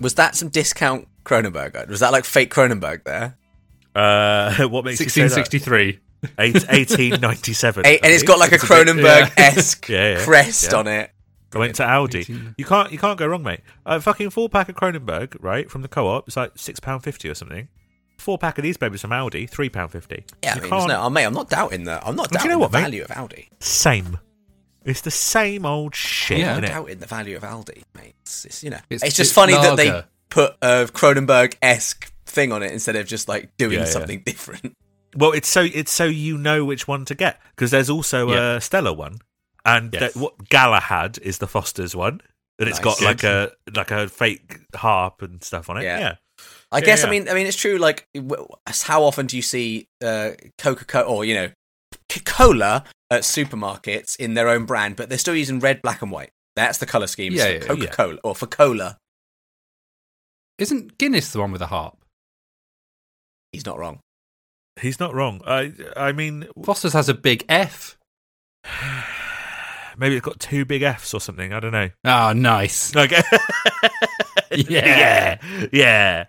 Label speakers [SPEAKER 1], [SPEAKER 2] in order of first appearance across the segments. [SPEAKER 1] Was that some discount Cronenberg? Was that like fake Cronenberg there?
[SPEAKER 2] Uh, what makes
[SPEAKER 3] 1663.
[SPEAKER 2] Eight, 1897.
[SPEAKER 1] A- and it's got like a Cronenberg esque
[SPEAKER 2] Yeah, yeah,
[SPEAKER 1] crest
[SPEAKER 2] yeah.
[SPEAKER 1] on it.
[SPEAKER 2] I went to Aldi. You can't you can't go wrong, mate. A fucking four pack of Cronenberg, right, from the co-op, it's like six pound fifty or something. Four pack of these babies from Aldi, three pound fifty.
[SPEAKER 1] Yeah, I
[SPEAKER 2] you
[SPEAKER 1] mean,
[SPEAKER 2] can't.
[SPEAKER 1] no, oh, mate, I'm not doubting that. I'm not
[SPEAKER 2] Well, do
[SPEAKER 1] doubting
[SPEAKER 2] you know what,
[SPEAKER 1] the
[SPEAKER 2] mate?
[SPEAKER 1] value of Aldi.
[SPEAKER 2] Same. It's the same old shit.
[SPEAKER 3] Yeah.
[SPEAKER 1] I'm
[SPEAKER 2] innit?
[SPEAKER 1] not doubting the value of Aldi, mate. It's, it's, you know, it's,
[SPEAKER 3] It's
[SPEAKER 1] just
[SPEAKER 3] just
[SPEAKER 1] funny that they
[SPEAKER 3] lager.
[SPEAKER 1] put a Cronenberg esque thing on it instead of just like doing
[SPEAKER 2] Yeah, yeah.
[SPEAKER 1] something different.
[SPEAKER 2] Well, it's so it's so you know which one to get because there's also a Stella one, and
[SPEAKER 3] Yes.
[SPEAKER 2] that, what Galahad is the Foster's one, and it's
[SPEAKER 1] Nice.
[SPEAKER 2] got like a like a fake harp and stuff on it.
[SPEAKER 1] Yeah.
[SPEAKER 2] Yeah,
[SPEAKER 1] I
[SPEAKER 2] Yeah,
[SPEAKER 1] guess I
[SPEAKER 2] yeah.
[SPEAKER 1] mean I mean it's true. Like, w- how often do you see uh, Coca Cola or you know C- Cola at supermarkets in their own brand, but they're still using red, black, and white. That's the color scheme
[SPEAKER 3] Yeah, yeah,
[SPEAKER 1] for Coca Cola or for cola.
[SPEAKER 3] Isn't Guinness the one with the harp?
[SPEAKER 1] He's not wrong.
[SPEAKER 2] he's not wrong. I I mean,
[SPEAKER 3] Foster's has a big F.
[SPEAKER 2] maybe it's got two big Fs or something. I don't know.
[SPEAKER 3] Ah, nice.
[SPEAKER 2] Okay.
[SPEAKER 3] Yeah.
[SPEAKER 2] yeah. Yeah.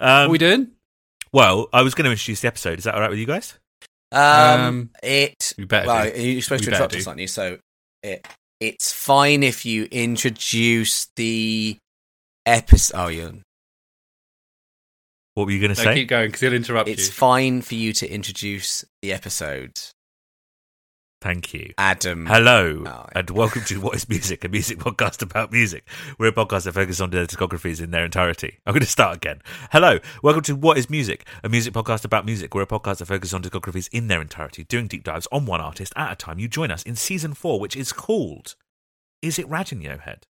[SPEAKER 2] Um,
[SPEAKER 3] What are we doing?
[SPEAKER 2] well, I was going to introduce the episode. Is that all right with you guys?
[SPEAKER 1] Um,
[SPEAKER 3] Um,
[SPEAKER 1] it.
[SPEAKER 3] We better.
[SPEAKER 1] Well,
[SPEAKER 3] do.
[SPEAKER 1] you're supposed
[SPEAKER 3] We
[SPEAKER 1] to
[SPEAKER 3] better
[SPEAKER 1] interrupt
[SPEAKER 3] do.
[SPEAKER 1] us, aren't you? So it it's fine if you introduce the episode. Oh, you.
[SPEAKER 2] What were you going to
[SPEAKER 3] No,
[SPEAKER 2] say?
[SPEAKER 3] keep going because he'll interrupt
[SPEAKER 1] It's
[SPEAKER 3] you.
[SPEAKER 1] fine for you to introduce the episode,
[SPEAKER 2] Thank you.
[SPEAKER 1] Adam.
[SPEAKER 2] Hello
[SPEAKER 1] Oh, yeah.
[SPEAKER 2] and welcome to What is Music, a music podcast about music. We're a podcast that focuses on their discographies in their entirety. I'm going to start again. Hello, welcome to What is Music, a music podcast about music. We're a podcast that focuses on discographies in their entirety, doing deep dives on one artist at a time. You join us in season four, which is called Is It Radiohead?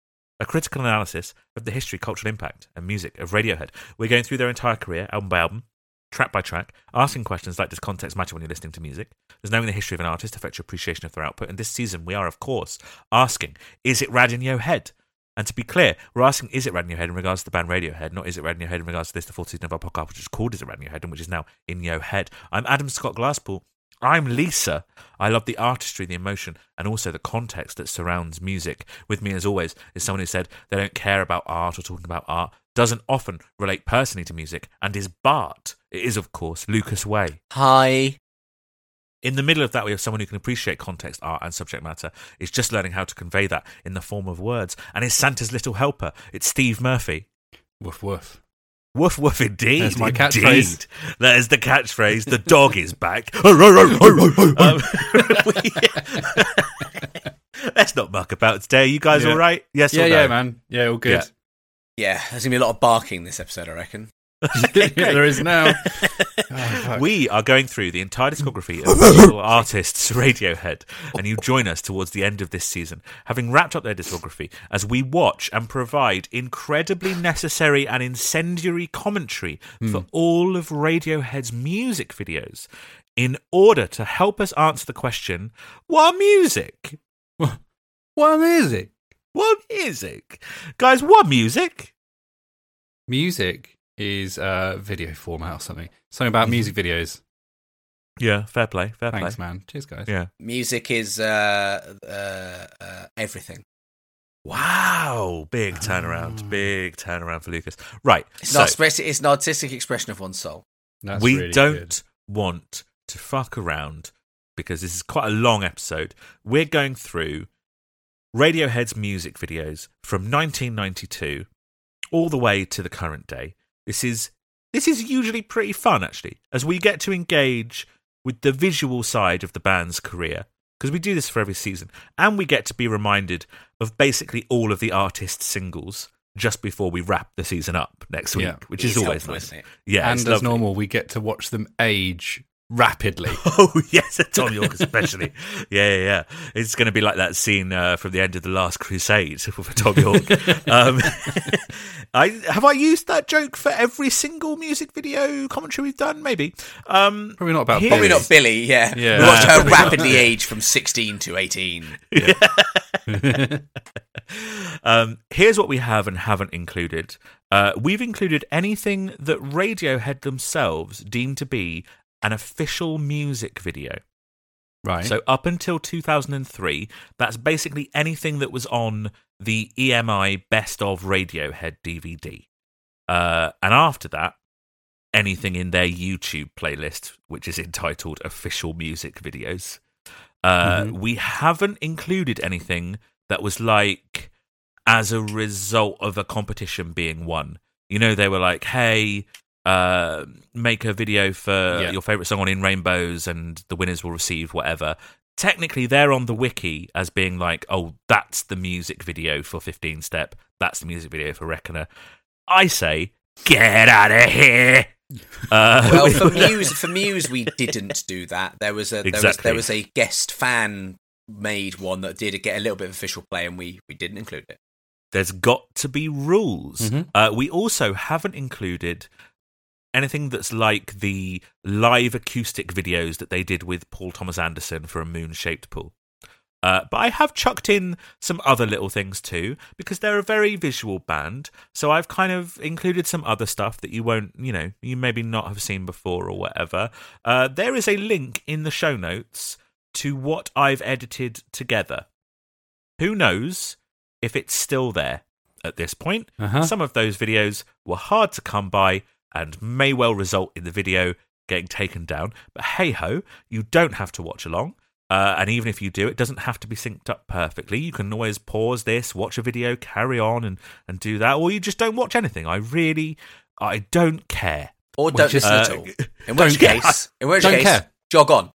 [SPEAKER 2] A critical analysis of the history, cultural impact, and music of Radiohead. We're going through their entire career, album by album, track by track, asking questions like does context matter when you're listening to music? Does knowing the history of an artist affect your appreciation of their output? And this season, we are, of course, asking is it rad in your head? And to be clear, we're asking is it rad in your head in regards to the band Radiohead, not is it rad in your head in regards to this, the fourth season of our podcast, which is called Is It Rad in Your Head, and which is now in your head. I'm Adam Scott Glasspool. I'm Lisa. I love the artistry, the emotion, and also the context that surrounds music. With me, as always, is someone who said they don't care about art or talking about art, doesn't often relate personally to music, and is Bart. It is, of course, Lucas Way.
[SPEAKER 1] Hi.
[SPEAKER 2] In the middle of that, we have someone who can appreciate context, art, and subject matter, is just learning how to convey that in the form of words, and is Santa's little helper. It's Steve Murphy.
[SPEAKER 3] Woof woof.
[SPEAKER 2] Woof woof indeed.
[SPEAKER 3] That's my
[SPEAKER 2] indeed.
[SPEAKER 3] catchphrase.
[SPEAKER 2] That is the catchphrase. The dog is back. Um, we- Let's not muck about today. Are you guys
[SPEAKER 3] Yeah.
[SPEAKER 2] all right? Yes
[SPEAKER 3] yeah,
[SPEAKER 2] or no?
[SPEAKER 3] yeah, man. Yeah, all good.
[SPEAKER 2] Yeah.
[SPEAKER 1] Yeah, there's gonna be a lot of barking this episode, I reckon.
[SPEAKER 3] there is now. Oh, fuck.
[SPEAKER 2] We are going through the entire discography of musical artists Radiohead, and you join us towards the end of this season, having wrapped up their discography as we watch and provide incredibly necessary and incendiary commentary
[SPEAKER 3] Hmm.
[SPEAKER 2] for all of Radiohead's music videos in order to help us answer the question what music?
[SPEAKER 3] what music?
[SPEAKER 2] What music? Guys, what music?
[SPEAKER 3] Music is uh, video format or something. Something about music videos.
[SPEAKER 2] Yeah, fair play, fair
[SPEAKER 3] Thanks,
[SPEAKER 2] play.
[SPEAKER 3] man. Cheers, guys.
[SPEAKER 2] Yeah.
[SPEAKER 1] Music is uh, uh, uh, everything.
[SPEAKER 2] Wow, big turnaround,
[SPEAKER 3] Oh.
[SPEAKER 2] big turnaround for Lucas. Right,
[SPEAKER 1] Ah. It's,
[SPEAKER 2] so
[SPEAKER 1] not express- it's an artistic expression of one's soul.
[SPEAKER 3] That's
[SPEAKER 2] we
[SPEAKER 3] really
[SPEAKER 2] don't
[SPEAKER 3] good.
[SPEAKER 2] want to fuck around because this is quite a long episode. We're going through Radiohead's music videos from 1992 all the way to the current day. This is this is usually pretty fun actually, as we get to engage with the visual side of the band's career because we do this for every season, and we get to be reminded of basically all of the artist's singles just before we wrap the season up next week,
[SPEAKER 3] Yeah.
[SPEAKER 2] which
[SPEAKER 1] It
[SPEAKER 2] is always
[SPEAKER 1] helpful,
[SPEAKER 2] nice.
[SPEAKER 1] isn't it?
[SPEAKER 2] Yeah,
[SPEAKER 3] and
[SPEAKER 2] it's
[SPEAKER 3] as
[SPEAKER 2] lovely.
[SPEAKER 3] normal, we get to watch them age rapidly.
[SPEAKER 2] Oh yes, Tom York especially. yeah, yeah, yeah. It's going to be like that scene uh, from the end of the Last Crusade with Tom York. um, I have I used that joke for every single music video commentary we've done. Maybe. Um,
[SPEAKER 3] Probably not about
[SPEAKER 2] Here-
[SPEAKER 1] Probably
[SPEAKER 3] Billy.
[SPEAKER 1] not Billy, yeah.
[SPEAKER 3] Yeah.
[SPEAKER 1] We watched
[SPEAKER 2] Nah,
[SPEAKER 1] her rapidly age from 16 to 18.
[SPEAKER 2] um, here's what we have and haven't included. Uh, we've included anything that Radiohead themselves deem to be an official music video.
[SPEAKER 3] right.
[SPEAKER 2] So up until 2003, that's basically anything that was on the EMI Best of Radiohead DVD. Uh, and after that, anything in their YouTube playlist, which is entitled Official Music Videos. Uh, We haven't included anything that was like as a result of a competition being won. You know, they were like, hey, uh, make a video for
[SPEAKER 3] Yeah.
[SPEAKER 2] your favorite song on In Rainbows and the winners will receive whatever. Technically, they're on the wiki as being like, oh, that's the music video for 15 Step. That's the music video for Reckoner. I say, get out of here. Uh,
[SPEAKER 1] Well, for Muse, for Muse, we didn't do that. There was a there, was,
[SPEAKER 2] Exactly.
[SPEAKER 1] there was a guest fan made one that did get a little bit of official play, and we we didn't include it.
[SPEAKER 2] there's got to be rules.
[SPEAKER 3] Mhm.
[SPEAKER 2] Uh, we also haven't included anything that's like the live acoustic videos that they did with Paul Thomas Anderson for a moon shaped pool. Uh, but I have chucked in some other little things too, because they're a very visual band. So I've kind of included some other stuff that you won't, you know, you maybe not have seen before or whatever. Uh, there is a link in the show notes to what I've edited together. Who knows if it's still there at this point?
[SPEAKER 3] Uh-huh.
[SPEAKER 2] Some of those videos were hard to come by and may well result in the video getting taken down. But hey ho, you don't have to watch along. Uh, and even if you do, it doesn't have to be synced up perfectly. You can always pause this, watch a video, carry on, and, and do that. Or you just don't watch anything. I really, I don't care.
[SPEAKER 1] Or
[SPEAKER 3] Which
[SPEAKER 1] don't
[SPEAKER 3] is-
[SPEAKER 1] listen at
[SPEAKER 2] uh,
[SPEAKER 1] all. In which
[SPEAKER 2] care.
[SPEAKER 1] case, in which
[SPEAKER 3] Don't
[SPEAKER 1] case,
[SPEAKER 3] care.
[SPEAKER 1] jog on.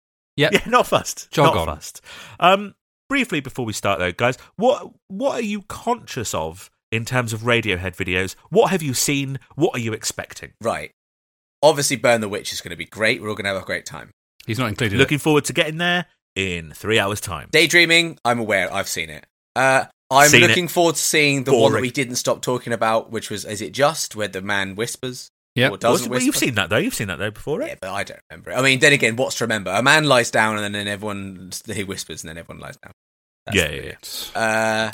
[SPEAKER 3] Yep.
[SPEAKER 2] Yeah, not fussed.
[SPEAKER 3] Jog
[SPEAKER 2] not
[SPEAKER 3] on.
[SPEAKER 2] fussed. Um, briefly before we start, though, guys, what what are you conscious of in terms of Radiohead videos? What have you seen? What are you expecting?
[SPEAKER 1] Right. Obviously, Burn the Witch is going to be great. We're all going to have a great time.
[SPEAKER 3] He's not included.
[SPEAKER 2] Looking forward to getting there in three hours' time.
[SPEAKER 1] Daydreaming, I'm aware. I've seen it. Uh, I'm
[SPEAKER 2] Seen it.
[SPEAKER 1] looking forward to seeing the one that
[SPEAKER 2] Boring.
[SPEAKER 1] we didn't stop talking about, which was Is It Just? Where the man whispers.
[SPEAKER 3] Yep.
[SPEAKER 1] Or doesn't
[SPEAKER 2] Well, you've
[SPEAKER 1] whisper.
[SPEAKER 2] seen that though. You've seen that though before,
[SPEAKER 1] Yeah,
[SPEAKER 2] right?
[SPEAKER 1] but I don't remember it. I mean, then again, what's to remember? A man lies down and then everyone, he whispers and then everyone lies down. That's
[SPEAKER 2] Yeah,
[SPEAKER 1] the
[SPEAKER 2] yeah,
[SPEAKER 1] bit.
[SPEAKER 2] yeah.
[SPEAKER 1] Uh,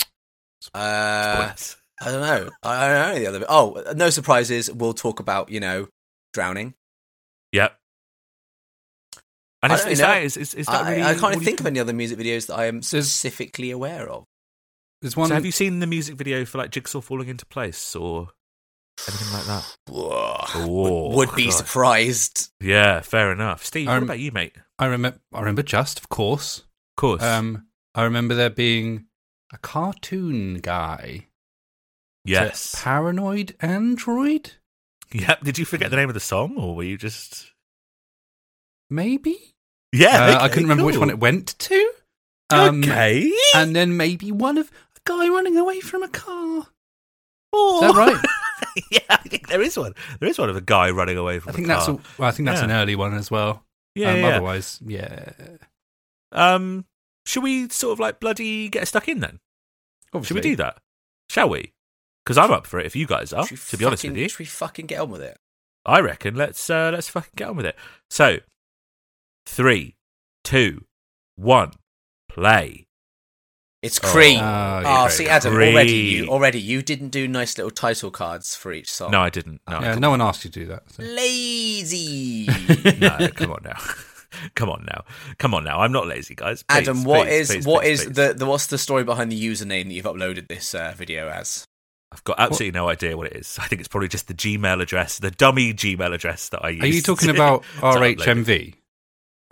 [SPEAKER 1] uh,
[SPEAKER 2] Spoilers.
[SPEAKER 1] I don't know. I I don't know the other bit. Oh, no surprises. We'll talk about, you know, drowning.
[SPEAKER 2] Yep. And
[SPEAKER 1] I
[SPEAKER 2] is,
[SPEAKER 1] don't
[SPEAKER 2] is
[SPEAKER 1] know.
[SPEAKER 2] that is, is, is that
[SPEAKER 1] I,
[SPEAKER 2] really?
[SPEAKER 1] I can't
[SPEAKER 2] what do you
[SPEAKER 1] think of any other music videos that I am
[SPEAKER 3] There's-
[SPEAKER 1] specifically aware of.
[SPEAKER 3] There's one.
[SPEAKER 2] So have you seen the music video for like Jigsaw falling into place or anything like that?
[SPEAKER 1] Would-
[SPEAKER 2] Oh,
[SPEAKER 1] would be
[SPEAKER 2] God.
[SPEAKER 1] surprised.
[SPEAKER 2] Yeah, fair enough. Steve, what
[SPEAKER 3] Um,
[SPEAKER 2] about you, mate? Of
[SPEAKER 3] I remember. I remember just, of course.
[SPEAKER 2] course.
[SPEAKER 3] Um, I remember there being a cartoon guy. Is it
[SPEAKER 2] yes.
[SPEAKER 3] Paranoid android,
[SPEAKER 2] Yep. Did you forget the name of the song, or were you just?
[SPEAKER 3] maybe.
[SPEAKER 2] Yeah,
[SPEAKER 3] Uh, I couldn't remember which one it went to. Um,
[SPEAKER 2] okay.
[SPEAKER 3] And then maybe one of a guy running away from a car. Is
[SPEAKER 2] Oh.
[SPEAKER 3] that right?
[SPEAKER 2] yeah, I think there is one. There is one of a guy running away from.
[SPEAKER 3] I think
[SPEAKER 2] a car.
[SPEAKER 3] that's a, um, well, I think that's
[SPEAKER 2] Yeah.
[SPEAKER 3] an early one as well.
[SPEAKER 2] yeah.
[SPEAKER 3] um,
[SPEAKER 2] yeah, yeah.
[SPEAKER 3] Otherwise, yeah.
[SPEAKER 2] Um, should we sort of like bloody get stuck in then? Should we do that? Shall we? Because I'm up for it. If you guys are,
[SPEAKER 1] Should we
[SPEAKER 2] Oh, to be honest with
[SPEAKER 1] fucking-
[SPEAKER 2] you,
[SPEAKER 1] should we fucking get on with it?
[SPEAKER 2] I reckon let's uh, let's fucking get on with it. So, three, two, one, play.
[SPEAKER 1] It's
[SPEAKER 2] Oh.
[SPEAKER 1] Creed.
[SPEAKER 3] Oh,
[SPEAKER 1] Oh,
[SPEAKER 3] yeah,
[SPEAKER 1] see,
[SPEAKER 3] Creed.
[SPEAKER 1] Adam, already
[SPEAKER 2] Creed.
[SPEAKER 1] you already you didn't do nice little title cards for each song.
[SPEAKER 2] No, I didn't. No, I
[SPEAKER 3] Yeah, no one asked you to do that. so.
[SPEAKER 1] lazy.
[SPEAKER 2] didn't. no. Come on now. Come on now. Come on now. I'm not lazy, guys. Please,
[SPEAKER 1] Adam, what
[SPEAKER 2] please,
[SPEAKER 1] is
[SPEAKER 2] please,
[SPEAKER 1] what
[SPEAKER 2] please,
[SPEAKER 1] is
[SPEAKER 2] please.
[SPEAKER 1] the, the what's the story behind the username that you've uploaded this uh, video as?
[SPEAKER 2] I've got absolutely no idea what it is. I think it's probably just the Gmail address, the dummy Gmail address that I use.
[SPEAKER 3] Are you talking about
[SPEAKER 2] upload it.
[SPEAKER 3] RHMV?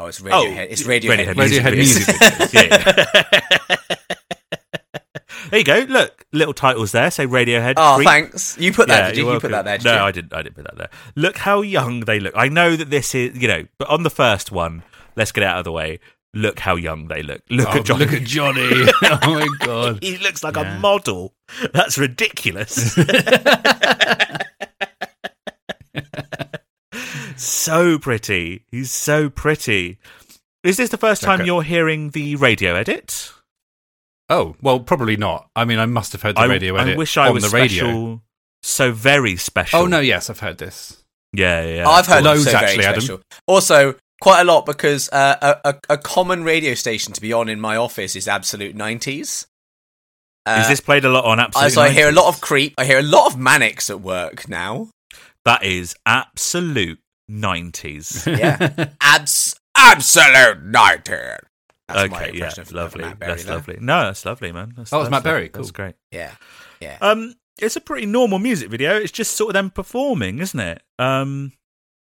[SPEAKER 1] Oh, it's Radiohead. it's Radiohead.
[SPEAKER 2] Radiohead,
[SPEAKER 3] music Radiohead videos. music
[SPEAKER 2] there you go. Look, little titles there. Say Radiohead.
[SPEAKER 1] oh,
[SPEAKER 2] Creep.
[SPEAKER 1] thanks. You put that.
[SPEAKER 2] Yeah,
[SPEAKER 1] did
[SPEAKER 2] you're
[SPEAKER 1] you? You put that
[SPEAKER 2] welcome.
[SPEAKER 1] there. Did
[SPEAKER 2] No,
[SPEAKER 1] you?
[SPEAKER 2] I didn't. I didn't put that there. Look how young they look. I know that this is, you know, but on the first one, let's get it out of the way. Look how young they look. Look
[SPEAKER 3] Oh,
[SPEAKER 2] at John.
[SPEAKER 3] Look at Johnny. oh my god.
[SPEAKER 2] he looks like
[SPEAKER 3] Yeah.
[SPEAKER 2] a model. That's ridiculous. so pretty. He's so pretty. Is this the first time
[SPEAKER 3] Okay.
[SPEAKER 2] you're hearing the radio edit?
[SPEAKER 3] Oh well, probably not. I mean, I must have heard the
[SPEAKER 2] I-
[SPEAKER 3] radio
[SPEAKER 2] I,
[SPEAKER 3] edit
[SPEAKER 2] wish I
[SPEAKER 3] on
[SPEAKER 2] was
[SPEAKER 3] the radio.
[SPEAKER 2] special. So very special.
[SPEAKER 3] Oh no, yes, I've heard this.
[SPEAKER 2] Yeah, yeah. yeah.
[SPEAKER 1] I've heard
[SPEAKER 3] Loads,
[SPEAKER 1] loads so very
[SPEAKER 3] actually, Adam.
[SPEAKER 1] special. Also, quite a lot because uh, a, a, a common radio station to be on in my office is Absolute Nineties. Uh,
[SPEAKER 2] Is this played a lot on
[SPEAKER 1] I,
[SPEAKER 2] Absolute?
[SPEAKER 1] so I hear a
[SPEAKER 2] 90s?
[SPEAKER 1] lot of creep. I hear a lot of manics at work now.
[SPEAKER 2] That is absolute nineties.
[SPEAKER 1] Yeah. Abs- absolute nightmare. That's my
[SPEAKER 2] okay, yeah,
[SPEAKER 1] impression of- of
[SPEAKER 2] lovely.
[SPEAKER 1] Matt Berry
[SPEAKER 2] that's
[SPEAKER 1] there.
[SPEAKER 2] lovely. No, that's lovely, man. That's,
[SPEAKER 3] Oh, it's
[SPEAKER 2] that's
[SPEAKER 3] Matt Berry,
[SPEAKER 2] lovely. That's
[SPEAKER 3] cool.
[SPEAKER 2] great.
[SPEAKER 1] Yeah, yeah.
[SPEAKER 2] Um, it's a pretty normal music video. It's just sort of them performing, isn't it? Um,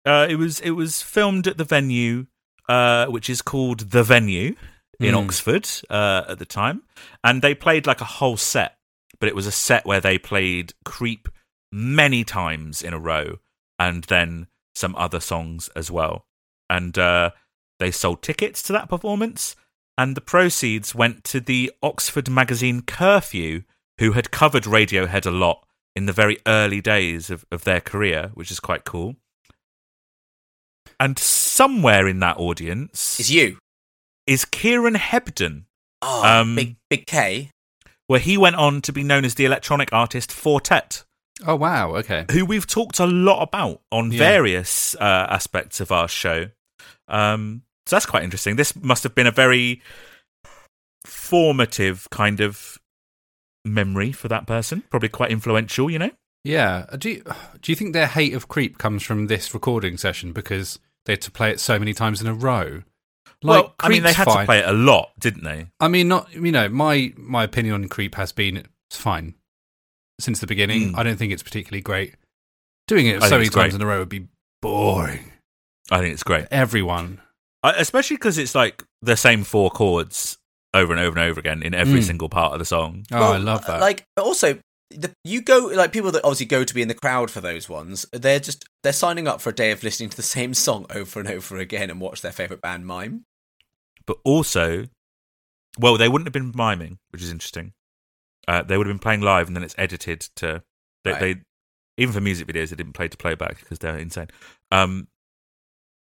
[SPEAKER 2] uh, it was it was filmed at the venue, uh, which is called the venue in
[SPEAKER 3] Hmm.
[SPEAKER 2] Oxford uh, at the time, and they played like a whole set, but it was a set where they played Creep many times in a row, and then some other songs as well, and uh, they sold tickets to that performance. And the proceeds went to the Oxford magazine Curfew, who had covered Radiohead a lot in the very early days of, of their career, which is quite cool. And somewhere in that audience
[SPEAKER 1] It's
[SPEAKER 2] is,
[SPEAKER 1] you.
[SPEAKER 2] Kieran Hebden,
[SPEAKER 1] Oh,
[SPEAKER 2] Um,
[SPEAKER 1] big big K.
[SPEAKER 2] where he went on to be known as the electronic artist Fortet,
[SPEAKER 3] oh wow. Okay.
[SPEAKER 2] who we've talked a lot about on
[SPEAKER 3] Yeah.
[SPEAKER 2] various uh, aspects of our show. Um, so that's quite interesting. This must have been a very formative kind of memory for that person, probably quite influential, you know?
[SPEAKER 3] Yeah. uh, Do you, do you think their hate of creep comes from this recording session because they had to play it so many times in a row? Like,
[SPEAKER 2] well, I mean, they
[SPEAKER 3] Creep's
[SPEAKER 2] had
[SPEAKER 3] fine.
[SPEAKER 2] to play it a lot, didn't they?
[SPEAKER 3] I mean, not you know, my my opinion on creep has been it's fine since the beginning.
[SPEAKER 2] Mm.
[SPEAKER 3] I don't think it's particularly great. Doing it
[SPEAKER 2] I think
[SPEAKER 3] so many
[SPEAKER 2] it's great.
[SPEAKER 3] times in a row would be boring.
[SPEAKER 2] I think it's great,
[SPEAKER 3] Everyone.
[SPEAKER 2] I, especially because it's like the same four chords over and over and over again in every
[SPEAKER 3] Mm.
[SPEAKER 2] single part of the song.
[SPEAKER 3] Oh, I
[SPEAKER 1] Well,
[SPEAKER 3] love that.
[SPEAKER 1] Like also, the, you go like people that obviously go to be in the crowd for those ones. They're just they're signing up for a day of listening to the same song over and over again and watch their favorite band mime.
[SPEAKER 2] But also, well, they wouldn't have been miming, which is interesting. Uh, they would have been playing live, and then it's edited to. They,
[SPEAKER 1] Right.
[SPEAKER 2] they even for music videos, they didn't play to playback because they're insane. Um,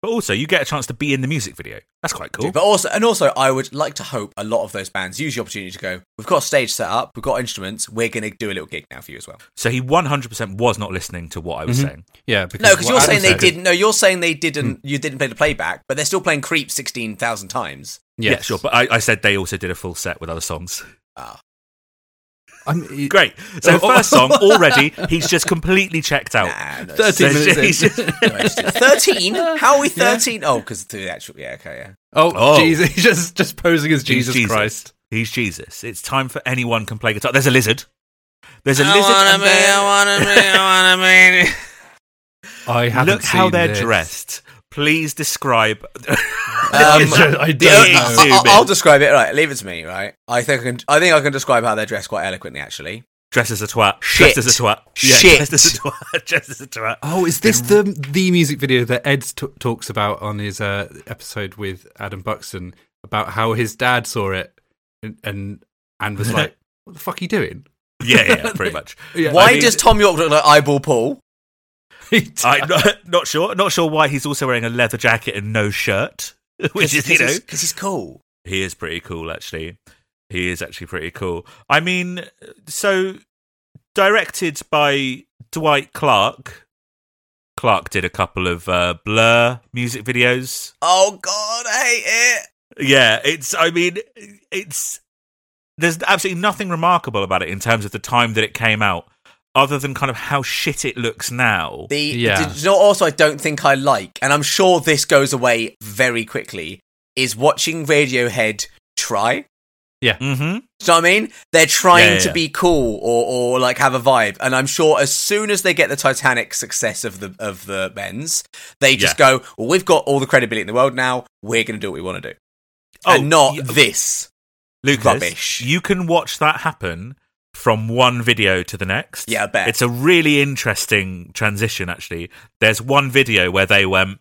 [SPEAKER 2] but also, you get a chance to be in the music video. That's quite cool.
[SPEAKER 1] But also, and also, I would like to hope a lot of those bands use the opportunity to go. We've got a stage set up. We've got instruments. We're going to do a little gig now for you as well.
[SPEAKER 2] So he 100% was not listening to what I was
[SPEAKER 1] Mm-hmm.
[SPEAKER 3] Mhm.
[SPEAKER 2] saying.
[SPEAKER 3] yeah.
[SPEAKER 1] No, because
[SPEAKER 3] what
[SPEAKER 1] you're
[SPEAKER 3] Adam
[SPEAKER 1] saying they
[SPEAKER 3] said- Hmm.
[SPEAKER 1] didn't. No, you're saying they didn't. You didn't play the playback, but they're still playing Creep sixteen thousand times.
[SPEAKER 2] Yeah, sure. But I, I said they also did a full set with other songs.
[SPEAKER 3] I'm,
[SPEAKER 2] Great. So
[SPEAKER 3] Oh.
[SPEAKER 2] first song already, he's just completely checked out.
[SPEAKER 1] Nah, no, it's-
[SPEAKER 3] 13
[SPEAKER 2] So
[SPEAKER 3] minutes
[SPEAKER 2] she's-
[SPEAKER 3] in.
[SPEAKER 1] no, it's just- thirteen. How are we thirteen? Oh, because the actual. Yeah, okay, yeah.
[SPEAKER 3] oh,
[SPEAKER 2] Oh.
[SPEAKER 3] Jesus. He's just, just posing as Jesus, Christ.
[SPEAKER 2] He's Jesus. It's time for anyone can play guitar. There's a lizard. There's a
[SPEAKER 1] I
[SPEAKER 2] lizard.
[SPEAKER 1] wanna
[SPEAKER 2] and
[SPEAKER 1] be,
[SPEAKER 2] they're-
[SPEAKER 1] I wanna be, I wanna be.
[SPEAKER 3] I haven't
[SPEAKER 2] Look how
[SPEAKER 3] seen
[SPEAKER 2] they're
[SPEAKER 3] this.
[SPEAKER 2] dressed. Please describe.
[SPEAKER 1] Um, The
[SPEAKER 3] I don't
[SPEAKER 1] only-
[SPEAKER 2] know.
[SPEAKER 1] I- I'll, I'll describe it. Right, leave it to me. Right, I think I can. I think I can describe how they're dressed quite eloquently. Actually,
[SPEAKER 2] dressed as a twat.
[SPEAKER 1] Shit.
[SPEAKER 2] Dressed as a twat. Yeah,
[SPEAKER 1] Shit.
[SPEAKER 2] Dressed as a twat. Dressed as a twat.
[SPEAKER 3] Oh, is this the the music video that Ed t- talks about on his uh, episode with Adam Buxton about how his dad saw it and and, and was like, "What the fuck are you doing?"
[SPEAKER 2] Yeah, yeah, pretty much.
[SPEAKER 3] Yeah,
[SPEAKER 1] Why
[SPEAKER 2] I mean-
[SPEAKER 1] does Tom York look like Eyeball Paul?
[SPEAKER 2] I'm not, not sure. Not sure why he's also wearing a leather jacket and no shirt, which is you know
[SPEAKER 1] because he's cool.
[SPEAKER 2] he is pretty cool actually. He is actually pretty cool. I mean, so directed by Dwight Clark. Clark did a couple of uh, Blur music videos.
[SPEAKER 1] Oh God, I hate it.
[SPEAKER 2] Yeah, it's. I mean, it's. There's absolutely nothing remarkable about it in terms of the time that it came out, other than kind of how shit it looks now.
[SPEAKER 1] The
[SPEAKER 3] Yeah.
[SPEAKER 1] do you know what also I don't think I like, and I'm sure this goes away very quickly, is watching Radiohead try.
[SPEAKER 2] Mm-hmm.
[SPEAKER 1] Do you know what I mean? They're trying
[SPEAKER 2] Yeah, yeah,
[SPEAKER 1] to
[SPEAKER 2] yeah.
[SPEAKER 1] be cool or, or like have a vibe, and I'm sure as soon as they get the Titanic success of the of the men's, they just go, "Well, we've got all the credibility in the world now. We're going to do what we want to do, and not
[SPEAKER 2] yeah,
[SPEAKER 1] this."
[SPEAKER 2] Lucas,
[SPEAKER 1] rubbish.
[SPEAKER 2] You can watch that happen from one video to the next.
[SPEAKER 1] Yeah, I bet.
[SPEAKER 2] It's a really interesting transition, actually. There's one video where they went,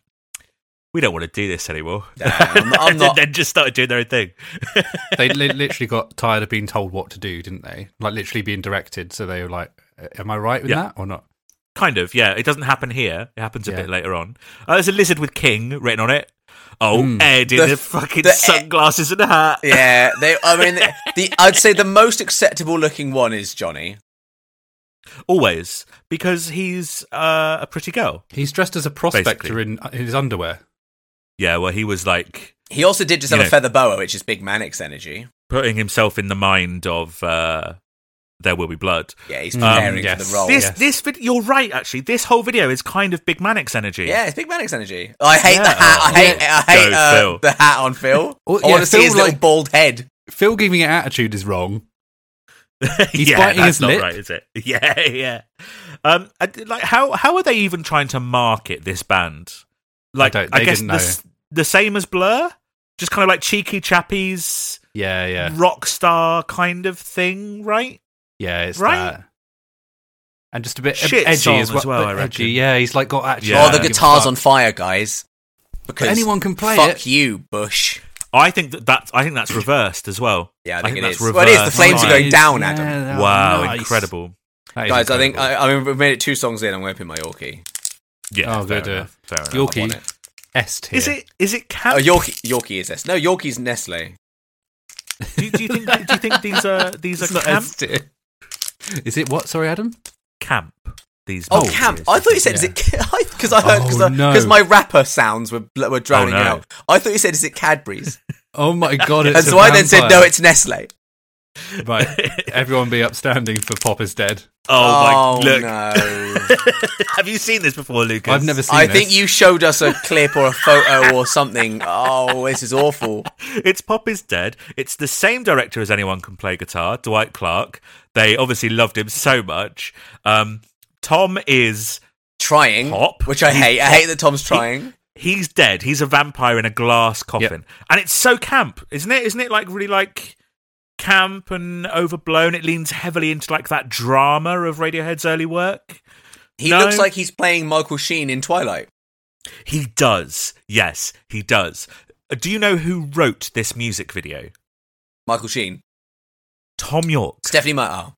[SPEAKER 2] "We don't want to do this anymore,"
[SPEAKER 1] No, I'm, I'm
[SPEAKER 2] and
[SPEAKER 1] not.
[SPEAKER 2] then just started doing their own thing.
[SPEAKER 3] they li- literally got tired of being told what to do, didn't they? Like literally being directed. So they were like, "Am I right with
[SPEAKER 2] Yeah.
[SPEAKER 3] that or not?"
[SPEAKER 2] Kind of, yeah. It doesn't happen here. It happens a
[SPEAKER 3] Yeah.
[SPEAKER 2] bit later on. Uh, there's a lizard with king written on it. Oh,
[SPEAKER 3] Mm.
[SPEAKER 2] Ed in
[SPEAKER 1] The-
[SPEAKER 2] the, fucking
[SPEAKER 1] the- e-
[SPEAKER 2] sunglasses and a hat.
[SPEAKER 1] Yeah, they. I mean, the, I'd say the most acceptable looking one is Johnny.
[SPEAKER 2] Always. Because he's uh, a pretty girl.
[SPEAKER 3] He's dressed as a prospector
[SPEAKER 2] Basically.
[SPEAKER 3] in, uh, in his underwear.
[SPEAKER 2] Yeah, well, he was like
[SPEAKER 1] He also did just have
[SPEAKER 2] You
[SPEAKER 1] a
[SPEAKER 2] know.
[SPEAKER 1] feather boa, which is big Manix energy.
[SPEAKER 2] putting himself in the mind of uh, There Will Be Blood.
[SPEAKER 1] Yeah, he's
[SPEAKER 3] Um,
[SPEAKER 1] preparing for
[SPEAKER 3] yes.
[SPEAKER 1] the role.
[SPEAKER 2] Mm, this,
[SPEAKER 3] yes.
[SPEAKER 2] this vid- you're right, actually. This whole video is kind of Big Manix energy.
[SPEAKER 1] Yeah, it's big Manix energy. Oh, I hate the
[SPEAKER 2] Yeah.
[SPEAKER 1] hat. I hate. I hate
[SPEAKER 2] Go,
[SPEAKER 1] uh,
[SPEAKER 2] Phil.
[SPEAKER 1] the hat on Phil.
[SPEAKER 3] Well,
[SPEAKER 1] I
[SPEAKER 3] yeah,
[SPEAKER 1] want to see
[SPEAKER 3] Phil,
[SPEAKER 1] his little
[SPEAKER 3] like-
[SPEAKER 1] bald head.
[SPEAKER 3] Phil giving it attitude is wrong. He's
[SPEAKER 2] yeah,
[SPEAKER 3] biting
[SPEAKER 2] that's
[SPEAKER 3] his
[SPEAKER 2] not
[SPEAKER 3] lip.
[SPEAKER 2] right, is it? Yeah, yeah. Um, I d- like how how are they even trying to market this band? Like,
[SPEAKER 3] don't- they
[SPEAKER 2] guess
[SPEAKER 3] didn't
[SPEAKER 2] the,
[SPEAKER 3] know.
[SPEAKER 2] s- the same as Blur, just kind of like cheeky chappies,
[SPEAKER 3] Yeah, yeah,
[SPEAKER 2] rock star kind of thing, right?
[SPEAKER 3] yeah. It's
[SPEAKER 2] Right?
[SPEAKER 3] that. And just a bit
[SPEAKER 2] Shit
[SPEAKER 3] edgy
[SPEAKER 2] song
[SPEAKER 3] as well.
[SPEAKER 2] as well,
[SPEAKER 3] but
[SPEAKER 2] I
[SPEAKER 3] edgy,
[SPEAKER 2] reckon.
[SPEAKER 3] yeah. He's like got attitude.
[SPEAKER 2] Yeah,
[SPEAKER 1] oh,
[SPEAKER 2] I
[SPEAKER 1] the
[SPEAKER 2] don't
[SPEAKER 1] guitar's on fire, guys. Because
[SPEAKER 3] anyone can play
[SPEAKER 1] fuck
[SPEAKER 3] it.
[SPEAKER 1] you, Bush.
[SPEAKER 2] I think that that's I think that's reversed as well.
[SPEAKER 1] Yeah, I think it
[SPEAKER 2] that's
[SPEAKER 1] is. Well, it is. The
[SPEAKER 2] reversed.
[SPEAKER 1] flames are going
[SPEAKER 2] Right.
[SPEAKER 1] down, Adam.
[SPEAKER 2] Wow, incredible.
[SPEAKER 1] Guys, I think I, I mean we've made it two songs in. I'm whipping my Yorkie.
[SPEAKER 2] Yeah,
[SPEAKER 3] Oh,
[SPEAKER 2] fair
[SPEAKER 3] good, uh,
[SPEAKER 2] enough, fair enough.
[SPEAKER 1] I want
[SPEAKER 3] Yorkie
[SPEAKER 1] it.
[SPEAKER 3] S tier.
[SPEAKER 2] Is it is it
[SPEAKER 1] Oh,
[SPEAKER 2] cap?
[SPEAKER 1] Yorkie, Yorkie is this? No, Yorkie's Nestle.
[SPEAKER 2] do, do you think do you think these are these are camp?
[SPEAKER 3] S tier. Is it what? Sorry, Adam.
[SPEAKER 2] camp? These
[SPEAKER 1] Oh,
[SPEAKER 2] Maltese.
[SPEAKER 1] camp! I thought you said is it because I heard because
[SPEAKER 3] Oh, no.
[SPEAKER 1] my rapper sounds were bl- were drowning
[SPEAKER 2] Oh, no.
[SPEAKER 1] out. I thought you said is it Cadbury's,
[SPEAKER 3] Oh my god! It's
[SPEAKER 1] and
[SPEAKER 3] a
[SPEAKER 1] so I then said no,
[SPEAKER 3] vampire.
[SPEAKER 1] it's Nestle.
[SPEAKER 3] Right. Everyone be upstanding for Pop is Dead.
[SPEAKER 2] Oh, my! Look,
[SPEAKER 1] no!
[SPEAKER 2] have you seen this before, Lucas?
[SPEAKER 3] I've never seen
[SPEAKER 1] I
[SPEAKER 3] this.
[SPEAKER 1] think you showed us a clip or a photo or something. Oh, this is awful.
[SPEAKER 2] It's Pop is Dead. It's the same director as anyone can play guitar, Dwight Clark. They obviously loved him so much. Um, Tom is
[SPEAKER 1] Trying,
[SPEAKER 2] Pop?
[SPEAKER 1] which I
[SPEAKER 2] He's
[SPEAKER 1] hate. I
[SPEAKER 2] pop.
[SPEAKER 1] hate that Tom's trying.
[SPEAKER 2] he's dead. He's a vampire in a glass coffin, and it's so camp, isn't it? Isn't it like really like camp and overblown? It leans heavily into like that drama of Radiohead's early work.
[SPEAKER 1] He
[SPEAKER 2] No.
[SPEAKER 1] looks like he's playing Michael Sheen in Twilight.
[SPEAKER 2] He does, yes, he does. Uh, Do you know who wrote this music video?
[SPEAKER 1] Michael Sheen,
[SPEAKER 2] Tom York.
[SPEAKER 1] Stephanie Meyer.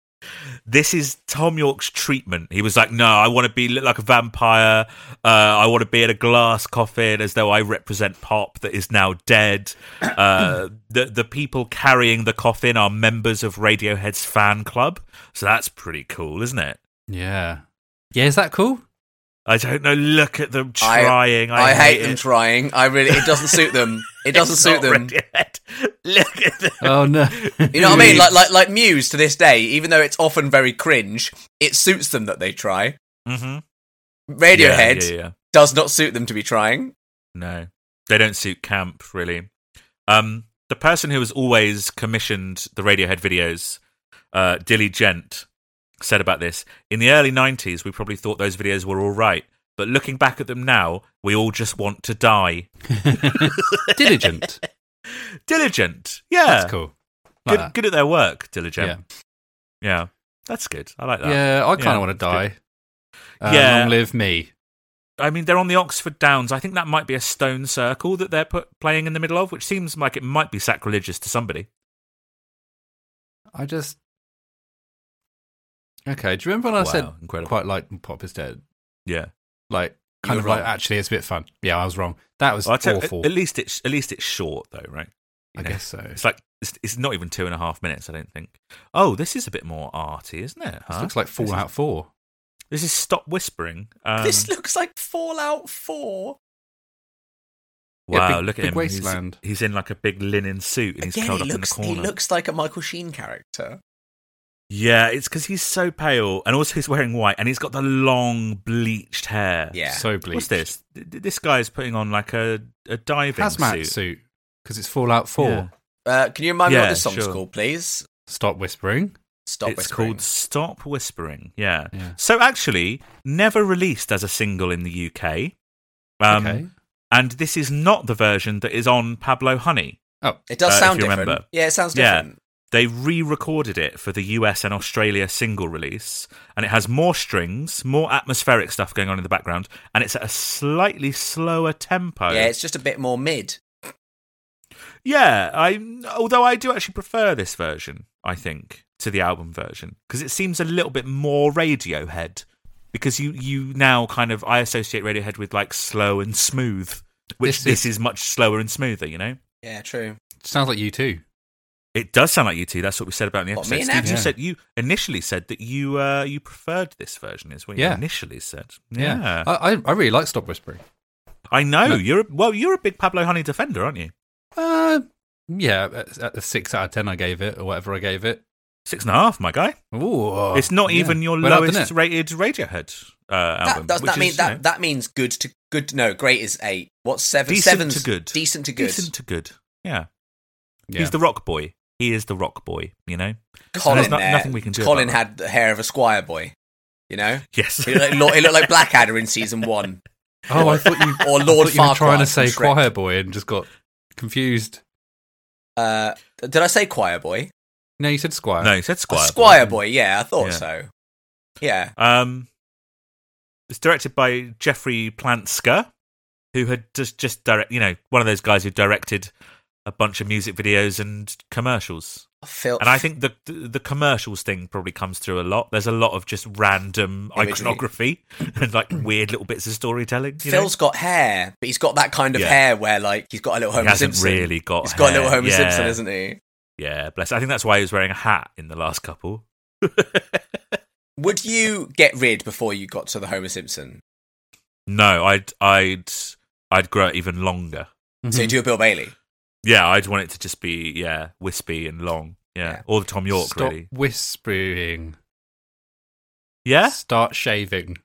[SPEAKER 2] this is Tom York's treatment. He was like, "No, I want to be look like a vampire. Uh, I want to be in a glass coffin, as though I represent pop that is now dead. Uh, the the people carrying the coffin are members of Radiohead's fan club, so that's pretty cool, isn't it?
[SPEAKER 3] Yeah. Yeah, is that cool?
[SPEAKER 2] I don't know. Look at them
[SPEAKER 1] I-
[SPEAKER 2] trying. I,
[SPEAKER 1] I, hate them
[SPEAKER 2] it.
[SPEAKER 1] trying. I really, it doesn't suit them. It doesn't
[SPEAKER 2] It's
[SPEAKER 1] suit
[SPEAKER 2] not
[SPEAKER 1] them.
[SPEAKER 2] Radiohead. Look at them.
[SPEAKER 3] Oh no.
[SPEAKER 1] You know what I mean? Like, like, like Muse to this day, even though it's often very cringe, it suits them that they try.
[SPEAKER 2] Mhm.
[SPEAKER 1] Radiohead
[SPEAKER 2] Yeah, yeah, yeah.
[SPEAKER 1] does not suit them to be trying.
[SPEAKER 2] No, they don't suit camp really. Um, the person who has always commissioned the Radiohead videos, uh, Dilly Gent, said about this: in the early '90s, we probably thought those videos were all right, but looking back at them now, we all just want to die.
[SPEAKER 3] Diligent.
[SPEAKER 2] Diligent, yeah,
[SPEAKER 3] That's cool. Like
[SPEAKER 2] good,
[SPEAKER 3] that.
[SPEAKER 2] good at their work. Diligent, yeah. that's good. I like that.
[SPEAKER 3] Yeah, I kind
[SPEAKER 2] Yeah,
[SPEAKER 3] of want to
[SPEAKER 2] it's good.
[SPEAKER 3] die. Uh,
[SPEAKER 2] Yeah.
[SPEAKER 3] Long live me.
[SPEAKER 2] I mean, they're on the Oxford Downs. I think that might be a stone circle that they're put, playing in the middle of, which seems like it might be sacrilegious to somebody.
[SPEAKER 3] I just. Okay. Do you remember when I said
[SPEAKER 2] Wow, incredible.
[SPEAKER 3] quite like Pop is dead?
[SPEAKER 2] Yeah.
[SPEAKER 3] Like kind
[SPEAKER 1] were
[SPEAKER 3] of like
[SPEAKER 1] wrong.
[SPEAKER 3] actually it's a bit fun. Yeah, I was wrong. That was
[SPEAKER 2] Well, I tell-
[SPEAKER 3] awful.
[SPEAKER 2] At, at least it's at least it's short though, right?
[SPEAKER 3] I guess so.
[SPEAKER 2] It's like it's, it's not even two and a half minutes. I don't think. Oh, this is a bit more arty, isn't it?
[SPEAKER 3] This
[SPEAKER 2] huh?
[SPEAKER 3] looks like Fallout Four.
[SPEAKER 2] This is, this is stop whispering. Um,
[SPEAKER 1] this looks like Fallout 4.
[SPEAKER 3] Yeah,
[SPEAKER 2] wow,
[SPEAKER 3] big-
[SPEAKER 2] look at
[SPEAKER 3] big
[SPEAKER 2] him.
[SPEAKER 3] wasteland.
[SPEAKER 2] He's, he's in like a big linen suit and he's
[SPEAKER 1] Again,
[SPEAKER 2] curled
[SPEAKER 1] he
[SPEAKER 2] up
[SPEAKER 1] looks,
[SPEAKER 2] in the
[SPEAKER 1] he
[SPEAKER 2] corner.
[SPEAKER 1] looks like a Michael Sheen character.
[SPEAKER 2] yeah, it's because he's so pale and also he's wearing white and he's got the long bleached hair.
[SPEAKER 1] Yeah.
[SPEAKER 3] So bleak.
[SPEAKER 2] What's this? Th- th- This guy's putting on like a, a diving
[SPEAKER 3] Hazmat
[SPEAKER 2] suit.
[SPEAKER 3] suit. Because it's Fallout Four.
[SPEAKER 2] Yeah.
[SPEAKER 1] Uh, can you remind me
[SPEAKER 2] Yeah,
[SPEAKER 1] what this song's
[SPEAKER 2] sure.
[SPEAKER 1] called, please?
[SPEAKER 3] Stop whispering.
[SPEAKER 1] Stop
[SPEAKER 2] it's
[SPEAKER 1] whispering.
[SPEAKER 2] called Stop Whispering. Yeah.
[SPEAKER 3] Yeah.
[SPEAKER 2] So actually, never released as a single in the UK. Um,
[SPEAKER 3] okay.
[SPEAKER 2] And this is not the version that is on Pablo Honey.
[SPEAKER 3] Oh,
[SPEAKER 1] It does
[SPEAKER 2] uh, if
[SPEAKER 1] sound
[SPEAKER 2] you
[SPEAKER 1] different.
[SPEAKER 2] remember.
[SPEAKER 1] Yeah, it sounds
[SPEAKER 2] Yeah.
[SPEAKER 1] different.
[SPEAKER 2] They re recorded it for the US and Australia single release, and it has more strings, more atmospheric stuff going on in the background, and it's at a slightly slower tempo.
[SPEAKER 1] Yeah, it's just a bit more mid.
[SPEAKER 2] Yeah, I although I do actually prefer this version, I think, to the album version because it seems a little bit more Radiohead because you you now kind of I associate Radiohead with like slow and smooth, which
[SPEAKER 3] This is-
[SPEAKER 2] this, is much slower and smoother, you know?
[SPEAKER 1] Yeah, true.
[SPEAKER 3] sounds like you too.
[SPEAKER 2] It does sound like you two. That's what we said about in the
[SPEAKER 1] What,
[SPEAKER 2] episode.
[SPEAKER 1] me and
[SPEAKER 2] Steve,
[SPEAKER 1] Abs?
[SPEAKER 2] you
[SPEAKER 3] Yeah.
[SPEAKER 2] said you initially said that you uh, you preferred this version, is what you
[SPEAKER 3] Yeah.
[SPEAKER 2] initially said.
[SPEAKER 3] Yeah.
[SPEAKER 2] Yeah,
[SPEAKER 3] I, I I really like Stop Whispering.
[SPEAKER 2] I, know
[SPEAKER 3] Look-
[SPEAKER 2] you're a, well. You're a big Pablo Honey defender, aren't you?
[SPEAKER 3] Uh, yeah, at- at the six out of ten I gave it, or whatever I gave it.
[SPEAKER 2] Six and a half, my guy.
[SPEAKER 3] Ooh,
[SPEAKER 2] it's not
[SPEAKER 3] yeah.
[SPEAKER 2] even your
[SPEAKER 3] Went up, didn't
[SPEAKER 2] lowest
[SPEAKER 3] it?
[SPEAKER 2] rated Radiohead uh, album.
[SPEAKER 1] that does
[SPEAKER 2] which
[SPEAKER 1] that
[SPEAKER 2] is,
[SPEAKER 1] mean
[SPEAKER 2] you
[SPEAKER 1] that
[SPEAKER 2] know,
[SPEAKER 1] that means good to good? No, great is eight. What's seven?
[SPEAKER 2] Decent
[SPEAKER 1] Seven's
[SPEAKER 2] to good.
[SPEAKER 1] Decent to good.
[SPEAKER 2] decent to good? Yeah.
[SPEAKER 3] Yeah.
[SPEAKER 2] he's the rock boy. He is the rock boy. You know.
[SPEAKER 1] Colin,
[SPEAKER 2] There's no-
[SPEAKER 1] there,
[SPEAKER 2] nothing we can do
[SPEAKER 1] Colin
[SPEAKER 2] about
[SPEAKER 1] had the hair of a squire boy. You know,
[SPEAKER 2] Yes.
[SPEAKER 1] he looked, like, he looked like Blackadder in season one,
[SPEAKER 3] oh, I thought you
[SPEAKER 1] or
[SPEAKER 3] I
[SPEAKER 1] Lord
[SPEAKER 3] thought you were
[SPEAKER 1] Farquaad.
[SPEAKER 3] trying to
[SPEAKER 1] from
[SPEAKER 3] say
[SPEAKER 1] Shrek.
[SPEAKER 3] choir boy and just got confused.
[SPEAKER 1] Uh, did I say choir boy?
[SPEAKER 3] No, you said squire.
[SPEAKER 2] no, he said
[SPEAKER 1] Squire,
[SPEAKER 2] Squire.
[SPEAKER 1] squire boy. Yeah, I thought
[SPEAKER 2] Yeah.
[SPEAKER 1] so. Yeah,
[SPEAKER 2] Um, it's directed by Jeffrey Planska, who had just just direct. You know, one of those guys who directed a bunch of music videos and commercials.
[SPEAKER 1] Phil.
[SPEAKER 2] And I think the the, the commercials thing probably comes through a lot. There's a lot of just random
[SPEAKER 1] Imagery.
[SPEAKER 2] iconography and like weird little bits of storytelling. You
[SPEAKER 1] Phil's got hair, but he's got that kind of
[SPEAKER 2] Yeah.
[SPEAKER 1] hair where like he's got a little
[SPEAKER 2] know? he
[SPEAKER 1] Homer
[SPEAKER 2] hasn't
[SPEAKER 1] Simpson.
[SPEAKER 2] really got.
[SPEAKER 1] he's got a
[SPEAKER 2] hair.
[SPEAKER 1] little Homer
[SPEAKER 2] yeah.
[SPEAKER 1] Simpson, isn't he?
[SPEAKER 2] Yeah, bless. I think that's why he was wearing a hat in the last couple.
[SPEAKER 1] Would you get rid before you got to the Homer Simpson?
[SPEAKER 2] No, I'd I'd I'd grow it even longer.
[SPEAKER 3] Mhm.
[SPEAKER 2] Mm-hmm.
[SPEAKER 1] So you do a Bill Bailey.
[SPEAKER 2] Yeah, I'd want it to just be yeah, wispy and long. Yeah,
[SPEAKER 1] Yeah.
[SPEAKER 2] or the Tom York
[SPEAKER 3] Stop
[SPEAKER 2] really.
[SPEAKER 3] whispering.
[SPEAKER 2] Yeah,
[SPEAKER 3] Start shaving.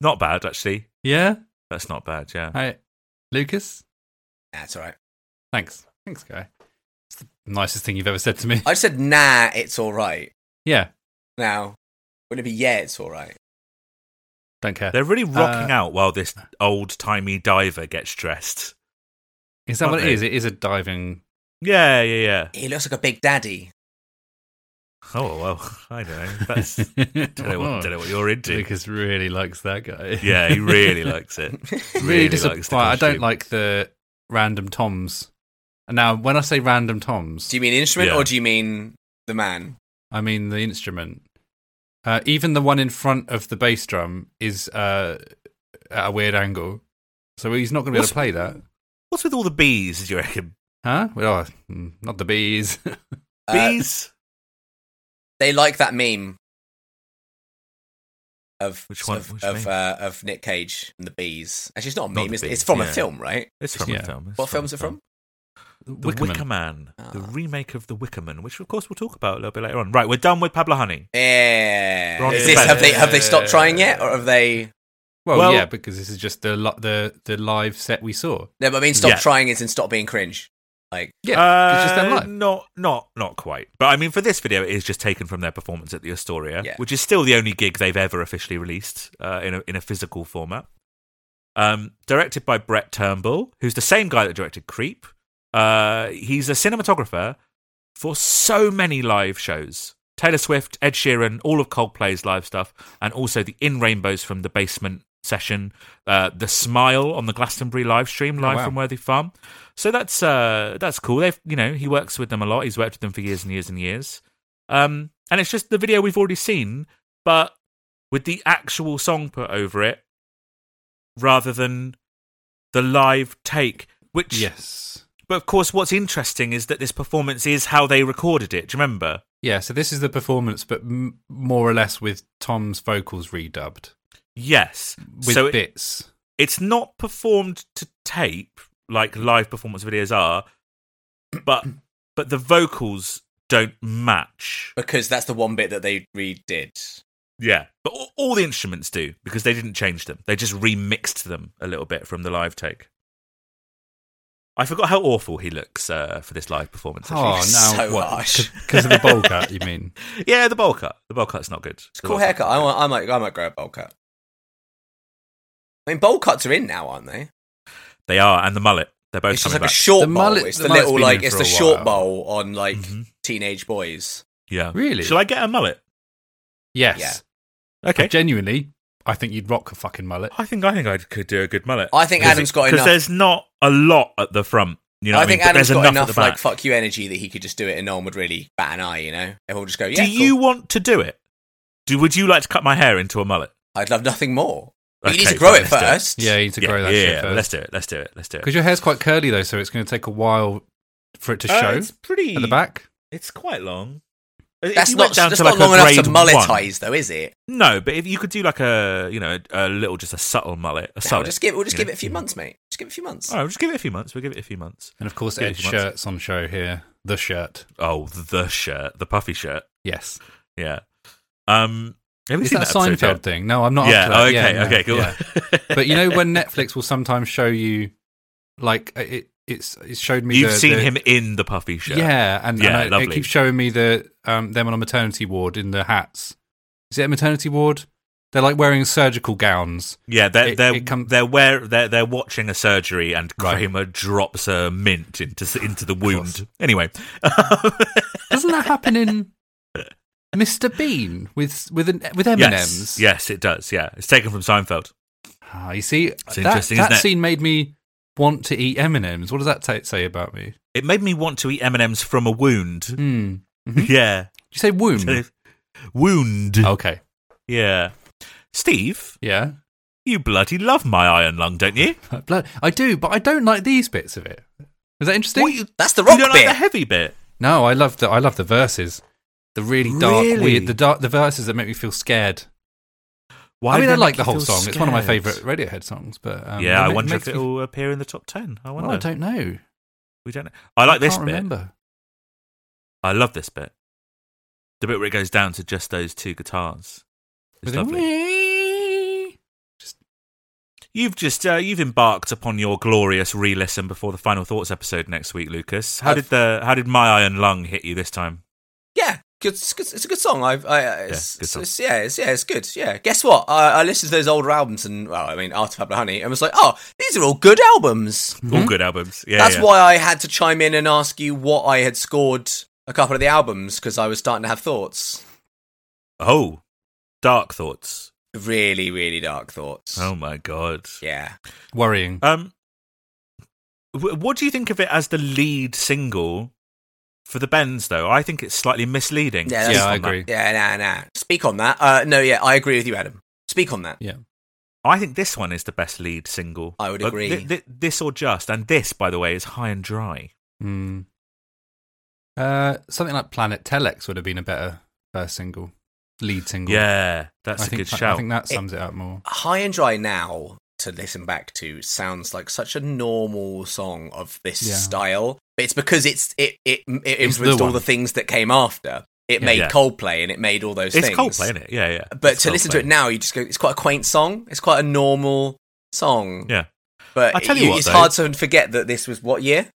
[SPEAKER 2] not bad actually.
[SPEAKER 3] Yeah.
[SPEAKER 2] That's not bad. Yeah,
[SPEAKER 3] Hi, Lucas.
[SPEAKER 1] That's all right.
[SPEAKER 3] Thanks. Thanks, guy. It's the nicest thing you've ever said to me.
[SPEAKER 1] I said, nah, it's all right.
[SPEAKER 3] yeah.
[SPEAKER 1] Now, wouldn't it be, yeah, it's all right?
[SPEAKER 3] Don't care.
[SPEAKER 2] they're really rocking
[SPEAKER 3] Uh,
[SPEAKER 2] out while this old timey diver gets dressed.
[SPEAKER 3] Is that what it
[SPEAKER 2] aren't
[SPEAKER 3] is? It is a diving.
[SPEAKER 2] Yeah, yeah, yeah.
[SPEAKER 1] He looks like a big daddy.
[SPEAKER 2] Oh well, I don't know. That's don't, know what, don't know what you're into.
[SPEAKER 3] Lucas really likes that guy.
[SPEAKER 2] Yeah, he really likes it. Really
[SPEAKER 3] disappointed.
[SPEAKER 2] likes the
[SPEAKER 3] I don't
[SPEAKER 2] costume.
[SPEAKER 3] like the random toms. And now, when I say random toms,
[SPEAKER 1] Do you mean instrument
[SPEAKER 2] Yeah.
[SPEAKER 1] or do you mean the man?
[SPEAKER 3] I mean the instrument. Uh, even the one in front of the bass drum is uh, at a weird angle, so he's not going to be able
[SPEAKER 2] What's-
[SPEAKER 3] to play that,
[SPEAKER 2] What's with all the bees? Do you reckon?
[SPEAKER 3] huh? Well, oh, mm, not the bees.
[SPEAKER 1] Uh,
[SPEAKER 2] Bees?
[SPEAKER 1] they like that meme of
[SPEAKER 2] Which one-
[SPEAKER 1] of
[SPEAKER 2] which
[SPEAKER 1] of,
[SPEAKER 2] meme?
[SPEAKER 1] uh, of Nick Cage and the bees. Actually, it's not a
[SPEAKER 2] Not
[SPEAKER 1] meme.
[SPEAKER 2] the
[SPEAKER 1] It's, it's
[SPEAKER 2] bees,
[SPEAKER 1] from a
[SPEAKER 2] yeah.
[SPEAKER 1] film, right?
[SPEAKER 2] it's from
[SPEAKER 3] yeah.
[SPEAKER 2] a film. It's
[SPEAKER 1] What
[SPEAKER 2] from a
[SPEAKER 1] film's it
[SPEAKER 2] film.
[SPEAKER 1] from?
[SPEAKER 2] The Wicker,
[SPEAKER 3] Wickerman.
[SPEAKER 2] Man, the
[SPEAKER 1] Ah.
[SPEAKER 2] remake of The Wicker Man, which of course we'll talk about a little bit later on. Right, we're done with Pablo Honey.
[SPEAKER 1] Yeah.
[SPEAKER 2] Ron
[SPEAKER 1] Is
[SPEAKER 2] is
[SPEAKER 1] this,
[SPEAKER 2] back.
[SPEAKER 1] have they have they stopped trying yet, or have they?
[SPEAKER 3] Well,
[SPEAKER 2] Well-
[SPEAKER 3] yeah, because this is just the li- the the live set we saw.
[SPEAKER 1] No, but I mean, stop
[SPEAKER 2] Yeah.
[SPEAKER 1] trying is in stop being cringe. Like,
[SPEAKER 3] Yeah, it's just them
[SPEAKER 2] Uh,
[SPEAKER 3] live.
[SPEAKER 2] Not, not, not quite. But I mean, for this video, it is just taken from their performance at the Astoria,
[SPEAKER 1] Yeah.
[SPEAKER 2] which is still the only gig they've ever officially released uh, in a in a physical format. Um, directed by Brett Turnbull, who's the same guy that directed Creep. Uh, he's a cinematographer for so many live shows. Taylor Swift, Ed Sheeran, all of Coldplay's live stuff, and also the In Rainbows from the Basement session, uh, the Smile on the Glastonbury live stream, live
[SPEAKER 3] Oh, wow.
[SPEAKER 2] from Worthy Farm. So that's uh, that's cool. They've you know he works with them a lot. He's worked with them for years and years and years. Um, and it's just the video we've already seen, but with the actual song put over it rather than the live take, which.
[SPEAKER 3] Yes.
[SPEAKER 2] But of course, what's interesting is that this performance is how they recorded it. Do you remember?
[SPEAKER 3] Yeah, so this is the performance, but m- more or less with Tom's vocals redubbed
[SPEAKER 2] Yes.
[SPEAKER 3] with
[SPEAKER 2] so it-
[SPEAKER 3] bits.
[SPEAKER 2] it's not performed to tape like live performance videos are, but but the vocals don't match.
[SPEAKER 1] because that's the one bit that they redid.
[SPEAKER 2] Yeah, but all, all the instruments do because they didn't change them. They just remixed them a little bit from the live take. I forgot how awful he looks uh, for this live performance. actually.
[SPEAKER 3] Oh,
[SPEAKER 1] So
[SPEAKER 3] now
[SPEAKER 1] harsh.
[SPEAKER 3] what? Because of the bowl cut, you mean?
[SPEAKER 2] Yeah, the bowl cut. The bowl cut's not good.
[SPEAKER 1] It's a cool haircut. I, want, I might, I might grow a bowl cut. I mean, bowl cuts are in now, aren't they?
[SPEAKER 2] They are, and the mullet. They're both
[SPEAKER 1] It's just
[SPEAKER 2] coming
[SPEAKER 1] like a
[SPEAKER 2] back.
[SPEAKER 1] short
[SPEAKER 3] The
[SPEAKER 1] bowl.
[SPEAKER 3] mullet-
[SPEAKER 1] it's
[SPEAKER 3] the
[SPEAKER 1] the
[SPEAKER 3] mullet's
[SPEAKER 1] little
[SPEAKER 3] been
[SPEAKER 1] like
[SPEAKER 3] in
[SPEAKER 1] it's
[SPEAKER 3] for
[SPEAKER 1] the
[SPEAKER 3] a
[SPEAKER 1] short
[SPEAKER 3] while.
[SPEAKER 1] bowl on like
[SPEAKER 2] Mhm.
[SPEAKER 1] teenage boys.
[SPEAKER 2] yeah.
[SPEAKER 3] Really?
[SPEAKER 2] Shall I get a mullet?
[SPEAKER 3] Yes.
[SPEAKER 1] Yeah.
[SPEAKER 2] Okay.
[SPEAKER 3] Genuinely, I think you'd rock a fucking mullet.
[SPEAKER 2] I think I think I could do a good mullet.
[SPEAKER 1] I think Adam's got
[SPEAKER 2] because
[SPEAKER 1] enough.
[SPEAKER 2] there's not a lot at the front. You know, what
[SPEAKER 1] I think
[SPEAKER 2] mean? But
[SPEAKER 1] Adam's
[SPEAKER 2] there's
[SPEAKER 1] got
[SPEAKER 2] enough, at
[SPEAKER 1] enough
[SPEAKER 2] the
[SPEAKER 1] like
[SPEAKER 2] back.
[SPEAKER 1] fuck you energy that he could just do it, and no one would really bat an eye. You know, everyone would just go, "Yeah."
[SPEAKER 2] do you want to do it? Do would you like to cut my hair into a mullet?
[SPEAKER 1] Cool. I'd love nothing more. But you need
[SPEAKER 2] Okay,
[SPEAKER 1] to grow
[SPEAKER 2] fine,
[SPEAKER 1] it
[SPEAKER 2] let's do it.
[SPEAKER 1] first.
[SPEAKER 3] Yeah, you need to
[SPEAKER 2] yeah,
[SPEAKER 3] grow that
[SPEAKER 2] yeah,
[SPEAKER 3] shit
[SPEAKER 2] yeah,
[SPEAKER 3] first.
[SPEAKER 2] let's do it. Let's do it. Let's do it.
[SPEAKER 3] Because your hair's quite curly though, so it's going to take a while for it to
[SPEAKER 2] Uh,
[SPEAKER 3] show
[SPEAKER 2] it's pretty
[SPEAKER 3] at the back.
[SPEAKER 2] It's quite long. If
[SPEAKER 1] that's
[SPEAKER 2] you
[SPEAKER 1] not
[SPEAKER 2] went down
[SPEAKER 1] that's
[SPEAKER 2] to,
[SPEAKER 1] not
[SPEAKER 2] like, a
[SPEAKER 1] long enough to
[SPEAKER 2] grade one-
[SPEAKER 1] mulletize, though, is it?
[SPEAKER 2] No, but if you could do like a you know a little just a subtle mullet, a
[SPEAKER 1] We'll
[SPEAKER 2] solid.
[SPEAKER 1] just give we'll just
[SPEAKER 2] you
[SPEAKER 1] give it a few months, mate. Just give it a few months.
[SPEAKER 2] All right, we'll just give it a few months. We'll give it a few months.
[SPEAKER 3] And of course,
[SPEAKER 2] Give it a
[SPEAKER 3] Ed's
[SPEAKER 2] few months.
[SPEAKER 3] shirt's on show here. The shirt.
[SPEAKER 2] Oh, the shirt, the puffy shirt.
[SPEAKER 3] Yes.
[SPEAKER 2] Yeah. Um. Have you
[SPEAKER 3] Is
[SPEAKER 2] seen
[SPEAKER 3] that,
[SPEAKER 2] that,
[SPEAKER 3] a
[SPEAKER 2] episode,
[SPEAKER 3] Seinfeld
[SPEAKER 2] Dom?
[SPEAKER 3] thing? No, I'm not.
[SPEAKER 2] yeah.
[SPEAKER 3] Up to
[SPEAKER 2] oh,
[SPEAKER 3] that.
[SPEAKER 2] okay.
[SPEAKER 3] no,
[SPEAKER 2] okay. Cool.
[SPEAKER 3] yeah. But you know when Netflix will sometimes show you, like it, it's it showed me.
[SPEAKER 2] You've
[SPEAKER 3] the-
[SPEAKER 2] seen
[SPEAKER 3] the-
[SPEAKER 2] him in the puffy shirt.
[SPEAKER 3] Yeah, and,
[SPEAKER 2] Yeah,
[SPEAKER 3] and I, it
[SPEAKER 2] lovely.
[SPEAKER 3] keeps showing me the um, them on a maternity ward in the hats. Is it a maternity ward? They're like wearing surgical gowns.
[SPEAKER 2] Yeah, they're
[SPEAKER 3] It-
[SPEAKER 2] they're
[SPEAKER 3] it come-
[SPEAKER 2] they're where they're they're watching a surgery, and
[SPEAKER 3] Right.
[SPEAKER 2] Kramer drops a mint into s- into the
[SPEAKER 3] course.
[SPEAKER 2] wound. Anyway,
[SPEAKER 3] Doesn't that happen in Mr. Bean with with an, with M and
[SPEAKER 2] yes,
[SPEAKER 3] M's?
[SPEAKER 2] yes, it does. Yeah, it's taken from Seinfeld.
[SPEAKER 3] Ah, you see, that,
[SPEAKER 2] interesting, isn't
[SPEAKER 3] that
[SPEAKER 2] it?
[SPEAKER 3] scene made me want to eat M and M's. What does that ta say about me?
[SPEAKER 2] It made me want to eat M and M's from a wound.
[SPEAKER 3] Hmm. Oh. Did
[SPEAKER 2] Yeah,
[SPEAKER 3] you say womb?
[SPEAKER 2] wound.
[SPEAKER 3] okay.
[SPEAKER 2] Yeah, Steve,
[SPEAKER 3] Yeah.
[SPEAKER 2] you bloody love my iron lung, don't you?
[SPEAKER 3] Blood. I do, but I don't like these bits of it. Is that interesting?
[SPEAKER 2] What, you,
[SPEAKER 1] That's the
[SPEAKER 2] you
[SPEAKER 1] rock
[SPEAKER 2] don't like
[SPEAKER 1] bit.
[SPEAKER 2] the heavy bit.
[SPEAKER 3] No, I love the I love the verses. The really dark,
[SPEAKER 2] Really?
[SPEAKER 3] weird, the dark, the verses that make me feel scared.
[SPEAKER 2] Why
[SPEAKER 3] I mean,
[SPEAKER 2] do
[SPEAKER 3] I
[SPEAKER 2] they
[SPEAKER 3] like
[SPEAKER 2] make
[SPEAKER 3] the
[SPEAKER 2] you
[SPEAKER 3] whole
[SPEAKER 2] feel
[SPEAKER 3] song. It's one of my
[SPEAKER 2] scared?
[SPEAKER 3] favourite Radiohead songs. But um,
[SPEAKER 2] yeah,
[SPEAKER 3] it
[SPEAKER 2] I
[SPEAKER 3] ma-
[SPEAKER 2] wonder
[SPEAKER 3] makes
[SPEAKER 2] if
[SPEAKER 3] me-
[SPEAKER 2] it'll appear in the top ten. I
[SPEAKER 3] Well,
[SPEAKER 2] wonder.
[SPEAKER 3] I don't know.
[SPEAKER 2] we don't. know. I like this
[SPEAKER 3] Can't
[SPEAKER 2] bit.
[SPEAKER 3] remember.
[SPEAKER 2] I love this bit. The bit where it goes down to just those two guitars. It's
[SPEAKER 3] With the
[SPEAKER 2] lovely. You've just uh, you've embarked upon your glorious re-listen before the final thoughts episode next week, Lucas. How
[SPEAKER 1] I've-
[SPEAKER 2] did the how did my iron lung hit you this time?
[SPEAKER 1] Yeah, good, it's, good, it's a good song. I've, I, uh, it's,
[SPEAKER 2] good
[SPEAKER 1] it's-
[SPEAKER 2] song.
[SPEAKER 1] it's- yeah, it's, yeah, it's good. Yeah, guess what? I, I listened to those older albums, and well, I mean, After Pablo Honey, and was like, oh, these are all good albums.
[SPEAKER 3] Mm-hmm.
[SPEAKER 2] All good albums. Yeah,
[SPEAKER 1] That's
[SPEAKER 2] yeah.
[SPEAKER 1] why I had to chime in and ask you what I had scored a couple of the albums because I was starting to have thoughts,
[SPEAKER 2] Oh, dark thoughts.
[SPEAKER 1] really, really dark thoughts.
[SPEAKER 2] Oh my god.
[SPEAKER 1] Yeah,
[SPEAKER 3] Worrying.
[SPEAKER 2] Um, wh- what do you think of it as the lead single for the Bends? Though I think it's slightly misleading.
[SPEAKER 1] Yeah,
[SPEAKER 2] Just
[SPEAKER 3] yeah, I
[SPEAKER 2] on that.
[SPEAKER 3] agree.
[SPEAKER 1] yeah, nah, nah. Speak on that. Uh, no, yeah, I agree with you, Adam. Speak on that.
[SPEAKER 2] I think this one is the best lead single.
[SPEAKER 1] I would
[SPEAKER 2] Uh,
[SPEAKER 1] agree.
[SPEAKER 2] thi- thi- this or just, and this, by the way, is high and dry.
[SPEAKER 3] Hmm. Uh, something like Planet Telex would have been a better first single, lead single.
[SPEAKER 2] Yeah, that's
[SPEAKER 3] I
[SPEAKER 2] a
[SPEAKER 3] think,
[SPEAKER 2] good
[SPEAKER 3] I-
[SPEAKER 2] shout.
[SPEAKER 3] I think that sums it, up more.
[SPEAKER 1] High and Dry now to listen back to sounds like such a normal song of this
[SPEAKER 3] Yeah.
[SPEAKER 1] style. But it's because it's it it, it
[SPEAKER 3] It's the
[SPEAKER 1] influenced all
[SPEAKER 3] one.
[SPEAKER 1] the things that came after. It made
[SPEAKER 2] Yeah.
[SPEAKER 1] Coldplay and it made all those
[SPEAKER 2] it's
[SPEAKER 1] things.
[SPEAKER 2] Coldplay, isn't it? Yeah, yeah.
[SPEAKER 1] But
[SPEAKER 2] It's
[SPEAKER 1] to listen to
[SPEAKER 2] Coldplay.
[SPEAKER 1] it now, you just go. It's quite a quaint song. It's quite a normal song.
[SPEAKER 2] Yeah.
[SPEAKER 1] But
[SPEAKER 2] I tell you what,
[SPEAKER 1] it's
[SPEAKER 2] though.
[SPEAKER 1] hard to forget that this was what year?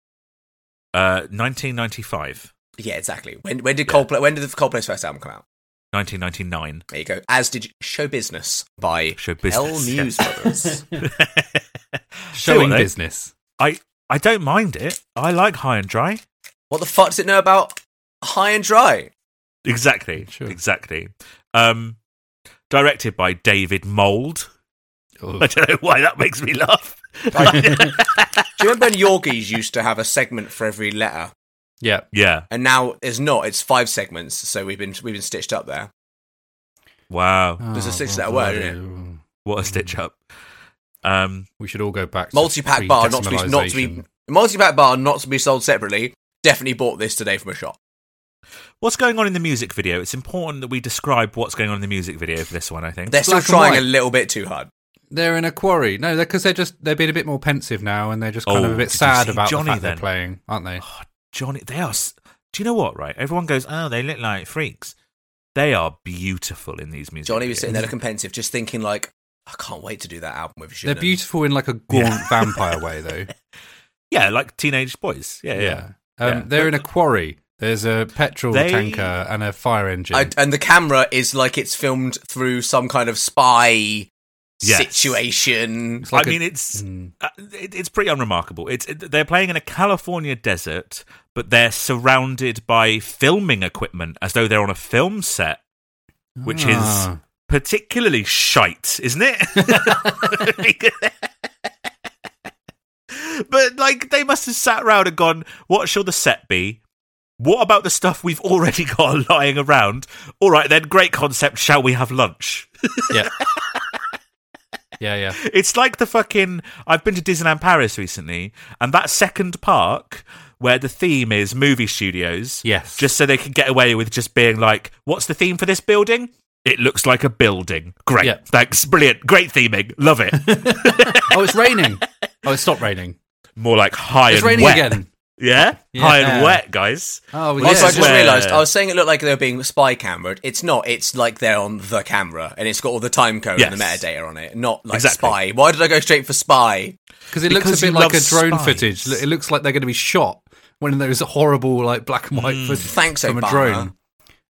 [SPEAKER 2] Uh, 1995,
[SPEAKER 1] Yeah, exactly. When when did
[SPEAKER 2] Yeah.
[SPEAKER 1] Coldplay? When did the Coldplay's first album come out?
[SPEAKER 2] 1999.
[SPEAKER 1] There you go. As did Show Business by
[SPEAKER 2] Show
[SPEAKER 1] L
[SPEAKER 2] business. yeah.
[SPEAKER 1] News Brothers.
[SPEAKER 2] Tell you
[SPEAKER 3] Showing
[SPEAKER 2] what, though,
[SPEAKER 3] business.
[SPEAKER 2] I don't mind it. I like high and dry.
[SPEAKER 1] what the fuck does it know about High and Dry?
[SPEAKER 2] Exactly.
[SPEAKER 3] Sure.
[SPEAKER 2] Exactly. Um, directed by David Mould.
[SPEAKER 3] Oh.
[SPEAKER 2] I don't know why that makes me laugh.
[SPEAKER 1] Do you remember when Yorgies used to have a segment for every letter?
[SPEAKER 3] Yeah.
[SPEAKER 2] Yeah.
[SPEAKER 1] and now there's not. It's five segments, so we've been we've been stitched up there.
[SPEAKER 2] Wow.
[SPEAKER 1] There's a
[SPEAKER 3] Oh,
[SPEAKER 1] six-letter
[SPEAKER 3] well,
[SPEAKER 1] word,
[SPEAKER 3] bloody- Hmm.
[SPEAKER 2] What a stitch up. Um,
[SPEAKER 3] We should all go back. to
[SPEAKER 1] Multi-pack bar, not to be not to be
[SPEAKER 3] pre-decimalisation.
[SPEAKER 1] multi-pack bar, not to be sold separately. Definitely bought this today from a shop.
[SPEAKER 2] what's going on in the music video? It's important that we describe what's going on in the music video for this one, I think.
[SPEAKER 1] They're still
[SPEAKER 3] Black and
[SPEAKER 1] trying
[SPEAKER 3] white.
[SPEAKER 1] a little bit too hard.
[SPEAKER 3] They're in a quarry. No, because they're, just they're being a bit more pensive now, and they're just kind
[SPEAKER 2] Oh,
[SPEAKER 3] of a bit
[SPEAKER 2] did you
[SPEAKER 3] sad
[SPEAKER 2] see
[SPEAKER 3] about
[SPEAKER 2] Johnny
[SPEAKER 3] the fact
[SPEAKER 2] then?
[SPEAKER 3] they're playing, aren't they?
[SPEAKER 2] Oh, Johnny, they are. s- Do you know what, right? Everyone goes, oh, they look like freaks. They are beautiful in these music
[SPEAKER 1] Johnny was sitting
[SPEAKER 2] videos.
[SPEAKER 1] there looking pensive, just thinking like, I can't wait to do that album with
[SPEAKER 3] They're
[SPEAKER 1] Shannon.
[SPEAKER 3] beautiful in like a gaunt vampire way, though.
[SPEAKER 2] Yeah, like teenage boys. Yeah, yeah.
[SPEAKER 3] Um,
[SPEAKER 2] Yeah.
[SPEAKER 3] They're in a quarry. There's a petrol
[SPEAKER 2] They-
[SPEAKER 3] tanker and a fire engine.
[SPEAKER 1] I, and the camera is like it's filmed through some kind of spy
[SPEAKER 2] Yes.
[SPEAKER 1] situation.
[SPEAKER 3] It's like
[SPEAKER 2] I
[SPEAKER 3] a-
[SPEAKER 2] mean, it's
[SPEAKER 3] Mm.
[SPEAKER 2] uh, it, it's pretty unremarkable. It's it, they're playing in a California desert, but they're surrounded by filming equipment as though they're on a film set, which is
[SPEAKER 3] Ah.
[SPEAKER 2] particularly shite, isn't it? but like, they must have sat around and gone, "What shall the set be?" What about the stuff we've already got lying around? All right, then, great concept. Shall we have lunch?
[SPEAKER 3] yeah. yeah, yeah.
[SPEAKER 2] It's like the fucking. I've been to Disneyland Paris recently, and that second park where the theme is movie studios.
[SPEAKER 3] Yes.
[SPEAKER 2] Just so they can get away with just being like, what's the theme for this building? It looks like a building. Great.
[SPEAKER 3] Yeah.
[SPEAKER 2] Thanks. Brilliant. Great theming. Love it.
[SPEAKER 3] Oh, it's raining. Oh, it stopped raining.
[SPEAKER 2] More like high
[SPEAKER 3] It's
[SPEAKER 2] and
[SPEAKER 3] raining
[SPEAKER 2] wet.
[SPEAKER 3] again.
[SPEAKER 2] Yeah? High and
[SPEAKER 3] Yeah.
[SPEAKER 2] wet, guys.
[SPEAKER 3] Oh, well,
[SPEAKER 1] Also,
[SPEAKER 2] This
[SPEAKER 3] yeah.
[SPEAKER 1] I
[SPEAKER 2] is
[SPEAKER 1] just
[SPEAKER 2] where-
[SPEAKER 1] realised I was saying it looked like they were being spy cambered. It's not. It's like they're on the camera, and it's got all the time code and the
[SPEAKER 2] Yes.
[SPEAKER 1] metadata on it. Not like
[SPEAKER 2] Exactly.
[SPEAKER 1] spy. Why did I go straight for spy?
[SPEAKER 3] Because it looks
[SPEAKER 2] Because
[SPEAKER 3] a
[SPEAKER 2] you
[SPEAKER 3] bit like a
[SPEAKER 2] love
[SPEAKER 3] drone
[SPEAKER 2] spies.
[SPEAKER 3] footage. It looks like they're going to be shot. One of those horrible, like black and white
[SPEAKER 2] Mm.
[SPEAKER 3] footage
[SPEAKER 1] Thanks,
[SPEAKER 3] from
[SPEAKER 1] Obama.
[SPEAKER 3] a drone.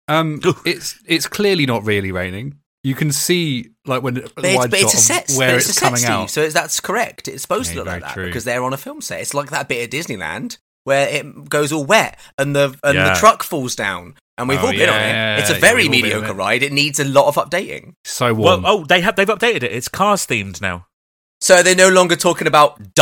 [SPEAKER 3] Um,
[SPEAKER 2] Oof.
[SPEAKER 3] it's it's clearly not really raining. You can see like when the
[SPEAKER 1] But it's,
[SPEAKER 3] wide
[SPEAKER 1] but it's a
[SPEAKER 3] shot
[SPEAKER 1] set.
[SPEAKER 3] of where
[SPEAKER 1] but
[SPEAKER 3] it's,
[SPEAKER 1] a set,
[SPEAKER 3] coming
[SPEAKER 1] Steve,
[SPEAKER 3] out.
[SPEAKER 1] So it's, that's correct. It's supposed
[SPEAKER 3] Yeah,
[SPEAKER 1] to look
[SPEAKER 3] very
[SPEAKER 1] like that
[SPEAKER 3] true.
[SPEAKER 1] because they're on a film set. It's like that bit at Disneyland where it goes all wet and the and
[SPEAKER 2] Yeah.
[SPEAKER 1] the truck falls down. And we've
[SPEAKER 3] Oh,
[SPEAKER 1] all been
[SPEAKER 3] yeah,
[SPEAKER 1] on it. It's a
[SPEAKER 3] yeah,
[SPEAKER 1] very
[SPEAKER 3] we've all been on
[SPEAKER 1] mediocre
[SPEAKER 3] it.
[SPEAKER 1] ride. It needs a lot of updating.
[SPEAKER 3] So
[SPEAKER 2] Well,
[SPEAKER 3] warm.
[SPEAKER 2] oh, they have they've updated it. It's cars themed now.
[SPEAKER 1] So they're no longer talking about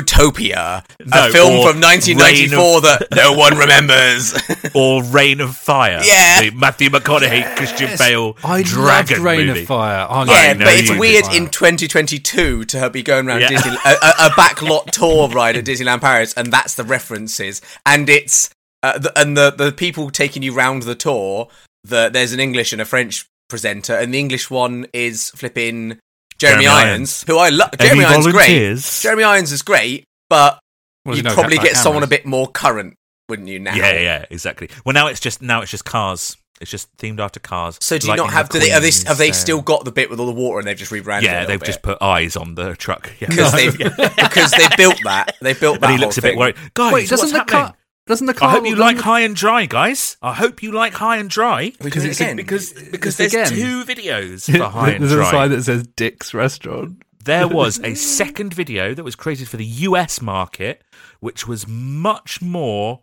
[SPEAKER 1] Dinotopia,
[SPEAKER 2] No,
[SPEAKER 1] a film
[SPEAKER 2] or
[SPEAKER 1] from 1994 that no one remembers.
[SPEAKER 2] Or Rain of Fire.
[SPEAKER 1] Yeah.
[SPEAKER 2] The Matthew McConaughey, Christian Bale,
[SPEAKER 3] I
[SPEAKER 2] Dragon
[SPEAKER 3] loved Rain
[SPEAKER 2] movie.
[SPEAKER 3] of Fire. Oh, no,
[SPEAKER 1] yeah,
[SPEAKER 2] know
[SPEAKER 1] but it's
[SPEAKER 2] you
[SPEAKER 1] weird
[SPEAKER 3] Fire.
[SPEAKER 1] in 2022 to her be going around
[SPEAKER 2] Yeah.
[SPEAKER 1] Disney a, a, a backlot tour ride at Disneyland Paris, and that's the references. And it's uh, the, and the the people taking you round the tour. The, there's an English and a French presenter, and the English one is flipping Jeremy,
[SPEAKER 2] Jeremy
[SPEAKER 1] Irons,
[SPEAKER 2] Irons.
[SPEAKER 1] who I love.
[SPEAKER 2] Any
[SPEAKER 1] Jeremy Irons is great.
[SPEAKER 2] volunteers?
[SPEAKER 1] Jeremy Irons is great, but
[SPEAKER 3] Well,
[SPEAKER 1] you'd
[SPEAKER 3] no
[SPEAKER 1] probably
[SPEAKER 3] cat- like
[SPEAKER 1] get someone a
[SPEAKER 3] cameras.
[SPEAKER 1] bit more current, wouldn't you? Now,
[SPEAKER 2] Yeah, yeah, exactly. Well, now it's just now it's just cars. It's just themed after cars.
[SPEAKER 1] So do you
[SPEAKER 2] Lightning
[SPEAKER 1] not have? Do they, are they?
[SPEAKER 2] McQueen's,
[SPEAKER 1] Have they
[SPEAKER 2] uh,
[SPEAKER 1] still got the bit with all the water, and they've just rebranded? it
[SPEAKER 2] Yeah,
[SPEAKER 1] a
[SPEAKER 2] they've
[SPEAKER 1] little
[SPEAKER 2] just
[SPEAKER 1] bit?
[SPEAKER 2] put eyes on the truck. Yeah,
[SPEAKER 1] because they've because they built that. They built that.
[SPEAKER 2] and he
[SPEAKER 1] whole
[SPEAKER 2] looks a bit
[SPEAKER 1] thing.
[SPEAKER 2] worried. Guys,
[SPEAKER 3] Wait, doesn't
[SPEAKER 2] what's
[SPEAKER 3] the
[SPEAKER 2] happening?
[SPEAKER 3] car? Doesn't the car?
[SPEAKER 2] I hope you
[SPEAKER 3] doesn't
[SPEAKER 2] like
[SPEAKER 3] the-
[SPEAKER 2] high and dry, guys. I hope you like high and dry
[SPEAKER 1] We
[SPEAKER 2] because
[SPEAKER 1] do it
[SPEAKER 2] it's a-
[SPEAKER 1] again?
[SPEAKER 2] because because
[SPEAKER 3] It's
[SPEAKER 2] there's
[SPEAKER 3] again.
[SPEAKER 2] two videos for high and
[SPEAKER 3] There's a sign
[SPEAKER 2] dry.
[SPEAKER 3] that says Dick's Restaurant.
[SPEAKER 2] There was a second video that was created for the US market, which was much more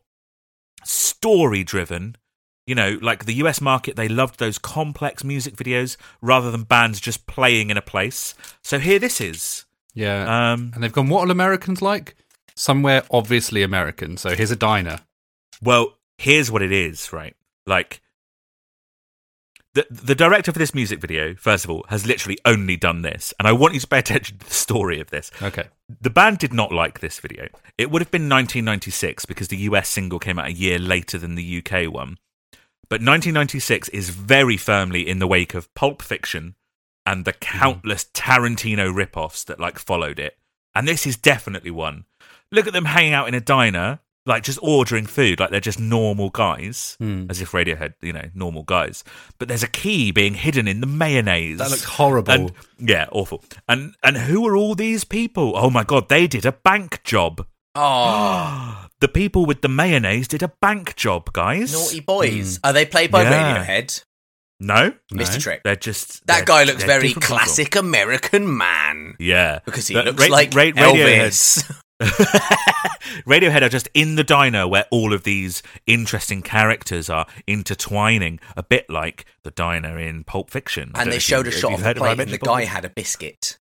[SPEAKER 2] story driven. You know, like the US market, they loved those complex music videos rather than bands just playing in a place. So here this is.
[SPEAKER 3] Yeah.
[SPEAKER 2] Um,
[SPEAKER 3] and they've gone, what are Americans like? Somewhere obviously American. So here's a diner.
[SPEAKER 2] Well, here's what it is, right? Like the the director for this music video, first of all, has literally only done this, and I want you to pay attention to the story of this.
[SPEAKER 3] Okay.
[SPEAKER 2] The band did not like this video. It would have been 1996 because the US single came out a year later than the UK one. But 1996 is very firmly in the wake of Pulp Fiction and the
[SPEAKER 3] Mm-hmm.
[SPEAKER 2] countless Tarantino rip-offs that like followed it. And this is definitely one. Look at them hanging out in a diner, like just ordering food, like they're just normal guys,
[SPEAKER 3] Hmm.
[SPEAKER 2] as if Radiohead, you know, normal guys. But there's a key being hidden in the mayonnaise.
[SPEAKER 3] That looks horrible.
[SPEAKER 2] And yeah, awful. And and who are all these people? Oh my god, they did a bank job.
[SPEAKER 1] Oh,
[SPEAKER 2] The people with the mayonnaise did a bank job, guys.
[SPEAKER 1] naughty boys. Are they played by
[SPEAKER 2] Mm. Yeah.
[SPEAKER 1] Radiohead?
[SPEAKER 2] No,
[SPEAKER 3] No.
[SPEAKER 1] Mr. Trick.
[SPEAKER 2] they're just they're-
[SPEAKER 1] That guy looks
[SPEAKER 2] they're
[SPEAKER 1] very
[SPEAKER 2] different people.
[SPEAKER 1] classic American man
[SPEAKER 2] Yeah,
[SPEAKER 1] because he
[SPEAKER 2] But
[SPEAKER 1] looks
[SPEAKER 2] Ra-
[SPEAKER 1] like
[SPEAKER 2] Ra- Radiohead.
[SPEAKER 1] Elvis.
[SPEAKER 2] Radiohead are just in the diner where all of these interesting characters are intertwining, a bit like the diner in Pulp Fiction. I
[SPEAKER 1] And
[SPEAKER 2] don't know
[SPEAKER 1] they
[SPEAKER 2] if
[SPEAKER 1] showed
[SPEAKER 2] you-
[SPEAKER 1] a
[SPEAKER 2] if
[SPEAKER 1] shot
[SPEAKER 2] you've
[SPEAKER 1] of
[SPEAKER 2] heard
[SPEAKER 1] a
[SPEAKER 2] of
[SPEAKER 1] plate,
[SPEAKER 2] Ribena
[SPEAKER 1] and the
[SPEAKER 2] before.
[SPEAKER 1] guy had a biscuit.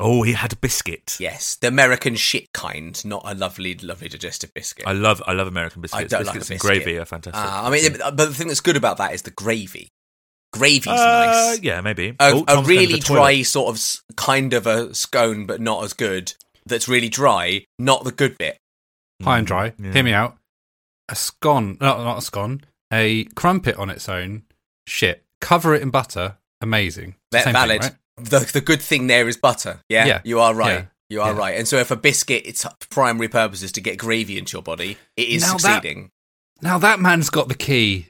[SPEAKER 2] Oh, he had a biscuit.
[SPEAKER 1] Yes, the American shit kind, not a lovely, lovely digestive biscuit.
[SPEAKER 2] I love I love American biscuits.
[SPEAKER 1] I don't like
[SPEAKER 2] biscuits
[SPEAKER 1] a
[SPEAKER 2] and
[SPEAKER 1] biscuit.
[SPEAKER 2] gravy are fantastic.
[SPEAKER 1] Ah, I mean, but the thing that's good about that is the gravy. Gravy's
[SPEAKER 2] Uh,
[SPEAKER 1] nice.
[SPEAKER 2] Yeah, maybe.
[SPEAKER 1] A,
[SPEAKER 2] Oh,
[SPEAKER 1] a
[SPEAKER 2] Tom's going to
[SPEAKER 1] really
[SPEAKER 2] the toilet.
[SPEAKER 1] dry sort of s- kind of a scone, but not as good. That's really dry, not the good bit.
[SPEAKER 3] high and dry.
[SPEAKER 2] yeah.
[SPEAKER 3] Hear me out. A scone, no, not a scone, a crumpet on its own. Shit. Cover it in butter. Amazing.
[SPEAKER 1] That
[SPEAKER 3] Same thing,
[SPEAKER 1] valid.
[SPEAKER 3] right?
[SPEAKER 1] The the good thing there is butter. Yeah,
[SPEAKER 3] Yeah.
[SPEAKER 1] you are right.
[SPEAKER 3] Yeah.
[SPEAKER 1] You are
[SPEAKER 3] Yeah.
[SPEAKER 1] right. And so, if a biscuit, its primary purpose is to get gravy into your body, it is
[SPEAKER 3] Now that-
[SPEAKER 1] succeeding.
[SPEAKER 3] Now that man's got the key.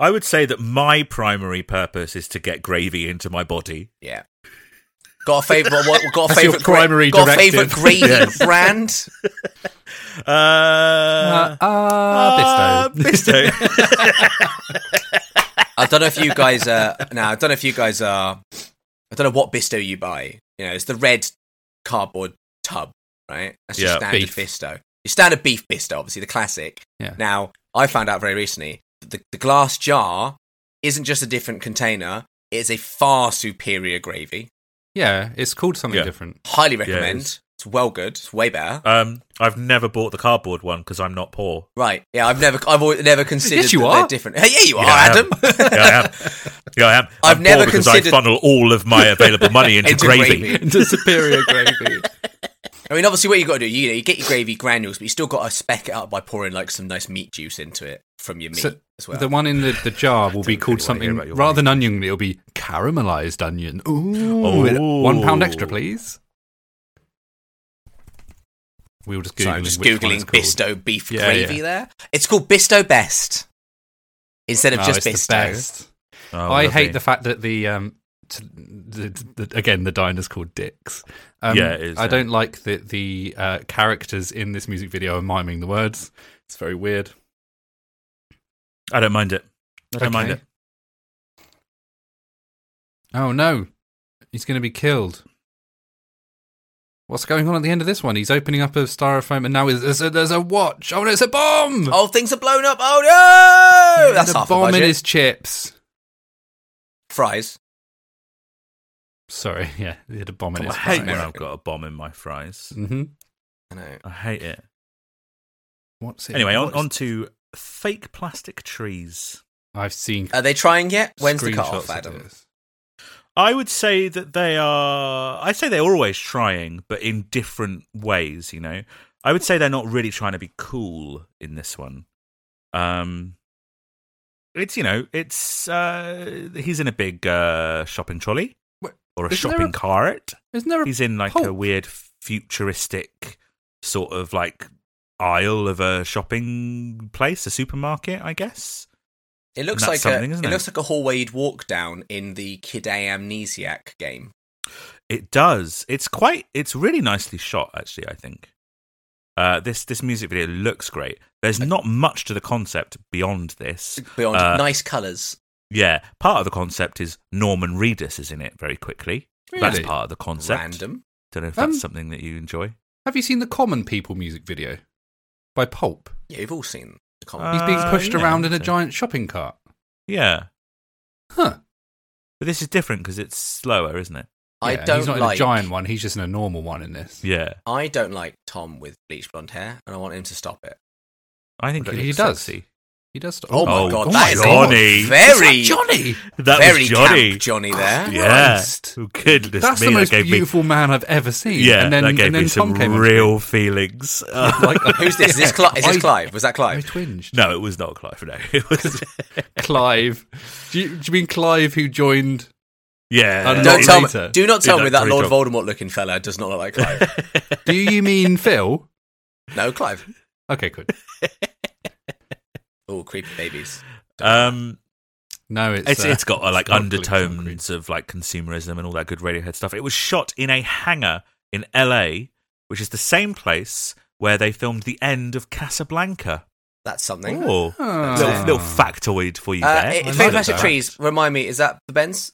[SPEAKER 2] I would say that my primary purpose is to get gravy into my body.
[SPEAKER 1] Yeah. Got a favorite? What? Got a
[SPEAKER 3] That's your
[SPEAKER 1] favorite? gra-
[SPEAKER 3] primary
[SPEAKER 1] got a favorite
[SPEAKER 3] directive.
[SPEAKER 1] gravy brand?
[SPEAKER 2] Uh, uh,
[SPEAKER 3] Ah, Bisto.
[SPEAKER 2] Bisto.
[SPEAKER 1] I don't know if you guys are. Now I don't know if you guys are. I don't know what Bisto you buy. You know, it's the red cardboard tub, right? That's your
[SPEAKER 2] Yeah,
[SPEAKER 1] standard
[SPEAKER 3] beef.
[SPEAKER 1] Bisto. Your standard beef Bisto, obviously the classic.
[SPEAKER 3] Yeah.
[SPEAKER 1] Now I found out very recently that the, the glass jar isn't just a different container. It is a far superior gravy.
[SPEAKER 3] Yeah, it's called something
[SPEAKER 2] Yeah.
[SPEAKER 3] different.
[SPEAKER 1] Highly
[SPEAKER 2] it
[SPEAKER 1] recommend.
[SPEAKER 2] is.
[SPEAKER 1] it's well good. It's way better.
[SPEAKER 2] um, I've never bought the cardboard one because I'm not poor.
[SPEAKER 1] Right. Yeah, I've never, I've always, never considered
[SPEAKER 3] you
[SPEAKER 1] that
[SPEAKER 3] are.
[SPEAKER 1] they're different. Hey, yeah, you are,
[SPEAKER 2] Yeah, I am.
[SPEAKER 1] Adam.
[SPEAKER 2] Yeah, I am. Yeah, I am.
[SPEAKER 1] I've
[SPEAKER 2] I'm
[SPEAKER 1] never
[SPEAKER 2] poor because
[SPEAKER 1] considered-
[SPEAKER 2] I funnel all of my available money into,
[SPEAKER 1] Into
[SPEAKER 2] gravy.
[SPEAKER 1] gravy.
[SPEAKER 3] Into superior gravy.
[SPEAKER 1] I mean, obviously, what you got to do, you know, you get your gravy granules, but you still got to speck it up by pouring like some nice meat juice into it from your meat
[SPEAKER 3] So,
[SPEAKER 1] as well.
[SPEAKER 3] The one in the, the jar will be
[SPEAKER 2] Don't
[SPEAKER 3] called
[SPEAKER 2] really wanna hear
[SPEAKER 3] something
[SPEAKER 2] about your
[SPEAKER 3] rather than onion. It'll be caramelized onion. Ooh,
[SPEAKER 2] Oh.
[SPEAKER 3] one pound extra, please. We were just googling.
[SPEAKER 1] so I'm just
[SPEAKER 3] which one
[SPEAKER 1] googling
[SPEAKER 3] it's called.
[SPEAKER 1] Bisto beef
[SPEAKER 3] Yeah,
[SPEAKER 1] gravy.
[SPEAKER 3] yeah.
[SPEAKER 1] There, it's called Bisto Best instead of
[SPEAKER 3] Oh,
[SPEAKER 1] just
[SPEAKER 3] it's the
[SPEAKER 1] Bisto.
[SPEAKER 3] best.
[SPEAKER 2] Oh,
[SPEAKER 3] I
[SPEAKER 2] lovely.
[SPEAKER 3] hate the fact that the um, t- the, the- again the diner's called Dicks. Um,
[SPEAKER 2] Yeah, it is,
[SPEAKER 3] I
[SPEAKER 2] yeah.
[SPEAKER 3] don't like that the uh, characters in this music video are miming the words. It's very weird.
[SPEAKER 2] I don't mind it. I don't mind it.
[SPEAKER 3] Okay. Oh no, he's going to be killed. What's going on at the end of this one? He's opening up a styrofoam, and now is- there's a, there's a watch. Oh, no, it's a bomb!
[SPEAKER 1] Oh, things are blown up. Oh no,
[SPEAKER 3] And
[SPEAKER 1] that's
[SPEAKER 3] a
[SPEAKER 1] half
[SPEAKER 3] bomb
[SPEAKER 1] the
[SPEAKER 3] in
[SPEAKER 1] budget.
[SPEAKER 3] his chips.
[SPEAKER 1] Fries.
[SPEAKER 3] Sorry, yeah, he had a bomb
[SPEAKER 1] Oh,
[SPEAKER 3] in
[SPEAKER 2] I
[SPEAKER 3] his
[SPEAKER 2] hate when
[SPEAKER 1] fine.
[SPEAKER 2] I've got a bomb in my fries.
[SPEAKER 3] hmm
[SPEAKER 1] I know.
[SPEAKER 2] I hate it.
[SPEAKER 3] What's it?
[SPEAKER 2] Anyway, on,
[SPEAKER 3] what is-
[SPEAKER 2] on to fake plastic trees.
[SPEAKER 3] I've seen.
[SPEAKER 1] Are they trying yet? Uh, When's the
[SPEAKER 3] screenshots
[SPEAKER 1] cutoff,
[SPEAKER 3] of
[SPEAKER 1] Adam?
[SPEAKER 3] this.
[SPEAKER 2] I would say that they are. I say they're always trying, but in different ways. You know, I would say they're not really trying to be cool in this one. Um, it's you know, it's uh, he's in a big uh, shopping trolley
[SPEAKER 3] Wait,
[SPEAKER 2] or a
[SPEAKER 3] isn't there
[SPEAKER 2] shopping
[SPEAKER 3] a-
[SPEAKER 2] cart.
[SPEAKER 3] Isn't there a
[SPEAKER 2] He's in like a
[SPEAKER 3] Pulp.
[SPEAKER 2] weird futuristic sort of like aisle of a shopping place, a supermarket, I guess.
[SPEAKER 1] It looks
[SPEAKER 2] And
[SPEAKER 1] like
[SPEAKER 2] that's
[SPEAKER 1] a,
[SPEAKER 2] something, isn't
[SPEAKER 1] it
[SPEAKER 2] it?
[SPEAKER 1] looks like a hallway you'd walk down in the Kid A Amnesiac game.
[SPEAKER 2] It does. It's quite. It's really nicely shot, actually. I think uh, this this music video looks great. There's not much to the concept beyond this.
[SPEAKER 1] Beyond
[SPEAKER 2] Uh,
[SPEAKER 1] nice colours.
[SPEAKER 2] Yeah, part of the concept is Norman Reedus is in it very quickly.
[SPEAKER 3] Really?
[SPEAKER 2] That's part of the concept.
[SPEAKER 1] Random.
[SPEAKER 2] Don't know if
[SPEAKER 3] Um,
[SPEAKER 2] that's something that you enjoy.
[SPEAKER 3] Have you seen the Common People music video by Pulp?
[SPEAKER 1] Yeah, you've all seen the comic.
[SPEAKER 2] Uh,
[SPEAKER 3] He's being pushed
[SPEAKER 2] yeah,
[SPEAKER 3] around in a
[SPEAKER 2] so-
[SPEAKER 3] giant shopping cart.
[SPEAKER 2] Yeah,
[SPEAKER 3] Huh.
[SPEAKER 2] but this is different because it's slower, isn't it?
[SPEAKER 1] I
[SPEAKER 3] Yeah,
[SPEAKER 1] don't
[SPEAKER 3] He's not
[SPEAKER 1] like
[SPEAKER 3] in a giant one. He's just in a normal one in this.
[SPEAKER 2] Yeah,
[SPEAKER 1] I don't like Tom with bleached blonde hair, and I want him to stop it.
[SPEAKER 2] I think
[SPEAKER 3] But
[SPEAKER 2] he,
[SPEAKER 3] he
[SPEAKER 2] looks
[SPEAKER 3] does.
[SPEAKER 2] sexy.
[SPEAKER 3] He does.
[SPEAKER 1] Oh, my
[SPEAKER 2] Oh,
[SPEAKER 1] god,
[SPEAKER 2] oh
[SPEAKER 1] that
[SPEAKER 2] my
[SPEAKER 1] is
[SPEAKER 2] Johnny.
[SPEAKER 1] a
[SPEAKER 2] Is
[SPEAKER 1] very,
[SPEAKER 3] Johnny.
[SPEAKER 2] That
[SPEAKER 1] very
[SPEAKER 2] was Johnny. Oh,
[SPEAKER 1] camp Johnny there.
[SPEAKER 2] yeah,
[SPEAKER 3] Christ.
[SPEAKER 2] goodness
[SPEAKER 3] That's
[SPEAKER 2] me,
[SPEAKER 3] the
[SPEAKER 2] that
[SPEAKER 3] most
[SPEAKER 2] gave me
[SPEAKER 3] beautiful man I've ever seen.
[SPEAKER 2] yeah,
[SPEAKER 3] and then,
[SPEAKER 2] that gave
[SPEAKER 3] and then
[SPEAKER 2] me some
[SPEAKER 3] Tom came in.
[SPEAKER 2] real feelings.
[SPEAKER 3] Like-
[SPEAKER 1] Who's this? Is this, Cli- is this Clive? Was that
[SPEAKER 3] I
[SPEAKER 1] Clive?
[SPEAKER 3] twinged.
[SPEAKER 2] No, it was not Clive. No, it was
[SPEAKER 3] Clive. Do you, do you mean Clive who joined?
[SPEAKER 2] yeah.
[SPEAKER 3] I
[SPEAKER 1] Don't
[SPEAKER 3] Not
[SPEAKER 1] tell me.
[SPEAKER 3] later.
[SPEAKER 1] Do not
[SPEAKER 2] Do
[SPEAKER 1] tell
[SPEAKER 2] not
[SPEAKER 1] me that
[SPEAKER 2] three
[SPEAKER 1] Lord
[SPEAKER 2] drop.
[SPEAKER 1] Voldemort looking fella does not look like Clive.
[SPEAKER 3] Do you mean Phil?
[SPEAKER 1] no, Clive.
[SPEAKER 3] Okay, good.
[SPEAKER 1] Oh, creepy babies.
[SPEAKER 2] um,
[SPEAKER 3] No, it's
[SPEAKER 2] it's
[SPEAKER 3] uh,
[SPEAKER 2] it's got uh, like
[SPEAKER 3] not Clive Tom Green.
[SPEAKER 2] undertones of like consumerism and all that good Radiohead stuff. It was shot in a hangar in L.A., which is the same place where they filmed the end of Casablanca.
[SPEAKER 1] That's something. Uh,
[SPEAKER 2] Oh,
[SPEAKER 3] Ah.
[SPEAKER 2] little, little factoid for you there.
[SPEAKER 1] it-
[SPEAKER 3] I
[SPEAKER 1] Fake
[SPEAKER 3] like
[SPEAKER 1] Plastic
[SPEAKER 3] that.
[SPEAKER 1] Trees, remind me, is that the Benz?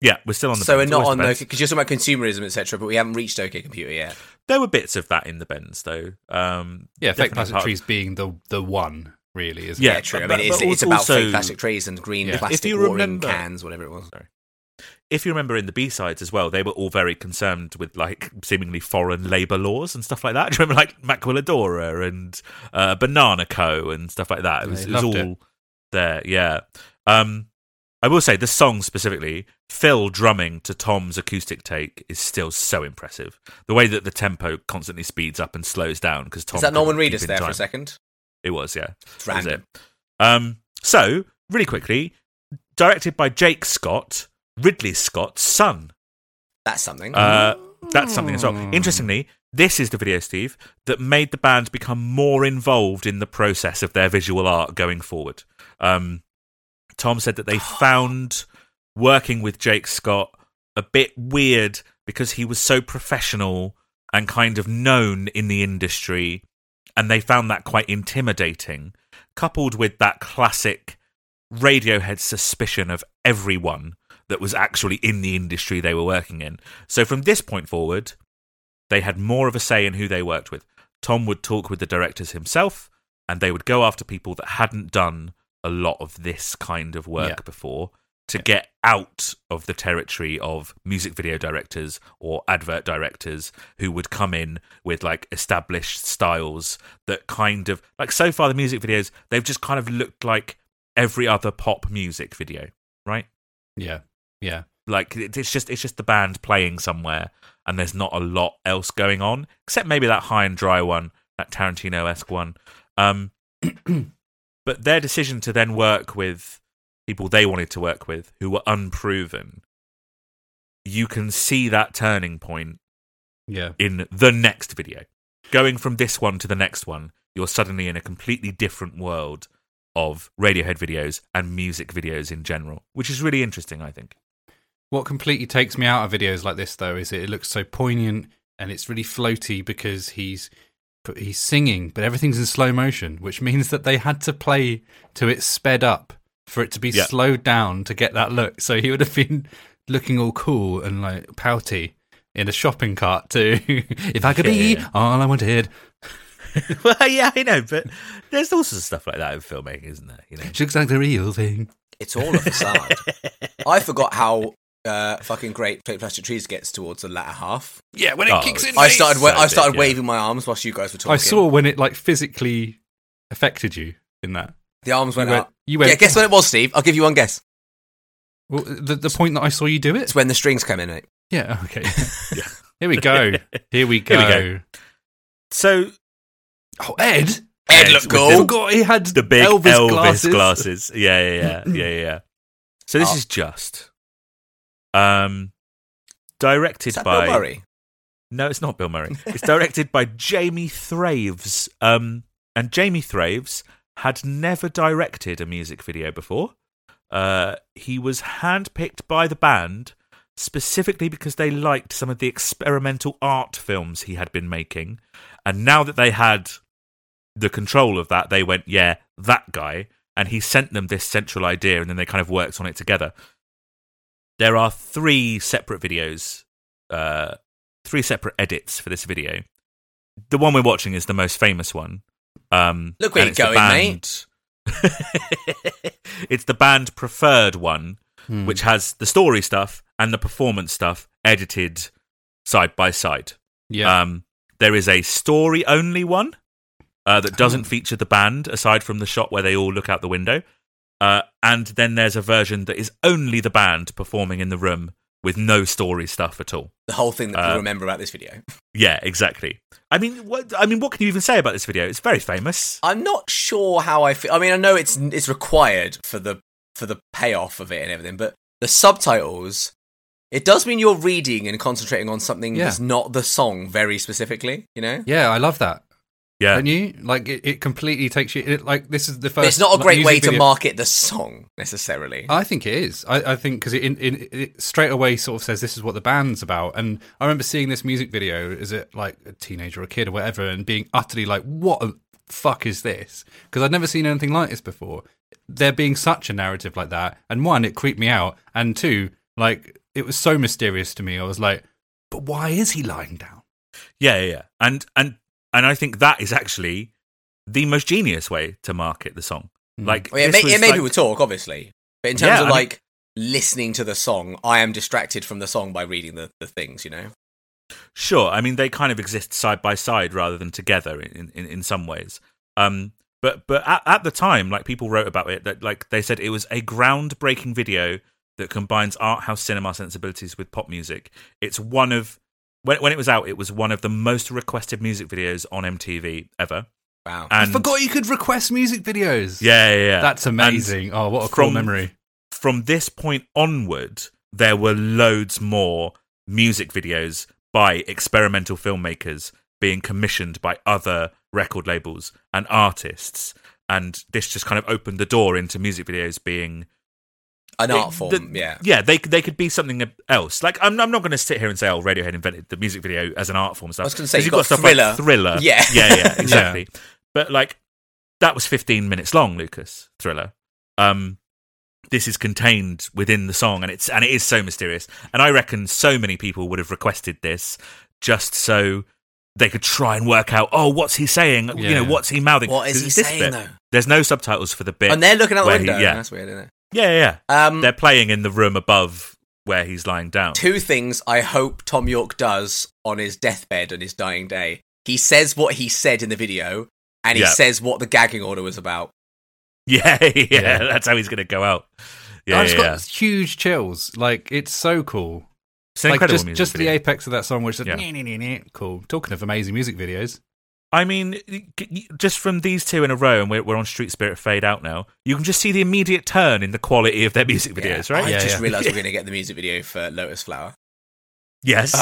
[SPEAKER 2] yeah, we're still on the
[SPEAKER 1] so we're
[SPEAKER 2] Bends,
[SPEAKER 1] not
[SPEAKER 2] always
[SPEAKER 1] on
[SPEAKER 2] the
[SPEAKER 1] no
[SPEAKER 2] Bends.
[SPEAKER 1] because you're talking about consumerism, etc., but we haven't reached OK Computer yet.
[SPEAKER 2] There were bits of that in the bends though. Um,
[SPEAKER 3] Yeah, fake
[SPEAKER 2] definitely
[SPEAKER 3] plastic
[SPEAKER 2] part of-
[SPEAKER 3] trees being the the one really isn't
[SPEAKER 2] Yeah,
[SPEAKER 3] it?
[SPEAKER 1] true. I
[SPEAKER 2] but-
[SPEAKER 1] mean, it's,
[SPEAKER 2] but
[SPEAKER 1] it's about
[SPEAKER 2] also-
[SPEAKER 1] fake plastic trees and green
[SPEAKER 3] Yeah. If
[SPEAKER 1] plastic
[SPEAKER 2] you
[SPEAKER 1] watering
[SPEAKER 2] remember-
[SPEAKER 1] cans, whatever it was.
[SPEAKER 2] if you remember in the B sides as well, they were all very concerned with like seemingly foreign labour laws and stuff like that. Do you remember like Maquiladora and uh, Banana Co and stuff like that? It was,
[SPEAKER 3] They
[SPEAKER 2] it was
[SPEAKER 3] loved
[SPEAKER 2] all
[SPEAKER 3] it.
[SPEAKER 2] there. Yeah. Um, I will say the song specifically, Phil drumming to Tom's acoustic take is still so impressive. The way that the tempo constantly speeds up and slows down because Tom
[SPEAKER 1] Is that Norman
[SPEAKER 2] couldn't keep
[SPEAKER 1] Reedus
[SPEAKER 2] in
[SPEAKER 1] there for
[SPEAKER 2] time.
[SPEAKER 1] a second?
[SPEAKER 2] It was, yeah.
[SPEAKER 1] It's
[SPEAKER 2] That was
[SPEAKER 1] random.
[SPEAKER 2] it. Um, so, really quickly, directed by Jake Scott, Ridley Scott's son.
[SPEAKER 1] That's something.
[SPEAKER 2] Uh, that's something as well.
[SPEAKER 3] Mm.
[SPEAKER 2] Interestingly, this is the video, Steve, that made the band become more involved in the process of their visual art going forward. Um, Tom said that they found working with Jake Scott a bit weird because he was so professional and kind of known in the industry, and they found that quite intimidating, coupled with that classic Radiohead suspicion of everyone that was actually in the industry they were working in. So from this point forward, they had more of a say in who they worked with. Tom would talk with the directors himself, and they would go after people that hadn't done a lot of this kind of work
[SPEAKER 3] Yeah.
[SPEAKER 2] before to get out of the territory of music video directors or advert directors who would come in with like established styles that kind of like so far the music videos they've just kind of looked like every other pop music video, right?
[SPEAKER 3] Yeah. Yeah.
[SPEAKER 2] like it- it's just it's just the band playing somewhere and there's not a lot else going on except maybe that high and dry one that tarantino-esque one um but their decision to then work with people they wanted to work with who were unproven you can see that turning point
[SPEAKER 3] Yeah.
[SPEAKER 2] in the next video. Going from this one to the next one, you're suddenly in a completely different world of Radiohead videos and music videos in general, which is really interesting, I think.
[SPEAKER 3] What completely takes me out of videos like this, though, is it, it looks so poignant and it's really floaty because he's but he's singing, but everything's in slow motion, which means that they had to play to it sped up for it to be
[SPEAKER 2] Yeah.
[SPEAKER 3] slowed down to get that look. So he would have been looking all cool and like pouty in a shopping cart too. if I could
[SPEAKER 2] Yeah,
[SPEAKER 3] be
[SPEAKER 2] yeah, yeah.
[SPEAKER 3] all I wanted.
[SPEAKER 2] well, yeah, I know, but there's all sorts of stuff like that in filmmaking, isn't there? You know,
[SPEAKER 3] She looks like the real thing.
[SPEAKER 1] It's all a facade. I forgot how uh, fucking great Plate Plastic Trees gets towards the latter half.
[SPEAKER 3] Yeah, when
[SPEAKER 2] it Oh, kicks in,
[SPEAKER 1] I started. wa-
[SPEAKER 2] So
[SPEAKER 1] I started
[SPEAKER 2] big, yeah.
[SPEAKER 1] waving my arms whilst you guys were talking.
[SPEAKER 3] I saw when it like physically affected you in that.
[SPEAKER 1] the arms went,
[SPEAKER 3] you
[SPEAKER 2] uh,
[SPEAKER 3] went,
[SPEAKER 1] up.
[SPEAKER 3] you went
[SPEAKER 1] yeah, guess when it was, Steve. I'll give you one guess.
[SPEAKER 3] Well, the, the point that I saw you do it?
[SPEAKER 1] It's when the strings come in. Mate.
[SPEAKER 3] Yeah, okay.
[SPEAKER 2] Yeah.
[SPEAKER 3] Here we go. Here we go.
[SPEAKER 2] Here we go. so
[SPEAKER 3] Oh, Ed?
[SPEAKER 1] Ed
[SPEAKER 2] Ed
[SPEAKER 1] looked
[SPEAKER 2] with the-
[SPEAKER 1] cool.
[SPEAKER 3] I forgot he had
[SPEAKER 2] the big Elvis,
[SPEAKER 3] Elvis,
[SPEAKER 2] glasses. Ah.
[SPEAKER 3] glasses.
[SPEAKER 2] Yeah, yeah, yeah, yeah, yeah, yeah. So this
[SPEAKER 1] Oh.
[SPEAKER 2] is just um directed
[SPEAKER 1] Is that
[SPEAKER 2] by
[SPEAKER 1] Bill Murray?
[SPEAKER 2] No, it's not Bill Murray. It's directed by Jamie Thraves. Um, and Jamie Thraves had never directed a music video before. Uh, he was handpicked by the band specifically because they liked some of the experimental art films he had been making. And now that they had the control of that, they went, yeah, that guy. And he sent them this central idea, and then they kind of worked on it together. There are three separate videos uh, three separate edits for this video. The one we're watching is the most famous one. Um,
[SPEAKER 1] Look where
[SPEAKER 2] and
[SPEAKER 1] you're
[SPEAKER 2] it's the
[SPEAKER 1] going,
[SPEAKER 2] band- it's the band preferred one,
[SPEAKER 3] Hmm.
[SPEAKER 2] which has the story stuff and the performance stuff edited side by side.
[SPEAKER 3] Yeah.
[SPEAKER 2] Um, there is a story only one uh, that doesn't
[SPEAKER 3] Oh.
[SPEAKER 2] feature the band aside from the shot where they all look out the window. Uh, and then there's a version that is only the band performing in the room with no story stuff at all.
[SPEAKER 1] The whole thing that
[SPEAKER 2] uh,
[SPEAKER 1] people remember about this video.
[SPEAKER 2] Yeah, exactly. I mean, what I mean, what can you even say about this video? It's very famous.
[SPEAKER 1] I'm not sure how I feel. I mean, I know it's it's required for the for the payoff of it and everything, but the subtitles. It does mean you're reading and concentrating on something
[SPEAKER 3] Yeah.
[SPEAKER 1] that's not the song very specifically. You know,
[SPEAKER 3] yeah, I love that.
[SPEAKER 2] Yeah,
[SPEAKER 3] Don't you? Like, it, it completely takes you. It, like, this is the
[SPEAKER 1] but
[SPEAKER 3] first.
[SPEAKER 1] it's not a
[SPEAKER 3] like,
[SPEAKER 1] great
[SPEAKER 3] music
[SPEAKER 1] way to
[SPEAKER 3] video-
[SPEAKER 1] market the song necessarily.
[SPEAKER 2] Uh,
[SPEAKER 3] I think it is. I, I think because it, in- in- it straight away sort of says this is what the band's about. And I remember seeing this music video as a, like a teenager or a kid or whatever, and being utterly like, "What the fuck is this?" Because I'd never seen anything like this before. There being such a narrative like that, and one, it creeped me out, and two, like it was so mysterious to me. I was like, "But why is he lying down?"
[SPEAKER 2] yeah, yeah, yeah. And and and I think that is actually the most genius way to market the song. Like,
[SPEAKER 1] Well, yeah, it
[SPEAKER 2] this
[SPEAKER 1] may,
[SPEAKER 2] was
[SPEAKER 1] it made
[SPEAKER 2] like-
[SPEAKER 1] people talk, obviously, but in terms
[SPEAKER 2] Yeah, I
[SPEAKER 1] of
[SPEAKER 2] mean-
[SPEAKER 1] like listening to the song, I am distracted from the song by reading the, the things, you know?
[SPEAKER 2] Sure. I mean, they kind of exist side by side rather than together in, in, in some ways. Um, but but at, at the time, like people wrote about it, that like they said it was a groundbreaking video that combines art house cinema sensibilities with pop music. It's one of when when it was out, it was one of the most requested music videos on MTV ever.
[SPEAKER 1] Wow.
[SPEAKER 3] I forgot you could request music videos.
[SPEAKER 2] Yeah, yeah, yeah.
[SPEAKER 3] That's amazing.
[SPEAKER 2] And
[SPEAKER 3] oh, what a cool
[SPEAKER 2] from-
[SPEAKER 3] memory.
[SPEAKER 2] from this point onward, there were loads more music videos by experimental filmmakers being commissioned by other record labels and artists. And this just kind of opened the door into music videos being
[SPEAKER 1] An
[SPEAKER 2] they-
[SPEAKER 1] art form,
[SPEAKER 2] the-
[SPEAKER 1] yeah.
[SPEAKER 2] yeah they they could be something else. Like I'm I'm not going to sit here and say oh Radiohead invented the music video as an art form and stuff.
[SPEAKER 1] I was gonna say,
[SPEAKER 2] 'Cause
[SPEAKER 1] you've
[SPEAKER 2] you've
[SPEAKER 1] got
[SPEAKER 2] stuff like
[SPEAKER 1] Thriller.
[SPEAKER 2] thriller,
[SPEAKER 1] Yeah.
[SPEAKER 2] yeah, yeah, exactly. But like that was 15 minutes long, Lucas Thriller. Um, this is contained within the song, and it's and it is so mysterious. And I reckon so many people would have requested this just so they could try and work out oh what's he saying you
[SPEAKER 3] Yeah.
[SPEAKER 2] know what's he mouthing
[SPEAKER 1] What is
[SPEAKER 2] 'Cause
[SPEAKER 1] he
[SPEAKER 2] it's this
[SPEAKER 1] saying,
[SPEAKER 2] bit.
[SPEAKER 1] though?
[SPEAKER 2] there's no subtitles for the bit
[SPEAKER 1] And they're looking out the
[SPEAKER 2] where he-
[SPEAKER 1] window.
[SPEAKER 2] yeah.
[SPEAKER 1] That's weird, isn't it?
[SPEAKER 2] yeah yeah, yeah
[SPEAKER 1] Um,
[SPEAKER 2] they're playing in the room above where he's lying down.
[SPEAKER 1] two things I hope Tom York does on his deathbed and his dying day. He says what he said in the video, and he
[SPEAKER 2] Yeah.
[SPEAKER 1] says what the gagging order was about.
[SPEAKER 2] Yeah, yeah,
[SPEAKER 3] Yeah.
[SPEAKER 2] that's how he's going to go out. Yeah,
[SPEAKER 3] I just
[SPEAKER 2] yeah, yeah.
[SPEAKER 3] got huge chills. Like it's so cool.
[SPEAKER 2] It's an
[SPEAKER 3] like
[SPEAKER 2] incredible
[SPEAKER 3] just,
[SPEAKER 2] music
[SPEAKER 3] just the
[SPEAKER 2] video.
[SPEAKER 3] apex of that song, which is
[SPEAKER 2] Yeah.
[SPEAKER 3] "Nee, nee, nee, nee." cool. Talking of amazing music videos,
[SPEAKER 2] I mean, y- y- just from these two in a row, and we're, we're on Street Spirit Fade Out now, you can just see the immediate turn in the quality of their music videos,
[SPEAKER 1] Yeah.
[SPEAKER 2] right?
[SPEAKER 1] I
[SPEAKER 3] Yeah,
[SPEAKER 1] just
[SPEAKER 3] yeah.
[SPEAKER 1] realised we're going to get the music video for Lotus Flower.
[SPEAKER 2] Yes.
[SPEAKER 1] Oh,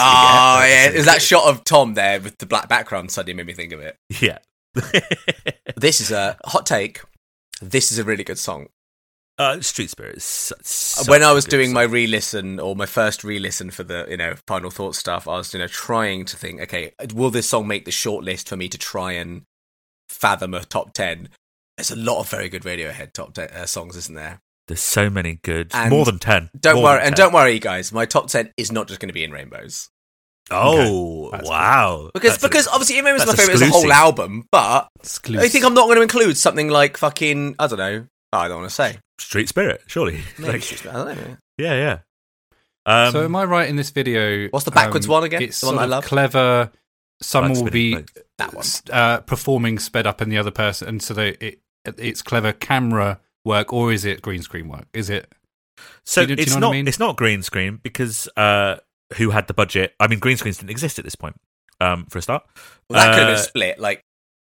[SPEAKER 1] yeah.
[SPEAKER 2] that's
[SPEAKER 1] It was that shot of Tom there with the black background suddenly made me think of it.
[SPEAKER 2] Yeah.
[SPEAKER 1] This is a hot take. This is a really good song.
[SPEAKER 2] uh, Street Spirit is su- such
[SPEAKER 1] when I was
[SPEAKER 2] a good
[SPEAKER 1] doing
[SPEAKER 2] song.
[SPEAKER 1] my re-listen or my first re-listen for the you know final thought stuff, I was you know trying to think, okay, will this song make the short list for me to try and fathom a top ten? There's a lot of very good Radiohead top 10, uh, songs, isn't there?
[SPEAKER 2] There's so many good.
[SPEAKER 1] And
[SPEAKER 2] More than 10.
[SPEAKER 1] Don't
[SPEAKER 2] More
[SPEAKER 1] worry,
[SPEAKER 2] than
[SPEAKER 1] and
[SPEAKER 2] 10.
[SPEAKER 1] don't worry, you guys. My top ten is not just going to be in rainbows
[SPEAKER 2] Oh,
[SPEAKER 3] That's
[SPEAKER 2] wow.
[SPEAKER 1] because
[SPEAKER 2] That's a-
[SPEAKER 1] because obviously in rainbows is my
[SPEAKER 2] that's
[SPEAKER 1] favorite. It's a whole
[SPEAKER 2] exclusive.
[SPEAKER 1] album, but
[SPEAKER 3] exclusive.
[SPEAKER 1] I Oh, think I'm not going to include something like fucking I don't know. I don't want to say.
[SPEAKER 2] Street Spirit, surely.
[SPEAKER 1] Maybe
[SPEAKER 2] Like,
[SPEAKER 1] it's just- I don't know.
[SPEAKER 2] yeah, yeah. Um,
[SPEAKER 3] so am I right in this video? um,
[SPEAKER 1] What's the backwards one again?
[SPEAKER 3] It's
[SPEAKER 1] The one
[SPEAKER 3] sort
[SPEAKER 1] I
[SPEAKER 3] of
[SPEAKER 1] love?
[SPEAKER 3] clever. Some
[SPEAKER 2] Black
[SPEAKER 3] will
[SPEAKER 2] Spirit
[SPEAKER 3] be
[SPEAKER 2] Fade.
[SPEAKER 1] That one.
[SPEAKER 3] uh, performing sped up, and the other person, and so they, it it's clever camera work, or is it green screen work? Is it?
[SPEAKER 2] So
[SPEAKER 3] Do you- do you
[SPEAKER 2] it's
[SPEAKER 3] know what I
[SPEAKER 2] not
[SPEAKER 3] mean?
[SPEAKER 2] it's not green screen because uh, who had the budget? I mean, green screens didn't exist at this point um, for a start.
[SPEAKER 1] Well, that could have
[SPEAKER 2] Uh,
[SPEAKER 1] been split. Like,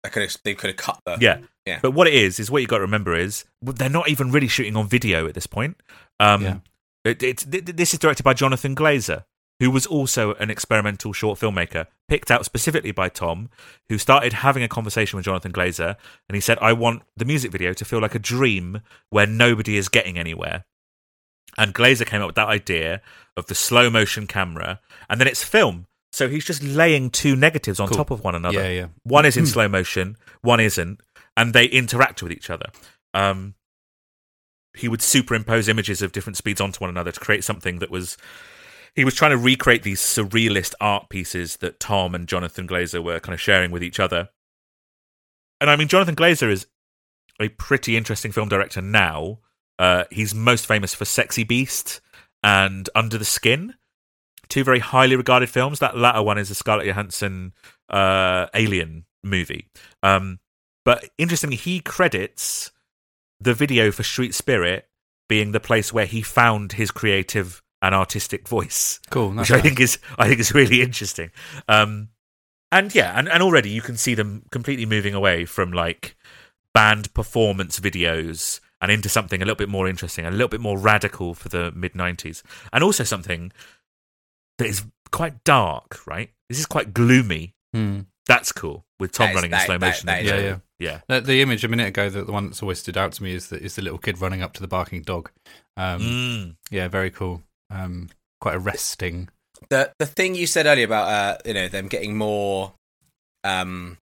[SPEAKER 1] I could have. They could have cut the.
[SPEAKER 2] Yeah.
[SPEAKER 1] Yeah.
[SPEAKER 2] But what it is is what you got to remember is well, they're not even really shooting on video at this point. Um,
[SPEAKER 3] Yeah.
[SPEAKER 2] it, it's th- th- this is directed by Jonathan Glazer, who was also an experimental short filmmaker, picked out specifically by Tom, who started having a conversation with Jonathan Glazer, and he said, "I want the music video to feel like a dream where nobody is getting anywhere." And Glazer came up with that idea of the slow motion camera, and then it's film. So he's just laying two negatives on
[SPEAKER 3] Cool.
[SPEAKER 2] top of one another.
[SPEAKER 3] Yeah, yeah.
[SPEAKER 2] One is in slow motion, one isn't, and they interact with each other. Um, he would superimpose images of different speeds onto one another to create something that was. He was trying to recreate these surrealist art pieces that Tom and Jonathan Glazer were kind of sharing with each other. And I mean, Jonathan Glazer is a pretty interesting film director now. Uh, he's most famous for Sexy Beast and Under the Skin, two very highly regarded films. That latter one is a Scarlett Johansson uh, alien movie. Um, but interestingly, he credits the video for Street Spirit being the place where he found his creative and artistic voice,
[SPEAKER 3] Cool.
[SPEAKER 2] which
[SPEAKER 3] Nice.
[SPEAKER 2] I think is I think is really interesting. Um, and yeah, and, and already you can see them completely moving away from like band performance videos and into something a little bit more interesting, a little bit more radical for the mid '90s, and also something that is quite dark. Right, this is quite gloomy.
[SPEAKER 3] Hmm.
[SPEAKER 2] That's cool with Tom
[SPEAKER 1] That is-
[SPEAKER 2] running in
[SPEAKER 1] that-
[SPEAKER 2] slow
[SPEAKER 1] that-
[SPEAKER 2] motion.
[SPEAKER 1] that is
[SPEAKER 2] yeah,
[SPEAKER 3] cool. Yeah,
[SPEAKER 2] yeah,
[SPEAKER 3] The, the image a minute ago, the, the one that's always stood out to me is the, is the little kid running up to the barking dog. Um,
[SPEAKER 2] Mm.
[SPEAKER 3] Yeah, very cool. Um, quite arresting.
[SPEAKER 1] The the thing you said earlier about uh, you know them getting more, um,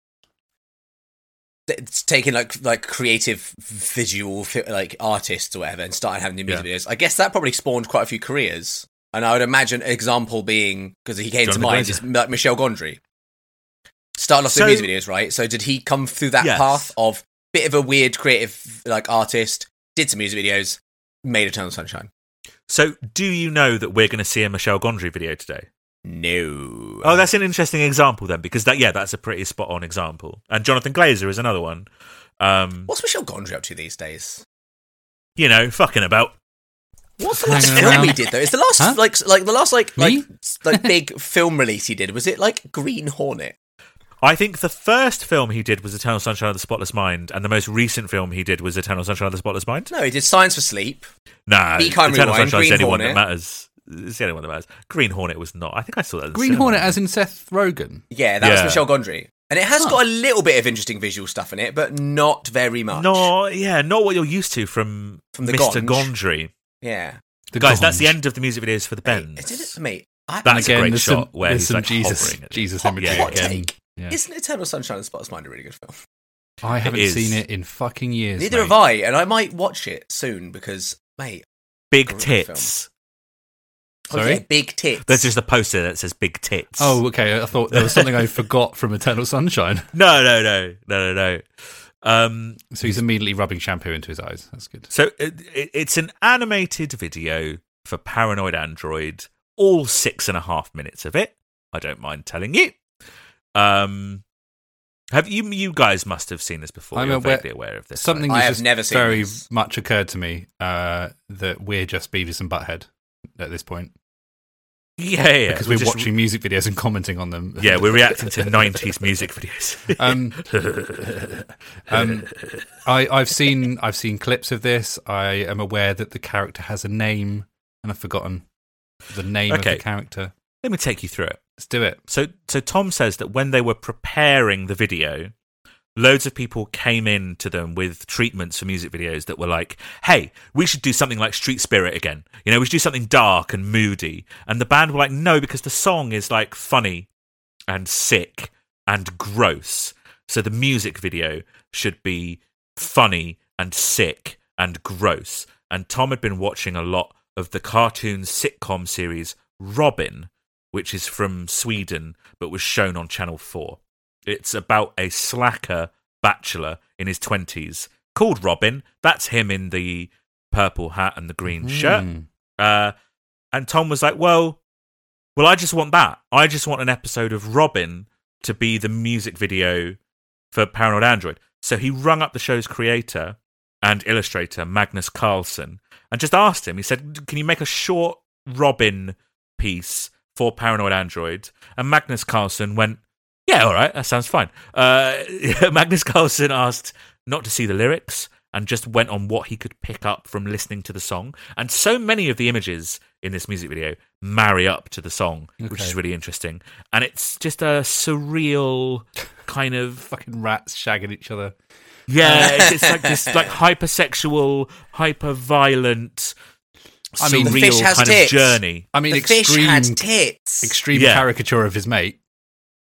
[SPEAKER 1] th- it's taking like like creative visual fi- like artists or whatever and starting having new music videos. I guess that probably spawned quite a few careers. And I would imagine example being because he came
[SPEAKER 2] Jonathan
[SPEAKER 1] to mind
[SPEAKER 2] Glazer.
[SPEAKER 1] is like Michelle Gondry. Started off
[SPEAKER 2] So-
[SPEAKER 1] doing music videos, right? So did he come through that
[SPEAKER 2] Yes.
[SPEAKER 1] path of bit of a weird creative like artist, did some music videos, made a ton of sunshine.
[SPEAKER 2] So, do you know that we're going to see a Michelle Gondry video today?
[SPEAKER 1] No.
[SPEAKER 2] Oh, that's an interesting example then, because that yeah, that's a pretty spot on example. And Jonathan Glazer is another one. Um,
[SPEAKER 1] What's Michelle Gondry up to these days?
[SPEAKER 2] you know, fucking about.
[SPEAKER 1] What's the last
[SPEAKER 3] Hanging
[SPEAKER 1] film
[SPEAKER 3] around.
[SPEAKER 1] he did though? It's the last
[SPEAKER 3] Huh?
[SPEAKER 1] like like the last like
[SPEAKER 3] Me?
[SPEAKER 1] like s- like big film release he did. Was it like Green Hornet?
[SPEAKER 2] I think the first film he did was Eternal Sunshine of the Spotless Mind, and the most recent film he did was Eternal Sunshine of the Spotless Mind.
[SPEAKER 1] No, he did Science for Sleep.
[SPEAKER 2] Nah,
[SPEAKER 1] Be Kind
[SPEAKER 2] Eternal
[SPEAKER 1] Rewind,
[SPEAKER 2] Sunshine is the only
[SPEAKER 1] Green
[SPEAKER 2] one that
[SPEAKER 1] Hornet.
[SPEAKER 2] matters. It's the only one that matters. Green Hornet was not. I think I saw that. in the
[SPEAKER 3] Green
[SPEAKER 2] cinema.
[SPEAKER 3] Hornet, as in Seth Rogen.
[SPEAKER 1] Yeah, that was
[SPEAKER 2] Yeah.
[SPEAKER 1] Michelle Gondry, and it has
[SPEAKER 3] Huh.
[SPEAKER 1] got a little bit of interesting visual stuff in it, but not very much.
[SPEAKER 2] No, yeah, not what you're used to from,
[SPEAKER 1] From the
[SPEAKER 2] Mr.
[SPEAKER 1] Gonge.
[SPEAKER 2] Gondry.
[SPEAKER 1] yeah,
[SPEAKER 3] The
[SPEAKER 2] Guys, that's the
[SPEAKER 3] Gonge.
[SPEAKER 2] end of the music videos for the Bends.
[SPEAKER 1] Mate, isn't it, mate? I,
[SPEAKER 3] And
[SPEAKER 2] That's a great
[SPEAKER 3] there's
[SPEAKER 2] shot
[SPEAKER 3] some,
[SPEAKER 2] where
[SPEAKER 3] there's
[SPEAKER 2] he's,
[SPEAKER 3] some
[SPEAKER 2] like,
[SPEAKER 3] Jesus,
[SPEAKER 2] hovering at the-
[SPEAKER 3] Jesus
[SPEAKER 1] Hot-
[SPEAKER 3] imagery
[SPEAKER 2] hot
[SPEAKER 3] again.
[SPEAKER 1] take.
[SPEAKER 3] Yeah.
[SPEAKER 1] isn't Eternal Sunshine of the Spotless Mind a really good film?
[SPEAKER 3] I haven't
[SPEAKER 2] is.
[SPEAKER 3] seen it in fucking years.
[SPEAKER 1] Neither
[SPEAKER 3] mate.
[SPEAKER 1] have I, and I might watch it soon because, mate,
[SPEAKER 2] Big
[SPEAKER 1] Great
[SPEAKER 2] tits.
[SPEAKER 1] oh,
[SPEAKER 3] Sorry?
[SPEAKER 1] yeah, big tits.
[SPEAKER 2] There's just a poster that says big tits.
[SPEAKER 3] Oh, okay. I thought there was something I forgot from Eternal Sunshine.
[SPEAKER 2] no, no, no, no, no, no. Um,
[SPEAKER 3] So he's immediately rubbing shampoo into his eyes. That's good.
[SPEAKER 2] so it, it, it's an animated video for Paranoid Android. All six and a half minutes of it. I don't mind telling you. Um, have you? You guys must have seen this before.
[SPEAKER 3] I'm
[SPEAKER 2] You're
[SPEAKER 3] aware-
[SPEAKER 2] vaguely aware of this.
[SPEAKER 3] Something
[SPEAKER 1] I
[SPEAKER 3] that's
[SPEAKER 1] have
[SPEAKER 3] just
[SPEAKER 1] never seen
[SPEAKER 3] very
[SPEAKER 1] this.
[SPEAKER 3] much occurred to me uh, that we're just Beavis and Butthead at this point
[SPEAKER 2] right? yeah, yeah, yeah.
[SPEAKER 3] because we're,
[SPEAKER 2] just-
[SPEAKER 3] watching music videos and commenting on them.
[SPEAKER 2] Yeah, we're reacting to '90s music videos.
[SPEAKER 3] Um, um, I, I've seen I've seen clips of this. I am aware that the character has a name, and I've forgotten the name
[SPEAKER 2] Okay.
[SPEAKER 3] of the character.
[SPEAKER 2] Let me take you through it.
[SPEAKER 3] Let's do it.
[SPEAKER 2] So, so Tom says that when they were preparing the video, loads of people came in to them with treatments for music videos that were like, "Hey, we should do something like Street Spirit again. You know, we should do something dark and moody." And the band were like, "No, because the song is like funny and sick and gross. So the music video should be funny and sick and gross." And Tom had been watching a lot of the cartoon sitcom series Robin which is from Sweden but was shown on Channel 4. It's about a slacker bachelor in his 20s called Robin. That's him in the purple hat and the green shirt.
[SPEAKER 3] Hmm.
[SPEAKER 2] Uh, and Tom was like, "Well, well, I just want that. I just want an episode of Robin to be the music video for Paranoid Android." So he rung up the show's creator and illustrator Magnus Carlsen and just asked him. He said, "Can you make a short Robin piece for Paranoid Android?" And Magnus Carlsen went, "Yeah, all right, that sounds fine." Uh, Magnus Carlsen asked not to see the lyrics and just went on what he could pick up from listening to the song. And so many of the images in this music video marry up to the song, which
[SPEAKER 3] Okay.
[SPEAKER 2] is really interesting. And it's just a surreal kind of
[SPEAKER 3] Fucking rats shagging each other.
[SPEAKER 1] Uh,
[SPEAKER 2] yeah, it's, it's like this like hypersexual, hyper violent,
[SPEAKER 3] I mean,
[SPEAKER 2] surreal
[SPEAKER 3] The
[SPEAKER 1] fish has
[SPEAKER 2] kind
[SPEAKER 1] tits.
[SPEAKER 2] of journey.
[SPEAKER 3] I mean,
[SPEAKER 1] the
[SPEAKER 3] extreme
[SPEAKER 1] fish had tits.
[SPEAKER 3] extreme
[SPEAKER 2] Yeah.
[SPEAKER 3] caricature of his mate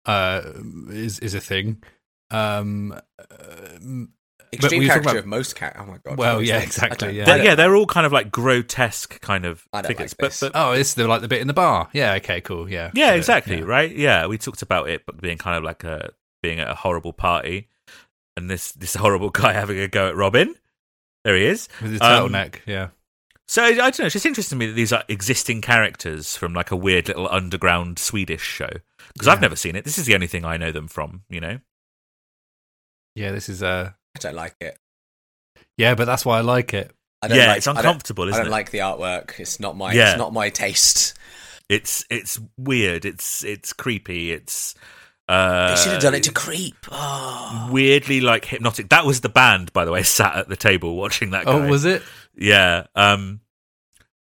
[SPEAKER 3] uh, is is a thing. Um,
[SPEAKER 1] extreme
[SPEAKER 3] we were talking
[SPEAKER 1] character
[SPEAKER 3] about-
[SPEAKER 1] of most cat. Oh my god.
[SPEAKER 3] Well,
[SPEAKER 1] What is
[SPEAKER 3] yeah,
[SPEAKER 1] that?
[SPEAKER 3] exactly,
[SPEAKER 1] I don't-
[SPEAKER 3] yeah.
[SPEAKER 1] I
[SPEAKER 2] They're-
[SPEAKER 1] don't-
[SPEAKER 2] yeah, they're all kind of like grotesque kind of
[SPEAKER 1] I don't like
[SPEAKER 2] figures,
[SPEAKER 1] this.
[SPEAKER 2] but, but
[SPEAKER 3] oh, it's the like the bit in the bar. Yeah, okay, cool. Yeah,
[SPEAKER 2] yeah,
[SPEAKER 3] Uh,
[SPEAKER 2] exactly,
[SPEAKER 3] yeah.
[SPEAKER 2] right? Yeah, we talked about it, but being kind of like a being at a horrible party, and this this horrible guy having a go at Robin. There he is.
[SPEAKER 3] With his
[SPEAKER 2] Um,
[SPEAKER 3] turtleneck. yeah,
[SPEAKER 2] So I don't know. It's just interesting to me that these are existing characters from like a weird little underground Swedish show because I've
[SPEAKER 3] Yeah.
[SPEAKER 2] never seen it. This is the only thing I know them from. You know.
[SPEAKER 3] yeah. This is uh,
[SPEAKER 1] I don't like it.
[SPEAKER 3] yeah, but that's why I like it.
[SPEAKER 1] I don't
[SPEAKER 2] Yeah,
[SPEAKER 1] like,
[SPEAKER 2] it's
[SPEAKER 1] I don't-
[SPEAKER 2] uncomfortable,
[SPEAKER 1] I
[SPEAKER 2] isn't
[SPEAKER 1] don't,
[SPEAKER 2] it?
[SPEAKER 1] like the artwork. It's not my.
[SPEAKER 2] Yeah.
[SPEAKER 1] It's not my taste.
[SPEAKER 2] It's it's weird. It's it's creepy. It's uh,
[SPEAKER 1] They should have done it to creep. Oh.
[SPEAKER 2] weirdly like hypnotic. That was the band, by the way, sat at the table watching that.
[SPEAKER 3] Oh,
[SPEAKER 2] guy.
[SPEAKER 3] was it?
[SPEAKER 2] Yeah. Um,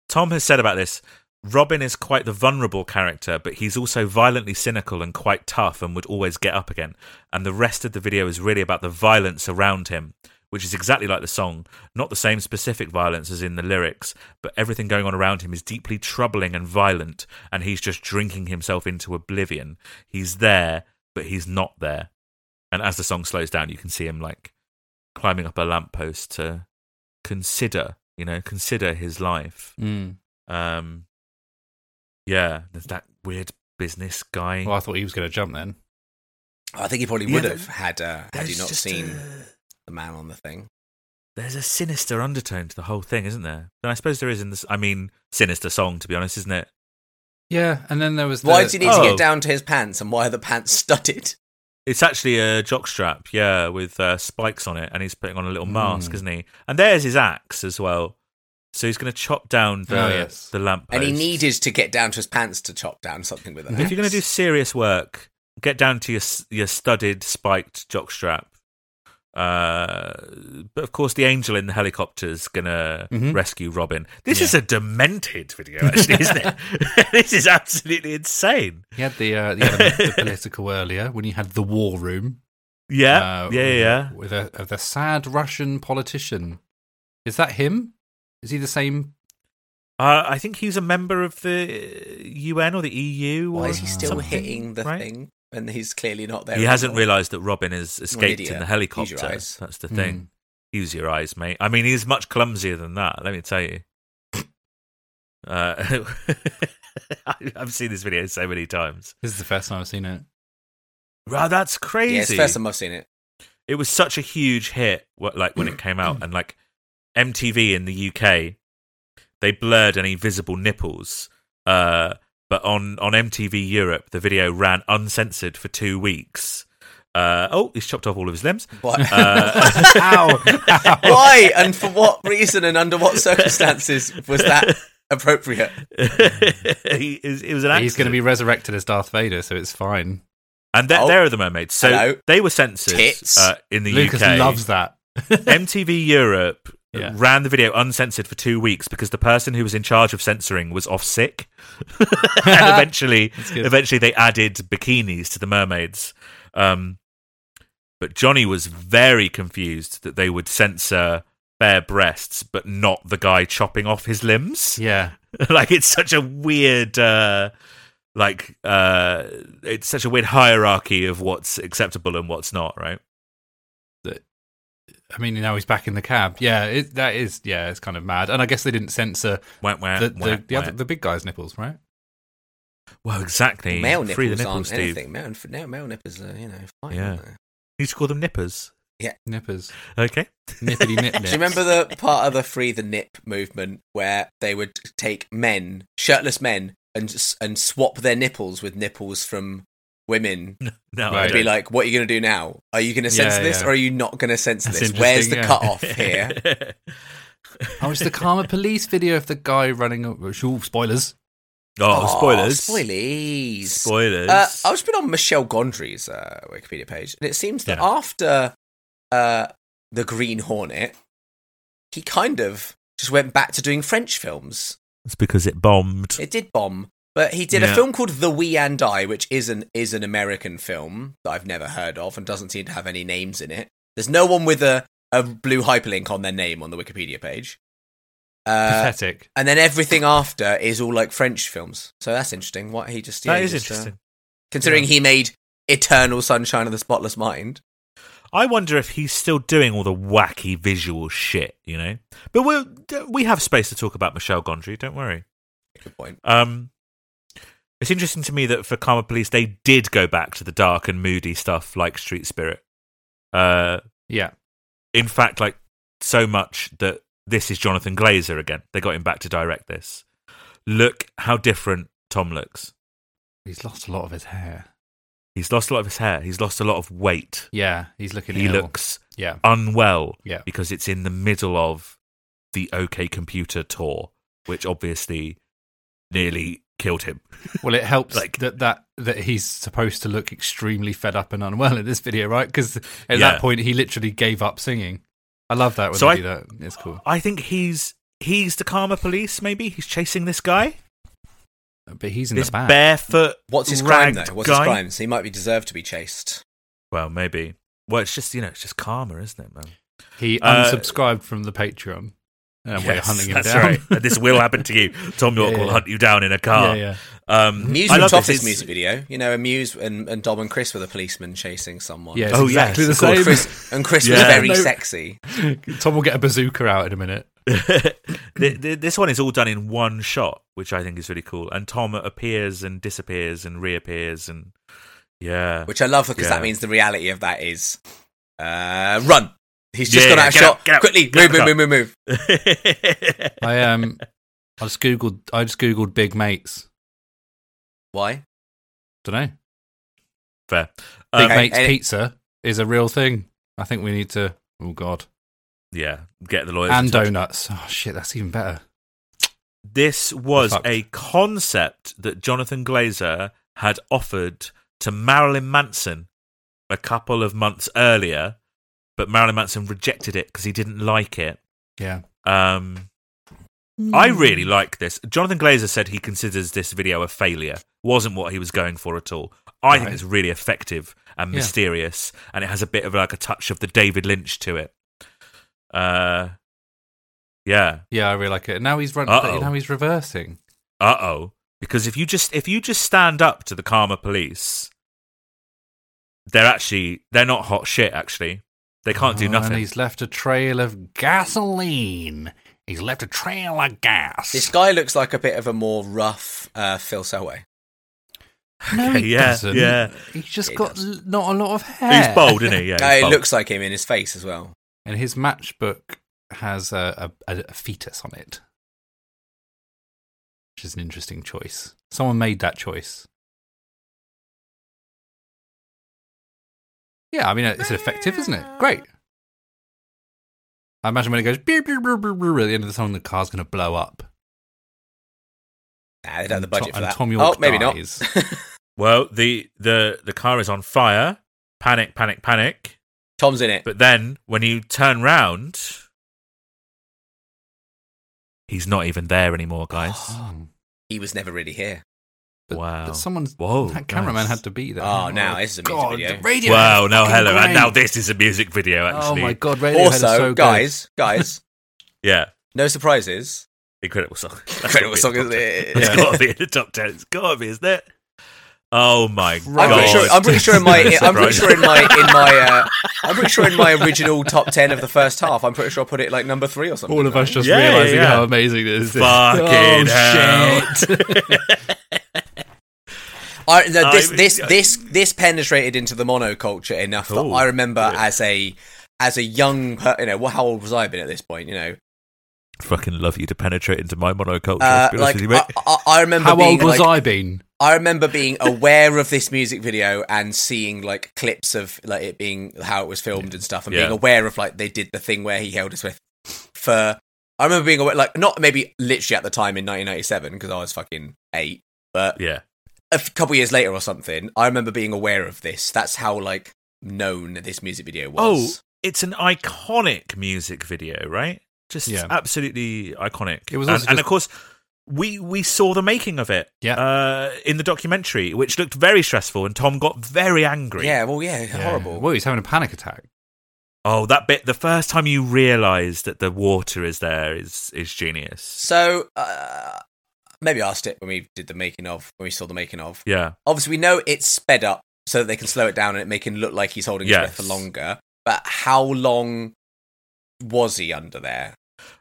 [SPEAKER 2] Tom has said about this Robin is quite the vulnerable character, but he's also violently cynical and quite tough and would always get up again. And the rest of the video is really about the violence around him, which is exactly like the song. Not the same specific violence as in the lyrics, but everything going on around him is deeply troubling and violent, and he's just drinking himself into oblivion. He's there, but he's not there. And as the song slows down, you can see him like climbing up a lamppost to consider, you know, consider his life.
[SPEAKER 3] Mm.
[SPEAKER 2] Um, yeah, there's that weird business guy.
[SPEAKER 3] Well, I thought he was going to jump then.
[SPEAKER 1] I think he probably
[SPEAKER 2] Yeah,
[SPEAKER 1] would
[SPEAKER 2] that-
[SPEAKER 1] have had uh, had
[SPEAKER 2] There's
[SPEAKER 1] you not
[SPEAKER 2] just
[SPEAKER 1] seen
[SPEAKER 2] a-
[SPEAKER 1] the man on the thing.
[SPEAKER 2] there's a sinister undertone to the whole thing, isn't there? And I suppose there is in this. I mean, sinister song, to be honest, isn't it?
[SPEAKER 3] Yeah, and then there was. The,
[SPEAKER 1] Why does he need
[SPEAKER 2] Oh.
[SPEAKER 1] to get down to his pants, and why are the pants studded?
[SPEAKER 2] It's actually a jockstrap, yeah, with uh, spikes on it, and he's putting on a little
[SPEAKER 3] Hmm.
[SPEAKER 2] mask, isn't he? And there's his axe as well. So he's going to chop down the
[SPEAKER 3] Oh, yes.
[SPEAKER 2] the lamp.
[SPEAKER 1] And he needed to get down to his pants to chop down something with an
[SPEAKER 2] If you're going
[SPEAKER 1] axe.
[SPEAKER 2] to do serious work, get down to your s- your studded, spiked jockstrap. Uh, but of course, the angel in the helicopter's gonna rescue Robin. This is a demented video, actually, isn't it? this is absolutely insane.
[SPEAKER 3] He had the, uh, the element of political earlier when he had the war room.
[SPEAKER 2] Yeah,
[SPEAKER 3] uh,
[SPEAKER 2] yeah, yeah, yeah.
[SPEAKER 3] With a, with a sad Russian politician. Is that him? Is he the same?
[SPEAKER 2] Uh, I think he's a member of the UN or the EU. Or
[SPEAKER 1] Why is he still
[SPEAKER 2] something,
[SPEAKER 1] hitting the
[SPEAKER 2] right?
[SPEAKER 1] thing? And he's clearly not there.
[SPEAKER 2] He hasn't
[SPEAKER 1] anymore?
[SPEAKER 2] realised that Robin has escaped
[SPEAKER 1] idiot.
[SPEAKER 2] in the
[SPEAKER 1] Use your
[SPEAKER 2] helicopter.
[SPEAKER 1] eyes.
[SPEAKER 2] That's the thing.
[SPEAKER 3] Hmm.
[SPEAKER 2] Use your eyes, mate. I mean, he's much clumsier than that. Let me tell you. Uh, I- I've seen this video so many times.
[SPEAKER 3] This is the first time I've seen it.
[SPEAKER 2] Wow, that's
[SPEAKER 1] Yeah, it's
[SPEAKER 2] crazy.
[SPEAKER 1] the first time I've seen it.
[SPEAKER 2] it was such a huge hit, wh- like when it came out, and like MTV in the UK, they blurred any visible nipples. Uh, but on on MTV Europe, the video ran uncensored for two weeks. Uh, oh, he's chopped off all of his limbs.
[SPEAKER 1] Why?
[SPEAKER 2] Uh,
[SPEAKER 3] Ow! Ow!
[SPEAKER 1] Why and for what reason and under what circumstances was that appropriate?
[SPEAKER 2] he, is- it was an accident.
[SPEAKER 3] He's going to be resurrected as Darth Vader, so it's fine.
[SPEAKER 2] and th-
[SPEAKER 1] Oh.
[SPEAKER 2] there are the mermaids. So
[SPEAKER 1] Hello.
[SPEAKER 2] they were censored
[SPEAKER 1] Tits.
[SPEAKER 2] uh, in the
[SPEAKER 3] Lucas
[SPEAKER 2] UK.
[SPEAKER 3] loves that.
[SPEAKER 2] MTV Europe
[SPEAKER 3] Yeah.
[SPEAKER 2] ran the video uncensored for two weeks because the person who was in charge of censoring was off sick, and eventually,
[SPEAKER 3] good.
[SPEAKER 2] eventually they added bikinis to the mermaids. Um, but Johnny was very confused that they would censor bare breasts, but not the guy chopping off his limbs.
[SPEAKER 3] Yeah.
[SPEAKER 2] like it's such a weird uh like uh it's such a weird hierarchy of what's acceptable and what's not right
[SPEAKER 3] I mean, now he's back in the cab. Yeah, it, that is. Yeah, it's kind of mad. And I guess they didn't censor
[SPEAKER 2] wah, wah,
[SPEAKER 3] the,
[SPEAKER 2] Uh, wah,
[SPEAKER 3] the, the,
[SPEAKER 2] wah.
[SPEAKER 3] other, the big guy's nipples, right?
[SPEAKER 2] well exactly
[SPEAKER 1] Male
[SPEAKER 2] free
[SPEAKER 1] nipples
[SPEAKER 2] the nipples
[SPEAKER 1] aren't
[SPEAKER 2] steve
[SPEAKER 1] anything. Male, no, male nipples are, you know, fine.
[SPEAKER 2] Yeah.
[SPEAKER 1] aren't they?
[SPEAKER 2] you should call them nippers
[SPEAKER 3] Nippers.
[SPEAKER 2] okay
[SPEAKER 3] Nippity nip nips.
[SPEAKER 1] Do you remember the part of the free the nip movement where they would take men, shirtless men, and s- and swap their nipples with nipples from women?
[SPEAKER 2] no
[SPEAKER 3] Right.
[SPEAKER 2] I
[SPEAKER 1] I'd be
[SPEAKER 2] don't.
[SPEAKER 1] like, what are you going to do now? Are you going to
[SPEAKER 3] Yeah,
[SPEAKER 1] censor this
[SPEAKER 3] yeah.
[SPEAKER 1] or are you not going to censor
[SPEAKER 3] That's
[SPEAKER 1] this? Where's the
[SPEAKER 3] interesting, yeah.
[SPEAKER 1] cut off here?
[SPEAKER 3] Oh, it's the Karma Police video of the guy running. Oh, shoo, spoilers.
[SPEAKER 2] oh spoilers
[SPEAKER 1] Spoilers.
[SPEAKER 2] spoilers
[SPEAKER 1] Uh, I've just been on Michelle Gondry's uh, Wikipedia page, and it seems that
[SPEAKER 2] Yeah.
[SPEAKER 1] after uh, the Green Hornet, he kind of just went back to doing French films.
[SPEAKER 2] it's because it bombed
[SPEAKER 1] It did bomb, but he did a
[SPEAKER 2] Yeah.
[SPEAKER 1] film called The We and I, which is an is an American film that I've never heard of and doesn't seem to have any names in it. There's no one with a, a blue hyperlink on their name on the Wikipedia page. Uh,
[SPEAKER 3] Pathetic.
[SPEAKER 1] and then everything after is all like French films. So that's interesting. What he just
[SPEAKER 2] that
[SPEAKER 1] yeah,
[SPEAKER 2] is
[SPEAKER 1] just, uh,
[SPEAKER 2] interesting
[SPEAKER 1] considering he made Eternal Sunshine of the Spotless Mind.
[SPEAKER 2] I wonder if he's still doing all the wacky visual shit, you know. But we we have space to talk about Michelle Gondry. Don't worry.
[SPEAKER 1] Good point.
[SPEAKER 2] Um, it's interesting to me that for Karma Police, they did go back to the dark and moody stuff like Street Spirit. Uh,
[SPEAKER 3] Yeah.
[SPEAKER 2] in fact, like so much that this is Jonathan Glazer again. They got him back to direct this. Look how different Tom looks.
[SPEAKER 3] He's lost a lot of his hair.
[SPEAKER 2] He's lost a lot of his hair. He's lost a lot of weight.
[SPEAKER 3] Yeah, he's looking
[SPEAKER 2] He
[SPEAKER 3] ill.
[SPEAKER 2] looks
[SPEAKER 3] Yeah.
[SPEAKER 2] unwell
[SPEAKER 3] Yeah.
[SPEAKER 2] because it's in the middle of the OK Computer tour, which obviously nearly killed him.
[SPEAKER 3] Well, it helps
[SPEAKER 2] Like-
[SPEAKER 3] that, that that he's supposed to look extremely fed up and unwell in this video, right? Because at
[SPEAKER 2] Yeah.
[SPEAKER 3] that point, he literally gave up singing. I love that when
[SPEAKER 2] So
[SPEAKER 3] they
[SPEAKER 2] I-
[SPEAKER 3] do that. It's cool.
[SPEAKER 2] I think he's he's the Karma Police. Maybe he's chasing this guy,
[SPEAKER 3] But he's in
[SPEAKER 2] this
[SPEAKER 3] the back.
[SPEAKER 2] barefoot.
[SPEAKER 1] What's his crime
[SPEAKER 2] ragged
[SPEAKER 1] though? What's
[SPEAKER 2] guy.
[SPEAKER 1] his crime? So he might be deserved to be chased.
[SPEAKER 2] Well, maybe. Well, it's just you know, it's just karma, isn't it, man?
[SPEAKER 3] he
[SPEAKER 2] uh,
[SPEAKER 3] unsubscribed from him the Patreon, and we're
[SPEAKER 2] Yes,
[SPEAKER 3] hunting him
[SPEAKER 2] that's
[SPEAKER 3] down.
[SPEAKER 2] right. Ah. And this will happen to you. Tom York
[SPEAKER 3] Yeah,
[SPEAKER 2] will
[SPEAKER 3] yeah.
[SPEAKER 2] hunt you down in a car.
[SPEAKER 3] Yeah,
[SPEAKER 2] Um,
[SPEAKER 1] Muse
[SPEAKER 2] I
[SPEAKER 1] and
[SPEAKER 2] love this.
[SPEAKER 1] Toffee's
[SPEAKER 2] It's-
[SPEAKER 1] music video. You know, Amuse and, and Dom and Chris were the policeman chasing someone.
[SPEAKER 3] yeah. yeah
[SPEAKER 2] Oh,
[SPEAKER 3] oh,
[SPEAKER 2] yes,
[SPEAKER 3] exactly
[SPEAKER 2] of
[SPEAKER 1] Of course,
[SPEAKER 3] the same.
[SPEAKER 1] Chris, and Chris was
[SPEAKER 2] Yeah.
[SPEAKER 1] very
[SPEAKER 3] No.
[SPEAKER 1] sexy.
[SPEAKER 3] Tom will get a bazooka out in a minute.
[SPEAKER 2] Th- th- this one is all done in one shot, which I think is really cool. And Tom appears and disappears and reappears and yeah.
[SPEAKER 1] Which I love because
[SPEAKER 2] Yeah.
[SPEAKER 1] that means the reality of that is uh, run. He's just
[SPEAKER 2] Yeah,
[SPEAKER 1] gone
[SPEAKER 2] yeah,
[SPEAKER 1] out of
[SPEAKER 2] get
[SPEAKER 1] shot.
[SPEAKER 2] out, get out,
[SPEAKER 1] Quickly,
[SPEAKER 2] get out
[SPEAKER 1] move, move,
[SPEAKER 2] the
[SPEAKER 1] move, move, move.
[SPEAKER 3] I um, I just googled. I just googled big mates.
[SPEAKER 1] Why?
[SPEAKER 3] Don't know.
[SPEAKER 2] Fair.
[SPEAKER 3] Big
[SPEAKER 2] Um,
[SPEAKER 1] Okay,
[SPEAKER 3] mates
[SPEAKER 1] and it-
[SPEAKER 3] pizza is a real thing. I think we need to. Oh God.
[SPEAKER 2] yeah, get the lawyers.
[SPEAKER 3] And
[SPEAKER 2] in touch.
[SPEAKER 3] donuts. Oh shit, that's even better.
[SPEAKER 2] This was
[SPEAKER 3] Fucked.
[SPEAKER 2] a concept that Jonathan Glazer had offered to Marilyn Manson a couple of months earlier, but Marilyn Manson rejected it because he didn't like it.
[SPEAKER 3] Yeah.
[SPEAKER 2] Um, I really like this. Jonathan Glazer said he considers this video a failure. Wasn't what he was going for at all. I think
[SPEAKER 3] Right.
[SPEAKER 2] it's really effective and
[SPEAKER 3] Yeah.
[SPEAKER 2] mysterious, and it has a bit of like a touch of the David Lynch to it. Uh, yeah.
[SPEAKER 3] Yeah, I really like it. Now he's run,
[SPEAKER 2] Uh-oh.
[SPEAKER 3] now he's reversing.
[SPEAKER 2] Uh oh. Because if you just if you just stand up to the Karma Police, they're actually they're not hot shit. Actually, they can't do
[SPEAKER 3] Oh,
[SPEAKER 2] nothing.
[SPEAKER 3] And he's left a trail of gasoline. He's left a trail of gas.
[SPEAKER 1] This guy looks like a bit of a more rough uh, Phil Selway.
[SPEAKER 3] no,
[SPEAKER 2] Okay,
[SPEAKER 3] he
[SPEAKER 2] yeah,
[SPEAKER 3] doesn't.
[SPEAKER 2] yeah.
[SPEAKER 3] He's just
[SPEAKER 1] He
[SPEAKER 3] got
[SPEAKER 1] does.
[SPEAKER 3] l- not a lot of hair.
[SPEAKER 2] He's bold, isn't he? Yeah,
[SPEAKER 1] No,
[SPEAKER 2] he's
[SPEAKER 1] it
[SPEAKER 2] bold.
[SPEAKER 1] looks like him in his face as well.
[SPEAKER 3] And his matchbook has a, a, a, a fetus on it, which is an interesting choice. Someone made that choice. Yeah, I mean, it's effective, isn't it? Great. I imagine when it goes beep, beep, beep, beep, beep, at the end of the song, the car's going to blow up.
[SPEAKER 1] Nah, they don't have the
[SPEAKER 3] And Tom-
[SPEAKER 1] budget for
[SPEAKER 3] and
[SPEAKER 1] that.
[SPEAKER 3] Tom York
[SPEAKER 1] oh, maybe
[SPEAKER 3] dies.
[SPEAKER 1] not.
[SPEAKER 2] Well, the the the car is on fire. Panic, panic, panic.
[SPEAKER 1] Tom's in it.
[SPEAKER 2] But then when you turn round, he's not even there anymore, guys.
[SPEAKER 1] He was never really here.
[SPEAKER 3] But-
[SPEAKER 2] Oh, wow.
[SPEAKER 3] But someone's
[SPEAKER 2] Whoa,
[SPEAKER 3] that cameraman
[SPEAKER 2] nice.
[SPEAKER 3] had to be there.
[SPEAKER 1] Oh, now this is a music
[SPEAKER 3] God,
[SPEAKER 1] video.
[SPEAKER 3] the radio.
[SPEAKER 2] wow, now
[SPEAKER 3] fucking
[SPEAKER 2] hello. And
[SPEAKER 3] great.
[SPEAKER 2] now this is a music video
[SPEAKER 3] Oh
[SPEAKER 2] actually.
[SPEAKER 3] my god, Radiohead
[SPEAKER 1] Also,
[SPEAKER 3] are so good.
[SPEAKER 1] guys, guys,
[SPEAKER 2] Yeah.
[SPEAKER 1] no surprises.
[SPEAKER 2] Incredible song. That's
[SPEAKER 1] Incredible
[SPEAKER 2] gotta
[SPEAKER 1] song,
[SPEAKER 2] be in
[SPEAKER 1] isn't
[SPEAKER 2] the top 10.
[SPEAKER 1] it?
[SPEAKER 3] Yeah.
[SPEAKER 2] It's gotta be in the top ten. It's gotta be, isn't it? Oh my
[SPEAKER 3] I'm
[SPEAKER 1] I'm
[SPEAKER 2] god.
[SPEAKER 1] pretty sure. I'm pretty sure in my. I'm pretty sure in my. In my. Uh, I'm pretty sure in my original top ten of the first half. I'm pretty sure I put it like number three or something.
[SPEAKER 3] All of us just
[SPEAKER 2] Yeah, yeah,
[SPEAKER 3] realizing
[SPEAKER 2] yeah.
[SPEAKER 3] how amazing this is.
[SPEAKER 1] Oh,
[SPEAKER 2] Fucking hell.
[SPEAKER 1] I, no, this
[SPEAKER 2] I-
[SPEAKER 1] this this this penetrated into the monoculture enough
[SPEAKER 2] Cool.
[SPEAKER 1] that I remember
[SPEAKER 2] Yeah.
[SPEAKER 1] as a as a young, per- you know, well, how old was I been at this point? You know,
[SPEAKER 2] Fucking love you to penetrate into my monoculture.
[SPEAKER 1] uh,
[SPEAKER 2] to be honest
[SPEAKER 1] like
[SPEAKER 2] with you,
[SPEAKER 1] I,
[SPEAKER 2] mate.
[SPEAKER 1] I, I remember
[SPEAKER 3] How
[SPEAKER 1] being
[SPEAKER 3] old was
[SPEAKER 1] like,
[SPEAKER 3] I been?
[SPEAKER 1] I remember being aware of this music video and seeing like clips of like it being how it was filmed and stuff, and
[SPEAKER 2] Yeah.
[SPEAKER 1] being aware of like they did the thing where he held his with for. I remember being aware, like not maybe literally at the time in 1997 because I was fucking eight, but
[SPEAKER 2] yeah.
[SPEAKER 1] a f- couple years later or something, I remember being aware of this. That's how like known this music video was.
[SPEAKER 2] Oh, it's an iconic music video, right? Just
[SPEAKER 3] Yeah.
[SPEAKER 2] absolutely iconic.
[SPEAKER 3] It was
[SPEAKER 2] and,
[SPEAKER 3] also
[SPEAKER 2] and
[SPEAKER 3] just-
[SPEAKER 2] of course, we we saw the making of it
[SPEAKER 3] Yeah.
[SPEAKER 2] uh, in the documentary, which looked very stressful, and Tom got very angry.
[SPEAKER 1] yeah, well, yeah, horrible.
[SPEAKER 3] Well, he's having a panic attack.
[SPEAKER 2] Oh, that bit! The first time you realise that the water is there is is genius.
[SPEAKER 1] So uh, maybe I asked it when we did the making of, when we saw the making of.
[SPEAKER 2] Yeah,
[SPEAKER 1] Obviously, we know it's sped up so that they can slow it down and it make him look like he's holding his breath
[SPEAKER 2] Yes.
[SPEAKER 1] for longer. But how long was he under there?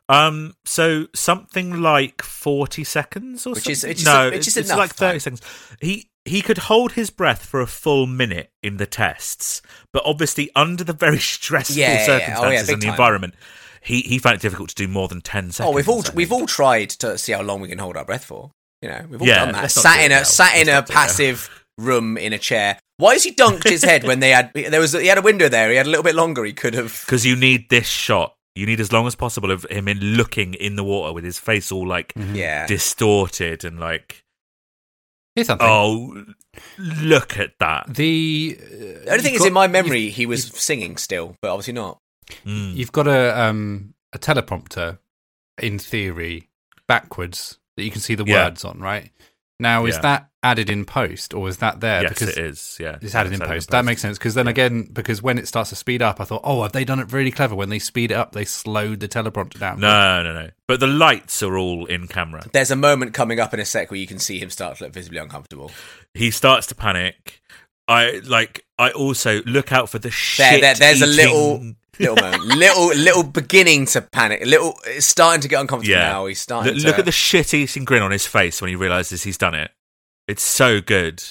[SPEAKER 2] Um, so something like forty seconds or
[SPEAKER 1] Which
[SPEAKER 2] something.
[SPEAKER 1] is- which is-
[SPEAKER 2] no,
[SPEAKER 1] which is
[SPEAKER 2] it's, it's
[SPEAKER 1] enough
[SPEAKER 2] like thirty
[SPEAKER 1] time.
[SPEAKER 2] seconds. He he could hold his breath for a full minute in the tests, but obviously under the very stressful
[SPEAKER 1] Yeah, yeah, yeah. Oh, yeah,
[SPEAKER 2] circumstances
[SPEAKER 1] big
[SPEAKER 2] and the
[SPEAKER 1] time.
[SPEAKER 2] environment, he he found it difficult to do more than ten seconds.
[SPEAKER 1] oh, we've all
[SPEAKER 2] I
[SPEAKER 1] we've
[SPEAKER 2] think.
[SPEAKER 1] all tried to see how long we can hold our breath for. You know, we've all
[SPEAKER 2] Yeah,
[SPEAKER 1] done that.
[SPEAKER 2] let's not do
[SPEAKER 1] Sat
[SPEAKER 2] it
[SPEAKER 1] in
[SPEAKER 2] now.
[SPEAKER 1] a sat in
[SPEAKER 2] Let's
[SPEAKER 1] a
[SPEAKER 2] not do it now.
[SPEAKER 1] passive room in a chair. Why has he dunked his head when they had there was he had a window there? He had a little bit longer. He could have.
[SPEAKER 2] because you need this shot. You need as long as possible of him in looking in the water with his face all like
[SPEAKER 1] Yeah.
[SPEAKER 2] distorted and like
[SPEAKER 3] Here's something.
[SPEAKER 2] oh look at that.
[SPEAKER 3] The, uh,
[SPEAKER 1] The only thing is, in my memory, he was singing still, but obviously not.
[SPEAKER 2] Mm.
[SPEAKER 3] You've got a um a teleprompter, in theory, backwards that you can see the
[SPEAKER 2] Yeah.
[SPEAKER 3] words on, right? Now is
[SPEAKER 2] Yeah.
[SPEAKER 3] that added in post or is that there?
[SPEAKER 2] yes,
[SPEAKER 3] because
[SPEAKER 2] it is. Yeah,
[SPEAKER 3] It's added in post. That makes sense because then again, because when it starts to speed up, I thought, oh, have they done it really clever? When they speed it up, they slowed the teleprompter down.
[SPEAKER 2] No, no, no. But the lights are all in camera.
[SPEAKER 1] There's a moment coming up in a sec where you can see him start to look visibly uncomfortable.
[SPEAKER 2] He starts to panic. I like. I also look out for the
[SPEAKER 1] There,
[SPEAKER 2] shit.
[SPEAKER 1] there there's a
[SPEAKER 2] eating-
[SPEAKER 1] little, little moment, little, little beginning to panic. Little, it's starting to get uncomfortable
[SPEAKER 2] Yeah.
[SPEAKER 1] now. He's starting.
[SPEAKER 2] Look,
[SPEAKER 1] to,
[SPEAKER 2] look at the shit-eating grin on his face when he realizes he's done it. It's so good.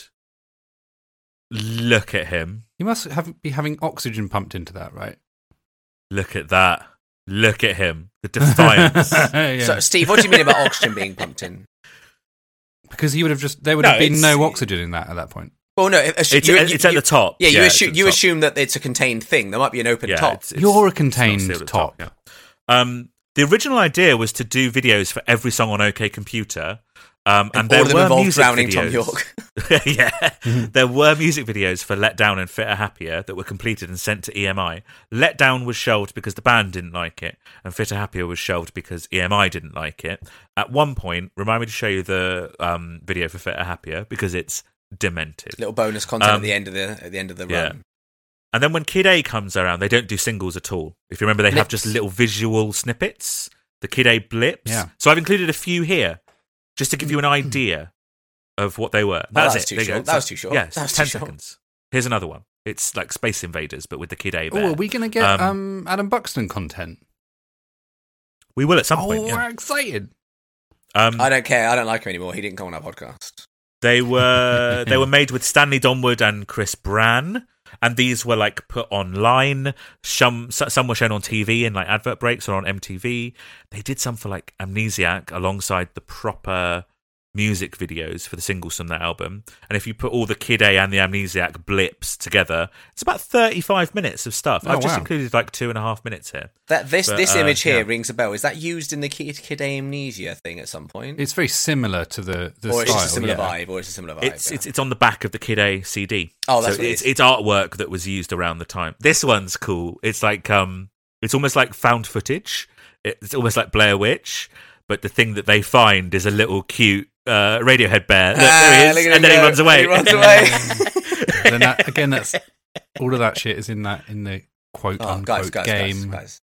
[SPEAKER 2] Look at him.
[SPEAKER 3] You must have, be having oxygen pumped into that, right?
[SPEAKER 2] Look at that. Look at him. The defiance.
[SPEAKER 3] Yeah.
[SPEAKER 1] So, Steve, what do you mean about oxygen being pumped in?
[SPEAKER 3] because he would have just there would
[SPEAKER 2] No,
[SPEAKER 3] have been
[SPEAKER 2] it's-
[SPEAKER 3] no oxygen in that at that point.
[SPEAKER 1] Well, no, assu-
[SPEAKER 2] It's,
[SPEAKER 1] you-
[SPEAKER 2] it's at
[SPEAKER 1] you-
[SPEAKER 2] the top.
[SPEAKER 1] Yeah, you,
[SPEAKER 2] it's
[SPEAKER 1] assu-
[SPEAKER 2] at the
[SPEAKER 1] you
[SPEAKER 2] top.
[SPEAKER 1] assume that it's a contained thing. There might be an open top.
[SPEAKER 2] it's- it's-
[SPEAKER 3] You're a
[SPEAKER 2] it's not
[SPEAKER 3] contained
[SPEAKER 2] sealed at the
[SPEAKER 3] top.
[SPEAKER 2] yeah. Um, the original idea was to do videos for every song on OK Computer, um, and, there
[SPEAKER 1] all of them
[SPEAKER 2] were
[SPEAKER 1] involve
[SPEAKER 2] music
[SPEAKER 1] drowning Tom
[SPEAKER 2] videos.
[SPEAKER 1] York.
[SPEAKER 2] yeah, there were music videos for Let Down and Fitter Happier that were completed and sent to EMI. Let Down was shelved because the band didn't like it, and Fitter Happier was shelved because EMI didn't like it. At one point, remind me to show you the um, video for Fitter Happier because it's demented.
[SPEAKER 1] Little bonus content
[SPEAKER 2] Um,
[SPEAKER 1] at the end of the at the end of the
[SPEAKER 2] yeah.
[SPEAKER 1] run.
[SPEAKER 2] And then when Kid A comes around, they don't do singles at all. If you remember, they have
[SPEAKER 1] Blips.
[SPEAKER 2] just little visual snippets, the Kid A blips.
[SPEAKER 3] Yeah.
[SPEAKER 2] So I've included a few here just to give you an idea of what they were.
[SPEAKER 1] Well,
[SPEAKER 2] That's
[SPEAKER 1] Mm-hmm. Oh, that's
[SPEAKER 2] it.
[SPEAKER 1] too
[SPEAKER 2] There you go.
[SPEAKER 1] short. That was too short.
[SPEAKER 2] Yeah, it's
[SPEAKER 1] That was
[SPEAKER 2] 10
[SPEAKER 1] too short.
[SPEAKER 2] seconds. Here's another one. It's like Space Invaders, but with the Kid A bear.
[SPEAKER 3] Oh, are we going to get
[SPEAKER 2] Um,
[SPEAKER 3] um, Adam Buxton content?
[SPEAKER 2] We will at some
[SPEAKER 3] Oh,
[SPEAKER 2] point. Yeah.
[SPEAKER 3] we're excited.
[SPEAKER 2] Um,
[SPEAKER 1] I don't care. I don't like him anymore. He didn't come on our podcast.
[SPEAKER 2] They were they were made with Stanley Donwood and Chris Bran, and these were like put online. Some so- some were shown on TV in like advert breaks or on MTV. They did some for like Amnesiac alongside the proper music videos for the singles from that album. And if you put all the Kid A and the Amnesiac blips together, it's about thirty five minutes of stuff.
[SPEAKER 3] Oh,
[SPEAKER 2] I've just
[SPEAKER 3] wow.
[SPEAKER 2] included like two and a half minutes here.
[SPEAKER 1] That this
[SPEAKER 2] But,
[SPEAKER 1] this
[SPEAKER 2] uh,
[SPEAKER 1] image here
[SPEAKER 2] yeah.
[SPEAKER 1] rings a bell. Is that used in the Kid, kid Amnesia thing at some point?
[SPEAKER 3] It's very similar to the the
[SPEAKER 1] or it's
[SPEAKER 3] style.
[SPEAKER 1] just a similar
[SPEAKER 3] yeah.
[SPEAKER 1] vibe, or it's a similar vibe.
[SPEAKER 2] It's
[SPEAKER 1] yeah.
[SPEAKER 2] it's it's on the back of the Kid A CD.
[SPEAKER 1] Oh, that's
[SPEAKER 2] so
[SPEAKER 1] what it
[SPEAKER 2] it's
[SPEAKER 1] is.
[SPEAKER 2] it's artwork that was used around the time. This one's cool. It's like um, it's almost like found footage. It's almost like Blair Witch, but the thing that they find is a little cute uh, Radiohead bear. Look, there
[SPEAKER 1] Ah,
[SPEAKER 2] he
[SPEAKER 1] look
[SPEAKER 2] is,
[SPEAKER 1] at
[SPEAKER 2] and then he
[SPEAKER 1] him
[SPEAKER 2] runs
[SPEAKER 1] go.
[SPEAKER 2] away.
[SPEAKER 1] He runs away.
[SPEAKER 3] Then that, again, that's all of that shit is in that in the quote
[SPEAKER 1] Oh,
[SPEAKER 3] unquote
[SPEAKER 1] guys, guys, guys,
[SPEAKER 3] game.
[SPEAKER 1] guys.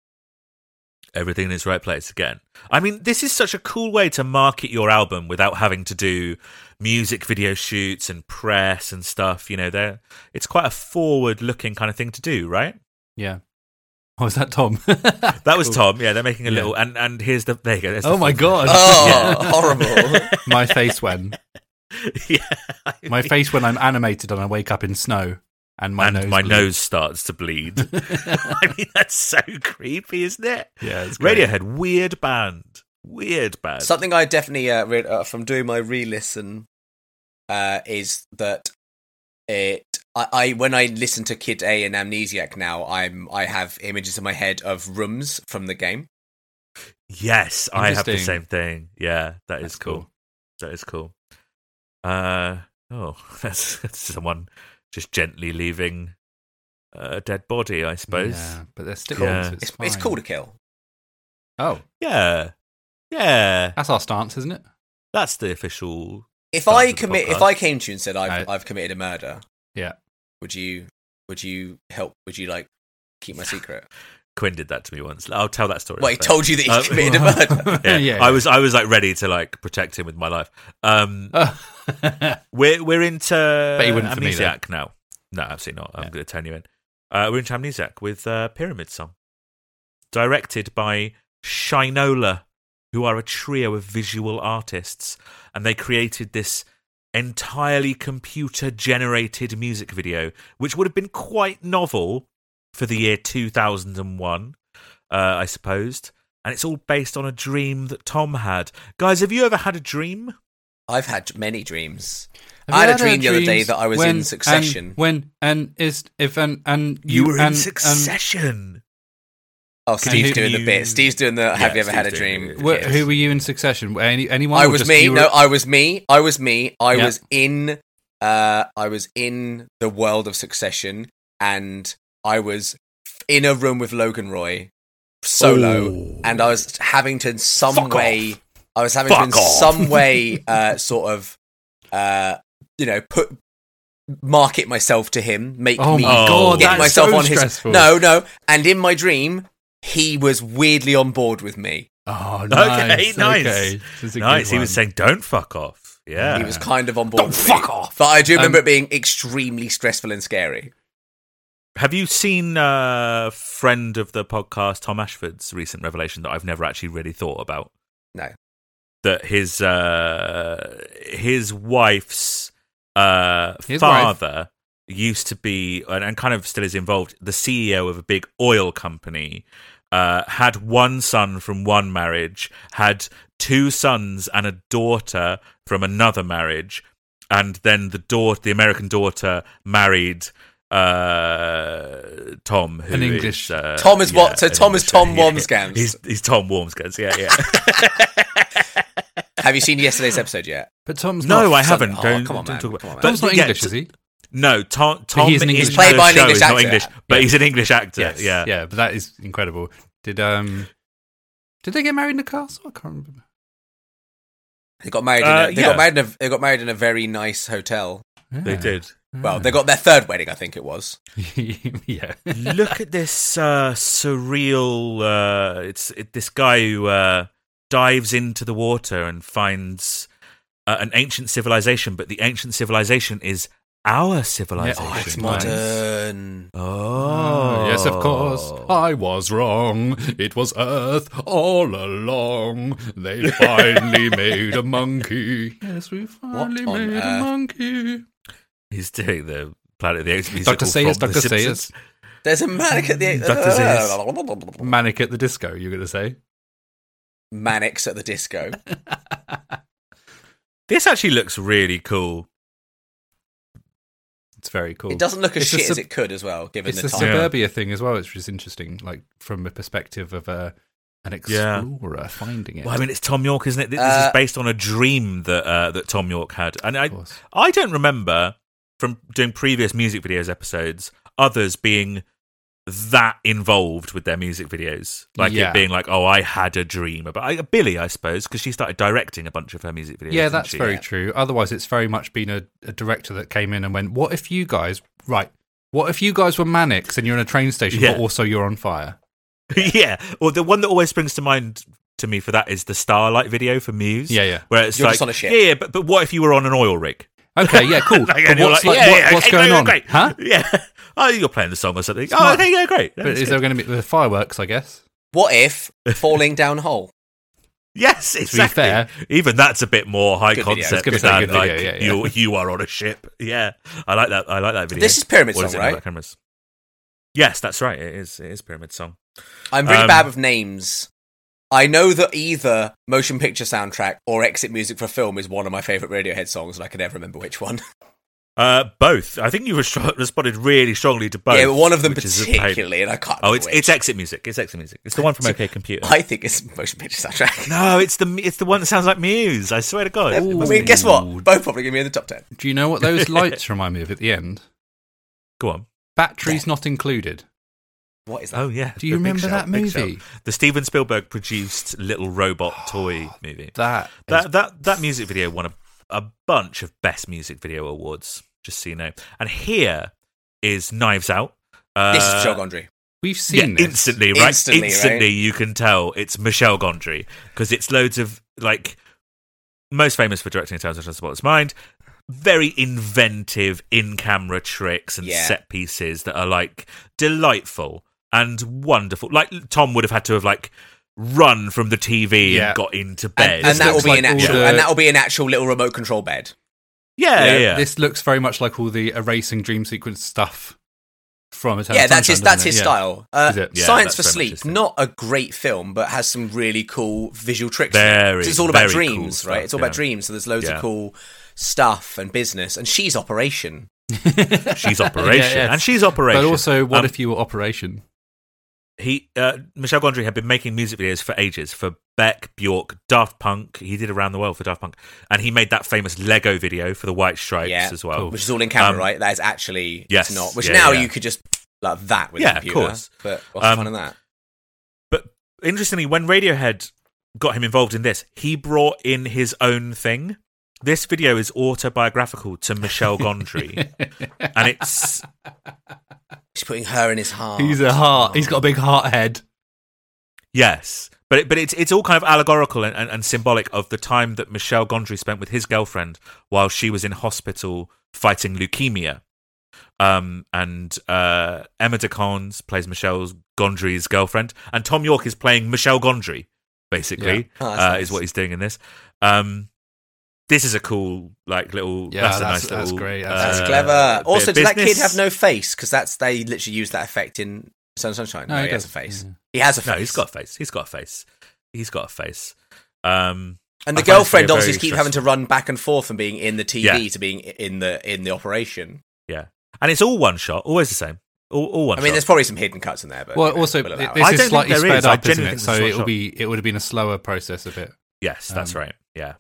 [SPEAKER 2] Everything in its right place again. I mean, this is such a cool way to market your album without having to do music video shoots and press and stuff. You know, they're it's quite a forward-looking kind of thing to do, right?
[SPEAKER 3] Yeah. Oh, is that Tom?
[SPEAKER 2] That was Tom. Yeah, they're making a
[SPEAKER 3] Yeah.
[SPEAKER 2] little and and here's the there you go. there's the
[SPEAKER 3] oh my
[SPEAKER 2] full
[SPEAKER 3] god.
[SPEAKER 1] Oh, horrible.
[SPEAKER 3] my face when
[SPEAKER 2] yeah.
[SPEAKER 3] my face when I'm animated and I wake up in snow and my
[SPEAKER 2] and
[SPEAKER 3] nose.
[SPEAKER 2] my
[SPEAKER 3] bleeds.
[SPEAKER 2] nose starts to bleed. I mean, that's so creepy, isn't it?
[SPEAKER 3] Yeah, it's great.
[SPEAKER 2] Radiohead, weird band, weird band.
[SPEAKER 1] Something I definitely uh, read uh, from doing my re-listen uh, is that it. I, I when I listen to Kid A and Amnesiac now, I'm I have images in my head of rooms from the game.
[SPEAKER 2] yes, I have the
[SPEAKER 3] Interesting.
[SPEAKER 2] same thing. Yeah, that is
[SPEAKER 3] That's
[SPEAKER 2] cool.
[SPEAKER 3] cool.
[SPEAKER 2] That is cool. Uh oh, that's, that's someone just gently leaving a dead body, I suppose.
[SPEAKER 3] Yeah, but they're still
[SPEAKER 2] Yeah.
[SPEAKER 1] It's, it's cool to kill.
[SPEAKER 3] Oh,
[SPEAKER 2] yeah. yeah.
[SPEAKER 3] that's our stance, isn't it?
[SPEAKER 2] That's the official
[SPEAKER 1] If
[SPEAKER 2] Sounds
[SPEAKER 1] I
[SPEAKER 2] of the
[SPEAKER 1] commit, if
[SPEAKER 2] podcast.
[SPEAKER 1] I came to you and said I've
[SPEAKER 3] I-
[SPEAKER 1] I've committed a murder,
[SPEAKER 3] Yeah.
[SPEAKER 1] would you would you help? Would you like keep my secret?
[SPEAKER 2] Quinn did that to me once. I'll tell that story.
[SPEAKER 1] Well, he
[SPEAKER 2] later.
[SPEAKER 1] told you that
[SPEAKER 2] Uh,
[SPEAKER 1] he's committed a murder.
[SPEAKER 2] yeah. I was I was like ready to like protect him with my life. Um,
[SPEAKER 3] was.
[SPEAKER 2] we're we're into
[SPEAKER 3] he wouldn't for me, though.
[SPEAKER 2] Amnesiac now. No, absolutely not. I'm going to turn you in. Uh, we're into Amnesiac with uh, Pyramid Song, directed by Shinola, who are a trio of visual artists, and they created this entirely computer generated music video, which would have been quite novel for the year 2001, uh, I supposed. And it's all based on a dream that Tom had. Guys, have you ever had a dream?
[SPEAKER 1] I've had many dreams.
[SPEAKER 3] Have
[SPEAKER 1] I had
[SPEAKER 3] you
[SPEAKER 1] a dream the other day
[SPEAKER 3] uh, dreams
[SPEAKER 1] that I was
[SPEAKER 3] when
[SPEAKER 1] in
[SPEAKER 3] and-
[SPEAKER 1] Succession.
[SPEAKER 3] when and is if and and
[SPEAKER 2] You, were in
[SPEAKER 3] and, um,
[SPEAKER 2] Succession.
[SPEAKER 1] Oh, Steve's
[SPEAKER 3] who
[SPEAKER 1] doing
[SPEAKER 2] you-
[SPEAKER 1] the bit. Steve's doing the. Have you ever had a
[SPEAKER 2] Steve's doing
[SPEAKER 1] dream?
[SPEAKER 2] it.
[SPEAKER 3] wh-
[SPEAKER 2] Yes.
[SPEAKER 3] Who were you in Succession? Were Any, anyone?
[SPEAKER 1] I
[SPEAKER 3] or
[SPEAKER 1] was
[SPEAKER 3] just
[SPEAKER 1] me.
[SPEAKER 3] you
[SPEAKER 1] No,
[SPEAKER 3] were-
[SPEAKER 1] I was me. I was me. I
[SPEAKER 3] Yeah.
[SPEAKER 1] was in. Uh, I was in the world of Succession, and I was f- in a room with Logan Roy, solo,
[SPEAKER 2] Ooh.
[SPEAKER 1] and I was having to in some
[SPEAKER 2] Fuck
[SPEAKER 1] way.
[SPEAKER 2] off.
[SPEAKER 1] I was having to in
[SPEAKER 2] Fuck off.
[SPEAKER 1] some way, uh, sort of, uh, you know, put market myself to him, make
[SPEAKER 3] oh
[SPEAKER 1] me
[SPEAKER 3] my god,
[SPEAKER 1] get
[SPEAKER 3] that's
[SPEAKER 1] myself
[SPEAKER 3] so
[SPEAKER 1] on his.
[SPEAKER 3] stressful.
[SPEAKER 1] No, no. And in my dream, he was weirdly on board with me.
[SPEAKER 3] Oh,
[SPEAKER 2] Okay,
[SPEAKER 3] nice.
[SPEAKER 2] nice.
[SPEAKER 3] Okay. This is a
[SPEAKER 2] Nice.
[SPEAKER 3] good
[SPEAKER 2] He was
[SPEAKER 3] one.
[SPEAKER 2] saying, "Don't fuck off." Yeah.
[SPEAKER 1] He was kind of on board.
[SPEAKER 3] Don't
[SPEAKER 1] with
[SPEAKER 3] fuck
[SPEAKER 1] me.
[SPEAKER 3] off.
[SPEAKER 1] But I do remember
[SPEAKER 3] Um,
[SPEAKER 1] it being extremely stressful and scary.
[SPEAKER 2] Have you seen uh, friend of the podcast Tom Ashford's recent revelation that I've never actually really thought about?
[SPEAKER 1] No.
[SPEAKER 2] That his uh, his wife's uh,
[SPEAKER 3] His wife?
[SPEAKER 2] father used to be and, and kind of still is involved the ceo of a big oil company uh, had one son from one marriage had two sons and a daughter from another marriage and then the daughter the american daughter married uh, Tom, who
[SPEAKER 3] An English-
[SPEAKER 2] is, uh,
[SPEAKER 1] Tom is what- so
[SPEAKER 2] an
[SPEAKER 1] Tom is
[SPEAKER 2] yeah,
[SPEAKER 1] Tom
[SPEAKER 2] yeah.
[SPEAKER 1] Wormscans.
[SPEAKER 2] He's, he's Tom Wormscans. Yeah, yeah.
[SPEAKER 1] Have you seen yesterday's episode yet?
[SPEAKER 3] But Tom's
[SPEAKER 2] no,
[SPEAKER 3] not,
[SPEAKER 2] I haven't.
[SPEAKER 1] oh,
[SPEAKER 2] don't
[SPEAKER 1] come on,
[SPEAKER 2] don't
[SPEAKER 1] man.
[SPEAKER 2] talk about.
[SPEAKER 1] Come on, man.
[SPEAKER 2] but
[SPEAKER 3] Tom's not
[SPEAKER 2] yeah,
[SPEAKER 3] English,
[SPEAKER 2] t-
[SPEAKER 3] is he?
[SPEAKER 2] No, Tom. Tom
[SPEAKER 3] he's an
[SPEAKER 2] in
[SPEAKER 3] English-
[SPEAKER 2] the
[SPEAKER 1] Played by an
[SPEAKER 2] show
[SPEAKER 1] English
[SPEAKER 2] is not
[SPEAKER 1] actor.
[SPEAKER 2] English, but he's an English actor. Yeah,
[SPEAKER 3] yeah. But that is incredible. Did um, did they get married in the castle? I can't remember.
[SPEAKER 1] They got married.
[SPEAKER 2] Uh,
[SPEAKER 1] in a, they
[SPEAKER 2] yeah.
[SPEAKER 1] got married. In a, they got married in a very nice hotel.
[SPEAKER 2] they
[SPEAKER 3] Yeah.
[SPEAKER 2] did.
[SPEAKER 1] Well, they got their third wedding, I think it was.
[SPEAKER 3] yeah.
[SPEAKER 2] Look at this uh, surreal. Uh, it's it, this guy who uh, dives into the water and finds uh, an ancient civilization, but the ancient civilization is our civilization.
[SPEAKER 3] Oh, it's
[SPEAKER 2] Nice.
[SPEAKER 1] modern.
[SPEAKER 2] Oh,
[SPEAKER 3] Ah, Yes, of course. I was wrong. It was Earth all along. They finally made a monkey. Yes, we finally
[SPEAKER 1] on
[SPEAKER 3] made a
[SPEAKER 1] earth?
[SPEAKER 3] monkey.
[SPEAKER 2] He's doing the Planet of the Apes musical
[SPEAKER 3] Dr. Sayers,
[SPEAKER 2] from
[SPEAKER 3] Dr.
[SPEAKER 2] The
[SPEAKER 3] Sayers.
[SPEAKER 2] Simpsons.
[SPEAKER 1] There's a manic at the
[SPEAKER 2] Dr.
[SPEAKER 3] Manic at the disco, you're going to say?
[SPEAKER 1] manics at the disco.
[SPEAKER 2] This actually looks really cool.
[SPEAKER 3] It's very cool.
[SPEAKER 1] It doesn't look as
[SPEAKER 3] It's a
[SPEAKER 1] shit as
[SPEAKER 3] sub-
[SPEAKER 1] it could as well, given
[SPEAKER 3] It's
[SPEAKER 1] the
[SPEAKER 3] the
[SPEAKER 1] time.
[SPEAKER 2] sub-
[SPEAKER 3] suburbia thing as well, which is interesting, like from a perspective of uh, an
[SPEAKER 2] Yeah.
[SPEAKER 3] explorer finding it.
[SPEAKER 2] Well, I mean, it's Tom York, isn't it? This
[SPEAKER 1] Uh,
[SPEAKER 2] is based on a dream that uh, that Tom York had, and I
[SPEAKER 3] of course.
[SPEAKER 2] I don't remember from doing previous music videos episodes others being that involved with their music videos, like
[SPEAKER 3] Yeah.
[SPEAKER 2] it being like, oh, I had a dream about I, Billy, I suppose, because she started directing a bunch of her music videos.
[SPEAKER 3] Yeah,
[SPEAKER 2] didn't
[SPEAKER 3] that's
[SPEAKER 2] she?
[SPEAKER 3] very true. Otherwise, it's very much been a, a director that came in and went, "What if you guys right? What if you guys were manics and you're in a train station,
[SPEAKER 2] Yeah.
[SPEAKER 3] but also you're on fire?"
[SPEAKER 2] yeah. Well, the one that always springs to mind to me for that is the Starlight video for Muse.
[SPEAKER 3] Yeah, yeah.
[SPEAKER 2] Where it's
[SPEAKER 1] You're
[SPEAKER 2] like,
[SPEAKER 1] just on a ship.
[SPEAKER 2] yeah, yeah, but, but what if you were on an oil rig?
[SPEAKER 3] Okay, yeah, cool.
[SPEAKER 2] Like,
[SPEAKER 3] but
[SPEAKER 2] and you're
[SPEAKER 3] what's,
[SPEAKER 2] like,
[SPEAKER 3] like,
[SPEAKER 2] yeah,
[SPEAKER 3] what-
[SPEAKER 2] yeah,
[SPEAKER 3] what's
[SPEAKER 2] okay,
[SPEAKER 3] going
[SPEAKER 2] great,
[SPEAKER 3] on?
[SPEAKER 2] Great.
[SPEAKER 3] Huh?
[SPEAKER 2] Yeah. Oh, you're playing the song or something. Oh,
[SPEAKER 3] Smart.
[SPEAKER 2] okay, yeah, great.
[SPEAKER 3] But is there going to be the fireworks? I guess.
[SPEAKER 1] What if falling down hole?
[SPEAKER 2] Yes, exactly.
[SPEAKER 3] fair-
[SPEAKER 2] Even that's a bit more high
[SPEAKER 1] Good video. I was
[SPEAKER 2] concept
[SPEAKER 3] gonna
[SPEAKER 2] than
[SPEAKER 3] say good
[SPEAKER 2] like
[SPEAKER 3] video, yeah, yeah.
[SPEAKER 2] you you are on a ship. Yeah, I like that. I like that video.
[SPEAKER 1] This is Pyramid
[SPEAKER 2] What is
[SPEAKER 1] Song,
[SPEAKER 2] it about
[SPEAKER 1] right?
[SPEAKER 2] Cameras. Yes, that's right. It is. It is Pyramid Song.
[SPEAKER 1] I'm really
[SPEAKER 2] Um,
[SPEAKER 1] bad with names. I know that either motion picture soundtrack or exit music for film is one of my favorite Radiohead songs, and I can never remember which one.
[SPEAKER 2] Uh, both. I think you restro- responded really strongly to both.
[SPEAKER 1] yeah, but one of them
[SPEAKER 2] which is a pain.
[SPEAKER 1] particularly, and I can't.
[SPEAKER 2] Oh, it's
[SPEAKER 1] remember
[SPEAKER 2] it's exit music. It's exit music. It's the one from OK Computer.
[SPEAKER 1] which. I think it's motion picture soundtrack.
[SPEAKER 2] No, it's the it's the one that sounds like Muse. I swear to God.
[SPEAKER 1] I
[SPEAKER 2] It must
[SPEAKER 1] mean,
[SPEAKER 2] be-
[SPEAKER 1] guess
[SPEAKER 3] Ooh.
[SPEAKER 1] what? Both probably gonna be in the top ten.
[SPEAKER 3] Do you know what those lights remind me of at the end?
[SPEAKER 2] Go on.
[SPEAKER 3] Batteries not included.
[SPEAKER 1] What is that?
[SPEAKER 2] Oh yeah.
[SPEAKER 3] Do you
[SPEAKER 2] The Big
[SPEAKER 3] remember
[SPEAKER 2] Shout,
[SPEAKER 3] that
[SPEAKER 2] Big Shout.
[SPEAKER 3] movie?
[SPEAKER 2] The Steven Spielberg produced little robot toy movie.
[SPEAKER 3] That.
[SPEAKER 2] That that that music video won a, a bunch of best music video awards. Just so you know. And here is Knives Out. Uh,
[SPEAKER 1] this is Joe Gondry.
[SPEAKER 3] we've
[SPEAKER 2] yeah,
[SPEAKER 3] seen this.
[SPEAKER 2] instantly, right?
[SPEAKER 1] Instantly, right?
[SPEAKER 2] you can tell it's Michelle Gondry because it's loads of like most famous for directing in terms of Transport's Mind. Very inventive in-camera tricks and
[SPEAKER 1] Yeah.
[SPEAKER 2] set pieces that are like delightful and wonderful. Like Tom would have had to have like run from the TV
[SPEAKER 3] Yeah.
[SPEAKER 2] and got into bed,
[SPEAKER 1] And, and that will
[SPEAKER 3] looks
[SPEAKER 1] be an
[SPEAKER 3] like all
[SPEAKER 1] actual,
[SPEAKER 3] the-
[SPEAKER 1] and that will be an actual little remote control bed.
[SPEAKER 2] Yeah, yeah,
[SPEAKER 3] Yeah,
[SPEAKER 2] yeah.
[SPEAKER 3] This looks very much like all the erasing dream sequence stuff from Eternal
[SPEAKER 1] yeah, that's
[SPEAKER 3] Sunshine,
[SPEAKER 1] his that's
[SPEAKER 3] doesn't it?
[SPEAKER 1] his
[SPEAKER 3] Yeah.
[SPEAKER 1] style. Uh,
[SPEAKER 3] Is it?
[SPEAKER 2] Yeah, that's
[SPEAKER 1] Science for
[SPEAKER 2] very much his
[SPEAKER 1] Sleep,
[SPEAKER 2] thing.
[SPEAKER 1] not a great film, but has some really cool visual tricks.
[SPEAKER 2] Very,
[SPEAKER 1] So it's all about
[SPEAKER 2] very cool
[SPEAKER 1] dreams,
[SPEAKER 2] stuff,
[SPEAKER 1] right? It's all
[SPEAKER 2] yeah.
[SPEAKER 1] about dreams. So there's loads
[SPEAKER 2] Yeah.
[SPEAKER 1] of cool stuff and business. And she's Operation.
[SPEAKER 2] she's operation,
[SPEAKER 3] Yeah, yeah.
[SPEAKER 2] and she's operation.
[SPEAKER 3] But also, what
[SPEAKER 2] Um,
[SPEAKER 3] if you were Operation?
[SPEAKER 2] he uh, Michel Gondry had been making music videos for ages for Beck, Bjork, Daft Punk. He did around the world for Daft Punk, and he made that famous Lego video for the White Stripes
[SPEAKER 1] Yeah.
[SPEAKER 2] as well.
[SPEAKER 3] Cool.
[SPEAKER 1] which is all in camera,
[SPEAKER 2] Um,
[SPEAKER 1] right? That is actually
[SPEAKER 2] yes,
[SPEAKER 1] it's not. Which
[SPEAKER 2] yeah,
[SPEAKER 1] now
[SPEAKER 2] yeah.
[SPEAKER 1] you could just like that with
[SPEAKER 2] Yeah,
[SPEAKER 1] a
[SPEAKER 2] of
[SPEAKER 1] computer.
[SPEAKER 2] course.
[SPEAKER 1] But what's the
[SPEAKER 2] Um,
[SPEAKER 1] fun in that?
[SPEAKER 2] But interestingly, when Radiohead got him involved in this, he brought in his own thing. This video is autobiographical to Michel Gondry, and it's
[SPEAKER 1] He's putting her in his heart.
[SPEAKER 3] He's a heart. He's got a big heart head.
[SPEAKER 2] Yes, but it, but it's it's all kind of allegorical and, and, and symbolic of the time that Michel Gondry spent with his girlfriend while she was in hospital fighting leukemia. Um, and uh, Emma DeCon's plays Michel Gondry's girlfriend, and Tom York is playing Michel Gondry. Basically,
[SPEAKER 1] Yeah. Oh,
[SPEAKER 2] uh,
[SPEAKER 1] that's nice.
[SPEAKER 2] is what he's doing in this. Um, this is a cool like little.
[SPEAKER 3] Yeah,
[SPEAKER 2] that's, a
[SPEAKER 3] that's-
[SPEAKER 2] nice
[SPEAKER 3] that's
[SPEAKER 2] little,
[SPEAKER 3] great.
[SPEAKER 1] That's
[SPEAKER 3] Uh,
[SPEAKER 2] bit
[SPEAKER 1] clever.
[SPEAKER 2] of
[SPEAKER 1] Also, did that kid
[SPEAKER 2] business.
[SPEAKER 1] have no face? Because that's they literally use that effect in Sun and Sunshine.
[SPEAKER 3] No,
[SPEAKER 1] No,
[SPEAKER 3] he
[SPEAKER 1] he, has a
[SPEAKER 3] does.
[SPEAKER 1] face. He has a face.
[SPEAKER 2] No, he's got a face. He's got a face. He's got a face. Um,
[SPEAKER 1] And the
[SPEAKER 2] I find this to be
[SPEAKER 1] girlfriend
[SPEAKER 2] a
[SPEAKER 1] obviously
[SPEAKER 2] very
[SPEAKER 1] keeps having to run back and forth from being in the TV
[SPEAKER 2] Yeah.
[SPEAKER 1] to being in the in the operation.
[SPEAKER 2] yeah, and it's all one shot. Always the same. All, all one.
[SPEAKER 1] I mean,
[SPEAKER 2] shot.
[SPEAKER 1] there's probably some hidden cuts in there, but
[SPEAKER 3] Well,
[SPEAKER 1] you know,
[SPEAKER 3] also
[SPEAKER 1] we'll
[SPEAKER 3] th-
[SPEAKER 1] allow
[SPEAKER 3] this
[SPEAKER 2] I
[SPEAKER 1] it.
[SPEAKER 2] don't
[SPEAKER 3] is
[SPEAKER 2] think
[SPEAKER 3] slightly
[SPEAKER 2] there
[SPEAKER 3] sped
[SPEAKER 2] is. I
[SPEAKER 3] up, isn't
[SPEAKER 2] genuinely
[SPEAKER 3] it?
[SPEAKER 2] think
[SPEAKER 3] So
[SPEAKER 2] it's a short
[SPEAKER 3] it'll
[SPEAKER 2] shot.
[SPEAKER 3] be it would have been a slower process a bit.
[SPEAKER 2] yes, that's
[SPEAKER 3] um,
[SPEAKER 2] right. Yeah,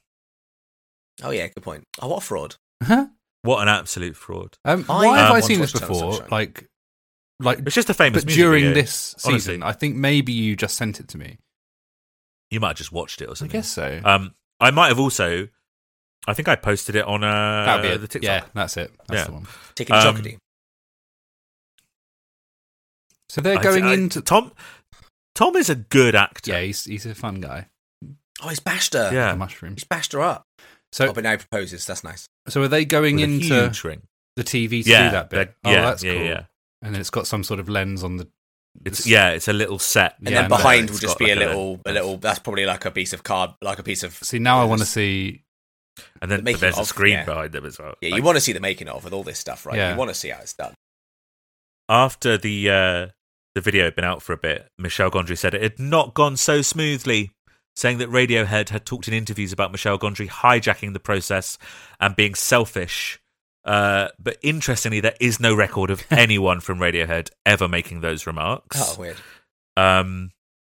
[SPEAKER 1] oh yeah, good point. Oh, what a fraud!
[SPEAKER 3] Huh?
[SPEAKER 2] what an absolute fraud.
[SPEAKER 3] Um,
[SPEAKER 1] I
[SPEAKER 3] why have
[SPEAKER 2] um,
[SPEAKER 3] I
[SPEAKER 2] want
[SPEAKER 3] seen
[SPEAKER 1] to
[SPEAKER 3] this
[SPEAKER 1] watch Eternal
[SPEAKER 3] before?
[SPEAKER 1] Sunshine.
[SPEAKER 3] Like, like,
[SPEAKER 2] It's just a famous.
[SPEAKER 3] but
[SPEAKER 2] music
[SPEAKER 3] during
[SPEAKER 2] video.
[SPEAKER 3] this
[SPEAKER 2] honestly.
[SPEAKER 3] season, I think maybe you just sent it to me.
[SPEAKER 2] you might have just watched it or
[SPEAKER 3] I
[SPEAKER 2] something.
[SPEAKER 3] guess so.
[SPEAKER 2] Um, I might have also. I think I posted it on uh,
[SPEAKER 3] That'd be it.
[SPEAKER 2] the TikTok.
[SPEAKER 3] Yeah, that's it. That's
[SPEAKER 2] Yeah.
[SPEAKER 3] the one.
[SPEAKER 1] Tickety
[SPEAKER 2] Um,
[SPEAKER 1] jockety.
[SPEAKER 3] So they're
[SPEAKER 2] I-
[SPEAKER 3] going
[SPEAKER 2] I-
[SPEAKER 3] into.
[SPEAKER 2] Tom. Tom is a good actor.
[SPEAKER 3] yeah, he's he's a fun guy.
[SPEAKER 1] Oh, he's bashed her.
[SPEAKER 2] Yeah.
[SPEAKER 3] The mushrooms.
[SPEAKER 1] he's bashed her up.
[SPEAKER 3] So
[SPEAKER 1] oh, but now he proposes. That's nice.
[SPEAKER 3] so are they going
[SPEAKER 2] with a
[SPEAKER 3] into
[SPEAKER 2] huge ring.
[SPEAKER 3] the TV to
[SPEAKER 2] yeah,
[SPEAKER 3] do that bit?
[SPEAKER 2] that- yeah,
[SPEAKER 3] oh, that's
[SPEAKER 2] yeah,
[SPEAKER 3] cool.
[SPEAKER 2] yeah.
[SPEAKER 3] And then it's got some sort of lens on the.
[SPEAKER 2] It's yeah, it's a little set,
[SPEAKER 1] And
[SPEAKER 3] Yeah,
[SPEAKER 1] then
[SPEAKER 3] no,
[SPEAKER 1] behind
[SPEAKER 2] it's
[SPEAKER 1] will just
[SPEAKER 2] got
[SPEAKER 1] be a
[SPEAKER 2] like
[SPEAKER 1] little, a little. That's probably like a piece of card, like a piece of.
[SPEAKER 3] See, now I
[SPEAKER 1] Yes.
[SPEAKER 3] want to see.
[SPEAKER 2] and then
[SPEAKER 1] the
[SPEAKER 2] but
[SPEAKER 1] making
[SPEAKER 2] there's a
[SPEAKER 1] of,
[SPEAKER 2] screen
[SPEAKER 1] yeah.
[SPEAKER 2] behind them as well.
[SPEAKER 1] Yeah,
[SPEAKER 2] Like,
[SPEAKER 1] you want to see the making of with all this stuff, right?
[SPEAKER 3] Yeah.
[SPEAKER 1] You want to see how it's done.
[SPEAKER 2] after the uh, the video had been out for a bit, Michelle Gondry said it had not gone so smoothly, saying that Radiohead had talked in interviews about Michelle Gondry hijacking the process and being selfish. Uh, but interestingly, there is no record of anyone from Radiohead ever making those remarks.
[SPEAKER 1] Oh, weird.
[SPEAKER 2] Um,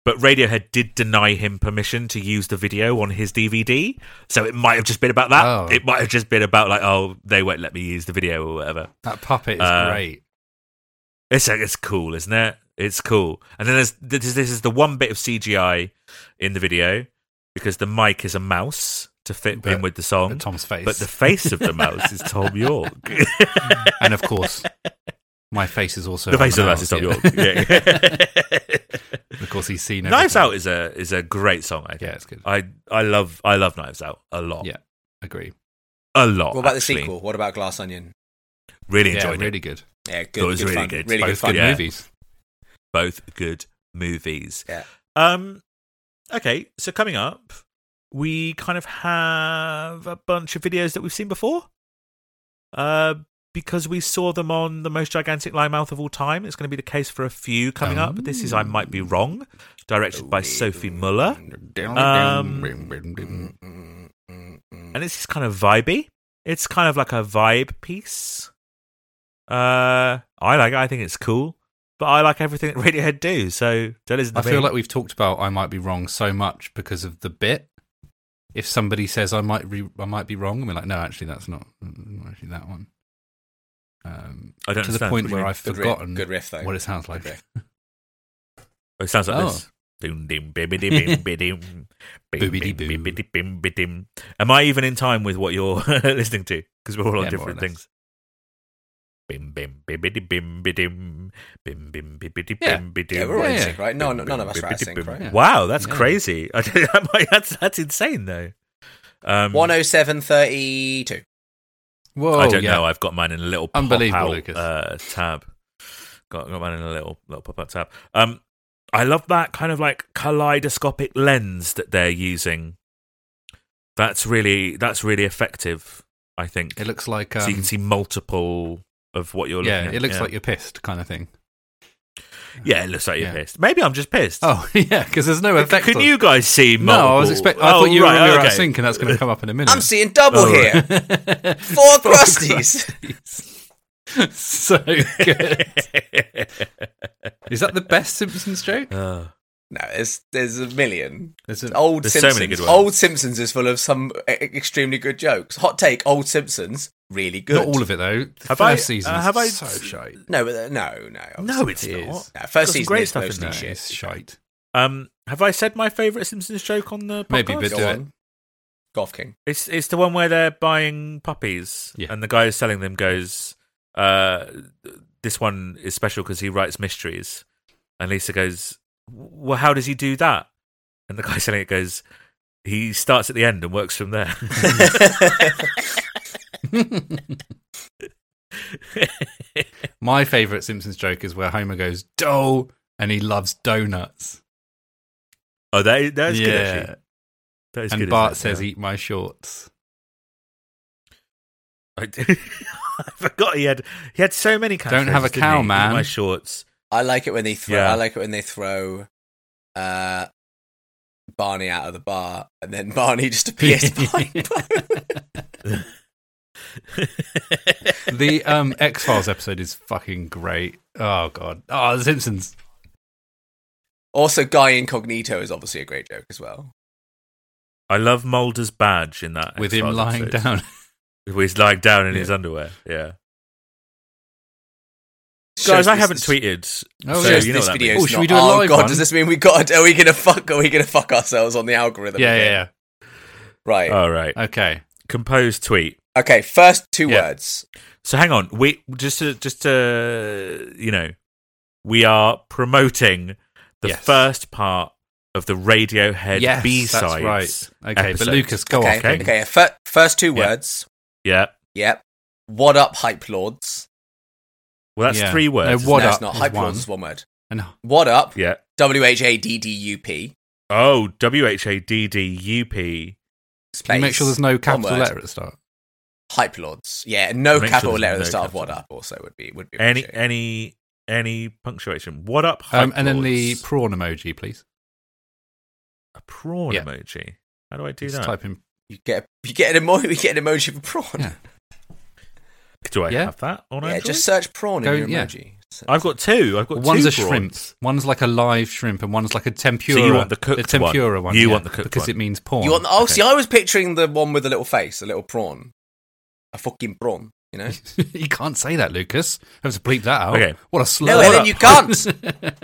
[SPEAKER 2] but Radiohead did deny him permission to use the video on his DVD, so it might have just been about that.
[SPEAKER 3] Oh.
[SPEAKER 2] It might have just been about like, oh, they won't let me use the video or whatever.
[SPEAKER 3] That puppet is
[SPEAKER 2] Uh,
[SPEAKER 3] great.
[SPEAKER 2] It's uh, it's cool, isn't it? It's cool. And then there's this, this is the one bit of CGI in the video because the mic is a mouse to fit
[SPEAKER 3] But-
[SPEAKER 2] in with the song,
[SPEAKER 3] At Tom's face.
[SPEAKER 2] um, but the face of the mouse is Tom York.
[SPEAKER 3] and of course, my face is also
[SPEAKER 2] the
[SPEAKER 3] on
[SPEAKER 2] face of the mouse is Tom
[SPEAKER 3] mouse,
[SPEAKER 2] York. Yeah.
[SPEAKER 3] yeah. Of course, he's seen.
[SPEAKER 2] Knives
[SPEAKER 3] everything.
[SPEAKER 2] Out Uh, is a is a great song. I think.
[SPEAKER 3] Yeah, it's good.
[SPEAKER 2] I I love I love Knives Out a lot.
[SPEAKER 3] Yeah. Agree.
[SPEAKER 2] a lot.
[SPEAKER 1] What about
[SPEAKER 2] actually.
[SPEAKER 1] the sequel? What about Glass Onion?
[SPEAKER 2] Really
[SPEAKER 3] yeah,
[SPEAKER 2] enjoyed
[SPEAKER 3] really good.
[SPEAKER 1] Yeah, good.
[SPEAKER 2] That was
[SPEAKER 1] good
[SPEAKER 2] really
[SPEAKER 1] fun.
[SPEAKER 2] good.
[SPEAKER 1] Really good
[SPEAKER 3] Both
[SPEAKER 1] fun.
[SPEAKER 3] good
[SPEAKER 2] Yeah.
[SPEAKER 3] movies.
[SPEAKER 2] it. Both good movies.
[SPEAKER 1] Yeah.
[SPEAKER 2] Um. Okay, so coming up, we kind of have a bunch of videos that we've seen before. Uh. Because we saw them on the most gigantic Mouth of all time. It's going to be the case for a few coming up. This is I Might Be Wrong, directed
[SPEAKER 1] Oh.
[SPEAKER 2] by Sophie Muller.
[SPEAKER 1] Mm,
[SPEAKER 3] Um,
[SPEAKER 1] mm,
[SPEAKER 2] and it's just kind of vibey. It's kind of like a vibe piece. Uh, I like. it. I think it's cool, but I like everything that Radiohead do. So that is.
[SPEAKER 3] I feel like we've talked about I might be wrong so much because of the bit. If somebody says I might re- I might be wrong, and we're like, no, actually, that's not, not actually that one. Um,
[SPEAKER 2] I don't
[SPEAKER 3] to the
[SPEAKER 2] understand.
[SPEAKER 3] point
[SPEAKER 2] What do you
[SPEAKER 3] where
[SPEAKER 2] mean?
[SPEAKER 3] I've
[SPEAKER 1] Good
[SPEAKER 3] forgotten
[SPEAKER 1] riff, good riff though.
[SPEAKER 3] what it sounds like.
[SPEAKER 1] Good riff.
[SPEAKER 2] it sounds like
[SPEAKER 3] Oh.
[SPEAKER 2] this. Doom dim bibbidi bim bidim. Bim,
[SPEAKER 3] Boobity
[SPEAKER 2] bim,
[SPEAKER 3] boo.
[SPEAKER 2] bibbidi bim bidim. Am I even in time with what you're listening to? Because we're all on
[SPEAKER 3] Yeah, more or
[SPEAKER 2] different
[SPEAKER 3] less.
[SPEAKER 2] things. Bim bim bibbidi bim bidim. Bim bim bibbidi
[SPEAKER 3] Yeah.
[SPEAKER 2] bim bidim.
[SPEAKER 1] Yeah, we're all in
[SPEAKER 3] Yeah.
[SPEAKER 1] sync, right? No, no- none of us are out of sync, right?
[SPEAKER 3] Yeah.
[SPEAKER 2] Wow, that's
[SPEAKER 3] Yeah.
[SPEAKER 2] crazy. I don't- that might- that's that's insane though. Um,
[SPEAKER 1] One oh seven thirty two.
[SPEAKER 3] Whoa,
[SPEAKER 2] I don't
[SPEAKER 3] Oh, yeah.
[SPEAKER 2] know. I've got mine in a little pop
[SPEAKER 3] Unbelievable,
[SPEAKER 2] out,
[SPEAKER 3] Lucas.
[SPEAKER 2] Uh, tab. Got, got mine in a little little pop out tab. Um, I love that kind of like kaleidoscopic lens that they're using. That's really that's really effective. I think
[SPEAKER 3] It looks like um,
[SPEAKER 2] so. You can see multiple of what you're
[SPEAKER 3] yeah,
[SPEAKER 2] looking at.
[SPEAKER 3] it looks like you're pissed, kind of thing.
[SPEAKER 2] yeah, it looks like you're
[SPEAKER 3] yeah.
[SPEAKER 2] pissed. Maybe I'm just pissed.
[SPEAKER 3] Oh yeah, because there's no effect.
[SPEAKER 2] Can
[SPEAKER 3] on-
[SPEAKER 2] you guys see?
[SPEAKER 3] No,
[SPEAKER 2] Multiple? Oh,
[SPEAKER 3] I was expecting. I thought you were
[SPEAKER 2] right,
[SPEAKER 3] on your
[SPEAKER 2] okay.
[SPEAKER 3] out of sync, and that's going to come up in a minute.
[SPEAKER 1] Oh, I'm seeing double
[SPEAKER 2] Oh,
[SPEAKER 1] here. Four crusties.
[SPEAKER 3] crusties. so good. Is that the best Simpsons joke?
[SPEAKER 2] Uh,
[SPEAKER 1] No, there's there's a million.
[SPEAKER 3] There's an
[SPEAKER 1] Old
[SPEAKER 2] There's so many
[SPEAKER 1] Simpsons.
[SPEAKER 2] good ones.
[SPEAKER 1] Old Simpsons is full of some e- extremely good jokes. Hot take: Old Simpsons really good.
[SPEAKER 3] Not all of it though. The
[SPEAKER 2] Have I-
[SPEAKER 3] first season
[SPEAKER 2] uh,
[SPEAKER 3] is
[SPEAKER 2] have I-
[SPEAKER 3] so shite.
[SPEAKER 1] No, but, uh, no, no.
[SPEAKER 2] no,
[SPEAKER 1] obviously.
[SPEAKER 2] it's
[SPEAKER 3] It
[SPEAKER 2] not.
[SPEAKER 3] is.
[SPEAKER 1] No, first
[SPEAKER 2] Got some
[SPEAKER 1] season
[SPEAKER 2] great
[SPEAKER 1] is
[SPEAKER 2] stuff in
[SPEAKER 1] mostly
[SPEAKER 2] there.
[SPEAKER 1] shit.
[SPEAKER 3] It's shite.
[SPEAKER 2] Um, have I said my favourite Simpsons joke on the podcast?
[SPEAKER 3] Maybe, but uh,
[SPEAKER 1] Go
[SPEAKER 3] do it.
[SPEAKER 1] on. Golf King.
[SPEAKER 2] it's it's the one where they're buying puppies,
[SPEAKER 3] Yeah.
[SPEAKER 2] and the guy who's selling them goes, uh, "This one is special because he writes mysteries." And Lisa goes, "Well, how does he do that?" And the guy selling it goes, "He starts at the end and works from there."
[SPEAKER 3] My favourite Simpsons joke is where Homer goes dough and he loves donuts.
[SPEAKER 2] oh, that that is good. Actually, that is
[SPEAKER 3] and
[SPEAKER 2] good,
[SPEAKER 3] Bart
[SPEAKER 2] isn't it?
[SPEAKER 3] says,
[SPEAKER 2] Yeah.
[SPEAKER 3] "Eat my shorts."
[SPEAKER 2] I, I forgot he had he had so many.
[SPEAKER 3] Don't have
[SPEAKER 2] catchphrases,
[SPEAKER 3] a
[SPEAKER 2] didn't
[SPEAKER 3] cow,
[SPEAKER 2] he, in
[SPEAKER 3] man.
[SPEAKER 2] My shorts.
[SPEAKER 1] I like it when they throw.
[SPEAKER 2] Yeah.
[SPEAKER 1] I like it when they throw uh, Barney out of the bar, and then Barney just appears behind. Bo.
[SPEAKER 3] the um, X Files episode is fucking great. Oh god. Oh, The Simpsons.
[SPEAKER 1] also, Guy Incognito is obviously a great joke as well.
[SPEAKER 2] I love Mulder's badge in that
[SPEAKER 3] with him
[SPEAKER 2] X-Files
[SPEAKER 3] lying
[SPEAKER 2] episode.
[SPEAKER 3] down.
[SPEAKER 2] Where he's lying down in his
[SPEAKER 3] Yeah.
[SPEAKER 2] underwear. Yeah,
[SPEAKER 1] Shows
[SPEAKER 2] guys, I
[SPEAKER 1] this-
[SPEAKER 2] haven't tweeted.
[SPEAKER 3] Oh,
[SPEAKER 2] so
[SPEAKER 3] yeah.
[SPEAKER 1] shows
[SPEAKER 2] you know
[SPEAKER 1] this
[SPEAKER 2] what that
[SPEAKER 1] video.
[SPEAKER 2] means.
[SPEAKER 3] Oh, should we do a live
[SPEAKER 1] God,
[SPEAKER 3] one?
[SPEAKER 1] does this mean we got? Are we gonna fuck? Are we gonna fuck ourselves on the algorithm?
[SPEAKER 3] Yeah, Uh,
[SPEAKER 1] again?
[SPEAKER 3] yeah,
[SPEAKER 1] Right.
[SPEAKER 2] All right,
[SPEAKER 3] yeah. Okay.
[SPEAKER 2] composed tweet.
[SPEAKER 1] okay. First two
[SPEAKER 3] Yeah.
[SPEAKER 1] words.
[SPEAKER 2] So hang on, we just to, just to you know, we are promoting the
[SPEAKER 3] Yes.
[SPEAKER 2] first part of the Radiohead
[SPEAKER 3] Yes,
[SPEAKER 2] B
[SPEAKER 3] that's
[SPEAKER 2] sides.
[SPEAKER 3] right. Okay,
[SPEAKER 2] episode.
[SPEAKER 3] but Lucas, go
[SPEAKER 1] okay.
[SPEAKER 3] off. Okay.
[SPEAKER 1] Okay. fir- first two
[SPEAKER 2] Yeah.
[SPEAKER 1] words.
[SPEAKER 2] Yeah.
[SPEAKER 1] Yep. What up, hype lords?
[SPEAKER 2] Well, that's
[SPEAKER 3] Yeah.
[SPEAKER 2] three words.
[SPEAKER 3] No, what
[SPEAKER 1] no,
[SPEAKER 3] up
[SPEAKER 1] it's not
[SPEAKER 3] is
[SPEAKER 1] hype
[SPEAKER 3] one.
[SPEAKER 1] lords. It's one word.
[SPEAKER 3] And
[SPEAKER 1] What up?
[SPEAKER 2] yeah.
[SPEAKER 1] W h a d d u p.
[SPEAKER 2] Oh, W H A D D U P.
[SPEAKER 1] Space.
[SPEAKER 3] can you make sure there's no capital
[SPEAKER 1] word.
[SPEAKER 3] letter at the start.
[SPEAKER 1] hype lords. Yeah, no
[SPEAKER 2] Make sure
[SPEAKER 1] capital
[SPEAKER 2] there's
[SPEAKER 1] letter at the
[SPEAKER 2] no
[SPEAKER 1] start of what
[SPEAKER 2] capital.
[SPEAKER 1] up. Also would be would be
[SPEAKER 2] Any
[SPEAKER 1] appreciated.
[SPEAKER 2] any any punctuation? What up?
[SPEAKER 3] Um,
[SPEAKER 2] hype
[SPEAKER 3] and then the
[SPEAKER 2] lords?
[SPEAKER 3] prawn emoji, please.
[SPEAKER 2] a prawn
[SPEAKER 3] Yeah.
[SPEAKER 2] emoji. How do I do
[SPEAKER 3] Just
[SPEAKER 2] that?
[SPEAKER 3] type in.
[SPEAKER 1] you get you get an emoji you get an emoji for prawn.
[SPEAKER 3] Yeah.
[SPEAKER 1] Yeah,
[SPEAKER 2] Do I
[SPEAKER 3] Yeah.
[SPEAKER 2] have that on Android?
[SPEAKER 1] just search prawn
[SPEAKER 3] Go-
[SPEAKER 1] in your
[SPEAKER 3] yeah.
[SPEAKER 1] emoji. So-
[SPEAKER 2] I've got two. I've got
[SPEAKER 3] One's
[SPEAKER 2] two
[SPEAKER 3] a shrimp.
[SPEAKER 2] prawns.
[SPEAKER 3] One's like a live shrimp, and one's like a tempura.
[SPEAKER 2] So you want the cooked one.
[SPEAKER 3] tempura one.
[SPEAKER 2] You
[SPEAKER 3] yeah,
[SPEAKER 2] want the cooked
[SPEAKER 3] because
[SPEAKER 2] one.
[SPEAKER 3] it means porn.
[SPEAKER 1] you want the, oh
[SPEAKER 2] okay.
[SPEAKER 1] see I was picturing the one with a little face, a little prawn. A fucking prawn, you know?
[SPEAKER 3] you can't say that, Lucas. I have to bleep that out.
[SPEAKER 2] Okay.
[SPEAKER 3] What a slur.
[SPEAKER 1] No,
[SPEAKER 2] Ellen,
[SPEAKER 1] Helen, you can't.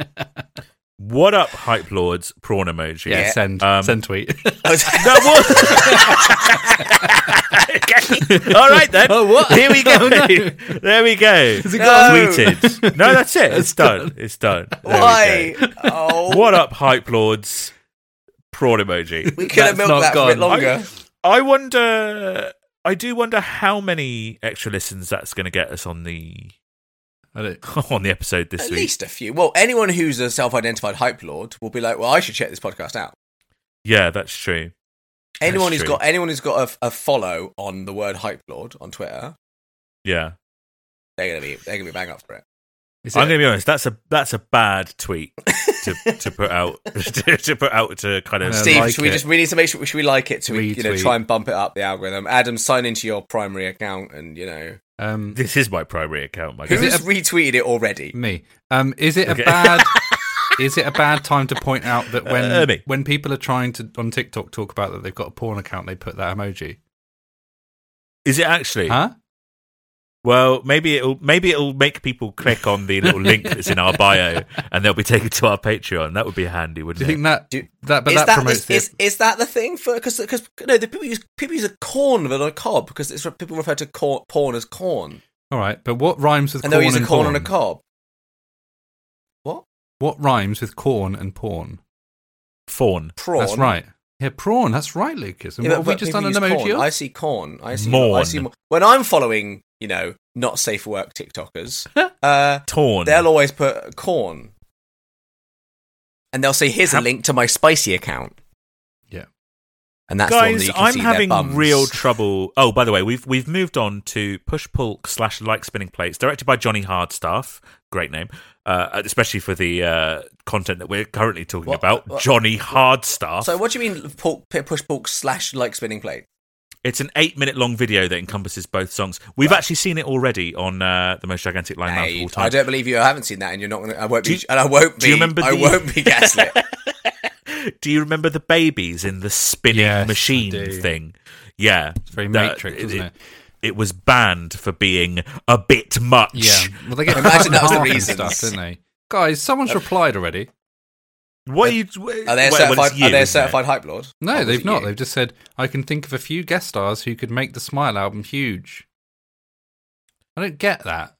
[SPEAKER 2] What up, hype lords? Prawn emoji.
[SPEAKER 3] yeah, send
[SPEAKER 2] Um,
[SPEAKER 3] send tweet.
[SPEAKER 1] I was-
[SPEAKER 2] That was. okay. All right then.
[SPEAKER 3] Oh, what?
[SPEAKER 2] Here we go.
[SPEAKER 3] Oh, no.
[SPEAKER 2] There we go.
[SPEAKER 3] it
[SPEAKER 1] No.
[SPEAKER 2] Tweeted. No, that's it. It's done. It's done. There we
[SPEAKER 1] Why?
[SPEAKER 2] go.
[SPEAKER 1] Oh,
[SPEAKER 2] What up, hype lords? Prawn emoji.
[SPEAKER 1] we could have milked
[SPEAKER 3] That's not
[SPEAKER 1] that for a bit
[SPEAKER 3] gone.
[SPEAKER 1] longer.
[SPEAKER 2] I wonder. I do wonder how many extra listens that's going to get us on the
[SPEAKER 3] I don't-
[SPEAKER 2] on the episode this
[SPEAKER 1] At
[SPEAKER 2] week.
[SPEAKER 1] least a few. Well, anyone who's a self-identified hype lord will be like, "Well, I should check this podcast out."
[SPEAKER 2] Yeah, that's true.
[SPEAKER 1] Anyone who's
[SPEAKER 2] true.
[SPEAKER 1] got anyone who's got a, a follow on the word hype lord on Twitter,
[SPEAKER 2] Yeah,
[SPEAKER 1] they're gonna be they're gonna be bang up for it.
[SPEAKER 3] Is
[SPEAKER 2] I'm
[SPEAKER 3] it-
[SPEAKER 2] going to be honest. That's a that's a bad tweet to, to put out to, to put out to kind of
[SPEAKER 3] Yeah,
[SPEAKER 1] Steve,
[SPEAKER 3] like
[SPEAKER 1] should we
[SPEAKER 3] it.
[SPEAKER 1] just we need to make sure should we like it so we you know
[SPEAKER 3] Retweet.
[SPEAKER 1] try and bump it up the algorithm. Adam, sign into your primary account and you know
[SPEAKER 3] um,
[SPEAKER 2] This is my primary account. My
[SPEAKER 1] who's
[SPEAKER 2] God.
[SPEAKER 3] it a-
[SPEAKER 1] retweeted it already?
[SPEAKER 3] Me. Um, is it
[SPEAKER 2] Okay.
[SPEAKER 3] a bad? is it a bad time to point out that when
[SPEAKER 2] Uh, me.
[SPEAKER 3] when people are trying to on TikTok talk about that they've got a porn account, they put that emoji?
[SPEAKER 2] Is it actually?
[SPEAKER 3] Huh?
[SPEAKER 2] Well, maybe it'll maybe it'll make people click on the little link that's in our bio, and they'll be taken to our Patreon. That would be handy,
[SPEAKER 3] Do you
[SPEAKER 2] wouldn't it?
[SPEAKER 3] think that
[SPEAKER 1] Do-
[SPEAKER 3] that but
[SPEAKER 1] is
[SPEAKER 3] that,
[SPEAKER 1] that,
[SPEAKER 3] promotes
[SPEAKER 1] the,
[SPEAKER 3] the,
[SPEAKER 1] is, is that the thing for because because no the people use people use a corn but a cob because it's people refer to cor- porn as corn
[SPEAKER 3] All right, but what rhymes with
[SPEAKER 1] and they'll
[SPEAKER 3] corn
[SPEAKER 1] use a
[SPEAKER 3] and
[SPEAKER 1] corn
[SPEAKER 3] porn?
[SPEAKER 1] and a cob. What
[SPEAKER 3] What rhymes with corn and porn?
[SPEAKER 2] Fawn.
[SPEAKER 1] prawn?
[SPEAKER 3] That's right. Yeah, prawn. That's right, Lucas. And
[SPEAKER 1] Yeah,
[SPEAKER 3] what
[SPEAKER 1] but-
[SPEAKER 3] have we
[SPEAKER 1] but
[SPEAKER 3] just
[SPEAKER 1] people
[SPEAKER 3] done an
[SPEAKER 1] use
[SPEAKER 3] emoji?
[SPEAKER 1] corn.
[SPEAKER 3] of?
[SPEAKER 1] I see corn. I see. I
[SPEAKER 2] Morn.
[SPEAKER 1] see. mo- When I'm following, you know, not safe for work TikTokers, uh,
[SPEAKER 2] Torn.
[SPEAKER 1] they'll always put corn. And they'll say, here's a
[SPEAKER 2] Hap-
[SPEAKER 1] link to my spicy account.
[SPEAKER 3] Yeah.
[SPEAKER 1] And that's the one that
[SPEAKER 2] Guys,
[SPEAKER 1] you can
[SPEAKER 2] I'm
[SPEAKER 1] see
[SPEAKER 2] having
[SPEAKER 1] their bums.
[SPEAKER 2] real trouble. Oh, by the way, we've we've moved on to Push Pull slash Like Spinning Plates, directed by Johnny Hardstaff. Great name, uh, especially for the uh, content that we're currently talking
[SPEAKER 1] What-
[SPEAKER 2] about.
[SPEAKER 1] what-
[SPEAKER 2] Johnny Hardstaff.
[SPEAKER 1] So what do you mean pork, p- push pork slash like spinning plate?
[SPEAKER 2] It's an eight-minute-long video that encompasses both songs. We've actually seen it already on uh, the most gigantic line mouth of
[SPEAKER 1] Hey,
[SPEAKER 2] all time.
[SPEAKER 1] I don't believe you. I haven't seen that, and you're not going to. I won't
[SPEAKER 2] Do
[SPEAKER 1] be.
[SPEAKER 2] you-
[SPEAKER 1] and I won't be.
[SPEAKER 2] do you remember
[SPEAKER 1] I
[SPEAKER 2] the-
[SPEAKER 1] won't be gaslit.
[SPEAKER 2] Do you remember the babies in the spinning
[SPEAKER 3] Yes, I
[SPEAKER 2] machine
[SPEAKER 3] do.
[SPEAKER 2] thing? Yeah,
[SPEAKER 3] It's very
[SPEAKER 2] That-
[SPEAKER 3] Matrix, isn't it?
[SPEAKER 2] It was banned for being a bit much.
[SPEAKER 3] Yeah. Well, they get
[SPEAKER 1] Imagine that was the
[SPEAKER 3] half and
[SPEAKER 1] reasons.
[SPEAKER 3] stuff, didn't they? Guys, someone's replied already.
[SPEAKER 2] What are you?
[SPEAKER 1] Are they
[SPEAKER 2] well,
[SPEAKER 1] a certified?
[SPEAKER 2] well, it's you,
[SPEAKER 1] are they
[SPEAKER 2] isn't
[SPEAKER 1] a
[SPEAKER 2] it?
[SPEAKER 1] certified hype lord? Or
[SPEAKER 3] No,
[SPEAKER 1] was
[SPEAKER 3] they've
[SPEAKER 1] it
[SPEAKER 3] not.
[SPEAKER 1] you?
[SPEAKER 3] They've just said, I can think of a few guest stars who could make the Smile album huge. I don't get that.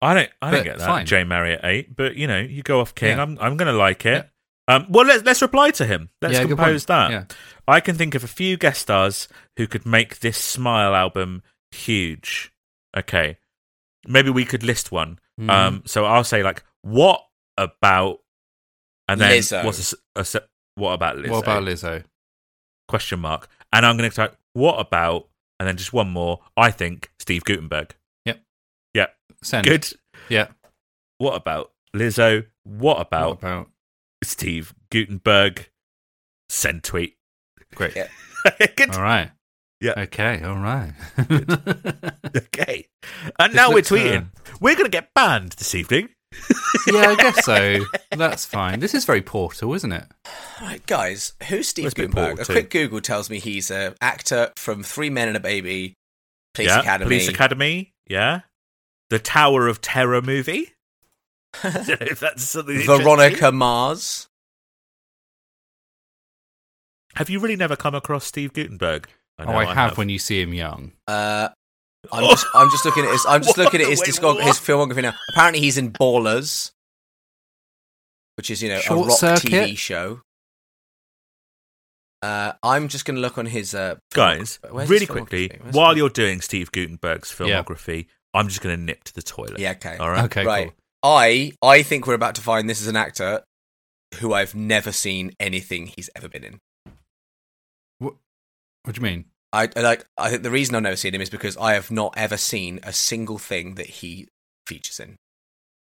[SPEAKER 2] I don't. I don't
[SPEAKER 3] But
[SPEAKER 2] get that.
[SPEAKER 3] fine.
[SPEAKER 2] Jay Marriott eight, but you know, you go off king.
[SPEAKER 3] Yeah.
[SPEAKER 2] I'm. I'm going to like it. Um, well, let's let's reply to him. Let's
[SPEAKER 3] Yeah, good
[SPEAKER 2] compose that.
[SPEAKER 3] point. Yeah.
[SPEAKER 2] I can think of a few guest stars who could make this smile album huge. Okay, maybe we could list one.
[SPEAKER 3] Mhm.
[SPEAKER 2] Um, so I'll say like, what about, and then
[SPEAKER 1] Lizzo.
[SPEAKER 2] what's a s- a, s- what about Lizzo?
[SPEAKER 3] What about Lizzo?
[SPEAKER 2] Question mark. And I'm going to type what about, and then just one more. I think Steve Gutenberg.
[SPEAKER 3] Yep.
[SPEAKER 2] Yeah.
[SPEAKER 3] Send.
[SPEAKER 2] Good.
[SPEAKER 3] Yeah.
[SPEAKER 2] What about Lizzo? What
[SPEAKER 3] What
[SPEAKER 2] about
[SPEAKER 3] about?
[SPEAKER 2] Steve Gutenberg? Send tweet.
[SPEAKER 3] Great.
[SPEAKER 1] Yeah.
[SPEAKER 2] Good.
[SPEAKER 3] All right.
[SPEAKER 2] Yeah.
[SPEAKER 3] Okay. All right.
[SPEAKER 2] Okay. And
[SPEAKER 3] This
[SPEAKER 2] now we're
[SPEAKER 3] looks, uh,
[SPEAKER 2] tweeting. We're going to get banned this evening.
[SPEAKER 3] yeah, I guess so. That's fine. This is very Portal, isn't it?
[SPEAKER 1] Right, guys, who's Steve
[SPEAKER 2] Let's be
[SPEAKER 1] Gutenberg?
[SPEAKER 2] bold,
[SPEAKER 1] A
[SPEAKER 2] too.
[SPEAKER 1] quick Google tells me he's an actor from Three Men and a Baby, Police
[SPEAKER 2] yeah.
[SPEAKER 1] Academy.
[SPEAKER 2] Police Academy. Yeah. The Tower of Terror movie. I don't know if that's something. that interests you.
[SPEAKER 1] Veronica Mars.
[SPEAKER 2] Have you really never come across Steve Gutenberg?
[SPEAKER 3] oh,
[SPEAKER 2] know
[SPEAKER 3] I, have when you see him young.
[SPEAKER 1] Uh, I'm, just, I'm just looking at his. I'm just looking at his
[SPEAKER 2] Wait, Oh.
[SPEAKER 1] discog-
[SPEAKER 2] what?
[SPEAKER 1] his filmography now. Apparently, he's in Ballers, which is you know a
[SPEAKER 3] Short
[SPEAKER 1] rock
[SPEAKER 3] Circuit?
[SPEAKER 1] TV show. Uh, I'm just going to look on his uh,
[SPEAKER 2] Guys,
[SPEAKER 1] filmography. Where's his
[SPEAKER 2] really
[SPEAKER 1] filmography?
[SPEAKER 2] quickly,
[SPEAKER 1] Where's
[SPEAKER 2] while
[SPEAKER 1] it?
[SPEAKER 2] you're doing Steve Gutenberg's
[SPEAKER 3] Yeah.
[SPEAKER 2] filmography, I'm just going to nip to the toilet.
[SPEAKER 1] yeah, okay,
[SPEAKER 2] All right.
[SPEAKER 3] Okay.
[SPEAKER 1] right.
[SPEAKER 3] Cool.
[SPEAKER 1] I I think we're about to find this is an actor who I've never seen anything he's ever been in.
[SPEAKER 3] What do you mean?
[SPEAKER 1] I I like. I think the reason I've never seen him is because I have not ever seen a single thing that he features in.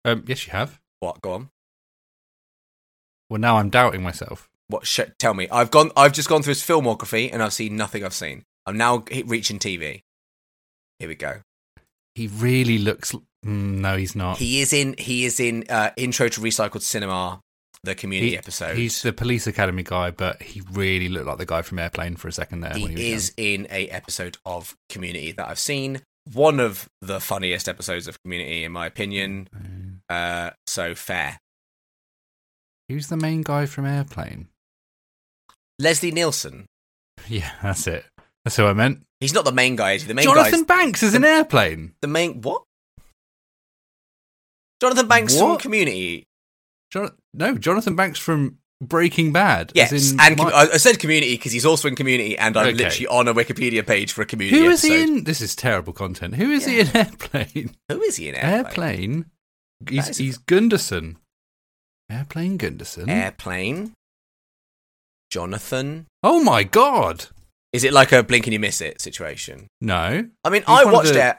[SPEAKER 3] Um, yes, you have.
[SPEAKER 1] What? Go on.
[SPEAKER 3] Well, now I'm doubting myself.
[SPEAKER 1] What? Sh- tell me. I've gone. I've just gone through his filmography and I've seen nothing I've seen. I'm now g- reaching TV. Here we go.
[SPEAKER 3] He really looks. Mm, no, he's not.
[SPEAKER 1] He is in. He is in. Uh, Intro to Recycled Cinema, the Community
[SPEAKER 3] He-
[SPEAKER 1] episode.
[SPEAKER 3] He's the police academy guy, but he really looked like the guy from Airplane for a second there. uh, when
[SPEAKER 1] he
[SPEAKER 3] he was
[SPEAKER 1] is in a episode of Community that I've seen. One of the funniest episodes of Community, in my opinion.
[SPEAKER 3] young. Uh,
[SPEAKER 1] Uh, so fair.
[SPEAKER 3] Who's the main guy from Airplane?
[SPEAKER 1] Leslie Nielsen.
[SPEAKER 3] Yeah, that's it. That's who I meant.
[SPEAKER 1] He's not the main guy. Is he? The main guy.
[SPEAKER 3] Jonathan
[SPEAKER 1] is-
[SPEAKER 3] Banks is an Airplane.
[SPEAKER 1] The main what? Jonathan Banks from
[SPEAKER 3] What?
[SPEAKER 1] Community.
[SPEAKER 3] Jon- no, Jonathan Banks from Breaking Bad. as
[SPEAKER 1] Yes,
[SPEAKER 3] in
[SPEAKER 1] and
[SPEAKER 3] my-
[SPEAKER 1] com- I I said Community because he's also in Community, and I'm
[SPEAKER 3] Okay.
[SPEAKER 1] literally on a Wikipedia page for a Community.
[SPEAKER 3] who is he
[SPEAKER 1] episode.
[SPEAKER 3] in? This is terrible content. Who is he
[SPEAKER 1] Yeah.
[SPEAKER 3] in Airplane?
[SPEAKER 1] Who is he in? Airplane.
[SPEAKER 3] Airplane.
[SPEAKER 1] is
[SPEAKER 3] He's,
[SPEAKER 1] a-
[SPEAKER 3] he's Gunderson. Airplane Gunderson.
[SPEAKER 1] Airplane. Jonathan.
[SPEAKER 3] oh my god!
[SPEAKER 1] Is it like a blink and you miss it situation?
[SPEAKER 3] No,
[SPEAKER 1] I mean,
[SPEAKER 3] He's
[SPEAKER 1] I
[SPEAKER 3] one of
[SPEAKER 1] watched
[SPEAKER 3] the-
[SPEAKER 1] Air-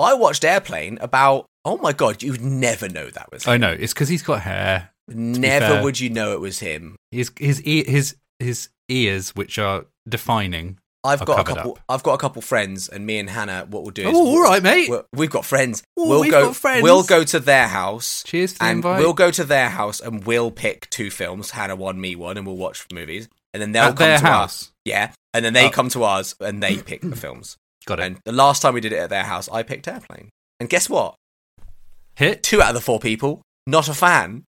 [SPEAKER 1] I watched Airplane about. Oh my god, you'd never know that was him.
[SPEAKER 3] I know Oh, it's because he's got hair.
[SPEAKER 1] never
[SPEAKER 3] fair.
[SPEAKER 1] would you know it was him.
[SPEAKER 3] His his e- his his ears, which are defining.
[SPEAKER 1] I've
[SPEAKER 3] I've
[SPEAKER 1] got a
[SPEAKER 3] covered
[SPEAKER 1] couple.
[SPEAKER 3] up.
[SPEAKER 1] I've got a couple friends, and me and Hannah. What we'll do is
[SPEAKER 3] Oh, all right, mate.
[SPEAKER 1] We're- We've got friends.
[SPEAKER 3] Ooh,
[SPEAKER 1] we'll
[SPEAKER 3] we've
[SPEAKER 1] go.
[SPEAKER 3] got friends.
[SPEAKER 1] We'll go to their house,
[SPEAKER 3] Cheers to the
[SPEAKER 1] and
[SPEAKER 3] invite.
[SPEAKER 1] we'll go to their house, and we'll pick two films. Hannah one, me one, and we'll watch movies. And then they'll
[SPEAKER 3] At
[SPEAKER 1] come
[SPEAKER 3] their
[SPEAKER 1] to us.
[SPEAKER 3] house.
[SPEAKER 1] Yeah, and then they
[SPEAKER 3] Oh.
[SPEAKER 1] come to ours, and they pick the films.
[SPEAKER 3] Got it.
[SPEAKER 1] And the last time we did it at their house, I picked Airplane. And guess what?
[SPEAKER 3] Hit.
[SPEAKER 1] Two out of the four people not a fan.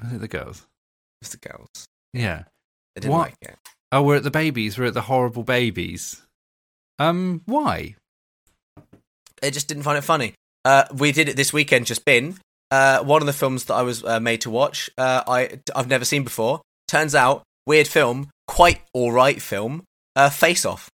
[SPEAKER 3] I think the girls.
[SPEAKER 1] It was the girls.
[SPEAKER 3] Yeah.
[SPEAKER 1] They didn't
[SPEAKER 3] What?
[SPEAKER 1] like it.
[SPEAKER 3] Oh, we're at the babies. We're at the horrible babies. Um, why?
[SPEAKER 1] They just didn't find it funny. Uh, we did it this weekend. Just been uh, one of the films that I was uh, made to watch. Uh, I I've never seen before. Turns out, weird film, quite all right film. Uh, Face Off.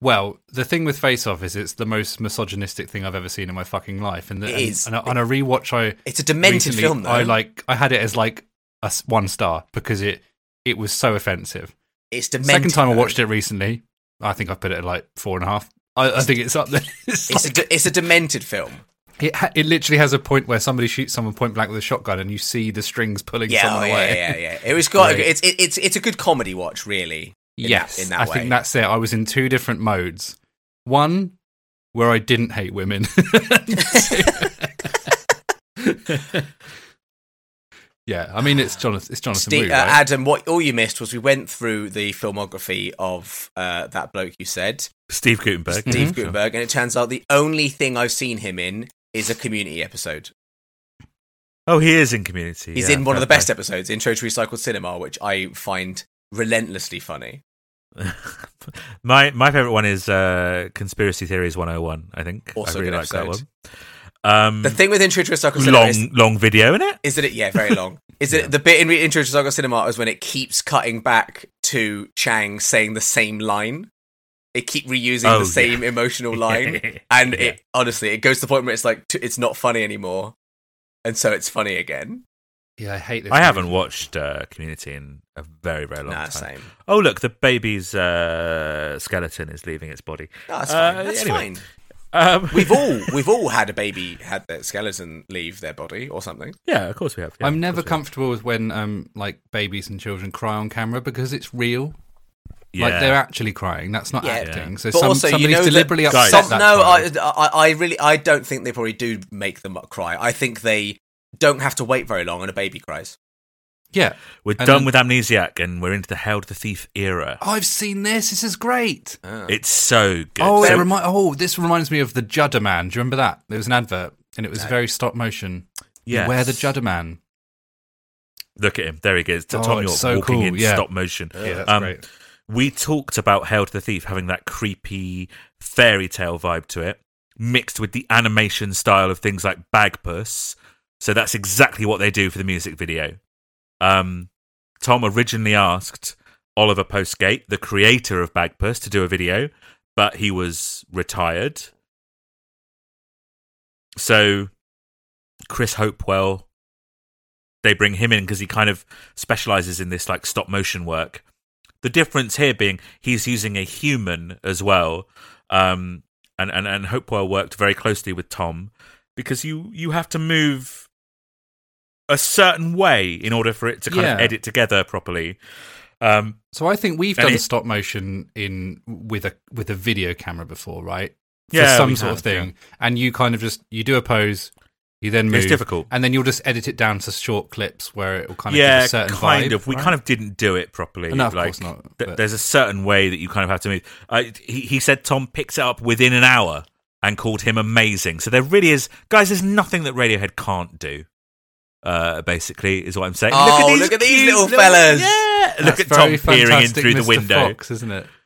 [SPEAKER 3] Well, the thing with Face Off is it's the most misogynistic thing I've ever seen in my fucking life, and the,
[SPEAKER 1] It
[SPEAKER 3] and,
[SPEAKER 1] is.
[SPEAKER 3] and on a rewatch, I
[SPEAKER 1] It's a demented
[SPEAKER 3] recently,
[SPEAKER 1] film. Though.
[SPEAKER 3] I like I had it as like a s- one star because it it was so offensive.
[SPEAKER 1] It's demented.
[SPEAKER 3] Second time I watched it recently, I think I put it at like four and a half. I, I think it's up there. It's
[SPEAKER 1] It's a
[SPEAKER 3] like-
[SPEAKER 1] de- it's a demented film.
[SPEAKER 3] it, ha- it literally has a point where somebody shoots someone point blank with a shotgun, and you see the strings pulling
[SPEAKER 1] Yeah,
[SPEAKER 3] someone
[SPEAKER 1] oh, yeah,
[SPEAKER 3] away.
[SPEAKER 1] yeah, yeah. It was got.
[SPEAKER 3] Great.
[SPEAKER 1] It's it, it's it's a good comedy watch, really. in that-
[SPEAKER 3] yes,
[SPEAKER 1] in that
[SPEAKER 3] I
[SPEAKER 1] way.
[SPEAKER 3] think that's it. I was in two different modes. One where I didn't hate women. yeah, I mean it's Jonathan. It's Jonathan.
[SPEAKER 1] Ste-
[SPEAKER 3] Wu,
[SPEAKER 1] uh,
[SPEAKER 3] right?
[SPEAKER 1] Adam, what all you missed was we went through the filmography of uh, that bloke you said,
[SPEAKER 2] Steve Gutenberg.
[SPEAKER 1] Steve
[SPEAKER 3] Mm-hmm.
[SPEAKER 1] Gutenberg, and it turns out the only thing I've seen him in is a community episode.
[SPEAKER 2] Oh, he is in Community.
[SPEAKER 1] He's
[SPEAKER 2] yeah,
[SPEAKER 1] in one of the
[SPEAKER 2] fair
[SPEAKER 1] best episodes, Intro to Recycled Cinema, which I find relentlessly funny.
[SPEAKER 2] play. my my favorite one is uh, Conspiracy Theories 101. I think
[SPEAKER 1] Also
[SPEAKER 2] I really
[SPEAKER 1] good
[SPEAKER 2] like
[SPEAKER 1] episode.
[SPEAKER 2] that one. Um,
[SPEAKER 1] The thing with Intro to Recycled Cinema
[SPEAKER 2] long
[SPEAKER 1] is,
[SPEAKER 2] long video in it.
[SPEAKER 1] is that it, yeah, very long. Is that the bit in re- Intro to Recycled Cinema is when it keeps cutting back to Chang saying the same line. It keep reusing
[SPEAKER 2] Oh,
[SPEAKER 1] the
[SPEAKER 2] yeah.
[SPEAKER 1] same emotional line, and it honestly it goes to the point where it's like t- it's not funny anymore, and so it's funny again.
[SPEAKER 3] Yeah, I hate this.
[SPEAKER 2] I haven't watched uh, Community in a very, very long
[SPEAKER 1] Nah,
[SPEAKER 2] time.
[SPEAKER 1] same.
[SPEAKER 2] Oh, look, the baby's uh, skeleton is leaving its body.
[SPEAKER 3] Oh,
[SPEAKER 1] No, that's
[SPEAKER 2] Uh,
[SPEAKER 1] fine. That's
[SPEAKER 2] anyway.
[SPEAKER 1] fine.
[SPEAKER 2] Um,
[SPEAKER 1] We've all we've all had a baby had their skeleton leave their body or something.
[SPEAKER 2] yeah, of course we have. Yeah,
[SPEAKER 3] I'm
[SPEAKER 2] of
[SPEAKER 3] never
[SPEAKER 2] course we have.
[SPEAKER 3] comfortable with when um like babies and children cry on camera because it's real. Like
[SPEAKER 2] Yeah.
[SPEAKER 3] they're actually crying. That's not
[SPEAKER 1] Yeah.
[SPEAKER 3] acting. So
[SPEAKER 1] But
[SPEAKER 3] some,
[SPEAKER 1] also, you
[SPEAKER 3] somebody's
[SPEAKER 1] know that-
[SPEAKER 3] deliberately
[SPEAKER 2] Guys.
[SPEAKER 3] upset.
[SPEAKER 2] Some-
[SPEAKER 3] that
[SPEAKER 1] no,
[SPEAKER 3] child.
[SPEAKER 1] I, I I really I don't think they probably do make them cry. I think they don't have to wait very long and a baby cries.
[SPEAKER 3] yeah.
[SPEAKER 2] We're
[SPEAKER 3] And
[SPEAKER 2] done
[SPEAKER 3] then-
[SPEAKER 2] with Amnesiac and we're into the Hail to the Thief era.
[SPEAKER 3] Oh, I've seen this. This is great.
[SPEAKER 1] Ah.
[SPEAKER 2] It's so good.
[SPEAKER 3] Oh,
[SPEAKER 2] So-
[SPEAKER 3] it remi- oh, this reminds me of the Judder Man. Do you remember that? There was an advert, and it was very stop motion.
[SPEAKER 2] yes.
[SPEAKER 3] Beware the Judder Man.
[SPEAKER 2] Look at him. There he is. T-
[SPEAKER 3] Oh,
[SPEAKER 2] Tom
[SPEAKER 3] it's
[SPEAKER 2] York
[SPEAKER 3] so
[SPEAKER 2] walking
[SPEAKER 3] cool,
[SPEAKER 2] in
[SPEAKER 3] yeah.
[SPEAKER 2] stop motion.
[SPEAKER 3] Yeah, that's
[SPEAKER 2] Um,
[SPEAKER 3] great.
[SPEAKER 2] We talked about Hail to the Thief having that creepy fairy tale vibe to it, mixed with the animation style of things like Bagpuss. So that's exactly what they do for the music video. Um, Tom originally asked Oliver Postgate, the creator of Bagpuss, to do a video, but he was retired. So Chris Hopewell, they bring him in because he kind of specializes in this like stop motion work. The difference here being he's using a human as well. Um, and, and, and Hopewell worked very closely with Tom because you, you have to move a certain way in order for it to kind of
[SPEAKER 3] Yeah.
[SPEAKER 2] edit together properly. Um,
[SPEAKER 3] So I think we've
[SPEAKER 2] and
[SPEAKER 3] done
[SPEAKER 2] it-
[SPEAKER 3] stop motion in with a with a video camera before, right?
[SPEAKER 2] Yeah,
[SPEAKER 3] For some
[SPEAKER 2] we
[SPEAKER 3] sort of
[SPEAKER 2] have, yeah.
[SPEAKER 3] thing, and you kind of just you do a pose, you then move.
[SPEAKER 2] It's difficult.
[SPEAKER 3] and then you'll just edit it down to short clips where it will kind of give
[SPEAKER 2] yeah,
[SPEAKER 3] a certain
[SPEAKER 2] kind
[SPEAKER 3] vibe,
[SPEAKER 2] of. We
[SPEAKER 3] right?
[SPEAKER 2] kind of didn't do it properly.
[SPEAKER 3] No, of
[SPEAKER 2] like,
[SPEAKER 3] course not,
[SPEAKER 2] th-
[SPEAKER 3] but-
[SPEAKER 2] there's a certain way that you kind of have to move. Uh, he, he said Tom picked it up within an hour and called him amazing. So there really is, guys. There's nothing that Radiohead can't do. Uh, basically, is what I'm saying.
[SPEAKER 1] Oh, look at these
[SPEAKER 2] cute
[SPEAKER 1] little fellas.
[SPEAKER 2] Yeah,
[SPEAKER 3] That's
[SPEAKER 2] look at Tom
[SPEAKER 3] very
[SPEAKER 2] peering in
[SPEAKER 3] fantastic
[SPEAKER 2] through the
[SPEAKER 3] Mr.
[SPEAKER 2] window.
[SPEAKER 3] Fox, isn't it?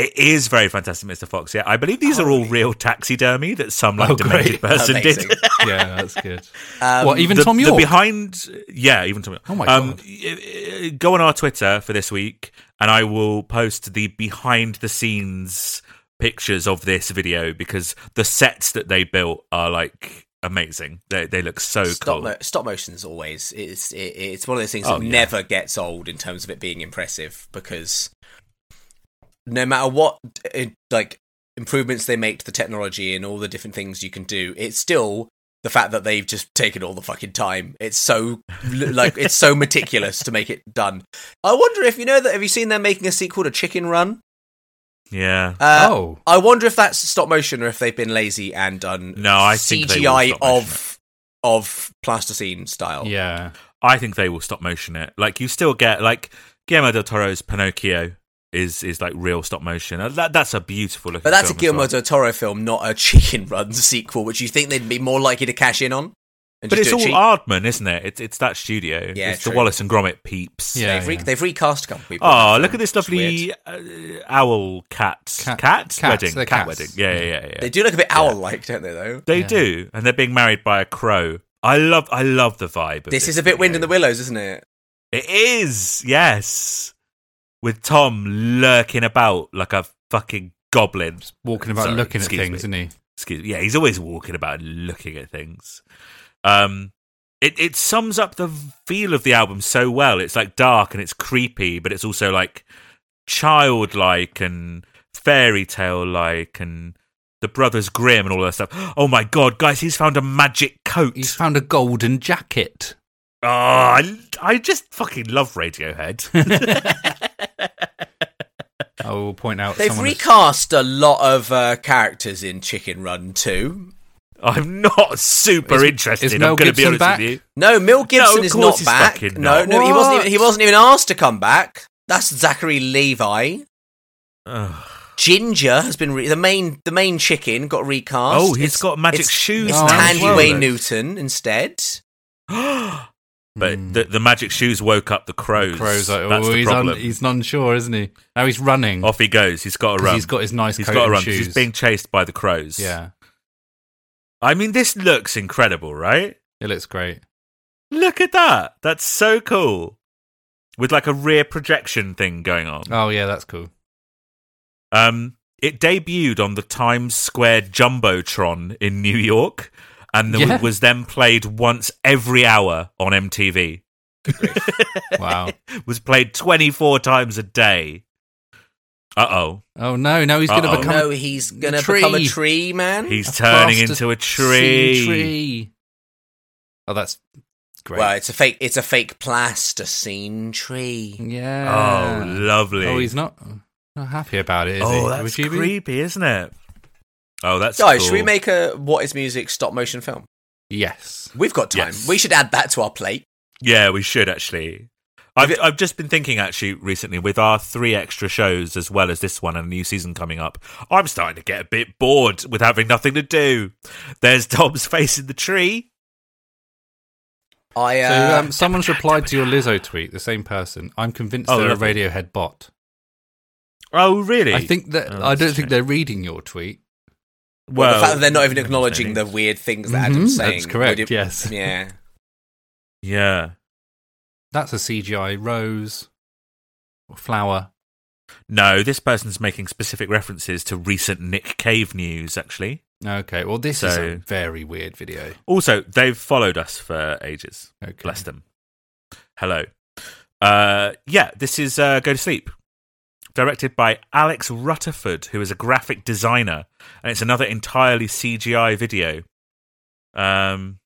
[SPEAKER 2] It is very fantastic, Mr. Fox. Yeah, I believe these are all real taxidermy that some like
[SPEAKER 3] Oh,
[SPEAKER 2] demented
[SPEAKER 3] great.
[SPEAKER 2] person
[SPEAKER 1] Amazing.
[SPEAKER 2] did.
[SPEAKER 3] Yeah, that's good.
[SPEAKER 1] Um,
[SPEAKER 3] well, even
[SPEAKER 2] the,
[SPEAKER 3] Tom
[SPEAKER 2] the
[SPEAKER 3] York.
[SPEAKER 2] behind, yeah, even Tom York.
[SPEAKER 3] Oh my God.
[SPEAKER 2] y- y- Go on our Twitter for this week, and I will post the behind the scenes pictures of this video because the sets that they built are like amazing. They they look so
[SPEAKER 1] stop,
[SPEAKER 2] cool.
[SPEAKER 1] mo- stop motion's always it's it, it's one of those things
[SPEAKER 2] Oh,
[SPEAKER 1] that
[SPEAKER 2] yeah.
[SPEAKER 1] never gets old in terms of it being impressive because no matter what uh, like improvements they make to the technology and all the different things you can do it's still the fact that they've just taken all the fucking time it's so l- like it's so meticulous to make it done i wonder if you know that have you seen them making a sequel to chicken run
[SPEAKER 2] Yeah,
[SPEAKER 1] uh,
[SPEAKER 3] oh,
[SPEAKER 1] I wonder if that's stop motion or if they've been lazy and done
[SPEAKER 2] No, I think they will
[SPEAKER 1] CGI
[SPEAKER 2] stop motion
[SPEAKER 1] of of plasticine
[SPEAKER 2] Oh.
[SPEAKER 1] style.
[SPEAKER 3] yeah.
[SPEAKER 2] I think they will stop motion it. Like you still get like Guillermo del Toro's Pinocchio is is like real stop motion. Uh, That that's a beautiful looking.
[SPEAKER 1] But that's a
[SPEAKER 2] film as
[SPEAKER 1] Guillermo
[SPEAKER 2] well.
[SPEAKER 1] del Toro film, not a Chicken Run sequel, which you think they'd be more likely to cash in on. And
[SPEAKER 2] But
[SPEAKER 1] just
[SPEAKER 2] it's
[SPEAKER 1] do
[SPEAKER 2] all
[SPEAKER 1] it cheap.
[SPEAKER 2] Aardman, isn't it? It's it's that studio.
[SPEAKER 1] Yeah,
[SPEAKER 2] it's
[SPEAKER 1] true.
[SPEAKER 2] the Wallace and Gromit peeps.
[SPEAKER 3] Yeah.
[SPEAKER 1] They've, re- they've recast a couple people.
[SPEAKER 2] Oh, look at this
[SPEAKER 1] It's weird.
[SPEAKER 2] lovely uh, owl cat cat
[SPEAKER 3] Cat-
[SPEAKER 2] cat
[SPEAKER 3] cats,
[SPEAKER 2] wedding
[SPEAKER 3] they're
[SPEAKER 2] cat
[SPEAKER 3] cats.
[SPEAKER 2] wedding. Yeah, yeah, yeah. yeah.
[SPEAKER 1] They do look a bit owl-like, don't they? Though
[SPEAKER 2] They do, and they're being married by a crow. I love, I love the vibe. Of
[SPEAKER 1] this is a bit Wind in the
[SPEAKER 2] video.
[SPEAKER 1] Willows, isn't it?
[SPEAKER 2] It is, yes. With Tom lurking about like a fucking goblin.
[SPEAKER 3] Walking about
[SPEAKER 2] Sorry,
[SPEAKER 3] looking at
[SPEAKER 2] excuse
[SPEAKER 3] things,
[SPEAKER 2] me.
[SPEAKER 3] isn't he?
[SPEAKER 2] Excuse Yeah, he's always walking about and looking at things. Um, it it sums up the feel of the album so well. It's like dark and it's creepy, but it's also like childlike and fairy tale like and the brothers Grimm and all that stuff. Oh my god, guys, he's found a magic coat.
[SPEAKER 3] He's found a golden jacket.
[SPEAKER 2] oh, I, I just fucking love Radiohead.
[SPEAKER 3] I will point out.
[SPEAKER 1] They've
[SPEAKER 3] someone has-
[SPEAKER 1] recast a lot of uh, characters in Chicken Run too.
[SPEAKER 2] I'm not super
[SPEAKER 3] Is-
[SPEAKER 2] interested.
[SPEAKER 3] is Mel
[SPEAKER 2] I'm going to be
[SPEAKER 3] Gibson
[SPEAKER 2] honest
[SPEAKER 3] back?
[SPEAKER 2] with you.
[SPEAKER 1] No, Mel Gibson
[SPEAKER 2] of
[SPEAKER 1] is
[SPEAKER 2] course
[SPEAKER 1] not
[SPEAKER 2] he's
[SPEAKER 1] back.
[SPEAKER 2] fucking
[SPEAKER 1] No,
[SPEAKER 2] not.
[SPEAKER 1] no, he wasn't. Even, he
[SPEAKER 3] What?
[SPEAKER 1] wasn't even asked to come back. That's Zachary Levi.
[SPEAKER 2] Ugh.
[SPEAKER 1] Ginger has been re- the main the main chicken got recast.
[SPEAKER 2] Oh, he's
[SPEAKER 1] It's-
[SPEAKER 2] got magic
[SPEAKER 1] it's-
[SPEAKER 2] shoes.
[SPEAKER 1] It's
[SPEAKER 3] Oh,
[SPEAKER 2] now as
[SPEAKER 1] Tandy
[SPEAKER 2] well,
[SPEAKER 1] Way
[SPEAKER 2] then.
[SPEAKER 1] Newton instead.
[SPEAKER 2] But the, the magic shoes woke up the crows.
[SPEAKER 3] Crows like,
[SPEAKER 2] That's
[SPEAKER 3] oh,
[SPEAKER 2] the
[SPEAKER 3] he's,
[SPEAKER 2] problem.
[SPEAKER 3] un- he's none sure, isn't he? Now he's running.
[SPEAKER 2] Off he goes. He's got to
[SPEAKER 3] Mm. 'cause
[SPEAKER 2] run.
[SPEAKER 3] He's got his nice
[SPEAKER 2] He's
[SPEAKER 3] coat
[SPEAKER 2] got to
[SPEAKER 3] and
[SPEAKER 2] run. 'cause
[SPEAKER 3] shoes.
[SPEAKER 2] He's being chased by the crows.
[SPEAKER 3] yeah,
[SPEAKER 2] I mean, this looks incredible, right?
[SPEAKER 3] it looks great.
[SPEAKER 2] Look at that. That's so cool. With like a rear projection thing going on.
[SPEAKER 3] Oh yeah, that's cool.
[SPEAKER 2] Um, it debuted on the Times Square Jumbotron in New York, and the,
[SPEAKER 3] Yeah.
[SPEAKER 2] was then played once every hour on MTV
[SPEAKER 3] Wow.
[SPEAKER 2] was played 24 times a day. Uh oh.
[SPEAKER 3] Oh no! Now he's going to
[SPEAKER 2] Uh-oh.
[SPEAKER 3] become
[SPEAKER 1] no, he's gonna
[SPEAKER 3] Tree.
[SPEAKER 1] become a tree man.
[SPEAKER 2] He's
[SPEAKER 3] A
[SPEAKER 2] turning
[SPEAKER 3] bastard
[SPEAKER 2] into a tree.
[SPEAKER 3] sea tree. Oh, that's great.
[SPEAKER 1] Well, it's a fake. It's a fake plasticine tree.
[SPEAKER 2] Oh,
[SPEAKER 3] yeah.
[SPEAKER 2] lovely.
[SPEAKER 3] Oh, he's not not happy about it. Is
[SPEAKER 2] oh,
[SPEAKER 3] he?
[SPEAKER 2] that's
[SPEAKER 3] Would you be?
[SPEAKER 2] creepy, isn't it? Oh, that's
[SPEAKER 1] Guys,
[SPEAKER 2] cool.
[SPEAKER 1] should we make a what is music stop motion film?
[SPEAKER 3] Yes.
[SPEAKER 1] We've got time.
[SPEAKER 2] Yes.
[SPEAKER 1] We should add that to our plate.
[SPEAKER 2] Yeah, we should actually. I've, I've just been thinking actually recently with our three extra shows as well as this one and a new season coming up. I'm starting to get a bit bored with having nothing to do. There's Tom's face in the tree.
[SPEAKER 1] I uh,
[SPEAKER 3] So um, someone's replied to your Lizzo tweet. The same person. I'm convinced
[SPEAKER 2] Oh,
[SPEAKER 3] they're
[SPEAKER 2] lovely.
[SPEAKER 3] a Radiohead bot.
[SPEAKER 2] Oh, really?
[SPEAKER 3] I think that
[SPEAKER 2] Oh,
[SPEAKER 3] I don't
[SPEAKER 2] that's
[SPEAKER 3] think
[SPEAKER 2] true.
[SPEAKER 3] they're reading your tweet.
[SPEAKER 1] well,
[SPEAKER 2] Well,
[SPEAKER 1] the fact that they're not even
[SPEAKER 2] I
[SPEAKER 1] acknowledging the
[SPEAKER 2] understand
[SPEAKER 1] weird things that Adam's
[SPEAKER 3] Mhm,
[SPEAKER 1] saying.
[SPEAKER 3] That's correct.
[SPEAKER 1] would it-
[SPEAKER 3] yes.
[SPEAKER 1] Yeah.
[SPEAKER 2] it. Yeah.
[SPEAKER 3] That's a CGI rose or flower.
[SPEAKER 2] No, this person's making specific references to recent Nick Cave news, actually.
[SPEAKER 3] Okay. Well, this is a
[SPEAKER 2] So-
[SPEAKER 3] very weird video.
[SPEAKER 2] Also, they've followed us for ages.
[SPEAKER 3] Okay.
[SPEAKER 2] Bless them. Hello. Uh, yeah, this is uh, Go to Sleep, directed by Alex Rutterford, who is a graphic designer, and it's another entirely CGI video. Um,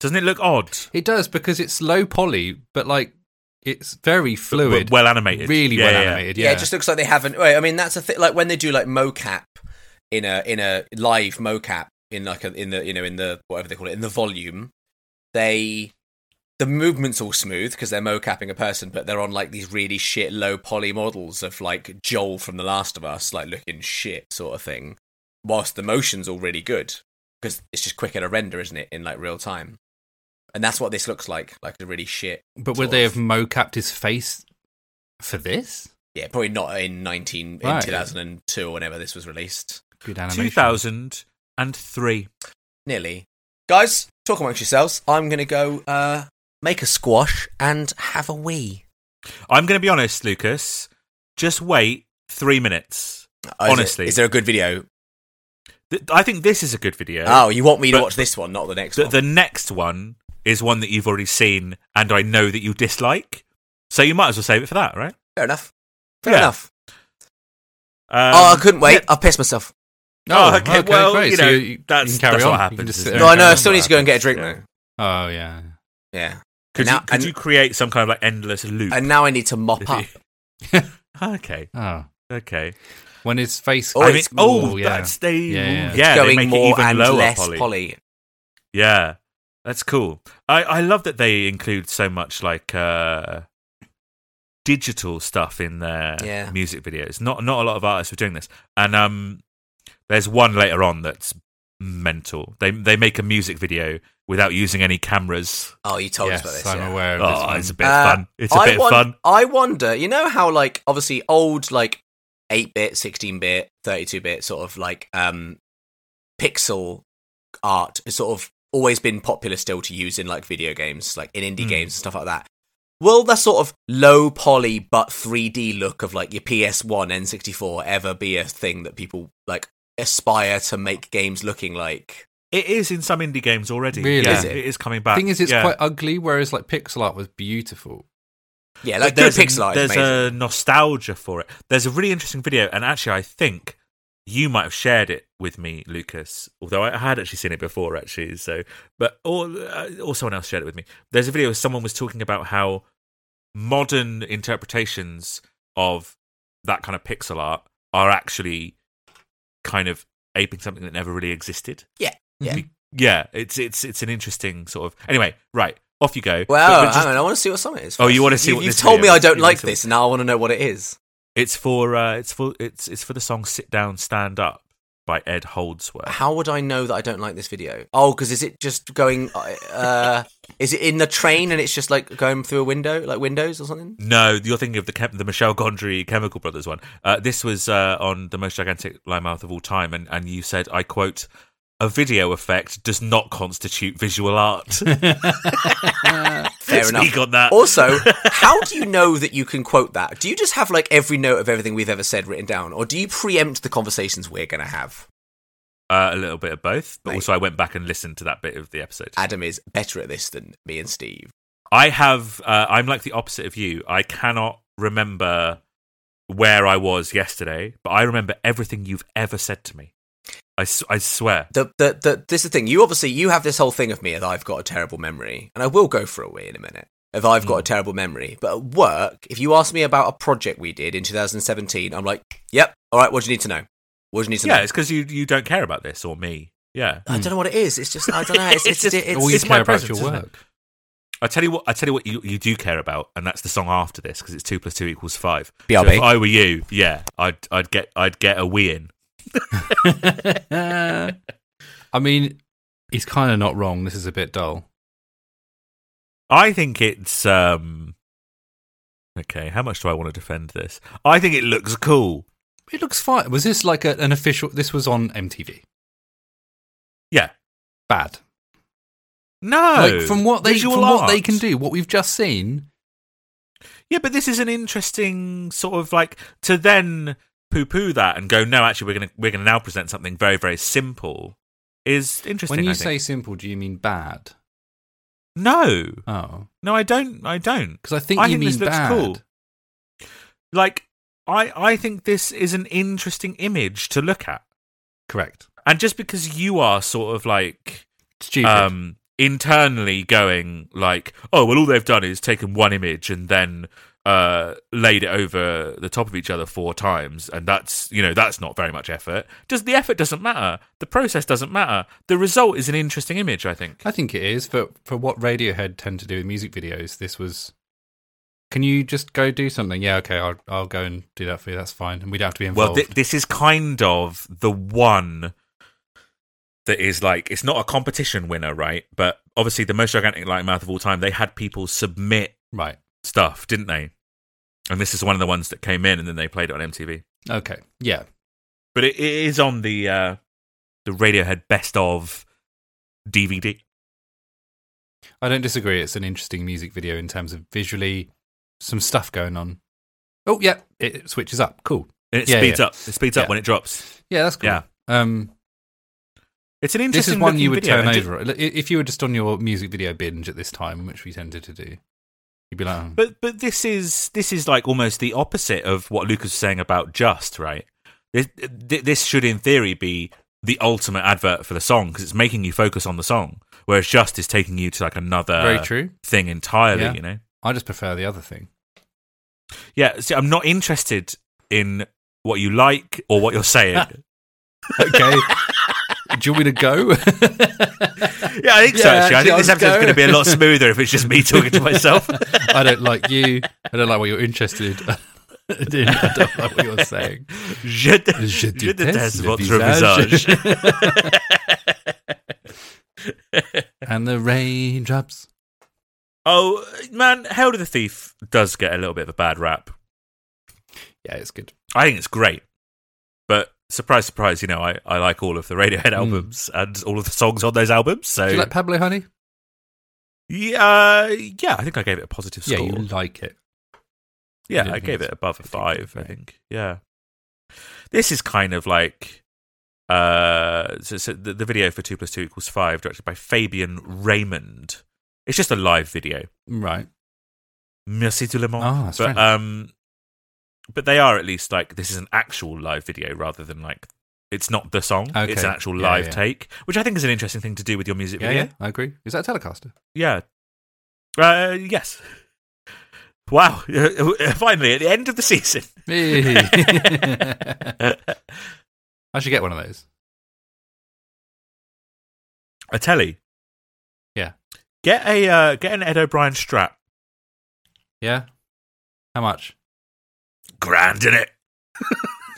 [SPEAKER 2] doesn't it look odd?
[SPEAKER 3] It does because it's low poly, but like it's very fluid,
[SPEAKER 2] well animated.
[SPEAKER 3] really
[SPEAKER 2] Yeah,
[SPEAKER 3] well
[SPEAKER 2] yeah, yeah.
[SPEAKER 3] animated.
[SPEAKER 1] yeah,
[SPEAKER 3] Yeah.
[SPEAKER 1] It just looks like they haven't. Wait, I mean, that's a thing. Like when they do like mocap in a in a live mocap in like a, in the you know in the whatever they call it in the volume, they the movement's all smooth because they're mocapping a person, but they're on like these really shit low poly models of like Joel from The Last of Us, like looking shit sort of thing. Whilst the motion's all really good because it's just quicker to render, isn't it, in like real time. And that's what this looks like, like a really shit.
[SPEAKER 3] but
[SPEAKER 1] sort
[SPEAKER 3] would they
[SPEAKER 1] of-
[SPEAKER 3] have mocapped his face for this?
[SPEAKER 1] Yeah, probably not in nineteen in
[SPEAKER 3] Right.
[SPEAKER 1] two thousand and two or whenever this was released.
[SPEAKER 3] Good animation.
[SPEAKER 2] 2003.
[SPEAKER 1] Nearly. Guys, talk amongst yourselves. I'm gonna go uh make a squash and have a wee.
[SPEAKER 2] I'm going to be honest, Lucas. Just wait three minutes.
[SPEAKER 1] Oh, is it-
[SPEAKER 2] Honestly.
[SPEAKER 1] is there a good video?
[SPEAKER 2] Th- I think this is a good video.
[SPEAKER 1] Oh, you want me to
[SPEAKER 2] But-
[SPEAKER 1] watch this one, not the next
[SPEAKER 2] the,
[SPEAKER 1] one?
[SPEAKER 2] the next one is one that you've already seen and I know that you dislike. So you might as well save it for that, right?
[SPEAKER 1] Fair enough. Fair
[SPEAKER 2] Yeah.
[SPEAKER 1] enough.
[SPEAKER 2] Um,
[SPEAKER 1] oh, I couldn't wait. I pissed myself.
[SPEAKER 2] Oh, okay, well, you know, that's-
[SPEAKER 3] can carry
[SPEAKER 2] that's
[SPEAKER 3] on.
[SPEAKER 2] what
[SPEAKER 3] You can
[SPEAKER 2] happens,
[SPEAKER 3] just
[SPEAKER 2] isn't
[SPEAKER 3] sit
[SPEAKER 2] it?
[SPEAKER 3] there
[SPEAKER 1] No, I
[SPEAKER 3] and
[SPEAKER 1] know. I
[SPEAKER 3] carry
[SPEAKER 1] still
[SPEAKER 3] on.
[SPEAKER 1] need to go and get a drink
[SPEAKER 2] Yeah.
[SPEAKER 1] now.
[SPEAKER 3] Oh yeah.
[SPEAKER 1] Yeah.
[SPEAKER 2] Could,
[SPEAKER 1] And
[SPEAKER 2] you,
[SPEAKER 1] now-
[SPEAKER 2] could
[SPEAKER 1] and-
[SPEAKER 2] you create some kind of like endless loop?
[SPEAKER 1] And now I need to mop
[SPEAKER 2] If
[SPEAKER 1] up.
[SPEAKER 2] you- okay,
[SPEAKER 3] Oh,
[SPEAKER 2] okay.
[SPEAKER 3] when his face.
[SPEAKER 1] Oh,
[SPEAKER 2] I mean,
[SPEAKER 1] it's-
[SPEAKER 2] oh,
[SPEAKER 3] Ooh,
[SPEAKER 2] that's they.
[SPEAKER 3] Yeah, yeah.
[SPEAKER 2] Yeah,
[SPEAKER 3] It's
[SPEAKER 2] they
[SPEAKER 1] Going
[SPEAKER 2] make
[SPEAKER 1] more
[SPEAKER 2] it even
[SPEAKER 1] and
[SPEAKER 2] lower
[SPEAKER 1] less
[SPEAKER 2] poly.
[SPEAKER 1] poly.
[SPEAKER 2] Yeah, that's cool. I I love that they include so much like uh digital stuff in their
[SPEAKER 1] Yeah.
[SPEAKER 2] music videos. Not not a lot of artists were doing this. And um, there's one later on that's mental. They they make a music video without using any cameras.
[SPEAKER 1] Oh, you told
[SPEAKER 3] yes,
[SPEAKER 1] us about this.
[SPEAKER 3] I'm
[SPEAKER 1] yeah.
[SPEAKER 3] aware of this.
[SPEAKER 2] Oh,
[SPEAKER 3] one.
[SPEAKER 2] it's a bit
[SPEAKER 1] Uh,
[SPEAKER 2] fun. It's a bit
[SPEAKER 1] won-
[SPEAKER 2] fun.
[SPEAKER 1] I wonder, you know how like obviously old like 8 bit, 16 bit, 32 bit sort of like um pixel art has sort of always been popular still to use in like video games, like in indie
[SPEAKER 2] Hmm.
[SPEAKER 1] games and stuff like that. Will that sort of low poly but 3D look of like your PS1 N64 ever be a thing that people like aspire to make games looking like?
[SPEAKER 2] It is in some indie games already.
[SPEAKER 3] Really?
[SPEAKER 2] Yeah,
[SPEAKER 1] Is it?
[SPEAKER 2] it is coming
[SPEAKER 3] The
[SPEAKER 2] back.
[SPEAKER 3] thing is, it's
[SPEAKER 2] yeah.
[SPEAKER 3] quite ugly, whereas like pixel art was beautiful.
[SPEAKER 1] Yeah,
[SPEAKER 2] But
[SPEAKER 1] like good
[SPEAKER 2] there's a-
[SPEAKER 1] pixel art. is
[SPEAKER 2] There's
[SPEAKER 1] amazing.
[SPEAKER 2] a nostalgia for it. There's a really interesting video, and actually, I think you might have shared it with me, Lucas. Although I had actually seen it before, actually. So, but or uh, or someone else shared it with me. There's a video where someone was talking about how modern interpretations of that kind of pixel art are actually kind of aping something that never really existed.
[SPEAKER 1] Yeah.
[SPEAKER 2] Be- Yeah, it's it's it's an interesting sort of. Anyway, right off you go.
[SPEAKER 1] Well,
[SPEAKER 2] But- but just-
[SPEAKER 1] hang on, I want to see what some it is.
[SPEAKER 2] Oh, you
[SPEAKER 1] first.
[SPEAKER 2] wanna see what
[SPEAKER 1] You've
[SPEAKER 2] this
[SPEAKER 1] told
[SPEAKER 2] video
[SPEAKER 1] me I
[SPEAKER 2] is.
[SPEAKER 1] don't
[SPEAKER 2] You wanna
[SPEAKER 1] like
[SPEAKER 2] see what-
[SPEAKER 1] this, and now I want to know what it is.
[SPEAKER 2] It's for uh, it's for it's it's for the song "Sit Down, Stand Up" by Ed Holdsworth.
[SPEAKER 1] How would I know that I don't like this video? Oh, because is it just going? uh Is it in the train and it's just like going through a window, like windows or something?
[SPEAKER 2] No, you're thinking of the chem- the Michelle Gondry Chemical Brothers one. Uh, this was uh, on the most gigantic Mouth of all time, and and you said, I quote. A video effect does not constitute visual art.
[SPEAKER 1] Fair
[SPEAKER 2] Speak
[SPEAKER 1] enough.
[SPEAKER 2] on that.
[SPEAKER 1] Also, how do you know that you can quote that? Do you just have like every note of everything we've ever said written down, or do you preempt the conversations we're going to have?
[SPEAKER 2] Uh, a little bit of both, but
[SPEAKER 1] Mate.
[SPEAKER 2] also I went back and listened to that bit of the episode.
[SPEAKER 1] Adam is better at this than me and Steve.
[SPEAKER 2] I have. Uh, I'm like the opposite of you. I cannot remember where I was yesterday, but I remember everything you've ever said to me. I, s- I swear.
[SPEAKER 1] The, the, the, this is the thing. You obviously you have this whole thing of me that I've got a terrible memory, and I will go for a wee in a minute. If I've got a terrible memory, but at work, if you ask me about a project we did in 2017, I'm like, "Yep, all right. What do you need to know? What do you need to
[SPEAKER 2] yeah,
[SPEAKER 1] know?"
[SPEAKER 2] it's because you you don't care about this or me. Yeah.
[SPEAKER 1] I don't know what it is. It's just I don't know. It's,
[SPEAKER 2] It's
[SPEAKER 1] it's, it's,
[SPEAKER 2] just-
[SPEAKER 1] it's,
[SPEAKER 3] All you
[SPEAKER 2] it's
[SPEAKER 3] care
[SPEAKER 2] my
[SPEAKER 3] about
[SPEAKER 2] presence,
[SPEAKER 3] is your
[SPEAKER 2] isn't it?
[SPEAKER 3] work.
[SPEAKER 2] I tell you what. I tell you what you, you do care about, and that's the song after this because it's two plus two equals five. So
[SPEAKER 1] BRB.
[SPEAKER 2] if I were you, yeah, I'd I'd get I'd get a wee in.
[SPEAKER 3] I mean, he's kind of not wrong. This is a bit dull.
[SPEAKER 2] I think it's um. Okay, how much do I want to defend this? I think it looks cool.
[SPEAKER 3] It looks fine. Was this like a, an official? This was on MTV.
[SPEAKER 2] Yeah.
[SPEAKER 3] Bad.
[SPEAKER 2] No,
[SPEAKER 3] like from what they
[SPEAKER 2] visual
[SPEAKER 3] from what
[SPEAKER 2] art.
[SPEAKER 3] they can do, what we've just seen.
[SPEAKER 2] Yeah, but this is an interesting sort of like to then poo poo that and go, no, actually, we're gonna we're gonna now present something very very simple. Is interesting.
[SPEAKER 3] When you
[SPEAKER 2] I
[SPEAKER 3] say
[SPEAKER 2] think.
[SPEAKER 3] simple, do you mean bad?
[SPEAKER 2] no,
[SPEAKER 3] Oh,
[SPEAKER 2] no, I don't, I don't.
[SPEAKER 3] because I think
[SPEAKER 2] I
[SPEAKER 3] you
[SPEAKER 2] think
[SPEAKER 3] mean
[SPEAKER 2] this looks
[SPEAKER 3] bad.
[SPEAKER 2] cool. Like, I I think this is an interesting image to look at,
[SPEAKER 3] Correct.
[SPEAKER 2] and just because you are sort of like
[SPEAKER 3] Stupid.
[SPEAKER 2] um internally going like oh well all they've done is taken one image and then uh laid it over the top of each other four times and that's you know that's not very much effort does the effort doesn't matter the process doesn't matter the result is an interesting image i think
[SPEAKER 3] I think it is for for what Radiohead tend to do with music videos. This was. Can you just go do something? Yeah, okay, I'll I'll go and do that for you. That's fine, and we don't have to be
[SPEAKER 2] well
[SPEAKER 3] involved.
[SPEAKER 2] th- this is kind of the one that is like it's not a competition winner right but obviously the most gigantic light mouth of all time they had people submit
[SPEAKER 3] right.
[SPEAKER 2] stuff didn't they and this is one of the ones that came in and then they played it on mtv
[SPEAKER 3] Okay. Yeah.
[SPEAKER 2] but it, it is on the uh, the Radiohead best of DVD.
[SPEAKER 3] I don't disagree. It's an interesting music video in terms of visually some stuff going on. Oh, yeah, it switches up. Cool.
[SPEAKER 2] And it
[SPEAKER 3] Yeah,
[SPEAKER 2] speeds
[SPEAKER 3] yeah.
[SPEAKER 2] up. It speeds up
[SPEAKER 3] Yeah.
[SPEAKER 2] when it drops.
[SPEAKER 3] Yeah, that's cool.
[SPEAKER 2] Yeah.
[SPEAKER 3] Um,
[SPEAKER 2] It's an
[SPEAKER 3] this
[SPEAKER 2] interesting.
[SPEAKER 3] is one
[SPEAKER 2] looking
[SPEAKER 3] you would
[SPEAKER 2] video.
[SPEAKER 3] turn
[SPEAKER 2] And ju-
[SPEAKER 3] over. I- If you were just on your music video binge at this time, which we tended to do, you'd be like, oh,
[SPEAKER 2] But but this is this is like almost the opposite of what Lucas was saying about Just right. This th- this should in theory be the ultimate advert for the song because it's making you focus on the song, whereas Just is taking you to like another
[SPEAKER 3] very true.
[SPEAKER 2] thing entirely.
[SPEAKER 3] Yeah.
[SPEAKER 2] You know.
[SPEAKER 3] I just prefer the other thing.
[SPEAKER 2] Yeah. See, I'm not interested in what you like or what you're saying.
[SPEAKER 3] Okay. do you want me to go?
[SPEAKER 2] Yeah, I think so.
[SPEAKER 3] Yeah,
[SPEAKER 2] Actually, I
[SPEAKER 3] actually,
[SPEAKER 2] think this
[SPEAKER 3] I'll
[SPEAKER 2] episode's
[SPEAKER 3] go.
[SPEAKER 2] going to be a lot smoother if it's just me talking to myself.
[SPEAKER 3] I don't like you. I don't like what you're interested in. I don't like what you're saying.
[SPEAKER 2] Je,
[SPEAKER 3] Je
[SPEAKER 2] je déteste
[SPEAKER 3] déteste le
[SPEAKER 2] votre
[SPEAKER 3] visage.
[SPEAKER 2] visage.
[SPEAKER 3] And the raindrops.
[SPEAKER 2] Oh man, Hail to the Thief does get a little bit of a bad rap.
[SPEAKER 3] Yeah, it's good.
[SPEAKER 2] I think it's great, but surprise, surprise, you know, I, I like all of the Radiohead albums and all of the songs on those albums. So
[SPEAKER 3] Hmm. Do you like Pablo Honey?
[SPEAKER 2] yeah, uh, yeah, I think I gave it a positive score.
[SPEAKER 3] Yeah, you like it.
[SPEAKER 2] Yeah,
[SPEAKER 3] didn't
[SPEAKER 2] I
[SPEAKER 3] think
[SPEAKER 2] gave
[SPEAKER 3] it's
[SPEAKER 2] it above a
[SPEAKER 3] particularly
[SPEAKER 2] five. I
[SPEAKER 3] great.
[SPEAKER 2] think. Yeah, this is kind of like uh, so, so the, the video for two plus two equals five, directed by Fabian Raymond. It's just a live video.
[SPEAKER 3] Right.
[SPEAKER 2] Merci tout le monde.
[SPEAKER 3] Oh, that's
[SPEAKER 2] but
[SPEAKER 3] French.
[SPEAKER 2] um, but they are at least like this is an actual live video rather than like it's not the song. It's
[SPEAKER 3] Okay.
[SPEAKER 2] an actual
[SPEAKER 3] Yeah,
[SPEAKER 2] live
[SPEAKER 3] yeah.
[SPEAKER 2] take, which I think is an interesting thing to do with your music
[SPEAKER 3] Yeah,
[SPEAKER 2] video.
[SPEAKER 3] yeah, I agree. Is that a Telecaster?
[SPEAKER 2] Yeah. Uh, yes. Wow! Finally, at the end of the season.
[SPEAKER 3] Hey. I should get one of those.
[SPEAKER 2] a telly.
[SPEAKER 3] Yeah.
[SPEAKER 2] Get a uh, get an Ed O'Brien strap.
[SPEAKER 3] Yeah. How much?
[SPEAKER 2] Grand in it.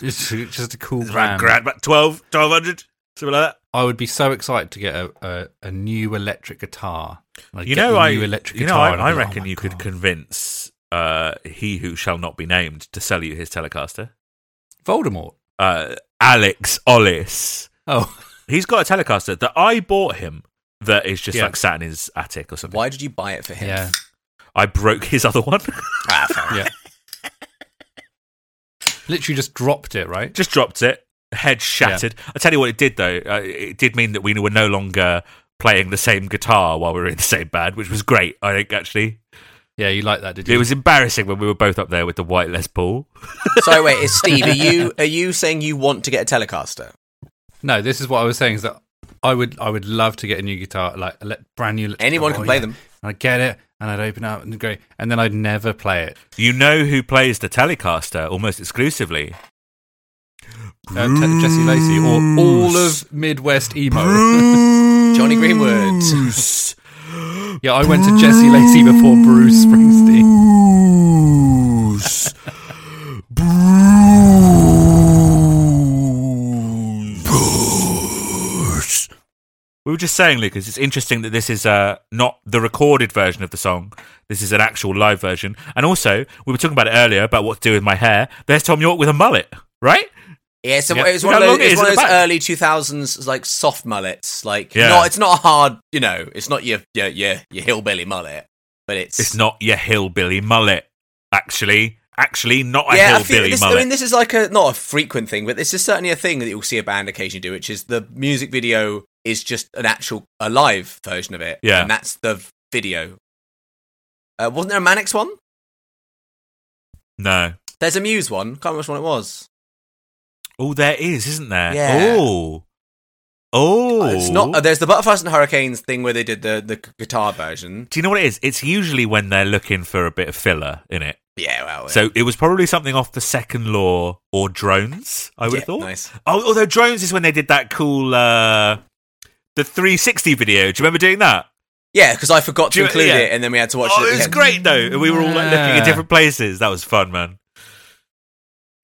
[SPEAKER 3] It's just a cool
[SPEAKER 2] It's about
[SPEAKER 3] brand.
[SPEAKER 2] grand, about 12, 1200, something like that.
[SPEAKER 3] I would be so excited to get a, a, a new electric guitar. I'd
[SPEAKER 2] you
[SPEAKER 3] get
[SPEAKER 2] know,
[SPEAKER 3] the
[SPEAKER 2] I
[SPEAKER 3] new electric
[SPEAKER 2] you know,
[SPEAKER 3] guitar
[SPEAKER 2] I,
[SPEAKER 3] and I'd
[SPEAKER 2] I
[SPEAKER 3] be like,
[SPEAKER 2] reckon
[SPEAKER 3] "Oh my
[SPEAKER 2] you could
[SPEAKER 3] God."
[SPEAKER 2] convince uh, he who shall not be named to sell you his Telecaster.
[SPEAKER 3] Voldemort.
[SPEAKER 2] Uh, Alex Ollis.
[SPEAKER 3] Oh,
[SPEAKER 2] He's got a Telecaster that I bought him. That is just
[SPEAKER 3] Yeah.
[SPEAKER 2] like sat in his attic or something.
[SPEAKER 1] Why did you buy it for him?
[SPEAKER 3] yeah,
[SPEAKER 2] I broke his other one.
[SPEAKER 1] Ah, fair enough.
[SPEAKER 3] yeah. Literally just dropped it, right?
[SPEAKER 2] just dropped it. Head shattered. I tell you what, it did though. Uh, it did mean that we were no longer playing the same guitar while we were in the same band, which was great. I think actually
[SPEAKER 3] Yeah, you like that, did you?
[SPEAKER 2] it was embarrassing when we were both up there with the white Les Paul.
[SPEAKER 1] Sorry, wait, is Steve, are you are you saying you want to get a Telecaster?
[SPEAKER 3] no, this is what I was saying is that I would I would love to get a new guitar, like a le- brand new. electric
[SPEAKER 1] Anyone can
[SPEAKER 3] guitar,
[SPEAKER 1] play
[SPEAKER 3] yeah.
[SPEAKER 1] them.
[SPEAKER 3] And I'd get it and I'd open it up and go, and then I'd never play it.
[SPEAKER 2] You know who plays the Telecaster almost exclusively?
[SPEAKER 3] Uh, Te- Jesse Lacey or all of Midwest emo.
[SPEAKER 1] Johnny Greenwood.
[SPEAKER 2] Bruce.
[SPEAKER 3] yeah, I went to Jesse Lacey before Bruce Springsteen.
[SPEAKER 2] Bruce. Bruce. We were just saying, Lucas, it's interesting that this is uh, not the recorded version of the song. This is an actual live version. And also, we were talking about it earlier about what to do with my hair. There's Tom York with a mullet, right?
[SPEAKER 1] Yeah, so
[SPEAKER 2] Yeah.
[SPEAKER 1] it was
[SPEAKER 2] Look
[SPEAKER 1] one of
[SPEAKER 2] how
[SPEAKER 1] those,
[SPEAKER 2] long it
[SPEAKER 1] it's
[SPEAKER 2] is
[SPEAKER 1] one
[SPEAKER 2] at
[SPEAKER 1] of
[SPEAKER 2] the
[SPEAKER 1] those
[SPEAKER 2] back.
[SPEAKER 1] early two thousands like soft mullets. Like
[SPEAKER 2] Yeah.
[SPEAKER 1] no, it's not a hard you know, it's not your your your, your hillbilly mullet. But it's
[SPEAKER 2] It's not your hillbilly mullet, actually. Actually, not a
[SPEAKER 1] yeah, I, feel,
[SPEAKER 2] hillbilly
[SPEAKER 1] this, I
[SPEAKER 2] mullet.
[SPEAKER 1] mean, this is like a not a frequent thing, but this is certainly a thing that you'll see a band occasionally do, which is the music video is just an actual a live version of it.
[SPEAKER 2] Yeah.
[SPEAKER 1] and that's the video. Uh, wasn't there a Manix one?
[SPEAKER 2] no.
[SPEAKER 1] There's a Muse one. Can't remember which one it was.
[SPEAKER 2] Oh, there is, isn't there?
[SPEAKER 1] Yeah.
[SPEAKER 2] Oh. Oh.
[SPEAKER 1] It's not. Uh, there's the Butterflies and Hurricanes thing where they did the the c- guitar version.
[SPEAKER 2] Do you know what it is? It's usually when they're looking for a bit of filler in it.
[SPEAKER 1] Yeah, well, Oh, yeah.
[SPEAKER 2] So it was probably something off the second law or drones, I would
[SPEAKER 1] Yeah,
[SPEAKER 2] have thought.
[SPEAKER 1] nice.
[SPEAKER 2] Oh, although drones is when they did that cool uh the 360 video. Do you remember doing that?
[SPEAKER 1] yeah, because I forgot
[SPEAKER 2] Do
[SPEAKER 1] to
[SPEAKER 2] you-
[SPEAKER 1] include
[SPEAKER 2] yeah.
[SPEAKER 1] it, and then we had to watch
[SPEAKER 2] oh,
[SPEAKER 1] it.
[SPEAKER 2] it was
[SPEAKER 1] again.
[SPEAKER 2] great though. And we were all like looking
[SPEAKER 3] Yeah.
[SPEAKER 2] at different places. That was fun, man.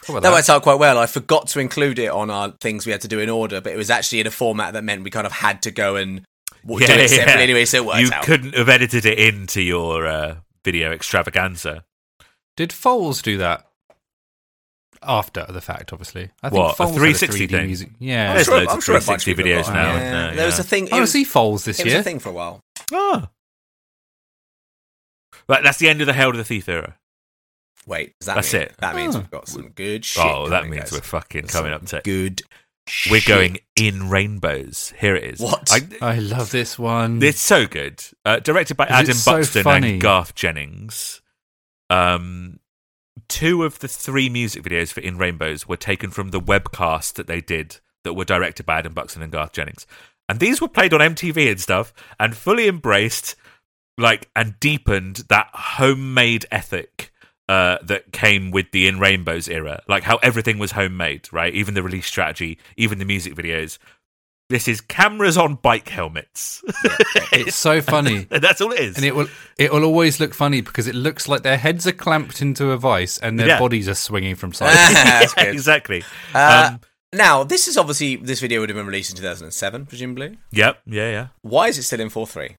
[SPEAKER 3] How about
[SPEAKER 1] That
[SPEAKER 3] that?
[SPEAKER 1] worked out quite well. I forgot to include it on our things we had to do in order, but it was actually in a format that meant we kind of had to go and w- do it separately anyway, so it worked
[SPEAKER 2] You
[SPEAKER 1] out.
[SPEAKER 2] couldn't have edited it into your uh, video extravaganza.
[SPEAKER 3] Did Foles do that? After the fact, obviously. I think
[SPEAKER 2] What, a
[SPEAKER 3] Foles had
[SPEAKER 2] 360
[SPEAKER 3] 3D
[SPEAKER 2] thing?
[SPEAKER 3] Music. Yeah.
[SPEAKER 2] There's
[SPEAKER 1] sure-
[SPEAKER 2] loads
[SPEAKER 1] I'm
[SPEAKER 2] of
[SPEAKER 1] sure a bunch
[SPEAKER 2] 360
[SPEAKER 1] of people
[SPEAKER 2] videos
[SPEAKER 1] got
[SPEAKER 2] now.
[SPEAKER 1] it.
[SPEAKER 2] isn't
[SPEAKER 1] Yeah.
[SPEAKER 2] there?
[SPEAKER 1] There was
[SPEAKER 2] Yeah.
[SPEAKER 1] a thing. It
[SPEAKER 3] I want to
[SPEAKER 1] was,
[SPEAKER 3] Oh, see Foles this
[SPEAKER 1] it was
[SPEAKER 3] year.
[SPEAKER 1] a thing for a while.
[SPEAKER 2] Ah. Right, that's the end of the Hail to the Thief era.
[SPEAKER 1] Wait, does that
[SPEAKER 2] That's
[SPEAKER 1] mean,
[SPEAKER 2] it.
[SPEAKER 1] That means
[SPEAKER 3] Oh.
[SPEAKER 1] we've got some good shit.
[SPEAKER 2] oh, that
[SPEAKER 1] coming,
[SPEAKER 2] means
[SPEAKER 1] guys.
[SPEAKER 2] we're fucking
[SPEAKER 1] Some
[SPEAKER 2] coming up to
[SPEAKER 1] good.
[SPEAKER 2] We're
[SPEAKER 1] shit.
[SPEAKER 2] going in rainbows. Here it is.
[SPEAKER 1] What?
[SPEAKER 2] I,
[SPEAKER 3] I love this one.
[SPEAKER 2] it's so good. Uh, directed by
[SPEAKER 3] Um, Is it
[SPEAKER 2] Adam
[SPEAKER 3] so
[SPEAKER 2] Buxton
[SPEAKER 3] funny?
[SPEAKER 2] and Garth Jennings. Um, two of the three music videos for In Rainbows were taken from the webcast that they did that were directed by Adam Buxton and Garth Jennings. And these were played on MTV and stuff and fully embraced like and deepened that homemade ethic uh, that came with the In Rainbows era, like how everything was homemade, right? Even the release strategy, even the music videos. This is cameras on bike helmets.
[SPEAKER 3] It's so funny.
[SPEAKER 2] That's all it is.
[SPEAKER 3] And it will it will always look funny because it looks like their heads are clamped into a vice and their
[SPEAKER 2] Yeah.
[SPEAKER 3] bodies are swinging from side. to side.
[SPEAKER 1] That's
[SPEAKER 2] Yeah,
[SPEAKER 1] good.
[SPEAKER 2] exactly.
[SPEAKER 1] Uh,
[SPEAKER 2] um,
[SPEAKER 1] Now, this is obviously this video would have been released in 2007, presumably.
[SPEAKER 2] yep. Yeah. Yeah.
[SPEAKER 1] Why is it still in 4.3?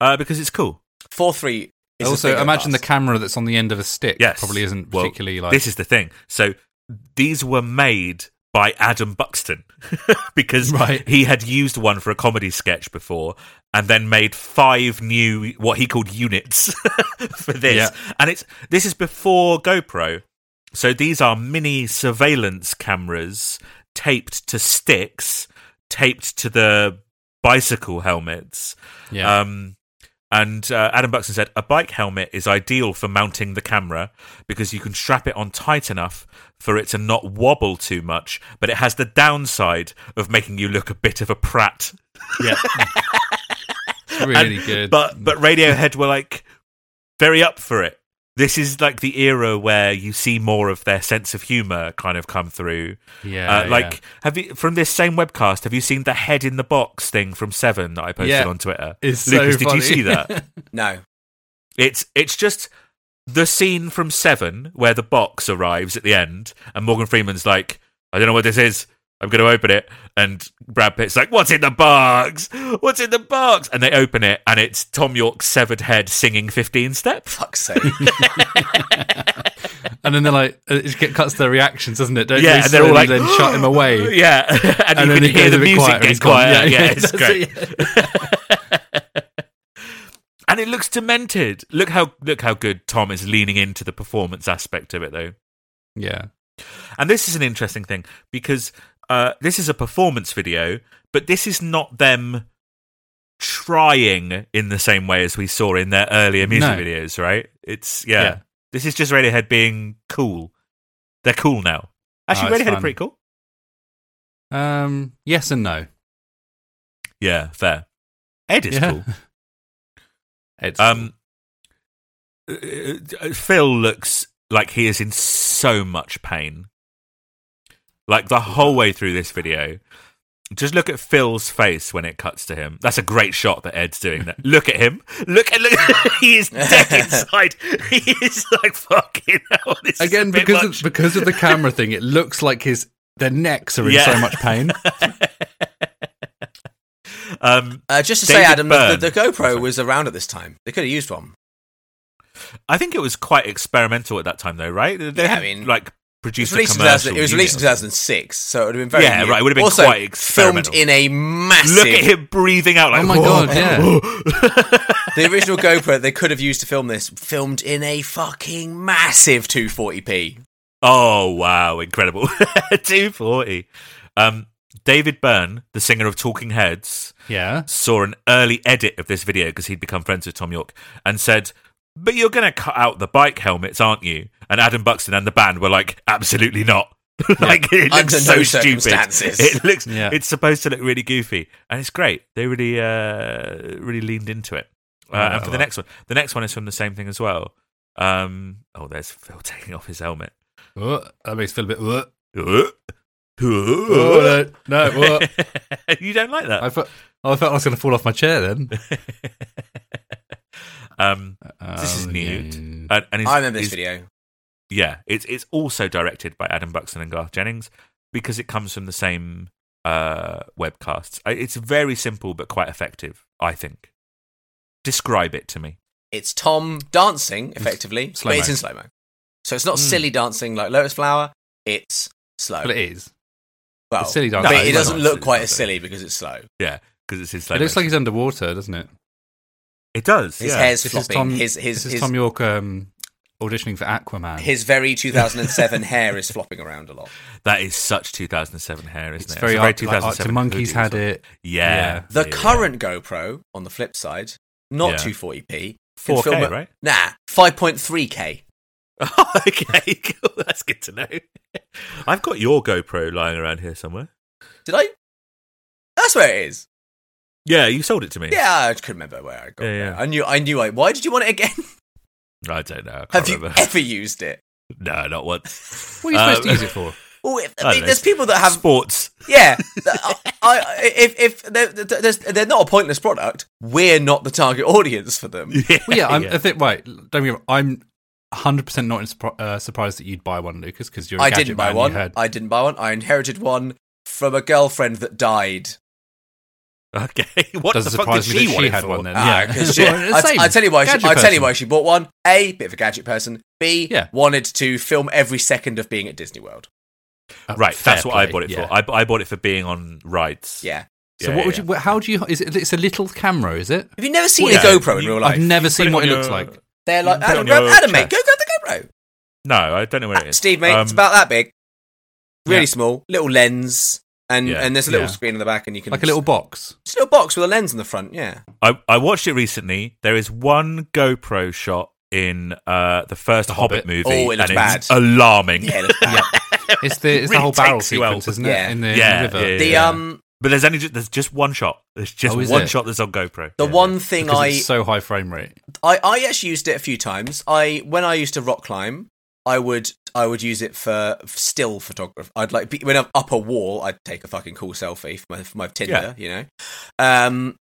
[SPEAKER 2] Uh, because it's cool.
[SPEAKER 1] 4.3 is
[SPEAKER 3] also, imagine the
[SPEAKER 1] camera.
[SPEAKER 3] camera that's on the end of a stick.
[SPEAKER 2] Yes.
[SPEAKER 3] probably isn't
[SPEAKER 2] Well,
[SPEAKER 3] particularly like.
[SPEAKER 2] This is the thing. So these were made by Adam Buxton because
[SPEAKER 3] Right.
[SPEAKER 2] he had used one for a comedy sketch before and then made five new what he called units for this.
[SPEAKER 3] Yeah.
[SPEAKER 2] And it's this is before GoPro. So these are mini surveillance cameras taped to sticks, taped to the bicycle helmets.
[SPEAKER 3] yeah,
[SPEAKER 2] Um, and uh, Adam Buxton said a bike helmet is ideal for mounting the camera because you can strap it on tight enough for it to not wobble too much, but it has the downside of making you look a bit of a prat.
[SPEAKER 3] yeah. It's really
[SPEAKER 2] And-
[SPEAKER 3] good.
[SPEAKER 2] But but Radiohead were like very up for it. This is like the era where you see more of their sense of humor kind of come through.
[SPEAKER 3] yeah,
[SPEAKER 2] uh,
[SPEAKER 3] yeah.
[SPEAKER 2] like have you from this same webcast? Have you seen the head in the box thing from Seven that I posted
[SPEAKER 3] Yeah.
[SPEAKER 2] on Twitter?
[SPEAKER 3] It's
[SPEAKER 2] Lucas,
[SPEAKER 3] so
[SPEAKER 2] did
[SPEAKER 3] funny.
[SPEAKER 2] you see that?
[SPEAKER 1] No.
[SPEAKER 2] It's it's just the scene from Seven where the box arrives at the end, and Morgan Freeman's like, "I don't know what this is. I'm going to open it." And Brad Pitt's like, "What's in the box? What's in the box?" And they open it, and it's Tom York's severed head singing 15 steps.
[SPEAKER 1] Fuck's sake.
[SPEAKER 3] and then they're like, it just get- cuts their reactions, doesn't it? Don't
[SPEAKER 2] Yeah,
[SPEAKER 3] they
[SPEAKER 2] and they're all
[SPEAKER 3] slowly
[SPEAKER 2] like,
[SPEAKER 3] then shut him away.
[SPEAKER 2] Yeah, and,
[SPEAKER 3] And
[SPEAKER 2] you
[SPEAKER 3] then
[SPEAKER 2] can
[SPEAKER 3] it
[SPEAKER 2] hear
[SPEAKER 3] goes
[SPEAKER 2] the
[SPEAKER 3] a bit
[SPEAKER 2] music
[SPEAKER 3] quieter,
[SPEAKER 2] get
[SPEAKER 3] it's gone.
[SPEAKER 2] quieter. Yeah,
[SPEAKER 3] Yeah, yeah,
[SPEAKER 2] it's
[SPEAKER 3] that's it,
[SPEAKER 2] great. and it looks demented. Look how look how good Tom is leaning into the performance aspect of it, though.
[SPEAKER 3] Yeah,
[SPEAKER 2] And this is an interesting thing because uh, this is a performance video, but this is not them trying in the same way as we saw in their earlier music
[SPEAKER 3] No.
[SPEAKER 2] videos, right? It's yeah,
[SPEAKER 3] Yeah.
[SPEAKER 2] This is just Radiohead being cool. They're cool now. Actually,
[SPEAKER 3] Oh, it's
[SPEAKER 2] Radiohead are
[SPEAKER 3] fun.
[SPEAKER 2] pretty cool.
[SPEAKER 3] Um, yes and no.
[SPEAKER 2] Yeah, fair. Ed is
[SPEAKER 3] Yeah.
[SPEAKER 2] cool.
[SPEAKER 3] It's
[SPEAKER 2] Um, uh, Phil looks like he is in so much pain. Like the whole way through this video. Just look at Phil's face when it cuts to him. That's a great shot that Ed's doing. That look at him. Look at look. he is dead inside. He is like fucking hell. This is
[SPEAKER 3] again
[SPEAKER 2] a bit
[SPEAKER 3] because
[SPEAKER 2] much.
[SPEAKER 3] of, because of the camera thing. It looks like his their necks are in
[SPEAKER 2] Yeah.
[SPEAKER 3] so much pain.
[SPEAKER 2] um,
[SPEAKER 1] Uh, just to say,
[SPEAKER 2] David
[SPEAKER 1] Adam, the,
[SPEAKER 2] Byrne.
[SPEAKER 1] the
[SPEAKER 2] Sorry.
[SPEAKER 1] GoPro was around at this time. They could have used one.
[SPEAKER 2] I think it was quite experimental at that time, though, right? They
[SPEAKER 1] Yeah, I
[SPEAKER 2] hadn't,
[SPEAKER 1] mean,
[SPEAKER 2] like
[SPEAKER 1] It
[SPEAKER 2] produced
[SPEAKER 1] was
[SPEAKER 2] a
[SPEAKER 1] released, in 2000,
[SPEAKER 2] commercial.
[SPEAKER 1] it was released in
[SPEAKER 2] unit.
[SPEAKER 1] 2006, so it would have been very
[SPEAKER 2] Yeah,
[SPEAKER 1] new.
[SPEAKER 2] right, it would have been
[SPEAKER 1] also,
[SPEAKER 2] quite experimental.
[SPEAKER 1] filmed in a massive.
[SPEAKER 2] Look at him breathing out like,
[SPEAKER 3] Oh my
[SPEAKER 2] "Whoa,
[SPEAKER 3] God, yeah.
[SPEAKER 2] whoa."
[SPEAKER 1] The original GoPro they could have used to film this filmed in a fucking massive 240p.
[SPEAKER 2] oh wow, incredible. 240. Um, David Byrne, the singer of Talking Heads,
[SPEAKER 3] Yeah.
[SPEAKER 2] saw an early edit of this video because he'd become friends with Tom York and said, But you're going to cut out the bike helmets, aren't you? And Adam Buxton and the band were like, Absolutely not. like, it looks
[SPEAKER 1] Under
[SPEAKER 2] so
[SPEAKER 1] no
[SPEAKER 2] stupid.
[SPEAKER 1] circumstances.
[SPEAKER 2] It looks,
[SPEAKER 3] Yeah.
[SPEAKER 2] it's supposed to look really goofy. And it's great. They really, uh, really leaned into it. Uh,
[SPEAKER 3] Yeah,
[SPEAKER 2] and for the
[SPEAKER 3] well.
[SPEAKER 2] next one, the next one is from the same thing as well. Um, oh, there's Phil taking off his helmet.
[SPEAKER 3] Oh, that makes Phil a bit. Oh,
[SPEAKER 2] you
[SPEAKER 3] no, no, what?
[SPEAKER 2] Oh, don't like that?
[SPEAKER 3] I felt I felt I was going to fall off my chair then.
[SPEAKER 2] um, This is
[SPEAKER 3] Um,
[SPEAKER 2] nude.
[SPEAKER 3] yeah.
[SPEAKER 2] and, and he's-
[SPEAKER 1] I remember
[SPEAKER 2] he's-
[SPEAKER 1] this video.
[SPEAKER 2] yeah, it's it's also directed by Adam Buxton and Garth Jennings because it comes from the same uh, webcasts. I- It's very simple but quite effective, I think. Describe it to me.
[SPEAKER 1] It's Tom dancing, effectively,
[SPEAKER 3] slow-mo.
[SPEAKER 1] but it's in slow mo. So it's not
[SPEAKER 2] Mm.
[SPEAKER 1] silly dancing like Lotus Flower, it's slow.
[SPEAKER 3] Well, it is.
[SPEAKER 1] Well,
[SPEAKER 3] it's silly
[SPEAKER 1] but
[SPEAKER 3] dancing.
[SPEAKER 1] it
[SPEAKER 2] it's
[SPEAKER 1] doesn't
[SPEAKER 2] not.
[SPEAKER 1] look
[SPEAKER 2] It's
[SPEAKER 1] quite
[SPEAKER 2] not
[SPEAKER 1] as silly because it's slow.
[SPEAKER 2] Yeah, because it's his.
[SPEAKER 3] It looks like he's underwater, doesn't it?
[SPEAKER 2] it does.
[SPEAKER 1] His
[SPEAKER 2] yeah.
[SPEAKER 1] hair's
[SPEAKER 3] This is
[SPEAKER 1] flopping.
[SPEAKER 3] Tom.
[SPEAKER 1] his, his,
[SPEAKER 3] this is
[SPEAKER 1] his,
[SPEAKER 3] Tom York um, auditioning for Aquaman.
[SPEAKER 1] his very 2007 hair is flopping around a lot.
[SPEAKER 2] That is such 2007 hair, isn't
[SPEAKER 3] it's
[SPEAKER 2] it?
[SPEAKER 3] very,
[SPEAKER 2] a
[SPEAKER 3] art, like, Arctic
[SPEAKER 2] hoodie
[SPEAKER 3] monkeys
[SPEAKER 2] as
[SPEAKER 3] had
[SPEAKER 2] well.
[SPEAKER 3] it.
[SPEAKER 2] Yeah.
[SPEAKER 3] Yeah.
[SPEAKER 1] The
[SPEAKER 2] yeah, yeah.
[SPEAKER 1] current GoPro, on the flip side,
[SPEAKER 2] Yeah.
[SPEAKER 1] not 240p. can
[SPEAKER 2] 4K,
[SPEAKER 1] film at-
[SPEAKER 2] right?
[SPEAKER 1] Nah, 5.3k.
[SPEAKER 2] okay, cool. That's good to know. I've got your GoPro lying around here somewhere.
[SPEAKER 1] Did I? That's where it is.
[SPEAKER 2] Yeah, you sold it to me.
[SPEAKER 1] Yeah, I couldn't remember where I got.
[SPEAKER 2] Yeah,
[SPEAKER 1] it.
[SPEAKER 2] yeah.
[SPEAKER 1] I knew. I knew. I. Why did you want it again?
[SPEAKER 2] I don't know. I can't
[SPEAKER 1] Have you
[SPEAKER 2] remember.
[SPEAKER 1] ever used it?
[SPEAKER 2] No, not once.
[SPEAKER 3] What are you supposed to
[SPEAKER 2] Um,
[SPEAKER 3] use it for?
[SPEAKER 1] Oh, if,
[SPEAKER 2] I
[SPEAKER 1] I mean,
[SPEAKER 2] dunno.
[SPEAKER 1] there's people that have.
[SPEAKER 2] Sports.
[SPEAKER 1] Yeah, I, I, if if they're, there's, they're not a pointless product, we're not the target audience for them.
[SPEAKER 3] Well, yeah, I'm, uh,
[SPEAKER 2] yeah.
[SPEAKER 3] I think right. Don't get me wrong. I'm 100 percent not in surpri- uh, surprised that you'd buy one, Lucas, because you're. I
[SPEAKER 1] I didn't buy one.
[SPEAKER 3] Heard.
[SPEAKER 1] I didn't buy one. I inherited one from a girlfriend that died.
[SPEAKER 2] Okay, what
[SPEAKER 3] Doesn't
[SPEAKER 2] the fuck did
[SPEAKER 3] surprise me
[SPEAKER 2] she
[SPEAKER 3] that
[SPEAKER 2] want
[SPEAKER 3] she
[SPEAKER 2] it
[SPEAKER 3] had
[SPEAKER 2] for?
[SPEAKER 3] one then.
[SPEAKER 1] Ah,
[SPEAKER 3] yeah,
[SPEAKER 1] 'cause she-
[SPEAKER 3] Well,
[SPEAKER 1] I,
[SPEAKER 3] same.
[SPEAKER 1] I tell you why. She,
[SPEAKER 3] Gadget
[SPEAKER 1] I tell you
[SPEAKER 3] person.
[SPEAKER 1] why she bought one. A bit of a gadget person. B
[SPEAKER 3] Yeah.
[SPEAKER 1] wanted to film every second of being at Disney World.
[SPEAKER 3] Uh,
[SPEAKER 2] Right,
[SPEAKER 3] fair
[SPEAKER 2] that's what I
[SPEAKER 3] play,
[SPEAKER 2] bought it
[SPEAKER 3] yeah.
[SPEAKER 2] for. I, bu- I bought it for being on rides.
[SPEAKER 1] Yeah.
[SPEAKER 3] so
[SPEAKER 2] Yeah,
[SPEAKER 3] what would
[SPEAKER 2] yeah,
[SPEAKER 3] you? wh- How do you? Is it? It's a little camera, is it?
[SPEAKER 1] Have you never seen
[SPEAKER 2] Well,
[SPEAKER 1] a
[SPEAKER 2] yeah,
[SPEAKER 1] GoPro in
[SPEAKER 2] you-
[SPEAKER 1] real
[SPEAKER 2] I've
[SPEAKER 1] life?
[SPEAKER 3] I've never
[SPEAKER 2] put
[SPEAKER 3] seen
[SPEAKER 2] it
[SPEAKER 3] what
[SPEAKER 2] on
[SPEAKER 3] it looks
[SPEAKER 2] your-
[SPEAKER 3] like.
[SPEAKER 1] They're
[SPEAKER 2] You
[SPEAKER 1] like
[SPEAKER 2] can put it
[SPEAKER 1] Adam,
[SPEAKER 2] on your
[SPEAKER 1] Adam mate, go
[SPEAKER 2] chest.
[SPEAKER 1] grab the GoPro.
[SPEAKER 2] No, I don't know where it is.
[SPEAKER 1] Steve, mate, it's
[SPEAKER 2] Um,
[SPEAKER 1] about that big. Really
[SPEAKER 3] Yeah.
[SPEAKER 1] small, little lens, and
[SPEAKER 2] Yeah,
[SPEAKER 1] and there's a little
[SPEAKER 3] yeah.
[SPEAKER 1] screen in the back, and you can
[SPEAKER 3] Like a little box.
[SPEAKER 1] it's a little box with a lens in the front. Yeah,
[SPEAKER 2] I, I watched it recently. There is one GoPro shot in uh, the first Hobbit,
[SPEAKER 3] Hobbit.
[SPEAKER 2] movie,
[SPEAKER 1] Oh, it looks
[SPEAKER 2] and it's
[SPEAKER 1] bad.
[SPEAKER 2] alarming.
[SPEAKER 1] yeah. um, that's bad.
[SPEAKER 3] It's the it's
[SPEAKER 2] really
[SPEAKER 3] the whole barrel
[SPEAKER 2] takes you out.
[SPEAKER 3] sequence, isn't it?
[SPEAKER 1] Yeah.
[SPEAKER 3] In the, in the
[SPEAKER 2] Yeah,
[SPEAKER 3] river.
[SPEAKER 2] yeah,
[SPEAKER 1] The
[SPEAKER 2] yeah.
[SPEAKER 1] um,
[SPEAKER 2] But there's only ju- there's just one shot. There's just
[SPEAKER 3] Oh,
[SPEAKER 2] one
[SPEAKER 3] is it?
[SPEAKER 2] shot that's on GoPro.
[SPEAKER 1] the
[SPEAKER 2] Yeah.
[SPEAKER 1] one thing
[SPEAKER 3] Because
[SPEAKER 1] I,
[SPEAKER 3] it's so high frame rate.
[SPEAKER 1] I I actually used it a few times. I when I used to rock climb, I would I would use it for still photography. I'd like be, when I'm up a wall, I'd take a fucking cool selfie for my, for my Tinder. You know, um,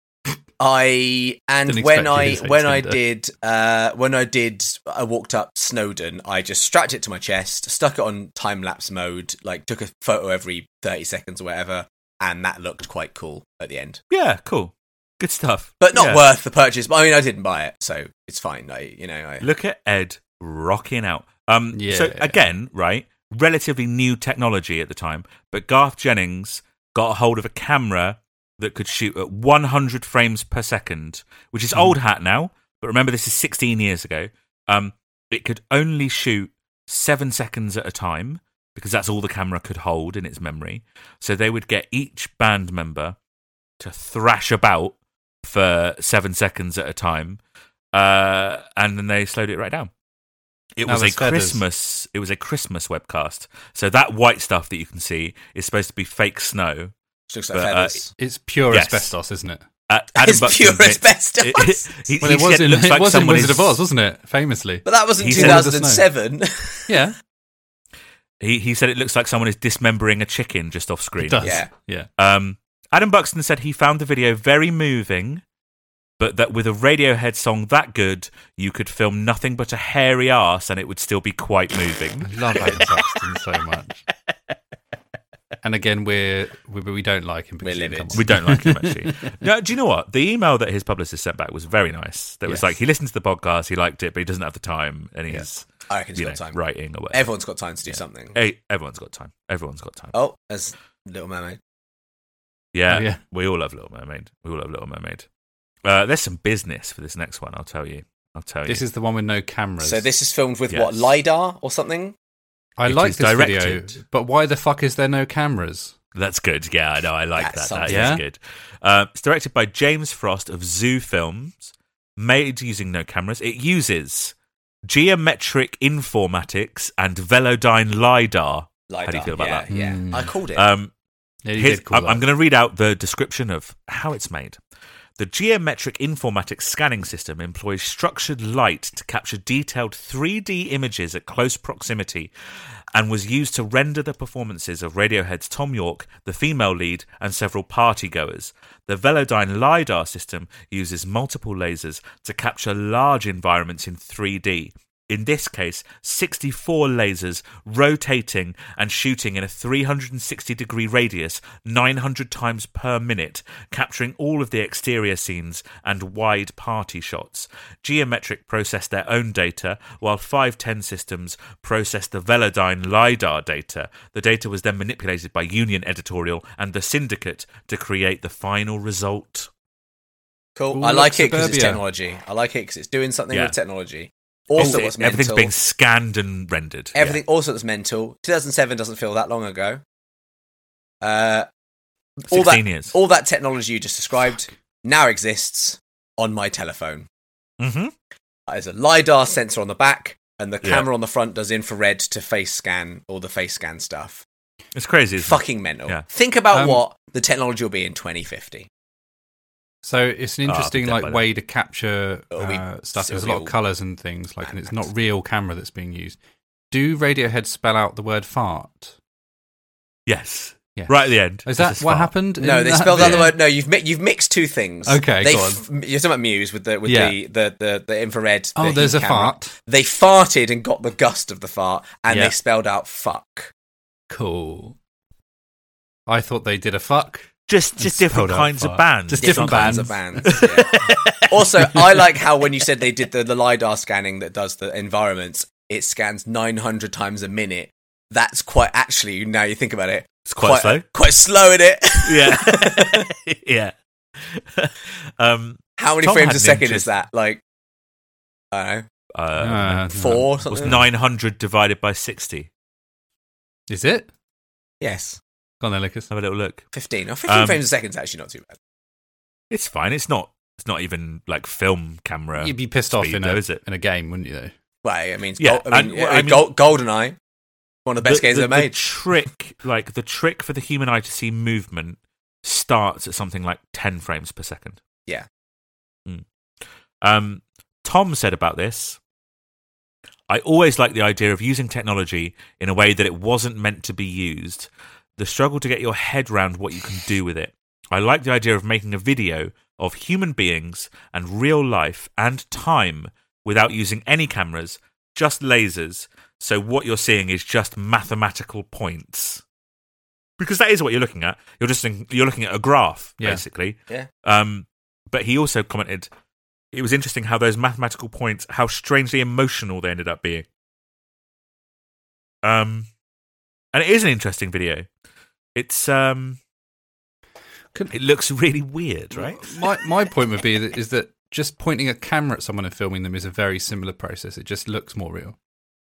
[SPEAKER 1] I and
[SPEAKER 3] Didn't
[SPEAKER 1] when
[SPEAKER 3] expect
[SPEAKER 1] I
[SPEAKER 3] you to say
[SPEAKER 1] when I
[SPEAKER 3] Tinder.
[SPEAKER 1] did uh, when I did I walked up Snowden. I just strapped it to my chest, stuck it on time lapse mode, like took a photo every thirty seconds or whatever, and that looked quite cool at the end.
[SPEAKER 2] Yeah, cool, good stuff.
[SPEAKER 1] But not
[SPEAKER 2] Yeah.
[SPEAKER 1] worth the purchase. But I mean, I didn't buy it, so it's fine. I you know I.
[SPEAKER 2] Look at Ed rocking out. Um, So
[SPEAKER 3] Yeah.
[SPEAKER 2] again, right, relatively new technology at the time, but Garth Jennings got a hold of a camera that could shoot at 100 frames per second, which
[SPEAKER 1] Hmm.
[SPEAKER 2] is old hat now. But remember, this is 16 years ago. Um, it could only shoot seven seconds at a time because that's all the camera could hold in its memory. So they would get each band member to thrash about for seven seconds at a time, uh, and then they slowed it right down. It
[SPEAKER 3] Now
[SPEAKER 2] was a
[SPEAKER 3] there's feathers.
[SPEAKER 2] Christmas. It was a Christmas webcast. So that white stuff that you can see is supposed to be fake snow.
[SPEAKER 1] Just looks like
[SPEAKER 2] But, uh,
[SPEAKER 1] feathers.
[SPEAKER 3] It's pure
[SPEAKER 2] Yes.
[SPEAKER 3] asbestos, isn't it?
[SPEAKER 2] Uh, Adam
[SPEAKER 1] it's
[SPEAKER 2] Buxton
[SPEAKER 1] pure
[SPEAKER 2] admit-
[SPEAKER 1] asbestos.
[SPEAKER 2] he,
[SPEAKER 3] Well,
[SPEAKER 2] he
[SPEAKER 3] it was
[SPEAKER 2] said
[SPEAKER 3] in,
[SPEAKER 2] looks
[SPEAKER 3] it
[SPEAKER 2] like
[SPEAKER 3] was in
[SPEAKER 2] someone
[SPEAKER 3] Wizard
[SPEAKER 2] is-
[SPEAKER 3] of Oz, wasn't it? Famously.
[SPEAKER 1] but that was in
[SPEAKER 2] He said-
[SPEAKER 1] 2007.
[SPEAKER 3] Yeah.
[SPEAKER 2] He, he said it looks like someone is dismembering a chicken just off screen.
[SPEAKER 3] It does.
[SPEAKER 1] Yeah.
[SPEAKER 3] Yeah.
[SPEAKER 2] Um, Adam Buxton said he found the video very moving, but that with a Radiohead song that good, you could film nothing but a hairy ass and it would still be quite moving.
[SPEAKER 3] I love Adam Buxton so much. And again, we're, we we don't like him. because
[SPEAKER 1] We're
[SPEAKER 3] he
[SPEAKER 1] livid.
[SPEAKER 3] didn't come
[SPEAKER 2] We
[SPEAKER 3] on.
[SPEAKER 2] don't like him actually. No, do you know what? The email that his publicist sent back was very nice. That was
[SPEAKER 3] Yes.
[SPEAKER 2] like he listened to the podcast, he liked it, but he doesn't have the time, and he's
[SPEAKER 1] I reckon he's
[SPEAKER 2] you know,
[SPEAKER 1] got time.
[SPEAKER 2] writing or whatever.
[SPEAKER 1] Everyone's got time to do something.
[SPEAKER 2] Hey, everyone's got time. Everyone's got time.
[SPEAKER 1] Oh, there's Little Mermaid.
[SPEAKER 2] Yeah,
[SPEAKER 3] Oh, yeah.
[SPEAKER 2] we all love Little Mermaid. We all love Little Mermaid. Uh, there's some business for this next one. I'll tell you. I'll tell
[SPEAKER 3] This
[SPEAKER 2] you.
[SPEAKER 3] is the one with no cameras.
[SPEAKER 1] So this is filmed with what
[SPEAKER 2] Yes.
[SPEAKER 1] lidar or something?
[SPEAKER 3] I
[SPEAKER 2] It
[SPEAKER 3] like
[SPEAKER 2] is
[SPEAKER 3] this video,
[SPEAKER 2] directed.
[SPEAKER 3] but why the fuck is there no cameras?
[SPEAKER 2] That's good. Yeah, I know. I like
[SPEAKER 1] That's
[SPEAKER 2] that. That is
[SPEAKER 1] something.
[SPEAKER 3] Yeah.
[SPEAKER 2] good. Uh, it's directed by James Frost of Zoo Films, made using no cameras. It uses geometric informatics and Velodyne LiDAR.
[SPEAKER 1] lidar.
[SPEAKER 2] do you feel about
[SPEAKER 1] yeah,
[SPEAKER 2] that?
[SPEAKER 1] Yeah,
[SPEAKER 3] Hmm.
[SPEAKER 1] I called it.
[SPEAKER 2] Um,
[SPEAKER 3] Yeah, you
[SPEAKER 2] Here's-
[SPEAKER 3] did call
[SPEAKER 2] I'm,
[SPEAKER 3] that.
[SPEAKER 2] going to read out the description of how it's made. The geometric informatics scanning system employs structured light to capture detailed 3D images at close proximity and was used to render the performances of Radiohead's Tom York, the female lead, and several party goers. The Velodyne LiDAR system uses multiple lasers to capture large environments in 3D. In this case, 64 lasers rotating and shooting in a 360 degree radius 900 times per minute, capturing all of the exterior scenes and wide party shots. Geometric processed their own data, while 510 Systems processed the Velodyne LiDAR data. The data was then manipulated by Union Editorial and the Syndicate to create the final result.
[SPEAKER 1] cool.
[SPEAKER 3] Ooh,
[SPEAKER 1] I like it because it's
[SPEAKER 3] Suburbia.
[SPEAKER 1] technology. I like it because it's doing something
[SPEAKER 2] Yeah.
[SPEAKER 1] with technology. Also,
[SPEAKER 2] It's-
[SPEAKER 1] what's
[SPEAKER 2] it- everything's
[SPEAKER 1] mental?
[SPEAKER 2] being scanned and rendered. Yeah.
[SPEAKER 1] everything also that's mental. 2007 doesn't feel that long ago. Uh, all
[SPEAKER 2] 16
[SPEAKER 1] that
[SPEAKER 2] years.
[SPEAKER 1] all that technology you just described now exists on my telephone.
[SPEAKER 2] hmm
[SPEAKER 1] There's a lidar sensor on the back, and the
[SPEAKER 2] Yeah.
[SPEAKER 1] camera on the front does infrared to face scan all the face scan stuff.
[SPEAKER 2] It's crazy. Isn't it?
[SPEAKER 1] Fucking mental.
[SPEAKER 2] Yeah.
[SPEAKER 1] Think about
[SPEAKER 3] Um,
[SPEAKER 1] what the technology will be in 2050.
[SPEAKER 3] So it's an
[SPEAKER 2] Ah,
[SPEAKER 3] interesting
[SPEAKER 2] dead by
[SPEAKER 3] like
[SPEAKER 2] then.
[SPEAKER 3] way to capture
[SPEAKER 1] It'll be-
[SPEAKER 3] uh, stuff.
[SPEAKER 1] it'll
[SPEAKER 3] There's a
[SPEAKER 1] be
[SPEAKER 3] lot
[SPEAKER 1] all-
[SPEAKER 3] of colours and things like, and it's not real camera that's being used. Do Radiohead spell out the word fart?
[SPEAKER 2] Yes.
[SPEAKER 3] Yes.
[SPEAKER 2] Right at the end. There's
[SPEAKER 3] Is that what
[SPEAKER 2] a spark.
[SPEAKER 3] happened?
[SPEAKER 1] No,
[SPEAKER 3] in
[SPEAKER 1] they
[SPEAKER 3] that
[SPEAKER 1] spelled out the
[SPEAKER 3] video?
[SPEAKER 1] word. No, you've mi- you've mixed two things.
[SPEAKER 3] Okay,
[SPEAKER 1] they
[SPEAKER 3] go
[SPEAKER 1] you're talking about Muse with the with
[SPEAKER 3] Yeah.
[SPEAKER 1] the, the, the the infrared.
[SPEAKER 3] Oh,
[SPEAKER 1] the
[SPEAKER 3] there's
[SPEAKER 1] heat
[SPEAKER 3] a
[SPEAKER 1] camera.
[SPEAKER 3] fart.
[SPEAKER 1] They farted and got the gust of the fart, and
[SPEAKER 3] Yeah.
[SPEAKER 1] they spelled out fuck.
[SPEAKER 3] Cool. I thought they did a fuck.
[SPEAKER 2] Just just different
[SPEAKER 3] spelled out
[SPEAKER 2] kinds of
[SPEAKER 3] fart.
[SPEAKER 2] bands.
[SPEAKER 3] Just different
[SPEAKER 2] Sometimes.
[SPEAKER 1] kinds of bands. yeah. also, I like how when you said they did the, the lidar scanning that does the environments, it scans 900 times a minute. That's quite actually now you think about it.
[SPEAKER 2] It's quite, slow.
[SPEAKER 1] Quite slow in it.
[SPEAKER 2] Yeah. yeah. um
[SPEAKER 1] How many
[SPEAKER 2] Tom
[SPEAKER 1] frames
[SPEAKER 2] had
[SPEAKER 1] a
[SPEAKER 2] an
[SPEAKER 1] second is
[SPEAKER 2] interest-
[SPEAKER 1] that? Like, I don't
[SPEAKER 2] uh,
[SPEAKER 3] Uh,
[SPEAKER 1] know, four or
[SPEAKER 2] it was
[SPEAKER 1] something.
[SPEAKER 2] 900 divided by 60.
[SPEAKER 3] Is it?
[SPEAKER 1] Yes,
[SPEAKER 3] Go on there, Lucas.
[SPEAKER 1] Uh,
[SPEAKER 2] Have a little look.
[SPEAKER 1] 15. Oh, 15
[SPEAKER 2] Um,
[SPEAKER 1] frames a second is actually not too bad.
[SPEAKER 2] It's fine. It's not it's not even like film camera.
[SPEAKER 3] You'd be pissed off
[SPEAKER 2] speed
[SPEAKER 3] in
[SPEAKER 2] though,
[SPEAKER 3] a
[SPEAKER 2] is it?
[SPEAKER 3] in a game, wouldn't you? Though.
[SPEAKER 1] Well, I mean, it's
[SPEAKER 2] Yeah,
[SPEAKER 1] Gold, I mean,
[SPEAKER 2] and- well,
[SPEAKER 1] uh,
[SPEAKER 2] I mean-
[SPEAKER 1] Gold, GoldenEye, one of the best
[SPEAKER 2] the,
[SPEAKER 1] games
[SPEAKER 2] the,
[SPEAKER 1] ever made.
[SPEAKER 2] The trick, like the trick for the human eye to see movement, starts at something like ten frames per second.
[SPEAKER 1] Yeah.
[SPEAKER 2] Mm. Um, Tom said about this. I always liked the idea of using technology in a way that it wasn't meant to be used. The struggle to get your head round what you can do with it. I like the idea of making a video of human beings and real life and time without using any cameras, just lasers. So what you're seeing is just mathematical points. Because that is what you're looking at. You're just in, you're looking at a graph
[SPEAKER 3] Yeah.
[SPEAKER 2] basically.
[SPEAKER 1] Yeah.
[SPEAKER 2] Um but he also commented it was interesting how those mathematical points how strangely emotional they ended up being. Um and it is an interesting video. It's um
[SPEAKER 3] Can-
[SPEAKER 2] it looks really weird, right?
[SPEAKER 3] My my point would be that is that just pointing a camera at someone and filming them is a very similar process. It just looks more real.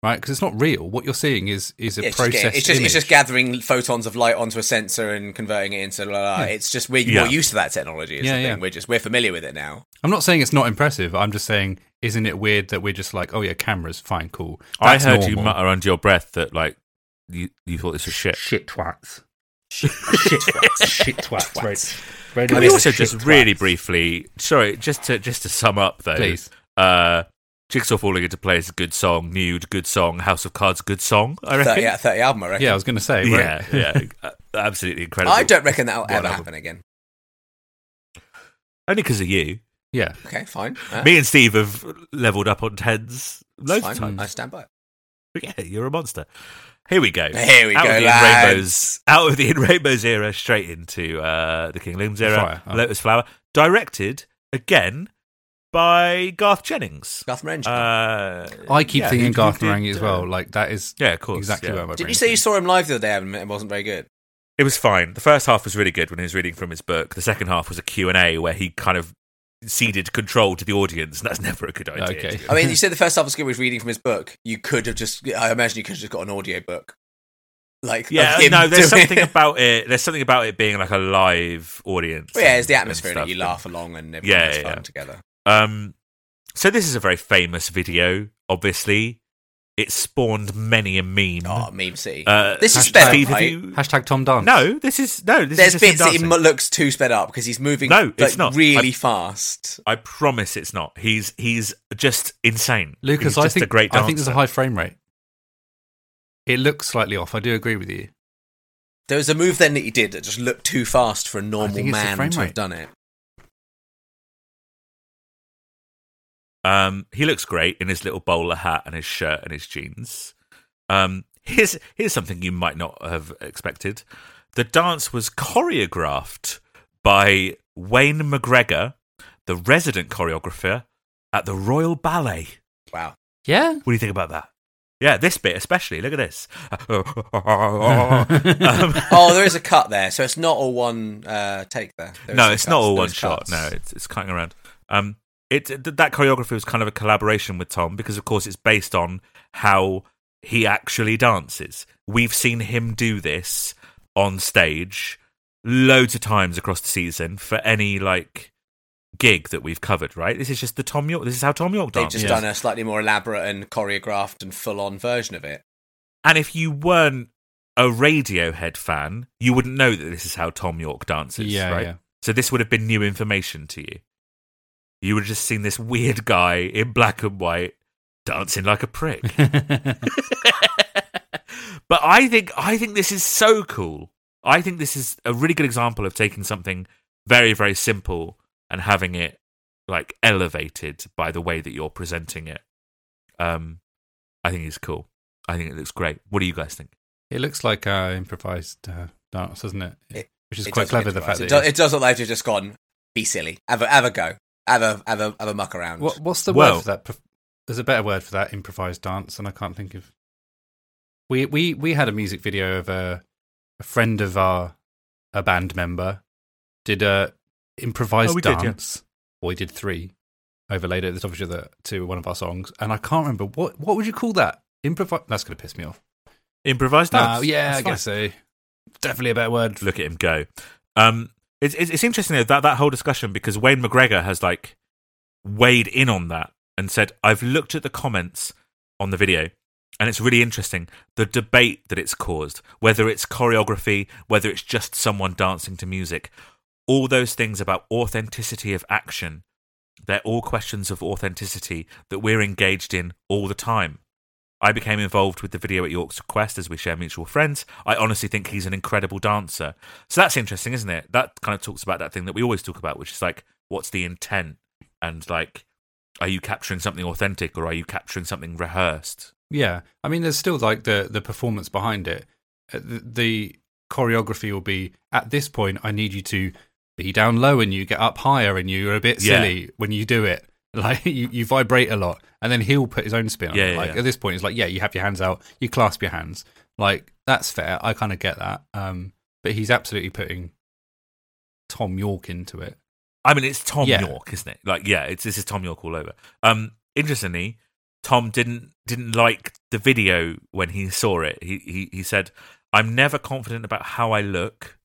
[SPEAKER 3] right? Because it's not real. What you're seeing is is a
[SPEAKER 1] Yeah, it's, just,
[SPEAKER 3] process.
[SPEAKER 1] ga- it's, just, it's just gathering photons of light onto a sensor and converting it into la la. la. It's just we're
[SPEAKER 2] Yeah.
[SPEAKER 1] more used to that technology. Is
[SPEAKER 3] Yeah,
[SPEAKER 1] the thing.
[SPEAKER 3] yeah.
[SPEAKER 1] We're just we're familiar with it now.
[SPEAKER 3] I'm not saying it's not impressive. I'm just saying, isn't it weird that we're just like, oh yeah, cameras, fine, cool.
[SPEAKER 2] I
[SPEAKER 3] That's
[SPEAKER 2] heard you
[SPEAKER 3] normal.
[SPEAKER 2] mutter under your breath that like you you thought this was shit.
[SPEAKER 3] shit twats,
[SPEAKER 1] Shit,
[SPEAKER 3] shit twats, right?
[SPEAKER 2] Can we also just really briefly, sorry, just to just to sum up though,
[SPEAKER 3] Please.
[SPEAKER 2] uh, Jigsaw falling into place, good song, nude, good song, House of Cards, good song. I reckon.
[SPEAKER 1] Thirty, yeah, thirty album. I reckon.
[SPEAKER 3] Yeah, I was going to say, right?
[SPEAKER 2] yeah, yeah, Uh, absolutely incredible.
[SPEAKER 1] I don't reckon that'll
[SPEAKER 2] What
[SPEAKER 1] ever
[SPEAKER 2] album?
[SPEAKER 1] happen again.
[SPEAKER 2] only because of you.
[SPEAKER 3] yeah.
[SPEAKER 1] Okay, fine. Uh,
[SPEAKER 2] Me and Steve have leveled up on tens loads
[SPEAKER 1] fine.
[SPEAKER 2] of times.
[SPEAKER 1] I stand by. it.
[SPEAKER 2] Yeah, you're a monster. Here we go.
[SPEAKER 1] Here we
[SPEAKER 2] out
[SPEAKER 1] go,
[SPEAKER 2] of the
[SPEAKER 1] lads.
[SPEAKER 2] In Rainbows, out of the In Rainbows era, straight into uh, the King Looms era.
[SPEAKER 3] Fire, oh.
[SPEAKER 2] Lotus Flower, directed again by Garth Jennings.
[SPEAKER 1] Garth Marenghi.
[SPEAKER 2] Uh,
[SPEAKER 3] I keep
[SPEAKER 2] yeah,
[SPEAKER 3] thinking
[SPEAKER 2] who-
[SPEAKER 3] Garth
[SPEAKER 2] who did,
[SPEAKER 3] Marenghi as
[SPEAKER 2] uh,
[SPEAKER 3] well. Like that is
[SPEAKER 2] Yeah, of course.
[SPEAKER 3] exactly
[SPEAKER 2] yeah.
[SPEAKER 3] where my
[SPEAKER 1] Did you
[SPEAKER 3] brain's
[SPEAKER 1] say you
[SPEAKER 3] thinking.
[SPEAKER 1] saw him live the other day and it wasn't very good?
[SPEAKER 2] It was fine. The first half was really good when he was reading from his book. The second half was a Q&A where he kind of ceded control to the audience, and that's never a good idea.
[SPEAKER 3] Okay.
[SPEAKER 2] to be
[SPEAKER 1] I mean, you said the first half was good. Was reading from his book. You could have just. I imagine you could have just got an audio book. Like of
[SPEAKER 2] Yeah,
[SPEAKER 1] him
[SPEAKER 2] no, there's
[SPEAKER 1] doing-
[SPEAKER 2] something about it. There's something about it being like a live audience.
[SPEAKER 1] Well, yeah, it's
[SPEAKER 2] and-
[SPEAKER 1] the
[SPEAKER 2] and
[SPEAKER 1] atmosphere that
[SPEAKER 2] stuff.
[SPEAKER 1] you laugh along and everyone
[SPEAKER 2] Yeah,
[SPEAKER 1] has
[SPEAKER 2] yeah,
[SPEAKER 1] fun
[SPEAKER 2] yeah.
[SPEAKER 1] together.
[SPEAKER 2] Um, so this is a very famous video. Obviously, it spawned many a meme.
[SPEAKER 1] Oh, meme city.
[SPEAKER 2] Uh,
[SPEAKER 1] this is
[SPEAKER 2] hashtag-
[SPEAKER 1] sped up,
[SPEAKER 2] Steve, have
[SPEAKER 1] right?
[SPEAKER 2] you-
[SPEAKER 3] Hashtag Tom Dance.
[SPEAKER 2] No, this is no. This
[SPEAKER 1] There's
[SPEAKER 2] is just him
[SPEAKER 1] bits that he
[SPEAKER 2] dancing.
[SPEAKER 1] mo- looks too sped up because he's moving.
[SPEAKER 2] No, it's
[SPEAKER 1] like,
[SPEAKER 2] not.
[SPEAKER 1] really
[SPEAKER 2] I-
[SPEAKER 1] fast.
[SPEAKER 2] I promise it's not. He's he's just insane.
[SPEAKER 3] Lucas,
[SPEAKER 2] He's
[SPEAKER 3] I
[SPEAKER 2] just
[SPEAKER 3] think
[SPEAKER 2] a great dancer.
[SPEAKER 3] I think there's a high frame rate. It looks slightly off. I do agree with you.
[SPEAKER 1] There was a move then that he did that just looked too fast for a normal
[SPEAKER 3] think it's the
[SPEAKER 1] man
[SPEAKER 3] frame
[SPEAKER 1] to have
[SPEAKER 3] rate.
[SPEAKER 1] done it.
[SPEAKER 2] Um, he looks great in his little bowler hat and his shirt and his jeans. Um, here's here's something you might not have expected. The dance was choreographed by Wayne McGregor, the resident choreographer at the Royal Ballet.
[SPEAKER 1] Wow.
[SPEAKER 3] Yeah.
[SPEAKER 2] What do you think about that? Yeah, this bit especially. Look at this. Um,
[SPEAKER 1] Oh, there is a cut there, so it's not all one uh, take there. There
[SPEAKER 2] no,
[SPEAKER 1] is
[SPEAKER 2] it's
[SPEAKER 1] cuts.
[SPEAKER 2] not all
[SPEAKER 1] There
[SPEAKER 2] one
[SPEAKER 1] is
[SPEAKER 2] shot.
[SPEAKER 1] cuts.
[SPEAKER 2] No, it's it's cutting around. Um, it th- that choreography was kind of a collaboration with Tom because, of course, it's based on how he actually dances. We've seen him do this on stage loads of times across the season for any like gig that we've covered. Right? This is just the Tom York. This is how Tom York
[SPEAKER 1] They've
[SPEAKER 2] dances.
[SPEAKER 1] just
[SPEAKER 3] Yeah.
[SPEAKER 1] done a slightly more elaborate and choreographed and full on version of it.
[SPEAKER 2] And if you weren't a Radiohead fan, you wouldn't know that this is how Tom York dances,
[SPEAKER 3] Yeah,
[SPEAKER 2] right?
[SPEAKER 3] yeah.
[SPEAKER 2] So this would have been new information to you. You would have just seen this weird guy in black and white dancing like a prick. but I think I think this is so cool. I think this is a really good example of taking something very very simple and having it like elevated by the way that you're presenting it. Um, I think it's cool. I think it looks great. What do you guys think?
[SPEAKER 3] It looks like uh, improvised uh, dance, doesn't it?
[SPEAKER 1] It-
[SPEAKER 3] Which is
[SPEAKER 1] It
[SPEAKER 3] quite
[SPEAKER 1] does
[SPEAKER 3] clever.
[SPEAKER 1] look
[SPEAKER 3] The fact
[SPEAKER 1] improvised.
[SPEAKER 3] that
[SPEAKER 1] it, does, it does look like they've just gone. Be silly. Have a have a go. Have a have a have a muck around.
[SPEAKER 3] What, what's the
[SPEAKER 2] Well-
[SPEAKER 3] word for that? Pro- There's a better word for that improvised dance, and I can't think of. We we we had a music video of a, a friend of our a band member did a improvised
[SPEAKER 2] Oh, we did, yeah.
[SPEAKER 3] dance. Well, we did three overlaid at the top of each other to one of our songs, and I can't remember what what would you call that? Improvised. That's going to piss me off.
[SPEAKER 2] Improvised dance.
[SPEAKER 3] Uh, yeah,
[SPEAKER 2] That's
[SPEAKER 3] I
[SPEAKER 2] fine.
[SPEAKER 3] guess so. Definitely a better word.
[SPEAKER 2] Look at him go. Um, it's, it's it's interesting though, that that whole discussion because Wayne McGregor has like weighed in on that and said, "I've looked at the comments on the video, and it's really interesting the debate that it's caused. Whether it's choreography, whether it's just someone dancing to music, all those things about authenticity of action. They're all questions of authenticity that we're engaged in all the time." I became involved with the video at York's request as we share mutual friends. I honestly think he's an incredible dancer. So that's interesting, isn't it? That kind of talks about that thing that we always talk about, which is like, what's the intent? And like, are you capturing something authentic or are you capturing something rehearsed?
[SPEAKER 3] Yeah, I mean, there's still like the the performance behind it. Uh, The, the choreography will be at this point. I need you to be down low, and you get up higher, and you're a bit
[SPEAKER 2] Yeah.
[SPEAKER 3] silly when you do it. Like you, you vibrate a lot, and then he'll put his own spin on
[SPEAKER 2] Yeah,
[SPEAKER 3] it.
[SPEAKER 2] yeah,
[SPEAKER 3] Like
[SPEAKER 2] yeah.
[SPEAKER 3] at this point, it's like, yeah, you have your hands out, you clasp your hands. Like that's fair. I kind of get that. Um, but he's absolutely putting Tom York into it.
[SPEAKER 2] I mean, it's Tom
[SPEAKER 3] Yeah.
[SPEAKER 2] York, isn't it? Like, yeah, it's this is Tom York all over. Um, interestingly, Tom didn't didn't like the video when he saw it. He he, he said, "I'm never confident about how I look,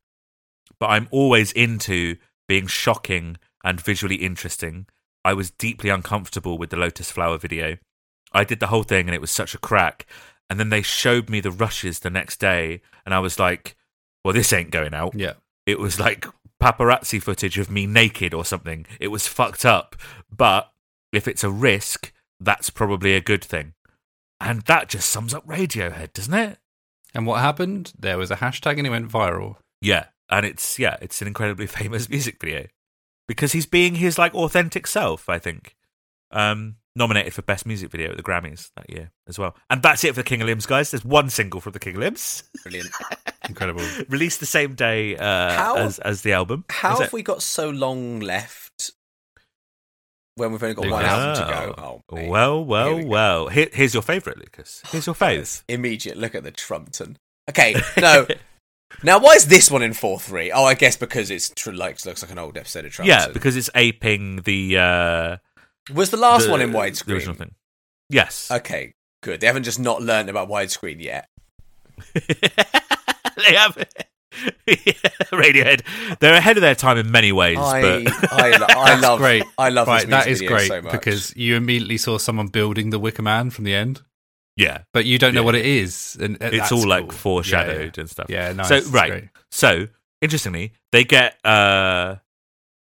[SPEAKER 2] but I'm always into being shocking and visually interesting. I was deeply uncomfortable with the Lotus Flower video. I did the whole thing and it was such a crack. And then they showed me the rushes the next day, and I was like, well, this ain't going out.
[SPEAKER 3] Yeah.
[SPEAKER 2] It was like paparazzi footage of me naked or something. It was fucked up. But if it's a risk, that's probably a good thing. And that just sums up Radiohead, doesn't it?
[SPEAKER 3] And what happened? There was a hashtag and it went viral.
[SPEAKER 2] Yeah. And it's, yeah, it's an incredibly famous music video because he's being his like authentic self, I think. Um, nominated for Best Music Video at the Grammys that year as well. And that's it for the King of Limbs, guys. There's one single from the King of Limbs.
[SPEAKER 1] Brilliant.
[SPEAKER 3] Incredible.
[SPEAKER 2] Released the same day uh,
[SPEAKER 1] How-
[SPEAKER 2] as, as the album.
[SPEAKER 1] How
[SPEAKER 2] Is
[SPEAKER 1] have
[SPEAKER 2] it?
[SPEAKER 1] we got so long left when we've only got one
[SPEAKER 3] Lucas.
[SPEAKER 1] album to go? Oh, mate.
[SPEAKER 2] Ah, well, well,
[SPEAKER 1] Here we go.
[SPEAKER 2] well. Here, here's your favourite, Lucas. Here's your fave.
[SPEAKER 1] Immediate look at the Trumpton. Okay, no. now, why is this one in 4 3? Oh, I guess because it's tr- like looks like an old episode of Trumpton.
[SPEAKER 2] yeah, because it's aping the uh,
[SPEAKER 1] Was the last
[SPEAKER 2] the-
[SPEAKER 1] one in
[SPEAKER 2] The original
[SPEAKER 1] widescreen?
[SPEAKER 2] thing. Yes,
[SPEAKER 1] Okay, good. They haven't just not learned about widescreen yet.
[SPEAKER 2] they have Radiohead. They're ahead of their time in many ways,
[SPEAKER 1] I,
[SPEAKER 2] but
[SPEAKER 1] I, lo- I love,
[SPEAKER 3] great.
[SPEAKER 1] I love
[SPEAKER 3] right,
[SPEAKER 1] this
[SPEAKER 3] that
[SPEAKER 1] music
[SPEAKER 3] is
[SPEAKER 1] video
[SPEAKER 3] great
[SPEAKER 1] so much.
[SPEAKER 3] because you immediately saw someone building the Wicker Man from the end,
[SPEAKER 2] yeah,
[SPEAKER 3] but you don't know
[SPEAKER 2] Yeah.
[SPEAKER 3] what it is, and uh,
[SPEAKER 2] it's
[SPEAKER 3] that's
[SPEAKER 2] all
[SPEAKER 3] cool.
[SPEAKER 2] like
[SPEAKER 3] Yeah, yeah.
[SPEAKER 2] foreshadowed and stuff.
[SPEAKER 3] Yeah, nice.
[SPEAKER 2] So
[SPEAKER 3] It's
[SPEAKER 2] right.
[SPEAKER 3] great.
[SPEAKER 2] So interestingly, they get uh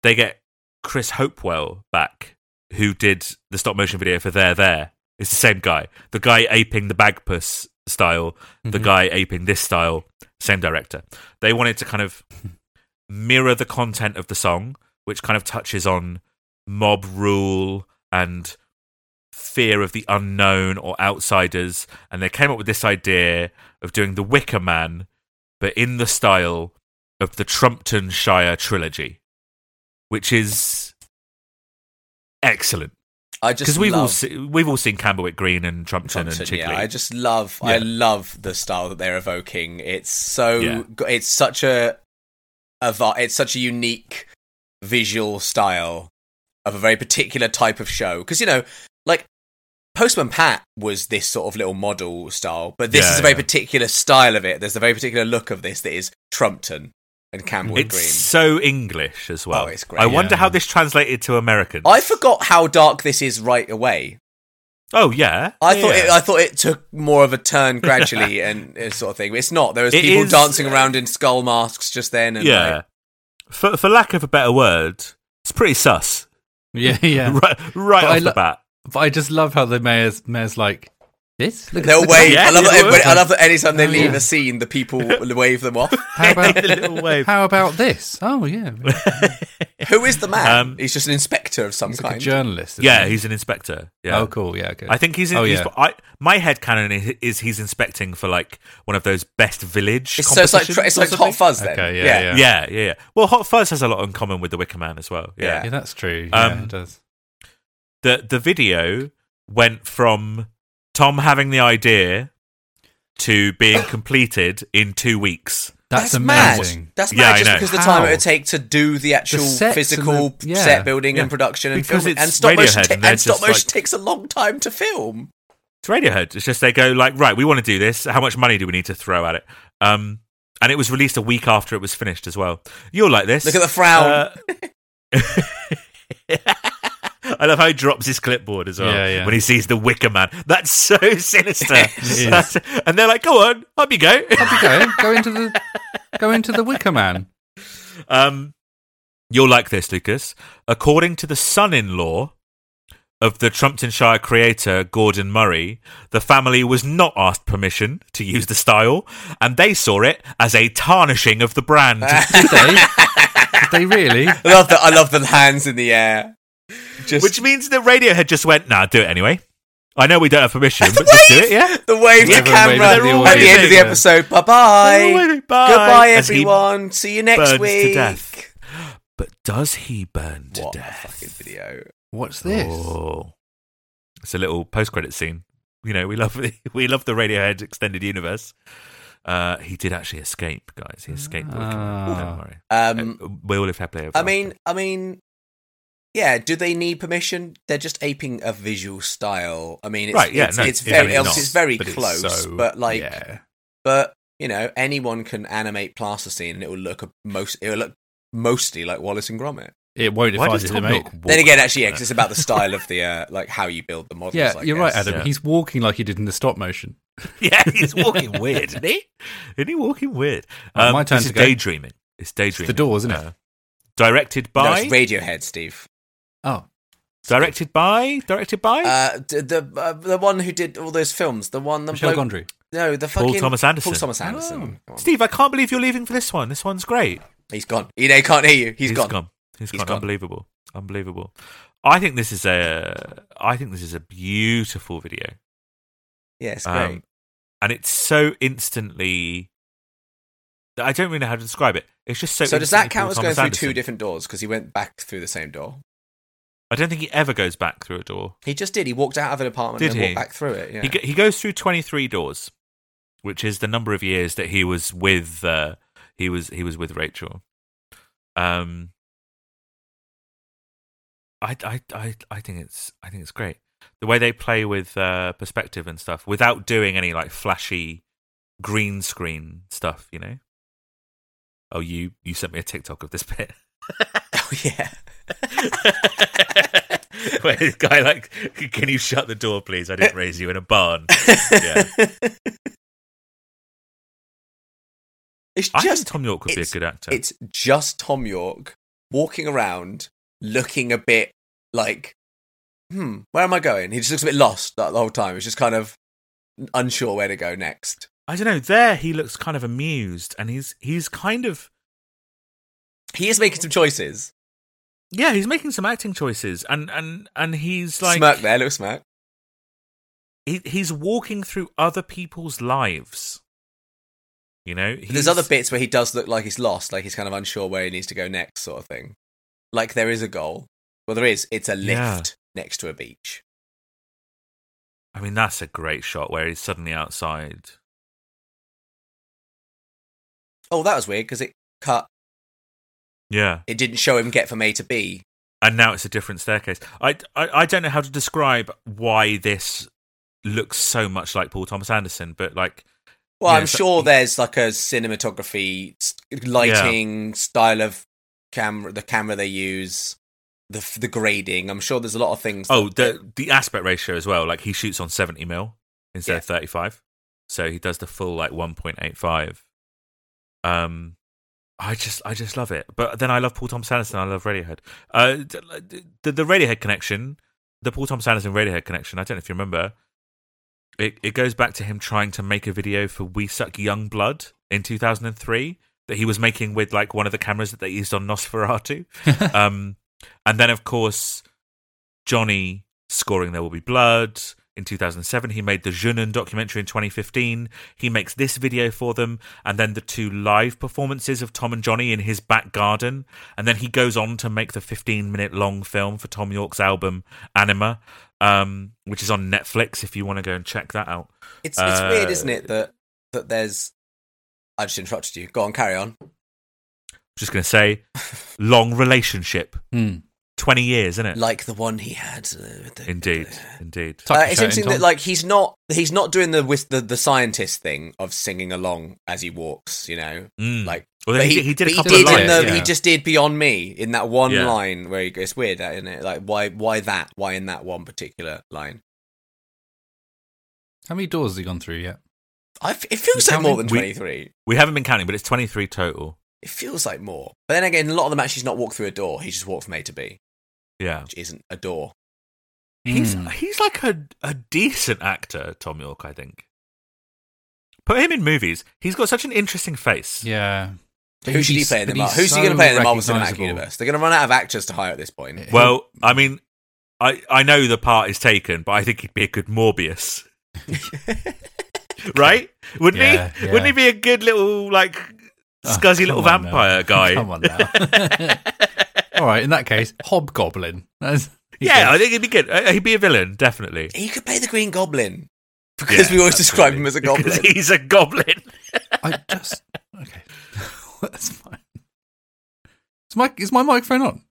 [SPEAKER 2] they get Chris Hopewell back, who did the stop motion video for There There. It's the same guy, the guy aping the bagpuss style, the
[SPEAKER 3] Mhm.
[SPEAKER 2] guy aping this style, same director. They wanted to kind of mirror the content of the song, which kind of touches on mob rule and fear of the unknown or outsiders. And they came up with this idea of doing the Wicker Man, but in the style of the Trumptonshire trilogy, which is excellent
[SPEAKER 1] I just
[SPEAKER 2] because we've all
[SPEAKER 1] love-
[SPEAKER 2] se- we've all seen Camberwick Green and Trumpton, and
[SPEAKER 1] Compton,
[SPEAKER 2] Chigley.
[SPEAKER 1] yeah, I just love, I
[SPEAKER 2] Yeah.
[SPEAKER 1] love the style that they're evoking. It's so,
[SPEAKER 2] Yeah.
[SPEAKER 1] go- it's such a, a, vi- it's such a unique visual style of a very particular type of show. Because you know, like Postman Pat was this sort of little model style, but this
[SPEAKER 2] Yeah,
[SPEAKER 1] is a very
[SPEAKER 2] yeah.
[SPEAKER 1] particular style of it. There's a very particular look of this that is Trumpton and Campbell
[SPEAKER 2] it's
[SPEAKER 1] Green.
[SPEAKER 2] so English as well.
[SPEAKER 1] Oh, it's great.
[SPEAKER 2] I wonder
[SPEAKER 3] Yeah.
[SPEAKER 2] how this translated to Americans.
[SPEAKER 1] I forgot how dark this is right away.
[SPEAKER 2] Oh yeah,
[SPEAKER 1] I
[SPEAKER 2] Yeah.
[SPEAKER 1] thought it, I thought it took more of a turn gradually and uh, sort of thing. It's not. There was
[SPEAKER 2] It
[SPEAKER 1] people
[SPEAKER 2] is-
[SPEAKER 1] dancing around in skull masks just then. And
[SPEAKER 2] yeah.
[SPEAKER 1] like-
[SPEAKER 2] for for lack of a better word, it's pretty sus.
[SPEAKER 3] Yeah, yeah.
[SPEAKER 2] Right, right
[SPEAKER 3] But
[SPEAKER 2] off
[SPEAKER 3] I
[SPEAKER 2] the
[SPEAKER 3] lo-
[SPEAKER 2] bat.
[SPEAKER 3] But I just love how the mayor's mayor's like this. Look at-
[SPEAKER 1] they'll
[SPEAKER 3] look at
[SPEAKER 1] wave.
[SPEAKER 2] Yeah,
[SPEAKER 1] I love
[SPEAKER 2] yeah,
[SPEAKER 1] that. Everybody, I
[SPEAKER 2] yeah.
[SPEAKER 1] love that. Anytime they
[SPEAKER 3] Oh,
[SPEAKER 1] leave
[SPEAKER 3] yeah.
[SPEAKER 1] a scene, the people wave them off.
[SPEAKER 3] How about
[SPEAKER 2] The little wave.
[SPEAKER 3] How about this? Oh yeah, It's
[SPEAKER 1] Who is the man?
[SPEAKER 2] Um,
[SPEAKER 1] he's just an inspector of some
[SPEAKER 3] like a
[SPEAKER 1] kind.
[SPEAKER 3] journalist. isn't
[SPEAKER 2] Yeah,
[SPEAKER 3] he?
[SPEAKER 2] he's an inspector. Yeah.
[SPEAKER 3] Oh cool. Yeah, good.
[SPEAKER 2] I think he's. In,
[SPEAKER 3] Oh,
[SPEAKER 2] he's-
[SPEAKER 3] yeah.
[SPEAKER 2] I, my head canon is, is he's inspecting for like one of those best village.
[SPEAKER 1] it's, so it's like
[SPEAKER 2] competitions
[SPEAKER 1] tr- it's
[SPEAKER 2] or
[SPEAKER 1] like Hot
[SPEAKER 2] something.
[SPEAKER 1] Fuzz then.
[SPEAKER 3] Okay, yeah, yeah.
[SPEAKER 2] Yeah, yeah, yeah. Well, Hot Fuzz has a lot in common with the Wicker Man as well. Yeah.
[SPEAKER 1] Yeah.
[SPEAKER 3] yeah, that's true. Yeah,
[SPEAKER 2] Um,
[SPEAKER 3] it does.
[SPEAKER 2] The the video went from Tom having the idea to being completed in two weeks.
[SPEAKER 3] That's,
[SPEAKER 1] mad.
[SPEAKER 3] amazing.
[SPEAKER 1] That's
[SPEAKER 2] Yeah, I
[SPEAKER 1] mad.
[SPEAKER 2] know.
[SPEAKER 1] just because the time it
[SPEAKER 3] How?
[SPEAKER 1] would take to do the actual
[SPEAKER 3] sets and
[SPEAKER 1] physical
[SPEAKER 3] the- yeah.
[SPEAKER 1] set building
[SPEAKER 2] Yeah.
[SPEAKER 1] and production and
[SPEAKER 2] Because
[SPEAKER 1] filming,
[SPEAKER 2] it's
[SPEAKER 1] and stop motion,
[SPEAKER 2] Radiohead
[SPEAKER 1] ta-
[SPEAKER 2] and they're
[SPEAKER 1] and stop
[SPEAKER 2] just
[SPEAKER 1] motion
[SPEAKER 2] like-
[SPEAKER 1] takes a long time to film.
[SPEAKER 2] It's Radiohead. It's just they go like, right, we want to do this. How much money do we need to throw at it? Um, and it was released a week after it was finished as well. You're like this.
[SPEAKER 1] Look at the frown.
[SPEAKER 2] Uh, I love how he drops his clipboard as well
[SPEAKER 3] Yeah, yeah.
[SPEAKER 2] when he sees the Wicker Man. That's so sinister.
[SPEAKER 3] is.
[SPEAKER 2] That's- and they're like, "Go on, up you go."
[SPEAKER 3] Up you go. Go into the go into the Wicker Man.
[SPEAKER 2] Um, you'll like this, Lucas. According to the son-in-law of the Trumptonshire creator Gordon Murray, the family was not asked permission to use the style, and they saw it as a tarnishing of the brand.
[SPEAKER 1] Ah.
[SPEAKER 3] Did they? Did they really?
[SPEAKER 1] I love the I love the hands in the air. Just
[SPEAKER 2] Which means that Radiohead just went, nah, do it anyway. I know we don't have permission, but just do it, yeah?
[SPEAKER 1] the wave to
[SPEAKER 3] Everyone
[SPEAKER 1] camera
[SPEAKER 3] waves
[SPEAKER 1] at the,
[SPEAKER 3] at the
[SPEAKER 1] end of
[SPEAKER 2] audience.
[SPEAKER 1] the episode. Bye bye.
[SPEAKER 2] Bye. Bye.
[SPEAKER 1] Goodbye,
[SPEAKER 2] As he
[SPEAKER 1] everyone. See you next
[SPEAKER 2] burns
[SPEAKER 1] week.
[SPEAKER 2] to death. But does he burn to
[SPEAKER 1] What a
[SPEAKER 2] death?
[SPEAKER 1] fucking video.
[SPEAKER 3] What's this?
[SPEAKER 2] Oh. It's a little post-credit scene. You know, we love the, we love the Radiohead extended universe. Uh, he did actually escape, guys. He escaped. the Wicker Man.
[SPEAKER 3] Ah.
[SPEAKER 2] Don't worry.
[SPEAKER 1] Um,
[SPEAKER 2] Uh, we all live happily ever
[SPEAKER 1] I
[SPEAKER 2] after.
[SPEAKER 1] mean, I mean, yeah, do they need permission? They're just aping a visual style. I mean, it's,
[SPEAKER 2] Right, yeah,
[SPEAKER 1] it's,
[SPEAKER 2] no,
[SPEAKER 1] it's
[SPEAKER 2] it's
[SPEAKER 1] very,
[SPEAKER 2] really
[SPEAKER 1] obviously
[SPEAKER 2] not,
[SPEAKER 1] it's very
[SPEAKER 3] but it's
[SPEAKER 1] close,
[SPEAKER 3] so-
[SPEAKER 1] but like,
[SPEAKER 3] yeah.
[SPEAKER 1] but you know, anyone can animate plasticine, and it will look a- most, it will look mostly like Wallace and Gromit.
[SPEAKER 3] it won't if
[SPEAKER 2] Why
[SPEAKER 3] I
[SPEAKER 2] does
[SPEAKER 3] did it,
[SPEAKER 2] Tom
[SPEAKER 3] mate.
[SPEAKER 2] not walk
[SPEAKER 1] then again, actually, yeah,
[SPEAKER 2] like
[SPEAKER 1] 'cause
[SPEAKER 2] that?
[SPEAKER 1] it's about the style of the uh, like how you build the models.
[SPEAKER 3] Yeah,
[SPEAKER 1] I
[SPEAKER 3] you're right,
[SPEAKER 1] guess.
[SPEAKER 3] Adam.
[SPEAKER 2] Yeah.
[SPEAKER 3] He's walking like he did in the stop motion.
[SPEAKER 2] yeah, he's walking weird, isn't he? Isn't he walking weird?
[SPEAKER 3] Oh, my turn
[SPEAKER 2] this
[SPEAKER 3] to
[SPEAKER 2] is
[SPEAKER 3] go.
[SPEAKER 2] daydreaming. It's
[SPEAKER 3] It's
[SPEAKER 2] daydreaming.
[SPEAKER 3] the door, isn't it?
[SPEAKER 2] Uh, directed
[SPEAKER 1] No,
[SPEAKER 2] by.
[SPEAKER 1] it's Radiohead, Steve.
[SPEAKER 3] oh,
[SPEAKER 2] directed by. Directed by.
[SPEAKER 1] Uh, d- the uh, the one who did all those films, the one the
[SPEAKER 3] Michelle
[SPEAKER 1] bloke-
[SPEAKER 3] Gondry.
[SPEAKER 1] no, the
[SPEAKER 2] Paul
[SPEAKER 1] fucking
[SPEAKER 2] Thomas Anderson.
[SPEAKER 1] Paul Thomas Anderson.
[SPEAKER 2] Oh.
[SPEAKER 1] Come on.
[SPEAKER 2] Steve, I can't believe you're leaving for this one. This one's great.
[SPEAKER 1] He's gone. You know, he can't hear you.
[SPEAKER 2] He's
[SPEAKER 1] gone.
[SPEAKER 2] gone. He's
[SPEAKER 1] He's
[SPEAKER 2] gone.
[SPEAKER 1] gone.
[SPEAKER 2] Unbelievable. Unbelievable. I think this is a. I think this is a beautiful video.
[SPEAKER 1] Yeah, it's
[SPEAKER 2] Um,
[SPEAKER 1] great.
[SPEAKER 2] and it's so instantly. I don't really know how to describe it. It's just so.
[SPEAKER 1] so does that
[SPEAKER 2] instantly
[SPEAKER 1] count
[SPEAKER 2] Paul
[SPEAKER 1] as going
[SPEAKER 2] Thomas
[SPEAKER 1] through
[SPEAKER 2] Anderson.
[SPEAKER 1] two different doors? Because he went back through the same door.
[SPEAKER 2] I don't think he ever goes back through a door.
[SPEAKER 1] He just did. He walked out of an apartment
[SPEAKER 2] Did
[SPEAKER 1] and
[SPEAKER 2] he?
[SPEAKER 1] walked back through it. Yeah.
[SPEAKER 2] He go- he goes through twenty three doors, which is the number of years that he was with. Uh, he was he was with Rachel. Um. I, I, I, I think it's I think it's great the way they play with uh, perspective and stuff without doing any like flashy green screen stuff you know oh you you sent me a TikTok of this bit
[SPEAKER 1] oh yeah.
[SPEAKER 2] Where this guy like, can you shut the door, please? I didn't raise you in a barn. Yeah.
[SPEAKER 1] It's
[SPEAKER 2] I
[SPEAKER 1] just
[SPEAKER 2] think Tom York would be a
[SPEAKER 1] it's-
[SPEAKER 2] good actor.
[SPEAKER 1] it's just Tom York walking around looking a bit like, hmm, where am I going? He just looks a bit lost that the whole time. He's just kind of unsure where to go next.
[SPEAKER 2] I don't know. There, he looks kind of amused, and he's he's kind of
[SPEAKER 1] He is making some choices.
[SPEAKER 2] yeah, he's making some acting choices, and and and he's like
[SPEAKER 1] smirk there, little smirk.
[SPEAKER 2] He, he's walking through other people's lives. You know,
[SPEAKER 1] But there's
[SPEAKER 2] He's-
[SPEAKER 1] other bits where he does look like he's lost, like he's kind of unsure where he needs to go next, sort of thing. Like there is a goal. Well, there is. It's a lift
[SPEAKER 2] Yeah.
[SPEAKER 1] next to a beach.
[SPEAKER 2] I mean, that's a great shot where he's suddenly outside.
[SPEAKER 1] Oh, that was weird because it cut.
[SPEAKER 2] Yeah,
[SPEAKER 1] It didn't show him get from A to B.
[SPEAKER 2] and now it's a different staircase. I, I, I don't know how to describe why this looks so much like Paul Thomas Anderson, but like,
[SPEAKER 1] Well,
[SPEAKER 2] Yeah,
[SPEAKER 1] I'm
[SPEAKER 2] so-
[SPEAKER 1] sure there's like a cinematography, s- lighting, style of camera, the camera they use, the f- the grading. I'm sure there's a lot of things.
[SPEAKER 2] oh,
[SPEAKER 1] that-
[SPEAKER 2] the the aspect ratio as well. Like he shoots on seventy mil instead
[SPEAKER 1] Yeah.
[SPEAKER 2] of thirty five, so he does the full like one point eight five. Um, I just I just love it. But then I love Paul Thomas Anderson. I love Radiohead. Uh, d- the the Radiohead connection, the Paul Thomas Anderson Radiohead connection. I don't know if you remember. It it goes back to him trying to make a video for We Suck Young Blood in two thousand and three that he was making with like one of the cameras that they used on Nosferatu. um, and then of course Johnny scoring There Will Be Blood. In 2007, he made the Junen documentary in 2015. He makes this video for them, and then the two live performances of Tom and Johnny in his back garden. And then he goes on to make the 15 minute long film for Tom York's album Anima, um, which is on Netflix if you want to go and check that out.
[SPEAKER 1] it's it's weird,
[SPEAKER 2] uh,
[SPEAKER 1] isn't it? That that there's. I just interrupted you. Go on, carry on.
[SPEAKER 2] Just going to say, long relationship.
[SPEAKER 3] Hmm.
[SPEAKER 2] 20 years, isn't it?
[SPEAKER 1] Like the one he had. uh, with the-
[SPEAKER 2] Indeed. Indeed.
[SPEAKER 3] Tuck
[SPEAKER 1] Uh,
[SPEAKER 3] your
[SPEAKER 1] it's
[SPEAKER 3] shirt in,
[SPEAKER 1] interesting that
[SPEAKER 3] Tom.
[SPEAKER 1] like he's not he's not doing the with the, the scientist thing of singing along as he walks, you know.
[SPEAKER 2] Mm.
[SPEAKER 1] Like
[SPEAKER 2] Although
[SPEAKER 1] But
[SPEAKER 2] he, did- he did a
[SPEAKER 1] but
[SPEAKER 2] couple
[SPEAKER 1] did
[SPEAKER 2] of lines.
[SPEAKER 1] in the-
[SPEAKER 2] yeah.
[SPEAKER 1] He just did Beyond Me in that one
[SPEAKER 2] Yeah.
[SPEAKER 1] line where he, it's weird, isn't it? Like why why that? Why in that one particular line?
[SPEAKER 3] How many doors has he gone through yet?
[SPEAKER 1] I f it feels like
[SPEAKER 3] How
[SPEAKER 1] more
[SPEAKER 3] many-
[SPEAKER 1] than
[SPEAKER 2] we-
[SPEAKER 1] twenty three.
[SPEAKER 2] We haven't been counting, but it's 23 total.
[SPEAKER 1] It feels like more. But then again, a lot of them actually he's not walked through a door. He just walked from A to B,
[SPEAKER 2] Yeah.
[SPEAKER 1] which isn't a door.
[SPEAKER 2] He's
[SPEAKER 3] Hmm.
[SPEAKER 2] he's like a a decent actor, Tom York. I think. Put him in movies. He's got such an interesting face.
[SPEAKER 3] yeah.
[SPEAKER 1] Who should he play in the Marvel? Who's he going to play in the Marvel Cinematic
[SPEAKER 3] recognizable.
[SPEAKER 1] Universe? They're going to run out of actors to hire at this point.
[SPEAKER 3] Yeah.
[SPEAKER 2] Well, I mean, I I know the part is taken, but I think he'd be a good Morbius, right? Wouldn't
[SPEAKER 3] Yeah,
[SPEAKER 2] he?
[SPEAKER 3] yeah.
[SPEAKER 2] Wouldn't he be a good little like
[SPEAKER 3] Oh,
[SPEAKER 2] scuzzy
[SPEAKER 3] come
[SPEAKER 2] little
[SPEAKER 3] on now.
[SPEAKER 2] vampire guy?
[SPEAKER 3] Come on now. All right, in that case, Hobgoblin. That's-
[SPEAKER 2] yeah, I think he'd be good. Uh, he'd be a villain, definitely.
[SPEAKER 1] He could play the Green Goblin because
[SPEAKER 2] Yeah,
[SPEAKER 1] we always describe
[SPEAKER 2] absolutely.
[SPEAKER 1] him as
[SPEAKER 2] Because
[SPEAKER 1] a goblin.
[SPEAKER 2] He's a goblin.
[SPEAKER 3] I just okay. That's fine. Is my is my microphone on?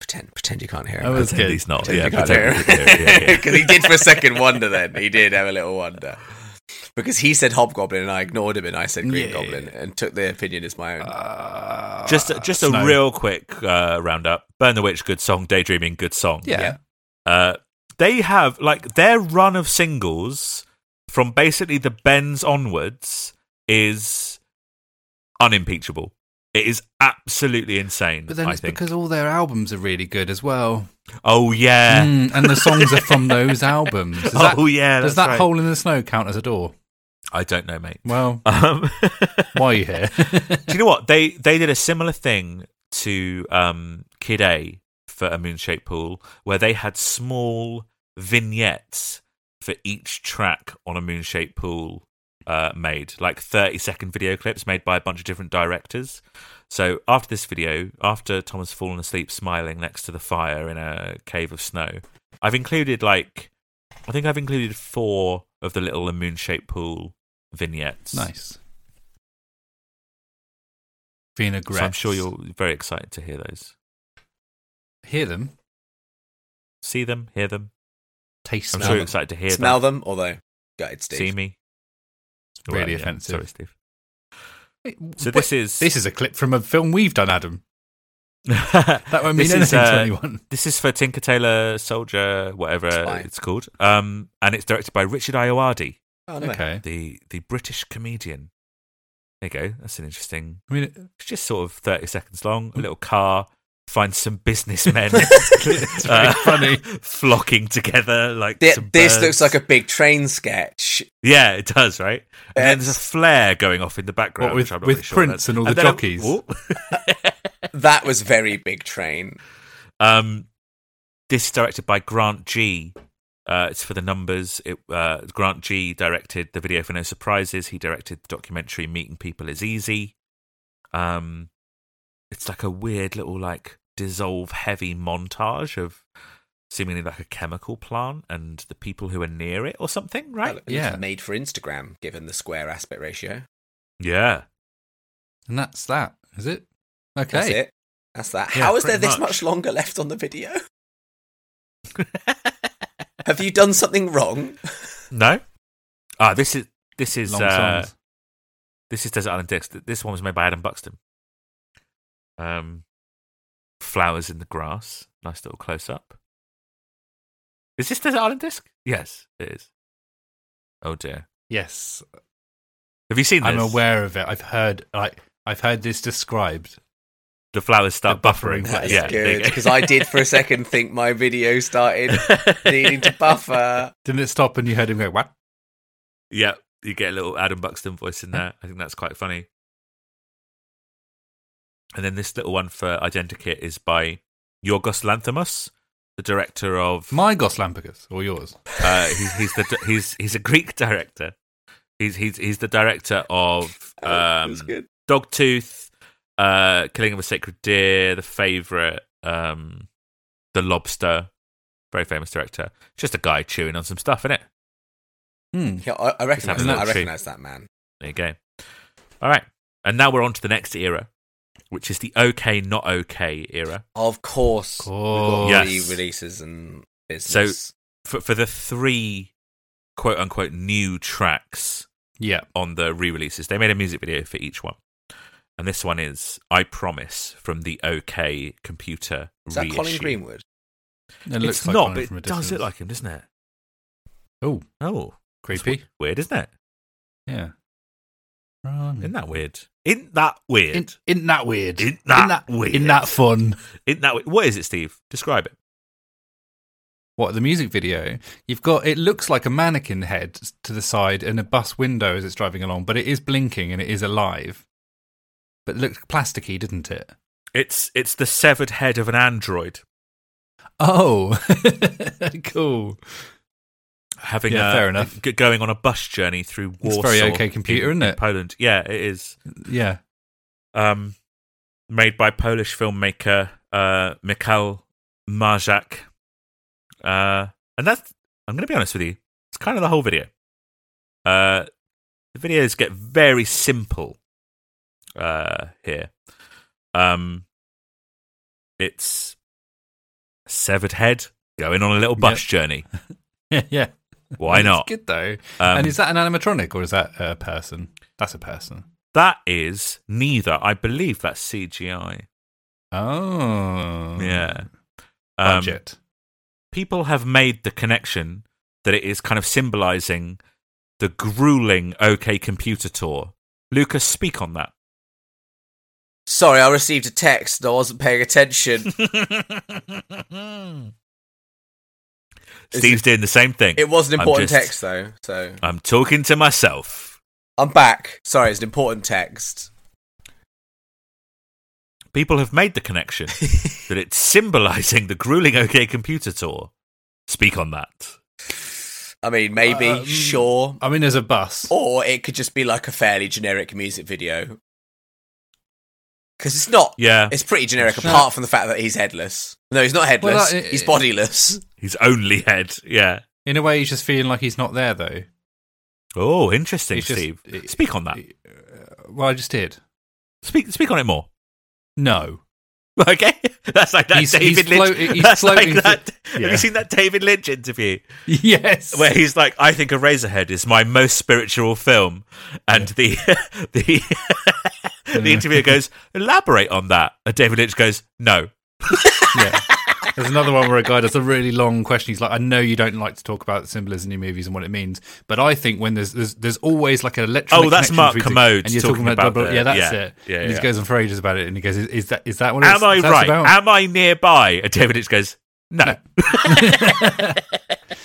[SPEAKER 1] pretend pretend you can't hear
[SPEAKER 3] Oh,
[SPEAKER 1] him.
[SPEAKER 3] that's
[SPEAKER 2] Pretend
[SPEAKER 3] good.
[SPEAKER 2] he's not.
[SPEAKER 1] Pretend
[SPEAKER 2] Yeah,
[SPEAKER 1] you can't
[SPEAKER 2] pretend
[SPEAKER 1] hear
[SPEAKER 2] he's not. Yeah, yeah.
[SPEAKER 1] Because he did for a second wonder. Then he did have a little wonder because he said hobgoblin and I ignored him and I said green
[SPEAKER 3] Yeah. Uh,
[SPEAKER 1] goblin and took the opinion as my own.
[SPEAKER 2] Just, just a
[SPEAKER 3] Snow.
[SPEAKER 2] real quick uh, roundup. Burn the Witch, good song. Daydreaming, good song.
[SPEAKER 3] Yeah.
[SPEAKER 1] Yeah.
[SPEAKER 2] Uh, they have like their run of singles from basically the Bends onwards is unimpeachable. It is absolutely insane.
[SPEAKER 3] But then
[SPEAKER 2] I
[SPEAKER 3] it's
[SPEAKER 2] think.
[SPEAKER 3] because all their albums are really good as well.
[SPEAKER 2] oh yeah,
[SPEAKER 3] Mm, and the songs are from those albums. Does that,
[SPEAKER 2] oh yeah.
[SPEAKER 3] does
[SPEAKER 2] that's
[SPEAKER 3] that
[SPEAKER 2] right.
[SPEAKER 3] hole in the snow count as a door?
[SPEAKER 2] I don't know, mate.
[SPEAKER 3] Well,
[SPEAKER 2] Um,
[SPEAKER 3] why are you here?
[SPEAKER 2] do you know what they they did a similar thing to um, Kid A for a Moonshaped Pool, where they had small vignettes for each track on a Moonshaped Pool uh, made, like thirty second video clips made by a bunch of different directors. So after this video, after Tom has fallen asleep smiling next to the fire in a cave of snow, I've included like I think I've included four of the little Moonshaped Pool vignettes.
[SPEAKER 3] nice. Vinaigrette.
[SPEAKER 2] So I'm sure you're very excited to hear those.
[SPEAKER 3] hear them,
[SPEAKER 2] See them, hear them.
[SPEAKER 3] taste
[SPEAKER 2] I'm
[SPEAKER 3] them.
[SPEAKER 2] sure you're excited to hear
[SPEAKER 1] Smell
[SPEAKER 2] them.
[SPEAKER 1] them, although gutted Steve.
[SPEAKER 2] See me.
[SPEAKER 3] It's really
[SPEAKER 2] Right, yeah.
[SPEAKER 3] offensive.
[SPEAKER 2] Sorry, Steve.
[SPEAKER 3] Wait,
[SPEAKER 2] So
[SPEAKER 3] wait,
[SPEAKER 2] this is
[SPEAKER 3] this is a clip from a film we've done, Adam. That won't mean
[SPEAKER 2] This
[SPEAKER 3] anything
[SPEAKER 2] is,
[SPEAKER 3] to
[SPEAKER 2] uh,
[SPEAKER 3] anyone.
[SPEAKER 2] This is for Tinker Tailor Soldier, whatever
[SPEAKER 1] Spy.
[SPEAKER 2] it's called, um, and it's directed by Richard Ayoade,
[SPEAKER 1] Oh, no.
[SPEAKER 3] Okay.
[SPEAKER 2] the the British comedian. There you go. That's an interesting.
[SPEAKER 3] I mean,
[SPEAKER 2] It's just sort of thirty seconds long.
[SPEAKER 3] Hmm.
[SPEAKER 2] A little car finds some businessmen. Uh,
[SPEAKER 3] it's very funny.
[SPEAKER 2] flocking together like
[SPEAKER 1] Th-
[SPEAKER 2] some
[SPEAKER 1] this
[SPEAKER 2] birds.
[SPEAKER 1] looks like a big train sketch.
[SPEAKER 2] Yeah, it does, right? And then there's a
[SPEAKER 1] It's-
[SPEAKER 2] flare going off in the background.
[SPEAKER 3] What, with-
[SPEAKER 2] which I'm not
[SPEAKER 3] with
[SPEAKER 2] really sure
[SPEAKER 3] Prince
[SPEAKER 2] about.
[SPEAKER 3] and all the
[SPEAKER 2] then-
[SPEAKER 3] jockeys?
[SPEAKER 2] Oh.
[SPEAKER 1] That was very big train.
[SPEAKER 2] um, this is directed by Grant G. Uh, it's for the numbers. It, uh, Grant G. directed the video for No Surprises. He directed the documentary Meeting People Is Easy. Um, it's like a weird little like dissolve heavy montage of seemingly like a chemical plant and the people who are near it or something,
[SPEAKER 1] That
[SPEAKER 2] right?
[SPEAKER 1] looks
[SPEAKER 3] yeah.
[SPEAKER 1] Made for Instagram, given the square aspect ratio.
[SPEAKER 2] Yeah.
[SPEAKER 3] and that's that, is it? Okay.
[SPEAKER 1] That's it. That's that.
[SPEAKER 2] Yeah,
[SPEAKER 1] How is there
[SPEAKER 2] pretty
[SPEAKER 1] this
[SPEAKER 2] much.
[SPEAKER 1] much longer left on the video? Have you done something wrong?
[SPEAKER 2] No. Ah, this is this is
[SPEAKER 3] Long
[SPEAKER 2] uh,
[SPEAKER 3] songs.
[SPEAKER 2] this is Desert Island Discs. This one was made by Adam Buxton. Um, flowers in the grass. Nice little close up. Is this Desert Island Disc? Yes, it is. Oh dear.
[SPEAKER 3] Yes,
[SPEAKER 2] Have you seen this?
[SPEAKER 3] I'm aware of it. I've heard like I've heard this described.
[SPEAKER 2] The flowers start
[SPEAKER 3] The
[SPEAKER 2] buffering.
[SPEAKER 3] buffering.
[SPEAKER 1] That's
[SPEAKER 2] yeah, there you
[SPEAKER 1] good
[SPEAKER 2] go.
[SPEAKER 1] because I did for a second think my video started needing to buffer.
[SPEAKER 3] Didn't it stop and you heard him go what?
[SPEAKER 2] Yeah, you get a little Adam Buxton voice in there. I think that's quite funny. And then this little one for Identikit is by Yorgos Lanthimos, the director of.
[SPEAKER 3] My Goslampagos or yours?
[SPEAKER 2] Uh, he's, he's the he's he's a Greek director. He's he's he's the director of
[SPEAKER 1] Oh, that
[SPEAKER 2] um,
[SPEAKER 1] was good.
[SPEAKER 2] Dogtooth, uh, Killing of a Sacred Deer, The Favorite, um, The Lobster. Very famous director. Just a guy chewing on some stuff, innit?
[SPEAKER 3] Hmm.
[SPEAKER 1] Yeah, I, I recognize
[SPEAKER 2] having
[SPEAKER 1] that.
[SPEAKER 2] a
[SPEAKER 1] I
[SPEAKER 2] look.
[SPEAKER 1] recognize that man.
[SPEAKER 2] There you go. All right. And now we're on to the next era, which is the okay, not okay era.
[SPEAKER 1] Of course,
[SPEAKER 3] Of
[SPEAKER 1] we've got
[SPEAKER 2] course.
[SPEAKER 1] re-
[SPEAKER 2] Yes.
[SPEAKER 1] releases and business.
[SPEAKER 2] For, for the three quote unquote new tracks
[SPEAKER 3] Yeah.
[SPEAKER 2] on the re releases, they made a music video for each one. And this one is I Promise from the OK Computer
[SPEAKER 1] is that Colin
[SPEAKER 2] reissue.
[SPEAKER 1] Greenwood?
[SPEAKER 3] It
[SPEAKER 2] It's
[SPEAKER 3] looks like
[SPEAKER 2] not,
[SPEAKER 3] one
[SPEAKER 2] but
[SPEAKER 3] from a
[SPEAKER 2] it does
[SPEAKER 3] distance.
[SPEAKER 2] look like him, doesn't it?
[SPEAKER 3] oh
[SPEAKER 2] Oh, it's
[SPEAKER 3] creepy.
[SPEAKER 2] w- Weird, isn't it?
[SPEAKER 3] Yeah. Wrong.
[SPEAKER 2] Isn't that weird? Isn't that weird?
[SPEAKER 3] In, isn't that weird?
[SPEAKER 2] Isn't that weird?
[SPEAKER 3] Isn't that fun?
[SPEAKER 2] Isn't that weird? What is it, Steve? Describe it.
[SPEAKER 3] What the music video? You've got it looks like a mannequin head to the side and a bus window as it's driving along, but it is blinking and it is alive. But it looked plasticky, didn't it?
[SPEAKER 2] It's it's the severed head of an android
[SPEAKER 3] Oh, cool.
[SPEAKER 2] having
[SPEAKER 3] Yeah,
[SPEAKER 2] a,
[SPEAKER 3] fair enough.
[SPEAKER 2] g- going on a bus journey through
[SPEAKER 3] It's
[SPEAKER 2] Warsaw.
[SPEAKER 3] very okay computer,
[SPEAKER 2] in,
[SPEAKER 3] isn't
[SPEAKER 2] in
[SPEAKER 3] it?
[SPEAKER 2] Poland. Yeah, it is.
[SPEAKER 3] Yeah.
[SPEAKER 2] Um, made by Polish filmmaker uh, Mikhail Marzak. Uh, and that's I'm going to be honest with you. It's kind of the whole video. Uh, the videos get very simple uh, here. Um, it's severed head going on a little bus
[SPEAKER 3] Yep.
[SPEAKER 2] journey.
[SPEAKER 3] yeah.
[SPEAKER 2] Why not?
[SPEAKER 3] It's good though.
[SPEAKER 2] Um,
[SPEAKER 3] and is that an animatronic or is that a person? That's a person.
[SPEAKER 2] That is neither. I believe that's CGI.
[SPEAKER 3] Oh.
[SPEAKER 2] Yeah. Um,
[SPEAKER 3] Budget.
[SPEAKER 2] people have made the connection that it is kind of symbolizing the grueling OK Computer Tour. Lucas, speak on that.
[SPEAKER 1] Sorry, I received a text and I wasn't paying attention.
[SPEAKER 2] Steve's doing the same thing.
[SPEAKER 1] It was an
[SPEAKER 2] I'm
[SPEAKER 1] important
[SPEAKER 2] just-
[SPEAKER 1] text though, so
[SPEAKER 2] I'm talking to myself.
[SPEAKER 1] I'm back. Sorry, it's an important text.
[SPEAKER 2] People have made the connection that it's symbolizing the grueling OK Computer Tour. Speak on that.
[SPEAKER 1] I mean, maybe,
[SPEAKER 3] Um,
[SPEAKER 1] sure,
[SPEAKER 3] I mean, there's a bus.
[SPEAKER 2] Oh.
[SPEAKER 1] or it could just be like a fairly generic music video. Because it's not.
[SPEAKER 2] Yeah,
[SPEAKER 1] It's pretty generic,
[SPEAKER 3] No.
[SPEAKER 1] apart from the fact that he's headless. No, he's not headless.
[SPEAKER 3] that-
[SPEAKER 1] he's bodiless.
[SPEAKER 2] his only head. Yeah.
[SPEAKER 3] In a way, he's just feeling like he's not there though.
[SPEAKER 2] Oh, interesting,
[SPEAKER 3] It's just-
[SPEAKER 2] Steve.
[SPEAKER 3] it-
[SPEAKER 2] speak on that.
[SPEAKER 3] uh, Well, I just did.
[SPEAKER 2] Speak, speak on it more.
[SPEAKER 3] No.
[SPEAKER 2] Okay, that's like that
[SPEAKER 3] He's-
[SPEAKER 2] David
[SPEAKER 3] he's
[SPEAKER 2] Lynch.
[SPEAKER 3] floating- he's
[SPEAKER 2] that's like
[SPEAKER 3] floating
[SPEAKER 2] that. Have
[SPEAKER 3] Yeah.
[SPEAKER 2] you seen that David Lynch interview
[SPEAKER 3] Yes.
[SPEAKER 2] where he's like, "I think Eraserhead is my most spiritual film," and the the the interviewer goes, "Elaborate on that," and David Lynch goes, "No."
[SPEAKER 3] yeah. There's another one where a guy does a really long question. He's like, "I know you don't like to talk about symbolism in your movies and what it means, but I think when there's there's, there's always like an electronic
[SPEAKER 2] Oh, that's
[SPEAKER 3] connection
[SPEAKER 2] Mark
[SPEAKER 3] between-
[SPEAKER 2] Commode
[SPEAKER 3] and you're
[SPEAKER 2] talking
[SPEAKER 3] talking, about,
[SPEAKER 2] about
[SPEAKER 3] blah, blah,
[SPEAKER 2] the-
[SPEAKER 3] yeah, that's
[SPEAKER 2] yeah,
[SPEAKER 3] it.
[SPEAKER 2] yeah,
[SPEAKER 3] and he
[SPEAKER 2] yeah.
[SPEAKER 3] goes on for ages about it, and he goes, "Is, is that is that what
[SPEAKER 2] Am
[SPEAKER 3] it's,
[SPEAKER 2] I
[SPEAKER 3] that's
[SPEAKER 2] right?
[SPEAKER 3] about?"
[SPEAKER 2] Am I nearby? And David Lynch goes, "No."
[SPEAKER 1] I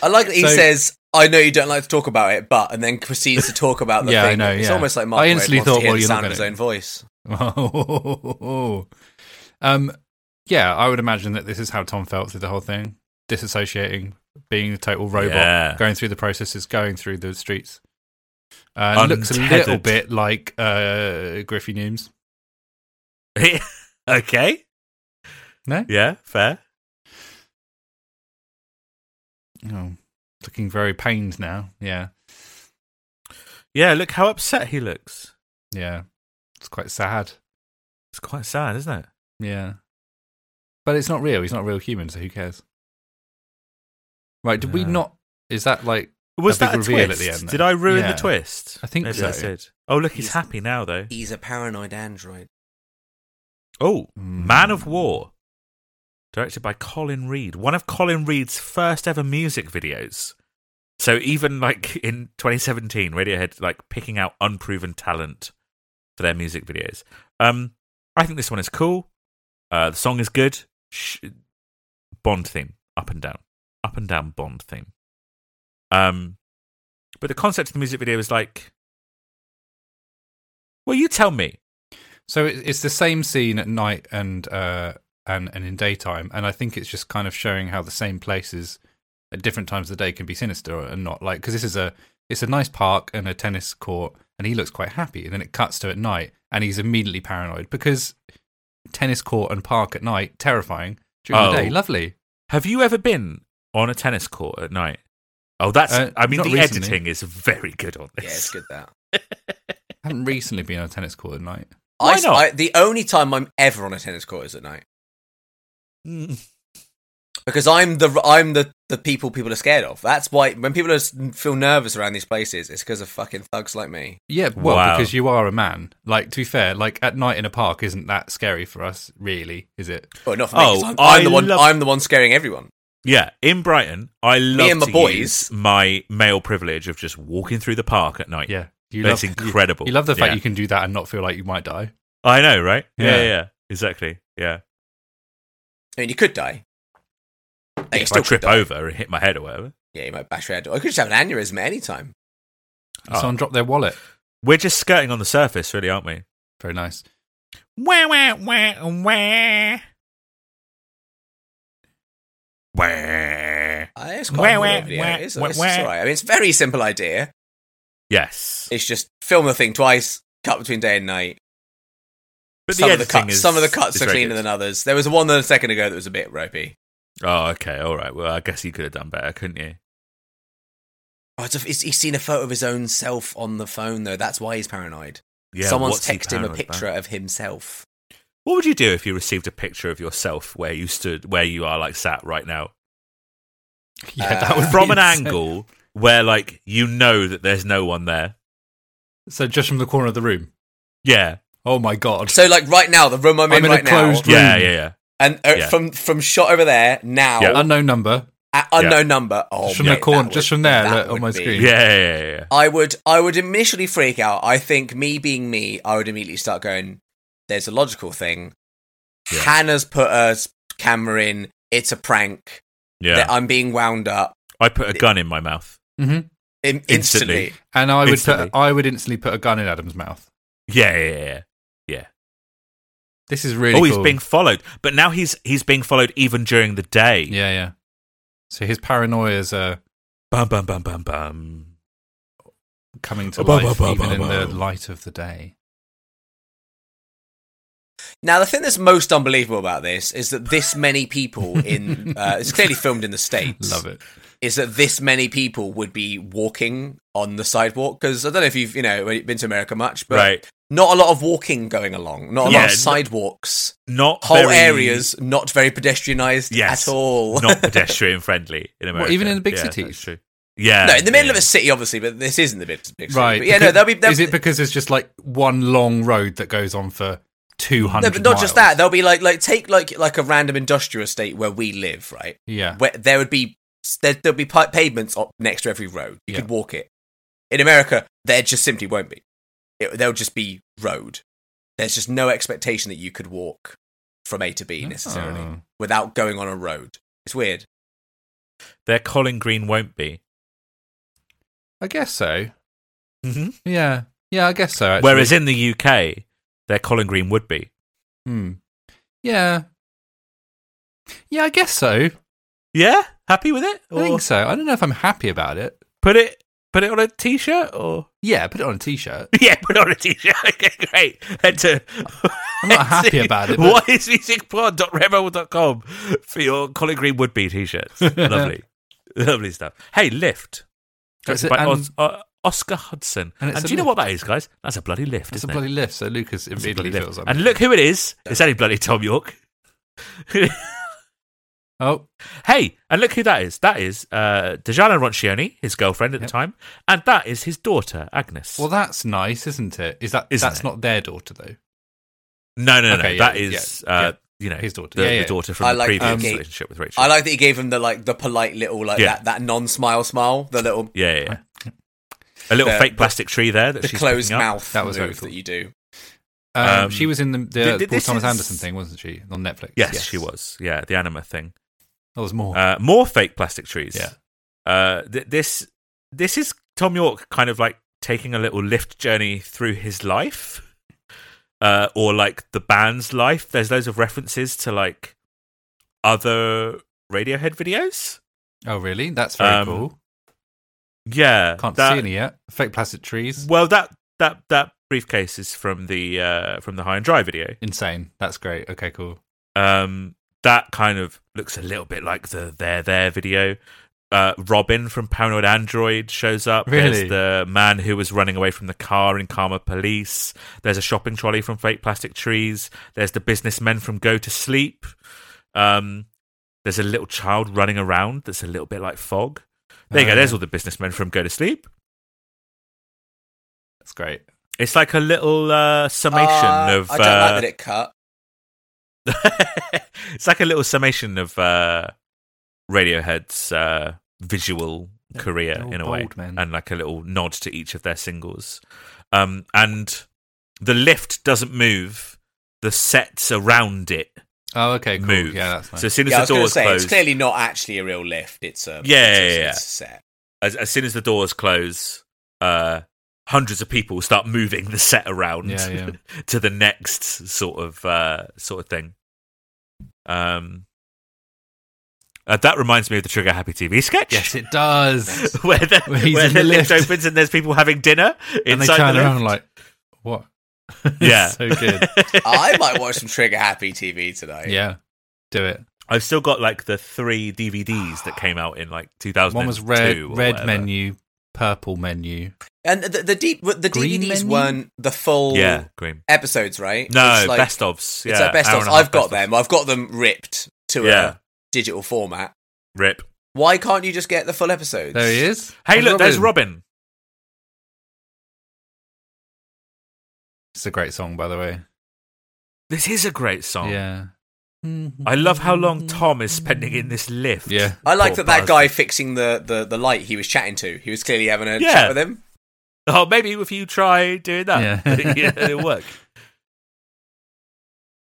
[SPEAKER 1] like that he
[SPEAKER 3] So-
[SPEAKER 1] says, "I know you don't like to talk about it, but," and then proceeds to talk about the
[SPEAKER 3] Yeah, I
[SPEAKER 1] thing.
[SPEAKER 3] know,
[SPEAKER 1] It's
[SPEAKER 3] yeah.
[SPEAKER 1] almost like Mark
[SPEAKER 3] I
[SPEAKER 1] Waid
[SPEAKER 3] instantly
[SPEAKER 1] wants to
[SPEAKER 3] thought,
[SPEAKER 1] hear
[SPEAKER 3] well,
[SPEAKER 1] the
[SPEAKER 3] you're not
[SPEAKER 1] sound of his
[SPEAKER 3] gonna-
[SPEAKER 1] own voice.
[SPEAKER 3] um, yeah, I would imagine that this is how Tom felt through the whole thing, disassociating, being a total robot,
[SPEAKER 2] Yeah.
[SPEAKER 3] going through the processes, going through the streets. Uh, looks a little
[SPEAKER 2] Untethered. bit
[SPEAKER 3] bit like uh, Griffey Nooms.
[SPEAKER 2] okay.
[SPEAKER 3] No?
[SPEAKER 2] Yeah. Fair.
[SPEAKER 3] Oh, looking very pained now. Yeah,
[SPEAKER 2] Yeah. Look how upset he looks.
[SPEAKER 3] yeah, it's quite sad.
[SPEAKER 2] It's quite sad, isn't it?
[SPEAKER 3] Yeah, but it's not real. He's not a real human, so who cares? Right? Did we
[SPEAKER 2] Yeah.
[SPEAKER 3] not? Is that like?
[SPEAKER 2] Was
[SPEAKER 3] big
[SPEAKER 2] that a
[SPEAKER 3] reveal at the
[SPEAKER 2] twist?
[SPEAKER 3] end there.
[SPEAKER 2] did I ruin
[SPEAKER 3] Yeah.
[SPEAKER 2] the twist?
[SPEAKER 3] I think
[SPEAKER 2] Maybe
[SPEAKER 3] so.
[SPEAKER 2] I did. Oh, look, he's
[SPEAKER 1] He's-
[SPEAKER 2] happy now though.
[SPEAKER 1] He's a paranoid android.
[SPEAKER 2] Oh,
[SPEAKER 3] Mm.
[SPEAKER 2] Man of War, directed by Colin Reed, one of Colin Reed's first ever music videos. So even like in 2017, Radiohead like picking out unproven talent for their music videos. Um, I think this one is cool. Uh, the song is good. Sh- Bond theme, up and down, up and down Bond theme. Um, but the concept of the music video is like, well, you tell me.
[SPEAKER 3] So it- it's the same scene at night and uh, and and in daytime, and I think it's just kind of showing how the same places at different times of the day can be sinister and not like because this is a it's a nice park and a tennis court, and he looks quite happy, and then it cuts to at night, and he's immediately paranoid because tennis court and park at night terrifying during
[SPEAKER 2] Oh.
[SPEAKER 3] the day lovely.
[SPEAKER 2] Have you ever been on a tennis court at night? Oh, that's.
[SPEAKER 3] Uh,
[SPEAKER 2] I mean,
[SPEAKER 3] not
[SPEAKER 2] the
[SPEAKER 3] recently.
[SPEAKER 2] editing is very good on this.
[SPEAKER 1] Yeah, it's good that.
[SPEAKER 3] I haven't recently been on a tennis court at night.
[SPEAKER 2] Why
[SPEAKER 1] I,
[SPEAKER 2] not?
[SPEAKER 1] I- the only time I'm ever on a tennis court is at night
[SPEAKER 2] Mm.
[SPEAKER 1] because I'm the I'm the the people people are scared of. That's why when people are, feel nervous around these places, it's because of fucking thugs like me.
[SPEAKER 3] Yeah, well,
[SPEAKER 2] Wow.
[SPEAKER 3] because you are a man. Like to be fair, like at night in a park isn't that scary for us, really, is it?
[SPEAKER 1] Well, not for me. 'cause
[SPEAKER 2] Oh,
[SPEAKER 1] I'm, I'm
[SPEAKER 2] I
[SPEAKER 1] the one.
[SPEAKER 2] love-
[SPEAKER 1] I'm the one scaring everyone.
[SPEAKER 2] Yeah, in Brighton, I love
[SPEAKER 1] and my
[SPEAKER 2] to
[SPEAKER 1] boys.
[SPEAKER 2] use my male privilege of just walking through the park at night.
[SPEAKER 3] Yeah, you
[SPEAKER 2] that's
[SPEAKER 3] love- you-
[SPEAKER 2] incredible.
[SPEAKER 3] You love the fact
[SPEAKER 2] Yeah.
[SPEAKER 3] you can do that and not feel like you might die.
[SPEAKER 2] I know, right? Yeah,
[SPEAKER 3] Yeah.
[SPEAKER 2] yeah, yeah. exactly. Yeah,
[SPEAKER 1] I mean, you could die. Like, you
[SPEAKER 2] if
[SPEAKER 1] still
[SPEAKER 2] I
[SPEAKER 1] could
[SPEAKER 2] trip
[SPEAKER 1] die.
[SPEAKER 2] over and hit my head or whatever,
[SPEAKER 1] Yeah, you might bash your head. Or you could just have an aneurysm at any time.
[SPEAKER 2] Oh.
[SPEAKER 3] Someone dropped their wallet.
[SPEAKER 2] we're just skirting on the surface, really, aren't we?
[SPEAKER 3] Very nice.
[SPEAKER 2] Wah wah wah wah. Wah.
[SPEAKER 1] Uh, it's quite a
[SPEAKER 2] Wah,
[SPEAKER 1] cool
[SPEAKER 2] wah,
[SPEAKER 1] video.
[SPEAKER 2] wah,
[SPEAKER 1] it's,
[SPEAKER 2] wah,
[SPEAKER 1] it's
[SPEAKER 2] wah.
[SPEAKER 1] alright. I mean, it's a very simple idea.
[SPEAKER 2] Yes,
[SPEAKER 1] It's just film the thing twice, cut between day and night.
[SPEAKER 2] but
[SPEAKER 1] some of the
[SPEAKER 2] editing
[SPEAKER 1] cuts,
[SPEAKER 2] is-
[SPEAKER 1] some of the cuts
[SPEAKER 2] is
[SPEAKER 1] are
[SPEAKER 2] very
[SPEAKER 1] cleaner
[SPEAKER 2] good.
[SPEAKER 1] than others. There was one a second ago that was a bit ropey.
[SPEAKER 2] Oh, okay, all right. Well, I guess you could have done better, couldn't you?
[SPEAKER 1] Oh, it's a, he's, he's seen a photo of his own self on the phone though. That's why he's paranoid.
[SPEAKER 2] Yeah,
[SPEAKER 1] Someone's
[SPEAKER 2] what's he
[SPEAKER 1] texted him a
[SPEAKER 2] paranoid about?
[SPEAKER 1] picture of himself.
[SPEAKER 2] What would you do if you received a picture of yourself where you stood, where you are like sat right now?
[SPEAKER 3] Yeah, that would
[SPEAKER 2] Uh, From
[SPEAKER 3] be
[SPEAKER 2] an
[SPEAKER 3] insane.
[SPEAKER 2] angle where like you know that there's no one there.
[SPEAKER 3] So just from the corner of the room.
[SPEAKER 2] Yeah.
[SPEAKER 3] Oh my god.
[SPEAKER 1] So like right now, the room I'm,
[SPEAKER 3] I'm
[SPEAKER 1] in,
[SPEAKER 3] in a
[SPEAKER 1] right
[SPEAKER 3] closed
[SPEAKER 1] now,
[SPEAKER 3] room.
[SPEAKER 2] Yeah, yeah, yeah.
[SPEAKER 1] and uh,
[SPEAKER 2] Yeah.
[SPEAKER 1] from from shot over there now
[SPEAKER 2] Yeah.
[SPEAKER 3] Unknown number.
[SPEAKER 1] at unknown number. Oh,
[SPEAKER 3] Just from
[SPEAKER 1] mate,
[SPEAKER 3] the corner,
[SPEAKER 1] that
[SPEAKER 3] just
[SPEAKER 1] would-
[SPEAKER 3] from there
[SPEAKER 1] that
[SPEAKER 3] look, on
[SPEAKER 1] would
[SPEAKER 3] my
[SPEAKER 1] be-
[SPEAKER 3] screen.
[SPEAKER 2] Yeah, yeah, yeah, yeah.
[SPEAKER 1] I would I would initially freak out. I think me being me, I would immediately start going. There's a logical thing.
[SPEAKER 2] Yeah.
[SPEAKER 1] Hannah's put a s- camera in. It's a prank.
[SPEAKER 2] Yeah.
[SPEAKER 1] That I'm being wound up
[SPEAKER 2] I put a gun in my mouth.
[SPEAKER 3] Mm-hmm.
[SPEAKER 1] in-
[SPEAKER 2] Instantly.
[SPEAKER 1] instantly.
[SPEAKER 3] And I would
[SPEAKER 2] Instantly.
[SPEAKER 3] put, I would instantly put a gun in Adam's mouth.
[SPEAKER 2] Yeah, yeah, yeah. yeah.
[SPEAKER 3] This is really.
[SPEAKER 2] oh, he's
[SPEAKER 3] cool.
[SPEAKER 2] being followed, but now he's he's being followed even during the day.
[SPEAKER 3] Yeah, yeah. So his paranoia is uh,
[SPEAKER 2] Bum bum bum bum bum.
[SPEAKER 3] coming to
[SPEAKER 2] Ba- ba-
[SPEAKER 3] life
[SPEAKER 2] ba-
[SPEAKER 3] even
[SPEAKER 2] ba-
[SPEAKER 3] in the
[SPEAKER 2] ba.
[SPEAKER 3] light of the day.
[SPEAKER 1] Now, the thing that's most unbelievable about this is that this many people in uh, it's clearly filmed in the states.
[SPEAKER 3] Love it.
[SPEAKER 1] is that this many people would be walking on the sidewalk because I don't know if you've you know been to America much, but
[SPEAKER 2] Right.
[SPEAKER 1] not a lot of walking going along, not a
[SPEAKER 2] Yeah,
[SPEAKER 1] lot of
[SPEAKER 2] n-
[SPEAKER 1] sidewalks,
[SPEAKER 2] Not
[SPEAKER 1] whole
[SPEAKER 2] very-
[SPEAKER 1] areas not very pedestrianized
[SPEAKER 2] Yes.
[SPEAKER 1] at all.
[SPEAKER 2] not pedestrian friendly in America.
[SPEAKER 3] even in the big
[SPEAKER 2] Yeah,
[SPEAKER 3] cities?
[SPEAKER 2] that's true. Yeah.
[SPEAKER 1] no, in the middle of
[SPEAKER 2] yeah.
[SPEAKER 1] a city, obviously, but this isn't the big, big city.
[SPEAKER 3] Right.
[SPEAKER 1] But yeah, no,
[SPEAKER 3] because-
[SPEAKER 1] there'll be there'll,
[SPEAKER 3] is it because there's just like one long road that goes on for two
[SPEAKER 1] no,
[SPEAKER 3] hundred?
[SPEAKER 1] but not just that. There'll be like like take like like a random industrial estate where we live, right?
[SPEAKER 3] Yeah.
[SPEAKER 1] where there would be there, there'll be pa- pavements up next to every road. You could walk it. In America, there just simply won't be. It, there'll just be road. There's just no expectation that you could walk from A to B necessarily
[SPEAKER 3] Oh.
[SPEAKER 1] without going on a road. It's weird.
[SPEAKER 2] their Colin Green won't be.
[SPEAKER 3] I guess so.
[SPEAKER 2] Mm-hmm.
[SPEAKER 3] Yeah. Yeah, I guess so. Actually.
[SPEAKER 2] Whereas in the UK, their Colin Green would be.
[SPEAKER 3] Hmm. Yeah. Yeah, I guess so.
[SPEAKER 2] Yeah, happy with it?
[SPEAKER 3] I think so. I don't know if I'm happy about it.
[SPEAKER 2] put it put it on a t-shirt or
[SPEAKER 3] Yeah, put it on a t-shirt.
[SPEAKER 2] yeah, put it on a t-shirt. Okay, great. Head to
[SPEAKER 3] I'm not happy about it. but-
[SPEAKER 2] What is musicpod.rebel.com for your Colin Green would be t-shirts. Lovely, lovely stuff. Hey, lift
[SPEAKER 3] That's
[SPEAKER 2] directed
[SPEAKER 3] it,
[SPEAKER 2] by
[SPEAKER 3] and-
[SPEAKER 2] Os- uh, Oscar Hudson.
[SPEAKER 3] and
[SPEAKER 2] And,
[SPEAKER 3] it's a
[SPEAKER 2] do you know
[SPEAKER 3] lift.
[SPEAKER 2] what that is, guys? That's a bloody lift.
[SPEAKER 3] It's a
[SPEAKER 2] isn't it?
[SPEAKER 3] bloody lift, so
[SPEAKER 2] It's
[SPEAKER 3] Lucas
[SPEAKER 2] a bloody
[SPEAKER 3] immediately
[SPEAKER 2] lift.
[SPEAKER 3] feels like
[SPEAKER 2] And look who it is. It's only bloody Tom York.
[SPEAKER 3] Oh,
[SPEAKER 2] Hey, and look who that is. That is uh, Dejana Roncioni, his girlfriend at
[SPEAKER 3] Yep.
[SPEAKER 2] the time, and that is his daughter, Agnes.
[SPEAKER 3] well, that's nice, isn't it? Is that
[SPEAKER 2] Isn't
[SPEAKER 3] that's
[SPEAKER 2] it?
[SPEAKER 3] not their daughter though?
[SPEAKER 2] no, no, no.
[SPEAKER 3] okay,
[SPEAKER 2] that
[SPEAKER 3] yeah,
[SPEAKER 2] is,
[SPEAKER 3] yeah,
[SPEAKER 2] uh, you know,
[SPEAKER 3] His daughter.
[SPEAKER 2] the,
[SPEAKER 3] Yeah,
[SPEAKER 2] the
[SPEAKER 3] yeah.
[SPEAKER 2] daughter from
[SPEAKER 1] I
[SPEAKER 2] the
[SPEAKER 1] like
[SPEAKER 2] previous
[SPEAKER 1] the-
[SPEAKER 2] relationship with Rachel.
[SPEAKER 1] I like that he gave him the like the polite little like
[SPEAKER 2] Yeah.
[SPEAKER 1] that that non smile smile, the little
[SPEAKER 2] yeah, yeah, yeah. A little
[SPEAKER 3] Uh,
[SPEAKER 1] The-
[SPEAKER 2] fake
[SPEAKER 1] the-
[SPEAKER 2] plastic tree there that
[SPEAKER 1] the
[SPEAKER 2] she's
[SPEAKER 1] closed
[SPEAKER 2] picking up.
[SPEAKER 1] mouth
[SPEAKER 3] That was very
[SPEAKER 1] move
[SPEAKER 3] cool.
[SPEAKER 1] that you do.
[SPEAKER 3] Um,
[SPEAKER 2] Um,
[SPEAKER 3] she was in the, the
[SPEAKER 2] th- th-
[SPEAKER 3] Paul
[SPEAKER 2] this
[SPEAKER 3] Thomas
[SPEAKER 2] is-
[SPEAKER 3] Anderson thing, wasn't she, on Netflix?
[SPEAKER 2] Yes, she was. Yeah, the anima thing.
[SPEAKER 3] That was more.
[SPEAKER 2] Uh, more fake plastic trees.
[SPEAKER 3] Yeah.
[SPEAKER 2] Uh, th- this this is Tom York kind of like taking a little lift journey through his life, uh, or like the band's life. There's loads of references to like other Radiohead videos.
[SPEAKER 3] oh, really? That's very
[SPEAKER 2] um,
[SPEAKER 3] cool.
[SPEAKER 2] Yeah,
[SPEAKER 3] Can't
[SPEAKER 2] that-
[SPEAKER 3] see any yet. Fake plastic trees.
[SPEAKER 2] Well, that that that briefcase is from the uh, from the High and Dry video.
[SPEAKER 3] Insane. That's great. Okay, cool.
[SPEAKER 2] Um, that kind of looks a little bit like the there there video. Uh, Robin from Paranoid Android shows up.
[SPEAKER 3] Really?
[SPEAKER 2] There's the man who was running away from the car in Karma Police. There's a shopping trolley from Fake Plastic Trees. There's the businessmen from Go to Sleep. Um, there's a little child running around that's a little bit like fog. There you
[SPEAKER 3] Uh,
[SPEAKER 2] go. There's all the businessmen from Go to Sleep.
[SPEAKER 3] That's great.
[SPEAKER 2] It's like a little uh, summation
[SPEAKER 1] Uh,
[SPEAKER 2] of.
[SPEAKER 1] I don't
[SPEAKER 2] uh,
[SPEAKER 1] like that it cut.
[SPEAKER 2] it's like a little summation of uh, Radiohead's uh, visual career
[SPEAKER 3] They're
[SPEAKER 2] in a
[SPEAKER 3] all
[SPEAKER 2] way,
[SPEAKER 3] bold, man.
[SPEAKER 2] and like a little nod to each of their singles. Um, and the lift doesn't move; the sets around it
[SPEAKER 3] Oh, okay, cool.
[SPEAKER 2] move.
[SPEAKER 3] Yeah, that's nice.
[SPEAKER 2] So as soon as
[SPEAKER 1] Yeah, I was
[SPEAKER 2] the
[SPEAKER 1] going
[SPEAKER 2] door
[SPEAKER 1] to
[SPEAKER 2] is
[SPEAKER 1] say
[SPEAKER 2] closed,
[SPEAKER 1] it's clearly not actually a real lift. It's
[SPEAKER 2] Yeah,
[SPEAKER 1] a it's a-
[SPEAKER 2] yeah, yeah.
[SPEAKER 1] It's a set.
[SPEAKER 2] as, as soon as the doors close, uh, hundreds of people start moving the set around
[SPEAKER 3] Yeah, yeah.
[SPEAKER 2] to the next sort of uh, sort of thing. Um, uh, that reminds me of the Trigger Happy TV sketch.
[SPEAKER 3] yes, it does.
[SPEAKER 2] where the,
[SPEAKER 3] Where he's
[SPEAKER 2] where
[SPEAKER 3] in
[SPEAKER 2] the
[SPEAKER 3] the
[SPEAKER 2] lift.
[SPEAKER 3] lift.
[SPEAKER 2] opens and there's people having dinner
[SPEAKER 3] and they
[SPEAKER 2] inside
[SPEAKER 3] turn
[SPEAKER 2] the
[SPEAKER 3] around
[SPEAKER 2] lift.
[SPEAKER 3] like, what?
[SPEAKER 2] Yeah.
[SPEAKER 3] so good.
[SPEAKER 1] I might watch some Trigger Happy TV tonight.
[SPEAKER 3] Yeah, do it.
[SPEAKER 2] I've still got like the three DVDs that came out in like 2002.
[SPEAKER 3] One was red,
[SPEAKER 2] or
[SPEAKER 3] red
[SPEAKER 2] whatever.
[SPEAKER 3] menu, purple menu.
[SPEAKER 1] And the the, deep, the
[SPEAKER 3] Green
[SPEAKER 1] DVDs
[SPEAKER 3] menu?
[SPEAKER 1] weren't the full
[SPEAKER 2] yeah, green.
[SPEAKER 1] episodes, right?
[SPEAKER 2] No,
[SPEAKER 1] It's like-
[SPEAKER 2] best ofs. Yeah,
[SPEAKER 1] It's like best
[SPEAKER 2] hour
[SPEAKER 1] of.
[SPEAKER 2] and a half
[SPEAKER 1] I've got
[SPEAKER 2] best ofs.
[SPEAKER 1] them. I've got them ripped to
[SPEAKER 2] Yeah.
[SPEAKER 1] a digital format.
[SPEAKER 2] Rip.
[SPEAKER 1] Why can't you just get the full episodes?
[SPEAKER 3] There he is.
[SPEAKER 2] Hey,
[SPEAKER 3] There's
[SPEAKER 2] look, there's Robin.
[SPEAKER 3] It's a great song, by the way.
[SPEAKER 2] This is a great song.
[SPEAKER 3] Yeah.
[SPEAKER 2] Oh.
[SPEAKER 3] Mm-hmm.
[SPEAKER 2] I love how long Tom is spending in this lift.
[SPEAKER 3] Yeah.
[SPEAKER 1] I like
[SPEAKER 2] Poor
[SPEAKER 1] that that guy
[SPEAKER 2] bastard.
[SPEAKER 1] fixing the, the, the light he was chatting to. He was clearly having a
[SPEAKER 2] Yeah.
[SPEAKER 1] chat with him.
[SPEAKER 2] Oh, maybe if you try doing that,
[SPEAKER 3] Yeah.
[SPEAKER 2] yeah, it'll work.
[SPEAKER 1] Is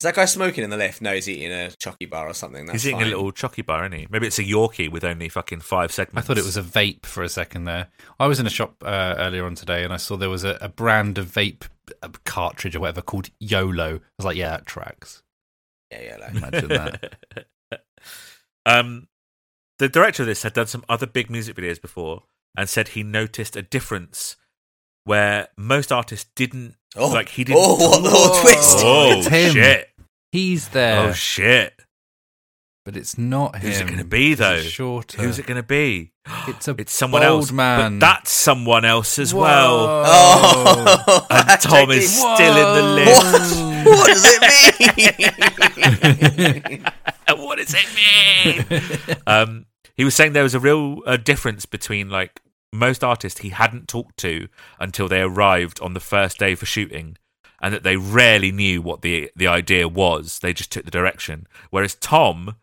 [SPEAKER 1] that guy smoking in the lift? No, he's eating a chocky bar or something. That's
[SPEAKER 2] He's eating
[SPEAKER 1] fine.
[SPEAKER 2] a little chocky bar, isn't he? Maybe it's a Yorkie with only fucking five
[SPEAKER 3] I
[SPEAKER 2] segments.
[SPEAKER 3] thought it was a vape for a second there. I was in a shop uh, earlier on today and I saw there was a, a brand of vape uh, cartridge or whatever called YOLO. I was like, yeah, that tracks.
[SPEAKER 1] Yeah, yeah.
[SPEAKER 2] Mm.
[SPEAKER 1] Like,
[SPEAKER 3] Imagine that.
[SPEAKER 2] um, the director of this had done some other big music videos before and said he noticed a difference where most artists didn't
[SPEAKER 1] oh,
[SPEAKER 2] like he didn't.
[SPEAKER 1] Oh, what the whole
[SPEAKER 3] Whoa.
[SPEAKER 1] twist!
[SPEAKER 2] Oh
[SPEAKER 3] It's him.
[SPEAKER 2] shit!
[SPEAKER 3] He's there,
[SPEAKER 2] Oh shit!
[SPEAKER 3] but it's not him.
[SPEAKER 2] Who's it gonna be, though?
[SPEAKER 3] It's shorter.
[SPEAKER 2] Who's it going to be?
[SPEAKER 3] It's a
[SPEAKER 2] It's someone
[SPEAKER 3] bold
[SPEAKER 2] else,
[SPEAKER 3] man.
[SPEAKER 2] but that's someone else as well.
[SPEAKER 3] Whoa.
[SPEAKER 1] Oh,
[SPEAKER 2] And
[SPEAKER 1] that's
[SPEAKER 2] Tom
[SPEAKER 1] tricky.
[SPEAKER 2] is still in the
[SPEAKER 3] Whoa.
[SPEAKER 2] lift.
[SPEAKER 1] What? what does it mean?
[SPEAKER 2] what does it mean? um, he was saying there was a real uh, difference between like most artists he hadn't talked to until they arrived on the first day for shooting, and that they rarely knew what the the idea was. They just took the direction. Whereas Tom,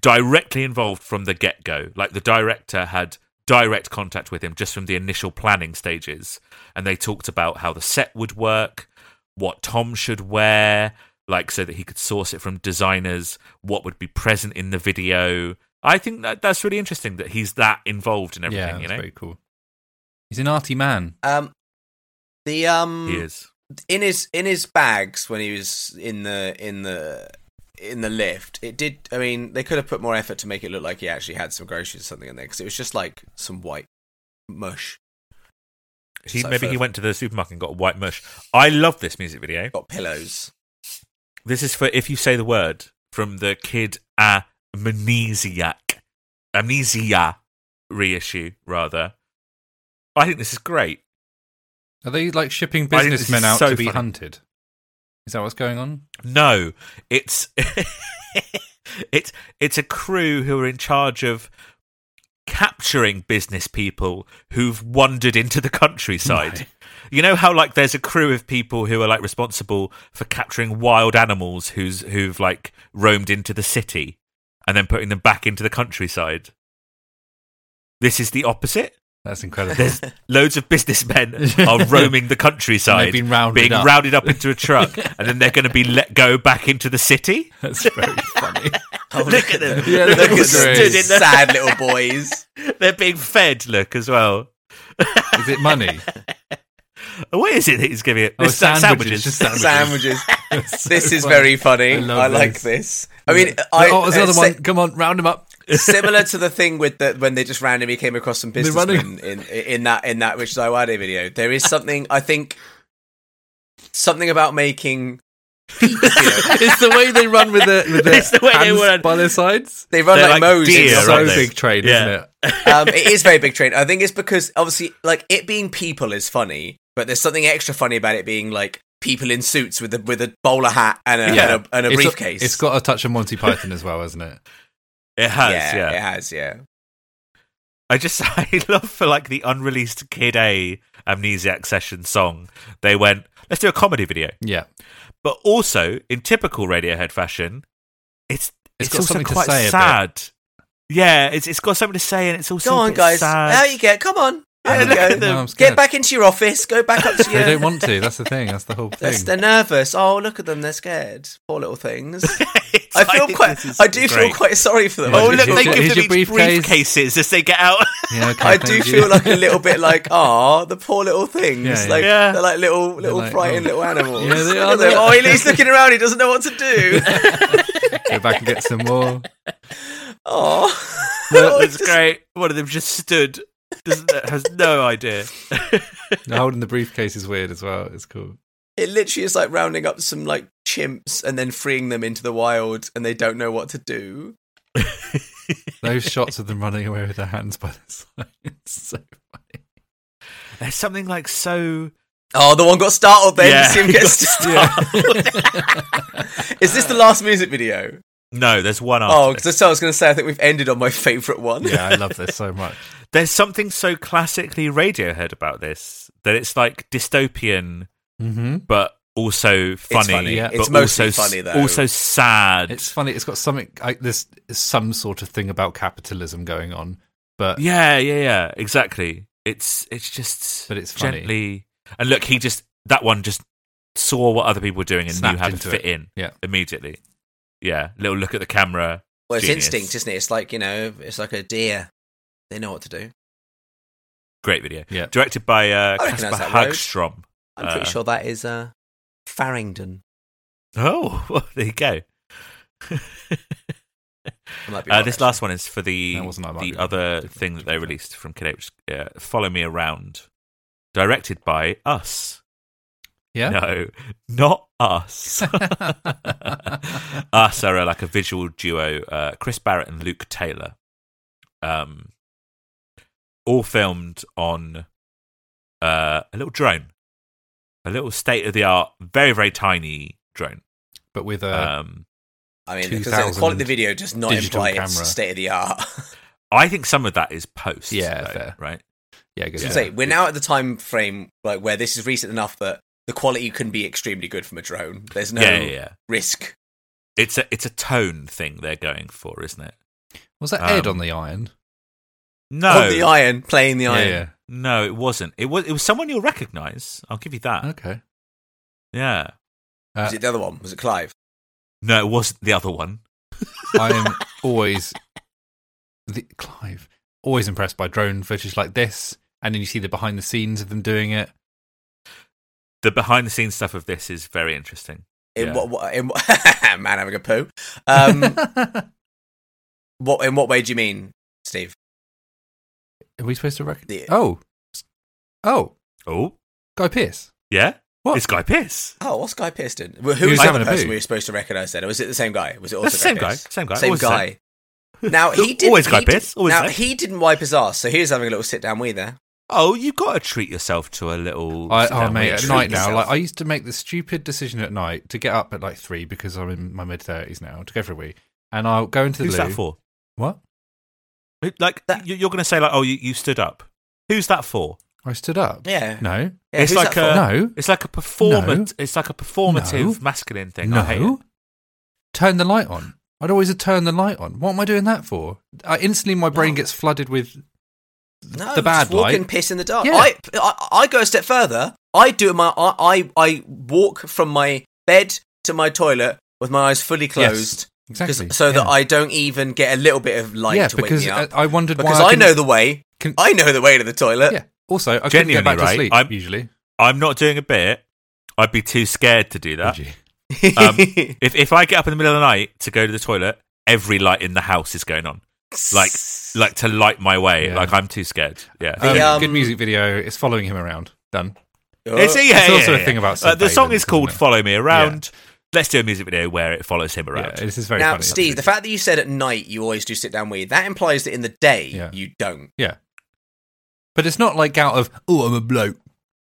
[SPEAKER 2] directly involved from the get go, like the director had direct contact with him just from the initial planning stages, and they talked about how the set would work, what Tom should wear, like so that he could source it from designers, what would be present in the video. I think that that's really interesting that he's that involved in everything,
[SPEAKER 3] yeah,
[SPEAKER 2] you
[SPEAKER 3] that's
[SPEAKER 2] know?
[SPEAKER 3] very cool. He's an arty man.
[SPEAKER 1] um, the um,
[SPEAKER 2] He is.
[SPEAKER 1] in his in his bags when he was in the in the in the lift it did i mean they could have put more effort to make it look like he actually had some groceries or something in there because it was just like some white mush
[SPEAKER 2] He,
[SPEAKER 1] So
[SPEAKER 2] maybe he
[SPEAKER 1] first-
[SPEAKER 2] went to the supermarket and got a white mush. I love this music video.
[SPEAKER 1] got pillows
[SPEAKER 2] This is for If You Say the Word from the Kid Amnesiac. Amnesia reissue, rather. I think this is great.
[SPEAKER 3] Are they like shipping
[SPEAKER 2] I think this
[SPEAKER 3] businessmen
[SPEAKER 2] is
[SPEAKER 3] out
[SPEAKER 2] so
[SPEAKER 3] to be
[SPEAKER 2] funny.
[SPEAKER 3] hunted? Is that what's going on?
[SPEAKER 2] No, it's it's it's a crew who are in charge of capturing business people who've wandered into the countryside. You know how like there's a crew of people who are like responsible for capturing wild animals who's who've like roamed into the city and then putting them back into the countryside. This is the opposite.
[SPEAKER 3] That's incredible.
[SPEAKER 2] There's loads of businessmen are roaming the countryside,
[SPEAKER 3] been rounded
[SPEAKER 2] being
[SPEAKER 3] up.
[SPEAKER 2] rounded up into a truck, and then they're going to be let go back into the city.
[SPEAKER 3] That's very funny.
[SPEAKER 2] look at them!
[SPEAKER 3] Yeah,
[SPEAKER 2] look at them
[SPEAKER 3] look at them.
[SPEAKER 2] stood in there.
[SPEAKER 1] sad little boys
[SPEAKER 2] They're being fed. Look as well.
[SPEAKER 3] Is it money?
[SPEAKER 2] What is it that he's giving it?
[SPEAKER 3] Oh,
[SPEAKER 2] This-
[SPEAKER 3] sandwiches, just sandwiches.
[SPEAKER 1] sandwiches
[SPEAKER 3] That's so
[SPEAKER 1] this is
[SPEAKER 3] funny.
[SPEAKER 1] very funny
[SPEAKER 3] I
[SPEAKER 1] i,
[SPEAKER 3] love
[SPEAKER 1] like
[SPEAKER 3] this.
[SPEAKER 1] this i mean i
[SPEAKER 3] oh, there's another
[SPEAKER 1] uh,
[SPEAKER 3] one.
[SPEAKER 1] si-
[SPEAKER 3] Come on, round him up.
[SPEAKER 1] similar to the thing with the when they just randomly came across some
[SPEAKER 3] They're running-
[SPEAKER 1] businessmen in, in in that in that Richard Iwade video. There is something I think something about making
[SPEAKER 3] it's the way they run with the with their
[SPEAKER 2] It's the way they
[SPEAKER 3] hands
[SPEAKER 2] run.
[SPEAKER 3] by their sides.
[SPEAKER 1] they run
[SPEAKER 2] They're
[SPEAKER 1] like,
[SPEAKER 2] like
[SPEAKER 1] Moe's in
[SPEAKER 2] deer,
[SPEAKER 3] It's
[SPEAKER 2] Yeah,
[SPEAKER 3] so
[SPEAKER 2] aren't
[SPEAKER 1] Subway.
[SPEAKER 2] they?
[SPEAKER 3] big trade,
[SPEAKER 2] Yeah.
[SPEAKER 3] isn't it?
[SPEAKER 1] um, it is very big train. I think it's because obviously like it being people is funny, but there's something extra funny about it being like people in suits with a with a bowler hat and a and a, and a
[SPEAKER 3] It's-
[SPEAKER 1] briefcase.
[SPEAKER 3] it's got a touch of Monty Python as well, hasn't it?
[SPEAKER 2] It has,
[SPEAKER 1] yeah,
[SPEAKER 2] yeah.
[SPEAKER 1] it has, yeah.
[SPEAKER 2] I just I love for like the unreleased Kid A Amnesiac Session song. They went, let's do a comedy video,
[SPEAKER 3] Yeah.
[SPEAKER 2] but also in typical Radiohead fashion, it's
[SPEAKER 3] It's
[SPEAKER 2] it's,
[SPEAKER 3] got
[SPEAKER 2] also
[SPEAKER 3] something to
[SPEAKER 2] quite
[SPEAKER 3] say a bit.
[SPEAKER 2] sad. Yeah, it's it's got something to say, and it's also
[SPEAKER 1] Go
[SPEAKER 2] a
[SPEAKER 1] on,
[SPEAKER 2] bit
[SPEAKER 1] guys,
[SPEAKER 2] sad.
[SPEAKER 1] out you get. Come on,
[SPEAKER 2] Yeah,
[SPEAKER 1] out you
[SPEAKER 2] look at
[SPEAKER 1] go.
[SPEAKER 2] them.
[SPEAKER 3] No, I'm scared.
[SPEAKER 1] Get back into your office. Go back up to
[SPEAKER 3] They
[SPEAKER 1] your.
[SPEAKER 3] don't want to. That's the thing. That's the whole
[SPEAKER 1] They're,
[SPEAKER 3] thing.
[SPEAKER 1] they're nervous. Oh, look at them. They're scared. Poor little things.
[SPEAKER 2] It's-
[SPEAKER 1] I feel
[SPEAKER 2] think
[SPEAKER 1] quite.
[SPEAKER 2] this is
[SPEAKER 1] I do feel
[SPEAKER 2] great.
[SPEAKER 1] quite sorry for them.
[SPEAKER 3] Yeah,
[SPEAKER 2] Oh
[SPEAKER 1] I do
[SPEAKER 2] look,
[SPEAKER 1] feel
[SPEAKER 2] they
[SPEAKER 1] quite-
[SPEAKER 3] here's
[SPEAKER 2] give them
[SPEAKER 3] your
[SPEAKER 2] each
[SPEAKER 3] briefcase.
[SPEAKER 2] briefcases as they get out.
[SPEAKER 3] Yeah, okay,
[SPEAKER 1] I do
[SPEAKER 3] thank you.
[SPEAKER 1] feel like a little bit like, ah, the poor little things.
[SPEAKER 3] Yeah, yeah.
[SPEAKER 1] Like
[SPEAKER 2] Yeah.
[SPEAKER 1] they're like little, little
[SPEAKER 3] like,
[SPEAKER 1] frightened
[SPEAKER 3] oh.
[SPEAKER 1] little animals.
[SPEAKER 3] Yeah, they
[SPEAKER 1] Look
[SPEAKER 3] are,
[SPEAKER 1] at them.
[SPEAKER 3] they
[SPEAKER 1] oh,
[SPEAKER 3] are.
[SPEAKER 1] he's looking around. He doesn't know what to do.
[SPEAKER 3] Go back and get some more.
[SPEAKER 1] oh,
[SPEAKER 2] It's great. One of them just stood, doesn't has no idea.
[SPEAKER 3] No, holding the briefcase is weird as well. It's cool.
[SPEAKER 1] it literally is like rounding up some like chimps and then freeing them into the wild, and they don't know what to do.
[SPEAKER 3] Those shots of them running away with their hands by their sides. It's so funny.
[SPEAKER 2] There's something like so.
[SPEAKER 1] Oh, the one got startled then.
[SPEAKER 2] Yeah,
[SPEAKER 1] you see him
[SPEAKER 2] he
[SPEAKER 1] get
[SPEAKER 2] got
[SPEAKER 1] startled. Is this the last music video?
[SPEAKER 2] No, there's one after.
[SPEAKER 1] Oh,
[SPEAKER 2] this.
[SPEAKER 1] because I was going to say, I think we've ended on my favourite one.
[SPEAKER 3] Yeah, I love this so much.
[SPEAKER 1] Oh.
[SPEAKER 2] There's something so classically Radiohead about this that it's like dystopian,
[SPEAKER 3] Mm-hmm.
[SPEAKER 2] but also funny.
[SPEAKER 1] funny.
[SPEAKER 3] Yeah.
[SPEAKER 2] but
[SPEAKER 1] It's mostly
[SPEAKER 2] also, s-
[SPEAKER 1] funny, though.
[SPEAKER 2] Also sad.
[SPEAKER 3] It's funny. It's got something. I, there's some sort of thing about capitalism going on, but
[SPEAKER 2] yeah, yeah, yeah. Exactly. It's it's just.
[SPEAKER 3] But it's funny.
[SPEAKER 2] gently. And look, he just that one just saw what other people were doing and
[SPEAKER 3] Snapped
[SPEAKER 2] knew how to
[SPEAKER 3] into
[SPEAKER 2] fit
[SPEAKER 3] it.
[SPEAKER 2] in.
[SPEAKER 3] Yeah.
[SPEAKER 2] immediately. Yeah, little look at the camera.
[SPEAKER 1] Well, it's
[SPEAKER 2] Genius.
[SPEAKER 1] instinct, isn't it? It's like, you know, it's like a deer. They know what to do.
[SPEAKER 2] Great video.
[SPEAKER 3] Yeah.
[SPEAKER 2] Directed by uh,
[SPEAKER 1] I recognise
[SPEAKER 2] Kasper
[SPEAKER 1] that road.
[SPEAKER 2] Hagstrom.
[SPEAKER 1] I'm pretty
[SPEAKER 2] Uh,
[SPEAKER 1] sure that is uh, Farringdon.
[SPEAKER 2] Oh, well, there you go.
[SPEAKER 1] I might be
[SPEAKER 2] Uh,
[SPEAKER 1] wrong,
[SPEAKER 2] this
[SPEAKER 1] actually.
[SPEAKER 2] last one is for the
[SPEAKER 3] That wasn't- I might
[SPEAKER 2] the
[SPEAKER 3] be wrong.
[SPEAKER 2] other
[SPEAKER 3] Different
[SPEAKER 2] thing that they
[SPEAKER 3] picture.
[SPEAKER 2] released from Kid Ape, uh, Follow Me Around, directed by us.
[SPEAKER 3] yeah.
[SPEAKER 2] No, not us. us are uh, like a visual duo, uh, Chris Barrett and Luke Taylor. Um, all filmed on uh, a little drone, a little state of the art, very very tiny drone.
[SPEAKER 3] But with uh, a
[SPEAKER 2] Um,
[SPEAKER 1] I mean, because the quality of the
[SPEAKER 3] 2000
[SPEAKER 1] video does not
[SPEAKER 3] digital
[SPEAKER 1] imply it's
[SPEAKER 3] camera.
[SPEAKER 1] state of the art.
[SPEAKER 2] I think some of that is post.
[SPEAKER 3] Yeah,
[SPEAKER 2] though,
[SPEAKER 3] fair.
[SPEAKER 2] right.
[SPEAKER 3] yeah, it goes
[SPEAKER 1] So
[SPEAKER 3] there.
[SPEAKER 1] say, we're now at the time frame like where this is recent enough that the quality can be extremely good from a drone. There's no
[SPEAKER 2] Yeah, yeah, yeah.
[SPEAKER 1] risk.
[SPEAKER 2] It's a it's a tone thing they're going for, isn't it?
[SPEAKER 3] was that Ed
[SPEAKER 2] um,
[SPEAKER 3] on the iron?
[SPEAKER 2] No,
[SPEAKER 1] On the iron, playing the iron.
[SPEAKER 3] Yeah,
[SPEAKER 2] no, it wasn't. It was it was someone you'll recognise. I'll give you that.
[SPEAKER 3] yeah. Okay.
[SPEAKER 2] Yeah.
[SPEAKER 3] Uh,
[SPEAKER 1] Was it the other one? Was it Clive?
[SPEAKER 2] No, it wasn't the other one.
[SPEAKER 3] I am always the Clive always impressed by drone footage like this, and then you see the behind the scenes of them doing it.
[SPEAKER 2] The behind the scenes stuff of this is very interesting.
[SPEAKER 1] In
[SPEAKER 2] Yeah.
[SPEAKER 1] what, what in what, man having a poo? Um, what in what way do you mean, Steve?
[SPEAKER 3] Are we supposed to reckon?
[SPEAKER 1] The-
[SPEAKER 3] Oh, oh,
[SPEAKER 2] Oh,
[SPEAKER 3] Guy Pierce.
[SPEAKER 2] yeah.
[SPEAKER 3] What?
[SPEAKER 2] It's Guy Pierce.
[SPEAKER 1] Oh, what's Guy Pearce doing? Well,
[SPEAKER 3] He
[SPEAKER 1] who was
[SPEAKER 3] was
[SPEAKER 1] the
[SPEAKER 3] having
[SPEAKER 1] other
[SPEAKER 3] a
[SPEAKER 1] person
[SPEAKER 3] poo.
[SPEAKER 1] we were supposed to recognise then? Or was it the same guy? Was it also
[SPEAKER 2] That's the same
[SPEAKER 1] Guy
[SPEAKER 2] guy.
[SPEAKER 1] Pearce?
[SPEAKER 2] Same guy.
[SPEAKER 1] Same
[SPEAKER 2] always the
[SPEAKER 1] guy. Now he
[SPEAKER 2] Always
[SPEAKER 1] did
[SPEAKER 2] Guy
[SPEAKER 1] he did-
[SPEAKER 2] Pearce, always
[SPEAKER 1] now
[SPEAKER 2] same.
[SPEAKER 1] he didn't wipe his ass, so here's having a little sit down we there.
[SPEAKER 2] Oh, you got to treat yourself to a little.
[SPEAKER 3] I,
[SPEAKER 2] sit down
[SPEAKER 3] oh, mate,
[SPEAKER 2] with
[SPEAKER 3] at
[SPEAKER 2] a
[SPEAKER 3] night
[SPEAKER 2] treat
[SPEAKER 3] now.
[SPEAKER 2] yourself.
[SPEAKER 3] Like I used to make the stupid decision at night to get up at like three because I'm in my mid thirties now to go for a wee, and I'll go into the
[SPEAKER 2] Who's
[SPEAKER 3] loo.
[SPEAKER 2] that for?
[SPEAKER 3] What?
[SPEAKER 2] Who- Like
[SPEAKER 1] That-
[SPEAKER 2] you- you're going to say like, oh, you, you stood up. Who's that for?
[SPEAKER 3] I stood up.
[SPEAKER 1] Yeah.
[SPEAKER 3] No,
[SPEAKER 1] Yeah,
[SPEAKER 2] It's
[SPEAKER 1] who's
[SPEAKER 2] like uh,
[SPEAKER 1] that
[SPEAKER 2] a-
[SPEAKER 1] for?
[SPEAKER 3] no,
[SPEAKER 2] It's like a performat. It's like a performative
[SPEAKER 3] No.
[SPEAKER 2] masculine thing. I hate it.
[SPEAKER 3] no. Turn the light on. I'd always turn the light on. What am I doing that for? I, instantly, my brain
[SPEAKER 1] No.
[SPEAKER 3] gets flooded with
[SPEAKER 1] No,
[SPEAKER 3] the
[SPEAKER 1] just
[SPEAKER 3] bad
[SPEAKER 1] walk
[SPEAKER 3] light.
[SPEAKER 1] and piss in the dark.
[SPEAKER 3] Yeah.
[SPEAKER 1] I, I I go a step further. I do my I, I I walk from my bed to my toilet with my eyes fully closed,
[SPEAKER 3] exactly
[SPEAKER 1] 'cause- so that
[SPEAKER 3] yeah.
[SPEAKER 1] I don't even get a little bit of light
[SPEAKER 3] yeah
[SPEAKER 1] to wake
[SPEAKER 3] because
[SPEAKER 1] me
[SPEAKER 3] I,
[SPEAKER 1] up.
[SPEAKER 3] I wondered
[SPEAKER 1] because
[SPEAKER 3] why
[SPEAKER 1] I, know
[SPEAKER 3] couldn't-
[SPEAKER 1] the way.
[SPEAKER 3] can-
[SPEAKER 1] I know the way to the toilet.
[SPEAKER 3] yeah. Also, I couldn't
[SPEAKER 2] Genuinely,
[SPEAKER 3] get back to
[SPEAKER 2] right,
[SPEAKER 3] sleep
[SPEAKER 2] I'm-
[SPEAKER 3] usually.
[SPEAKER 2] I'm not doing a bit. I'd be too scared to do that.
[SPEAKER 3] Would you?
[SPEAKER 2] Um, If if I get up in the middle of the night to go to the toilet, every light in the house is going on. Like like to light my way.
[SPEAKER 3] Yeah.
[SPEAKER 2] Like I'm too scared. Yeah.
[SPEAKER 1] The,
[SPEAKER 3] Um,
[SPEAKER 1] um,
[SPEAKER 3] good music video. It's following him around. Done.
[SPEAKER 1] Oh,
[SPEAKER 2] It's, yeah,
[SPEAKER 3] It's
[SPEAKER 2] yeah,
[SPEAKER 3] also a
[SPEAKER 2] yeah.
[SPEAKER 3] thing about
[SPEAKER 2] Uh, the
[SPEAKER 3] sunbathing,
[SPEAKER 2] song is called
[SPEAKER 3] isn't it?
[SPEAKER 2] "Follow Me Around." Let's do a music video where it follows him
[SPEAKER 3] Yeah,
[SPEAKER 2] around.
[SPEAKER 3] this is very
[SPEAKER 1] now,
[SPEAKER 3] funny.
[SPEAKER 1] Steve, the fact that you said at night you always do sit down weed, that implies that in the day
[SPEAKER 3] Yeah.
[SPEAKER 1] you don't.
[SPEAKER 3] but it's not like out of oh, I'm a bloke.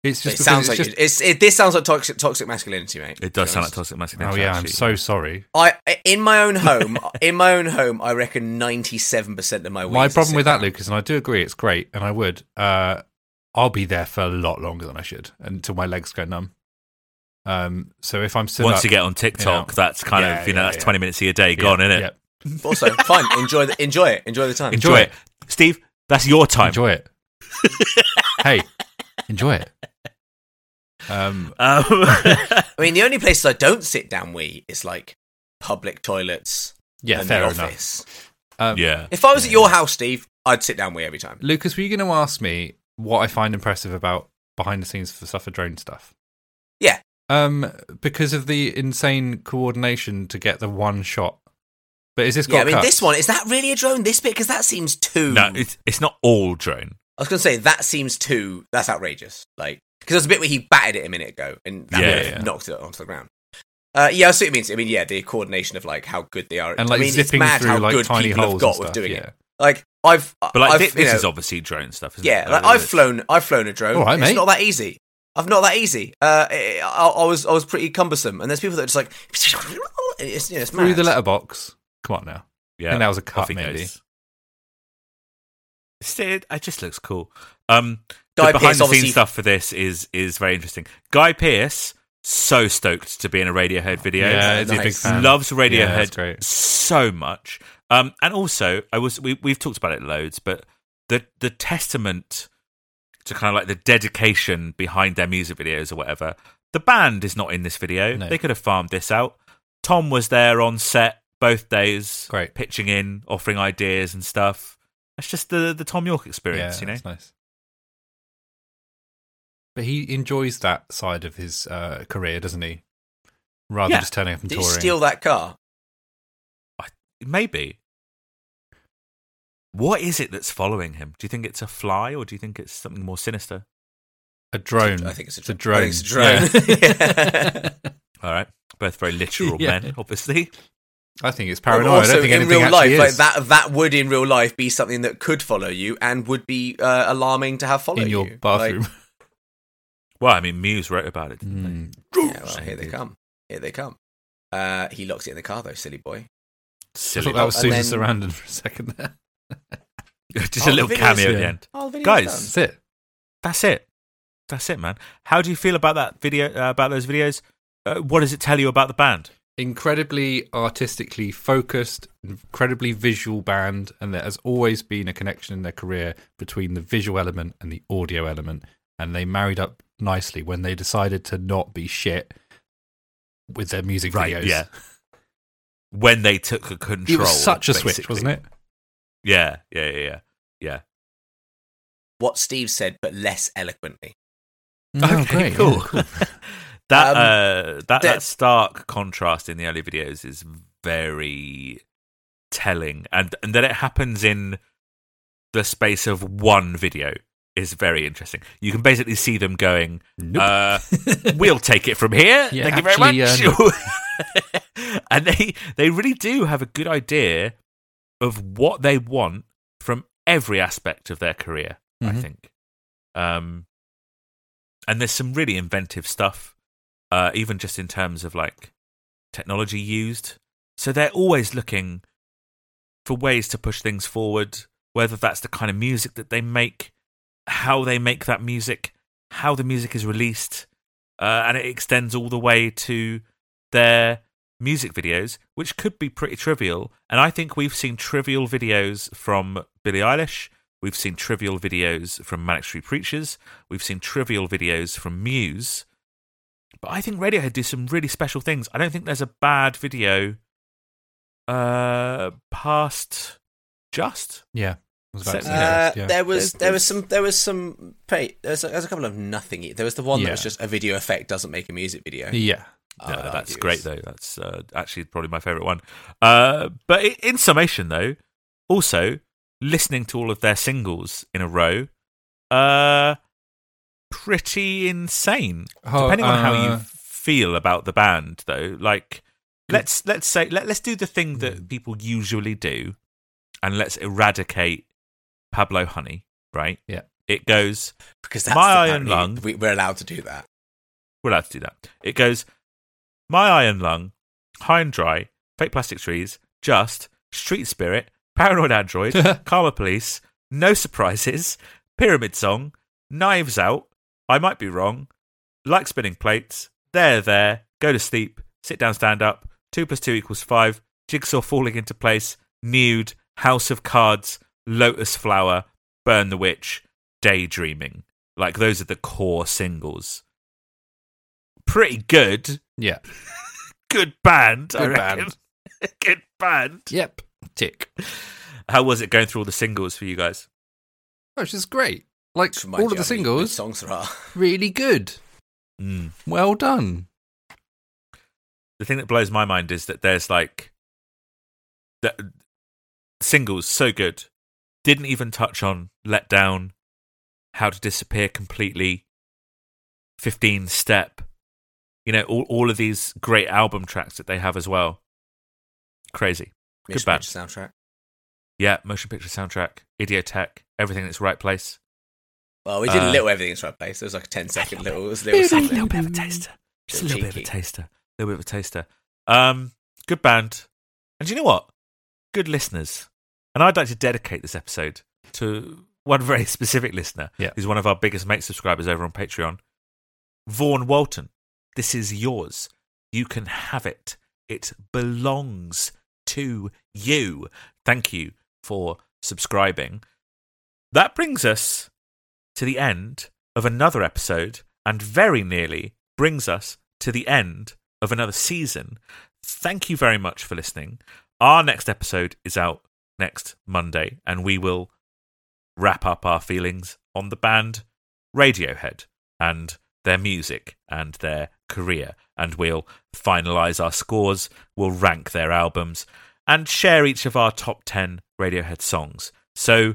[SPEAKER 3] It's
[SPEAKER 1] It
[SPEAKER 3] just because
[SPEAKER 1] sounds
[SPEAKER 3] it's
[SPEAKER 1] like
[SPEAKER 3] just,
[SPEAKER 1] it- it's, it, this sounds like toxic toxic masculinity, mate.
[SPEAKER 2] It
[SPEAKER 1] to be
[SPEAKER 2] does sound like
[SPEAKER 1] honest.
[SPEAKER 2] toxic
[SPEAKER 3] oh
[SPEAKER 2] masculinity.
[SPEAKER 3] yeah. I'm
[SPEAKER 2] actually.
[SPEAKER 3] so sorry.
[SPEAKER 1] I in my own home, in my own home, I reckon ninety seven percent of my weed.
[SPEAKER 3] My
[SPEAKER 1] is
[SPEAKER 3] problem with
[SPEAKER 1] sit
[SPEAKER 3] that,
[SPEAKER 1] down.
[SPEAKER 3] Lucas, and I do agree, it's great, and I would. Uh, I'll be there for a lot longer than I should until my legs go numb. Um, so if I'm still
[SPEAKER 2] Once
[SPEAKER 3] up,
[SPEAKER 2] you get on TikTok,
[SPEAKER 3] Yeah.
[SPEAKER 2] that's kind
[SPEAKER 3] Yeah,
[SPEAKER 2] of you know
[SPEAKER 3] yeah,
[SPEAKER 2] that's
[SPEAKER 3] yeah.
[SPEAKER 2] 20 minutes of your day gone, isn't it?
[SPEAKER 3] Yeah.
[SPEAKER 1] Also, fine. Enjoy the enjoy it. Enjoy the time.
[SPEAKER 3] Enjoy
[SPEAKER 2] Enjoy
[SPEAKER 3] it.
[SPEAKER 2] it, Steve. That's your time.
[SPEAKER 3] Enjoy it. hey, enjoy it. Um,
[SPEAKER 2] Um,
[SPEAKER 1] I mean, the only places I don't sit down wee is like public toilets
[SPEAKER 3] yeah,
[SPEAKER 1] and
[SPEAKER 3] fair
[SPEAKER 1] the
[SPEAKER 3] enough.
[SPEAKER 1] office.
[SPEAKER 3] Um,
[SPEAKER 2] yeah.
[SPEAKER 1] If I was at your house, Steve, I'd sit down wee every time.
[SPEAKER 3] Lucas, were you going to ask me what I find impressive about behind the scenes for Suffer Drone stuff?
[SPEAKER 1] Yeah.
[SPEAKER 3] Um, because of the insane coordination to get the one shot. But is this got
[SPEAKER 1] Yeah, I mean,
[SPEAKER 3] cuts?
[SPEAKER 1] this one is that really a drone? This bit because that seems too.
[SPEAKER 2] No, it's it's not all drone.
[SPEAKER 1] I was going to say that seems too. That's outrageous. Like because there's a bit where he batted it a minute ago and that
[SPEAKER 2] Yeah,
[SPEAKER 1] would have
[SPEAKER 2] yeah.
[SPEAKER 1] knocked it onto the ground. Uh, yeah, I see what it means. I mean, yeah, the coordination of like how good they are. at-
[SPEAKER 3] and like
[SPEAKER 1] I mean, it's
[SPEAKER 3] zipping
[SPEAKER 1] mad
[SPEAKER 3] through
[SPEAKER 1] how
[SPEAKER 3] like
[SPEAKER 1] good
[SPEAKER 3] tiny
[SPEAKER 1] people
[SPEAKER 3] holes
[SPEAKER 1] have got
[SPEAKER 3] and
[SPEAKER 1] with
[SPEAKER 3] stuff.
[SPEAKER 1] doing
[SPEAKER 3] yeah.
[SPEAKER 1] it. Like I've
[SPEAKER 2] But like
[SPEAKER 1] I've,
[SPEAKER 2] thi-
[SPEAKER 1] you
[SPEAKER 2] this
[SPEAKER 1] know,
[SPEAKER 2] is obviously drone stuff, isn't it?
[SPEAKER 1] yeah, like,
[SPEAKER 2] Like,
[SPEAKER 1] I've
[SPEAKER 2] it's-
[SPEAKER 1] flown I've flown a drone.
[SPEAKER 3] All right,
[SPEAKER 1] it's
[SPEAKER 3] mate.
[SPEAKER 1] not that easy. I've not that easy. Uh, I, I, I was I was pretty cumbersome, and there's people that are just like it's, you know, it's
[SPEAKER 3] through
[SPEAKER 1] mad.
[SPEAKER 3] the letterbox. Come on now.
[SPEAKER 2] Yeah,
[SPEAKER 3] And that was a cut,
[SPEAKER 2] off he
[SPEAKER 3] maybe.
[SPEAKER 2] goes. Still, It just looks cool. Um, the
[SPEAKER 1] Guy
[SPEAKER 2] behind
[SPEAKER 1] Pearce
[SPEAKER 2] the scenes
[SPEAKER 1] obviously-
[SPEAKER 2] stuff for this is is very interesting. Guy Pearce, so stoked to be in a Radiohead video.
[SPEAKER 3] Yeah, he's a
[SPEAKER 1] nice.
[SPEAKER 3] big fan.
[SPEAKER 2] Loves
[SPEAKER 3] Yeah, that's
[SPEAKER 2] Radiohead
[SPEAKER 3] great.
[SPEAKER 2] so much. Um, and also, I was we we've talked about it loads, but the the testament to kind of like the dedication behind their music videos or whatever. The band is not in this video.
[SPEAKER 3] No.
[SPEAKER 2] They could have farmed this out. Tom was there on set both days,
[SPEAKER 3] Great.
[SPEAKER 2] pitching in, offering ideas and stuff. That's just the the Tom York
[SPEAKER 3] Yeah,
[SPEAKER 2] experience, you know.
[SPEAKER 3] that's nice. But he enjoys that side of his uh, career, doesn't he? Rather
[SPEAKER 2] Yeah.
[SPEAKER 3] than just turning up and
[SPEAKER 1] Did you
[SPEAKER 3] touring.
[SPEAKER 1] steal that car?
[SPEAKER 2] Maybe. What is it that's following him? Do you think it's a fly, or do you think it's something more sinister?
[SPEAKER 3] a drone.
[SPEAKER 1] I think it's a,
[SPEAKER 3] It's a
[SPEAKER 1] dr- I think
[SPEAKER 3] drone.
[SPEAKER 1] it's a drone.
[SPEAKER 2] All right, both very literal
[SPEAKER 3] Yeah.
[SPEAKER 2] men, obviously.
[SPEAKER 3] I think it's
[SPEAKER 1] Well,
[SPEAKER 3] paranoid. I
[SPEAKER 1] Also,
[SPEAKER 3] don't think
[SPEAKER 1] in
[SPEAKER 3] anything
[SPEAKER 1] real
[SPEAKER 3] actually
[SPEAKER 1] life,
[SPEAKER 3] is.
[SPEAKER 1] like that, that would in real life be something that could follow you and would be uh, alarming to have follow
[SPEAKER 3] in your
[SPEAKER 1] you.
[SPEAKER 3] bathroom.
[SPEAKER 1] Like,
[SPEAKER 2] Well, I mean, Muse wrote about it, didn't
[SPEAKER 3] Mm.
[SPEAKER 1] yeah, well, here they
[SPEAKER 2] Indeed.
[SPEAKER 1] come. Here they come. Uh, he locks it in the car though, silly
[SPEAKER 2] they?
[SPEAKER 1] boy.
[SPEAKER 3] I
[SPEAKER 2] Silly.
[SPEAKER 3] thought that was
[SPEAKER 1] And
[SPEAKER 3] Susan
[SPEAKER 1] then-
[SPEAKER 3] Sarandon for a second there.
[SPEAKER 2] Just
[SPEAKER 1] Oh,
[SPEAKER 2] a
[SPEAKER 1] the
[SPEAKER 2] little
[SPEAKER 1] video's
[SPEAKER 2] cameo at the
[SPEAKER 3] done.
[SPEAKER 2] end.
[SPEAKER 1] Oh, the video's
[SPEAKER 2] Guys,
[SPEAKER 1] done.
[SPEAKER 3] That's it.
[SPEAKER 2] That's it. That's it, man. How do you feel about that video? Uh, about those videos? Uh, what does it tell you about the band?
[SPEAKER 3] incredibly artistically focused, incredibly visual band, and there has always been a connection in their career between the visual element and the audio element, and they married up nicely when they decided to not be shit with their music videos.
[SPEAKER 2] Yeah. When they took a control,
[SPEAKER 3] it was such a switch,
[SPEAKER 2] basically.
[SPEAKER 3] wasn't it?
[SPEAKER 2] Yeah, yeah, yeah, yeah. yeah.
[SPEAKER 1] What Steve said, but less eloquently.
[SPEAKER 3] Oh,
[SPEAKER 2] okay,
[SPEAKER 3] great,
[SPEAKER 2] cool.
[SPEAKER 3] yeah,
[SPEAKER 2] that,
[SPEAKER 1] Um,
[SPEAKER 2] uh, that
[SPEAKER 1] that-
[SPEAKER 2] that stark contrast in the early videos is very telling, and and that it happens in the space of one video is very interesting. You can basically see them going,
[SPEAKER 3] Nope.
[SPEAKER 2] uh, "We'll take it from here.
[SPEAKER 3] Yeah,
[SPEAKER 2] Thank you
[SPEAKER 3] actually, uh,
[SPEAKER 2] very much." and they they really do have a good idea of what they want from every aspect of their career. I
[SPEAKER 3] Mhm.
[SPEAKER 2] think. Um, and there's some really inventive stuff, uh, even just in terms of like technology used. So they're always looking for ways to push things forward, whether that's the kind of music that they make, how they make that music, how the music is released, uh, and it extends all the way to their music videos, which could be pretty trivial. And I think we've seen trivial videos from Billie Eilish. We've seen trivial videos from Manic Street Preachers. We've seen trivial videos from Muse. But I think Radiohead do some really special things. I don't think there's a bad video uh, past just.
[SPEAKER 3] yeah. I was about to
[SPEAKER 2] Uh,
[SPEAKER 3] say
[SPEAKER 1] Uh,
[SPEAKER 3] that, yeah.
[SPEAKER 1] There was there was some there was some wait, there's a, there's a couple of nothing. There was the one that
[SPEAKER 3] Yeah.
[SPEAKER 1] was just a video effect doesn't make a music video.
[SPEAKER 3] yeah.
[SPEAKER 1] I would
[SPEAKER 3] Uh,
[SPEAKER 2] No, that's
[SPEAKER 1] argue
[SPEAKER 2] great
[SPEAKER 1] is-
[SPEAKER 2] though. That's uh, actually probably my favourite one. Uh, but i- in summation, though, also listening to all of their singles in a row, uh, pretty insane.
[SPEAKER 3] Oh,
[SPEAKER 2] Depending on how
[SPEAKER 3] uh,
[SPEAKER 2] you feel about the band, though, like let's let's say let, let's do the thing
[SPEAKER 3] Hmm.
[SPEAKER 2] that people usually do, and let's eradicate Pablo Honey. Right?
[SPEAKER 3] Yeah.
[SPEAKER 2] It goes.
[SPEAKER 1] because that's
[SPEAKER 2] My
[SPEAKER 1] the-
[SPEAKER 2] Iron
[SPEAKER 1] apparently
[SPEAKER 2] Lung.
[SPEAKER 1] We, we're allowed to do that.
[SPEAKER 2] We're allowed to do that. It goes My Iron Lung, High and Dry, Fake Plastic Trees, Just, Street Spirit, Paranoid Android, Karma Police, No Surprises, Pyramid Song, Knives Out, I Might Be Wrong, Like Spinning Plates, There, There, Go to Sleep, Sit Down, Stand Up, 2 plus 2 equals 5, Jigsaw Falling into Place, Nude, House of Cards, Lotus Flower, Burn the Witch, Daydreaming. Like those are the core singles pretty good.
[SPEAKER 3] Yeah.
[SPEAKER 2] Good band, I
[SPEAKER 3] Good
[SPEAKER 2] reckon.
[SPEAKER 3] band.
[SPEAKER 2] good band.
[SPEAKER 3] Yep. Tick.
[SPEAKER 2] How was it going through all the singles for you guys?
[SPEAKER 3] Which is great. Like
[SPEAKER 1] Just remind
[SPEAKER 3] all
[SPEAKER 1] you
[SPEAKER 3] of the
[SPEAKER 1] how many good
[SPEAKER 3] singles,
[SPEAKER 1] songs there are.
[SPEAKER 3] really good.
[SPEAKER 2] Mm.
[SPEAKER 3] Well done.
[SPEAKER 2] The thing that blows my mind is that there's like that singles so good. Didn't even touch on Let Down, How to Disappear Completely, 15 Step. You know, all, all of these great album tracks that they have as well. Crazy. Good
[SPEAKER 1] Mission
[SPEAKER 2] band.
[SPEAKER 1] Picture soundtrack.
[SPEAKER 2] Yeah, motion picture soundtrack. Idiotech, everything in its right place.
[SPEAKER 1] Well, we did a little everything in its right place. It was like a 10 second little, it was a little
[SPEAKER 2] Just a
[SPEAKER 1] something.
[SPEAKER 2] little bit of a taster. Just a
[SPEAKER 1] Little
[SPEAKER 2] little bit of a
[SPEAKER 1] cheeky.
[SPEAKER 2] taster. A little bit of a taster. Um, good band. And do you know what? Good listeners. And I'd like to dedicate this episode to one very specific listener
[SPEAKER 3] Yeah.
[SPEAKER 2] who's one of our biggest mate subscribers over on Patreon. Vaughan Walton. This is yours. You can have it. It belongs to you. Thank you for subscribing. That brings us to the end of another episode and very nearly brings us to the end of another season. Thank you very much for listening. Our next episode is out next Monday and we will wrap up our feelings on the band Radiohead and their music and their career. And we'll finalize our scores, we'll rank their albums, and share each of our top 10 Radiohead songs. So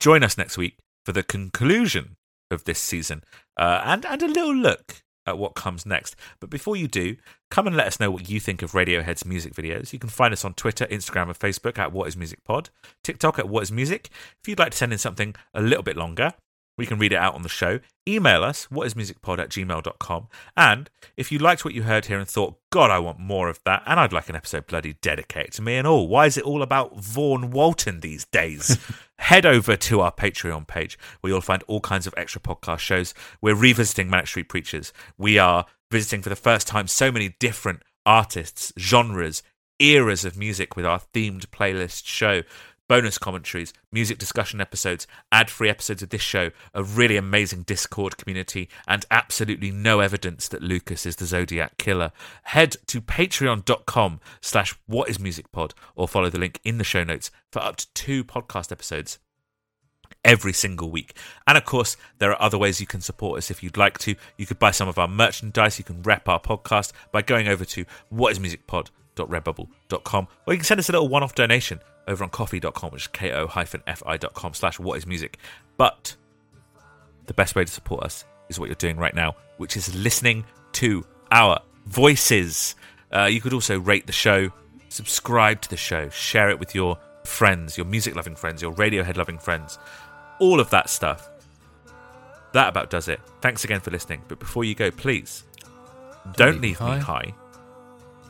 [SPEAKER 2] join us next week for the conclusion of this season uh, and, and a little look at what comes next. But before you do, come and let us know what you think of Radiohead's music videos. You can find us on Twitter, Instagram, and Facebook at What Is Music Pod, TikTok at What Is Music. If you'd like to send in something a little bit longer, we can read it out on the show. Email us, whatismusicpod at gmail.com. And if you liked what you heard here and thought, God, I want more of that, and I'd like an episode bloody dedicated to me and all, why is it all about Vaughan Walton these days? Head over to our Patreon page where you'll find all kinds of extra podcast shows. We're revisiting Manic Street Preachers. We are visiting for the first time so many different artists, genres, eras of music with our themed playlist show. Bonus commentaries, music discussion episodes, ad free episodes of this show, a really amazing Discord community, and absolutely no evidence that Lucas is the Zodiac Killer. Head to patreon.com slash whatismusicpod or follow the link in the show notes for up to two podcast episodes every single week. And of course, there are other ways you can support us if you'd like to. You could buy some of our merchandise, you can rep our podcast by going over to whatismusicpod.redbubble.com or you can send us a little one-off donation over on coffee.com, which is ko-fi.com slash whatismusic. But the best way to support us is what you're doing right now, which is listening to our voices. Uh, you could also rate the show, subscribe to the show, share it with your friends, your music loving friends, your Radiohead loving friends, all of that stuff. That about does it. Thanks again for listening. But before you go, please don't leave me high.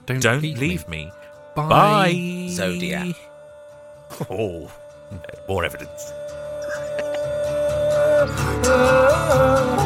[SPEAKER 2] Don't leave me.
[SPEAKER 3] Bye.
[SPEAKER 2] Bye.
[SPEAKER 1] Zodiac.
[SPEAKER 2] Oh, more evidence.
[SPEAKER 4] Oh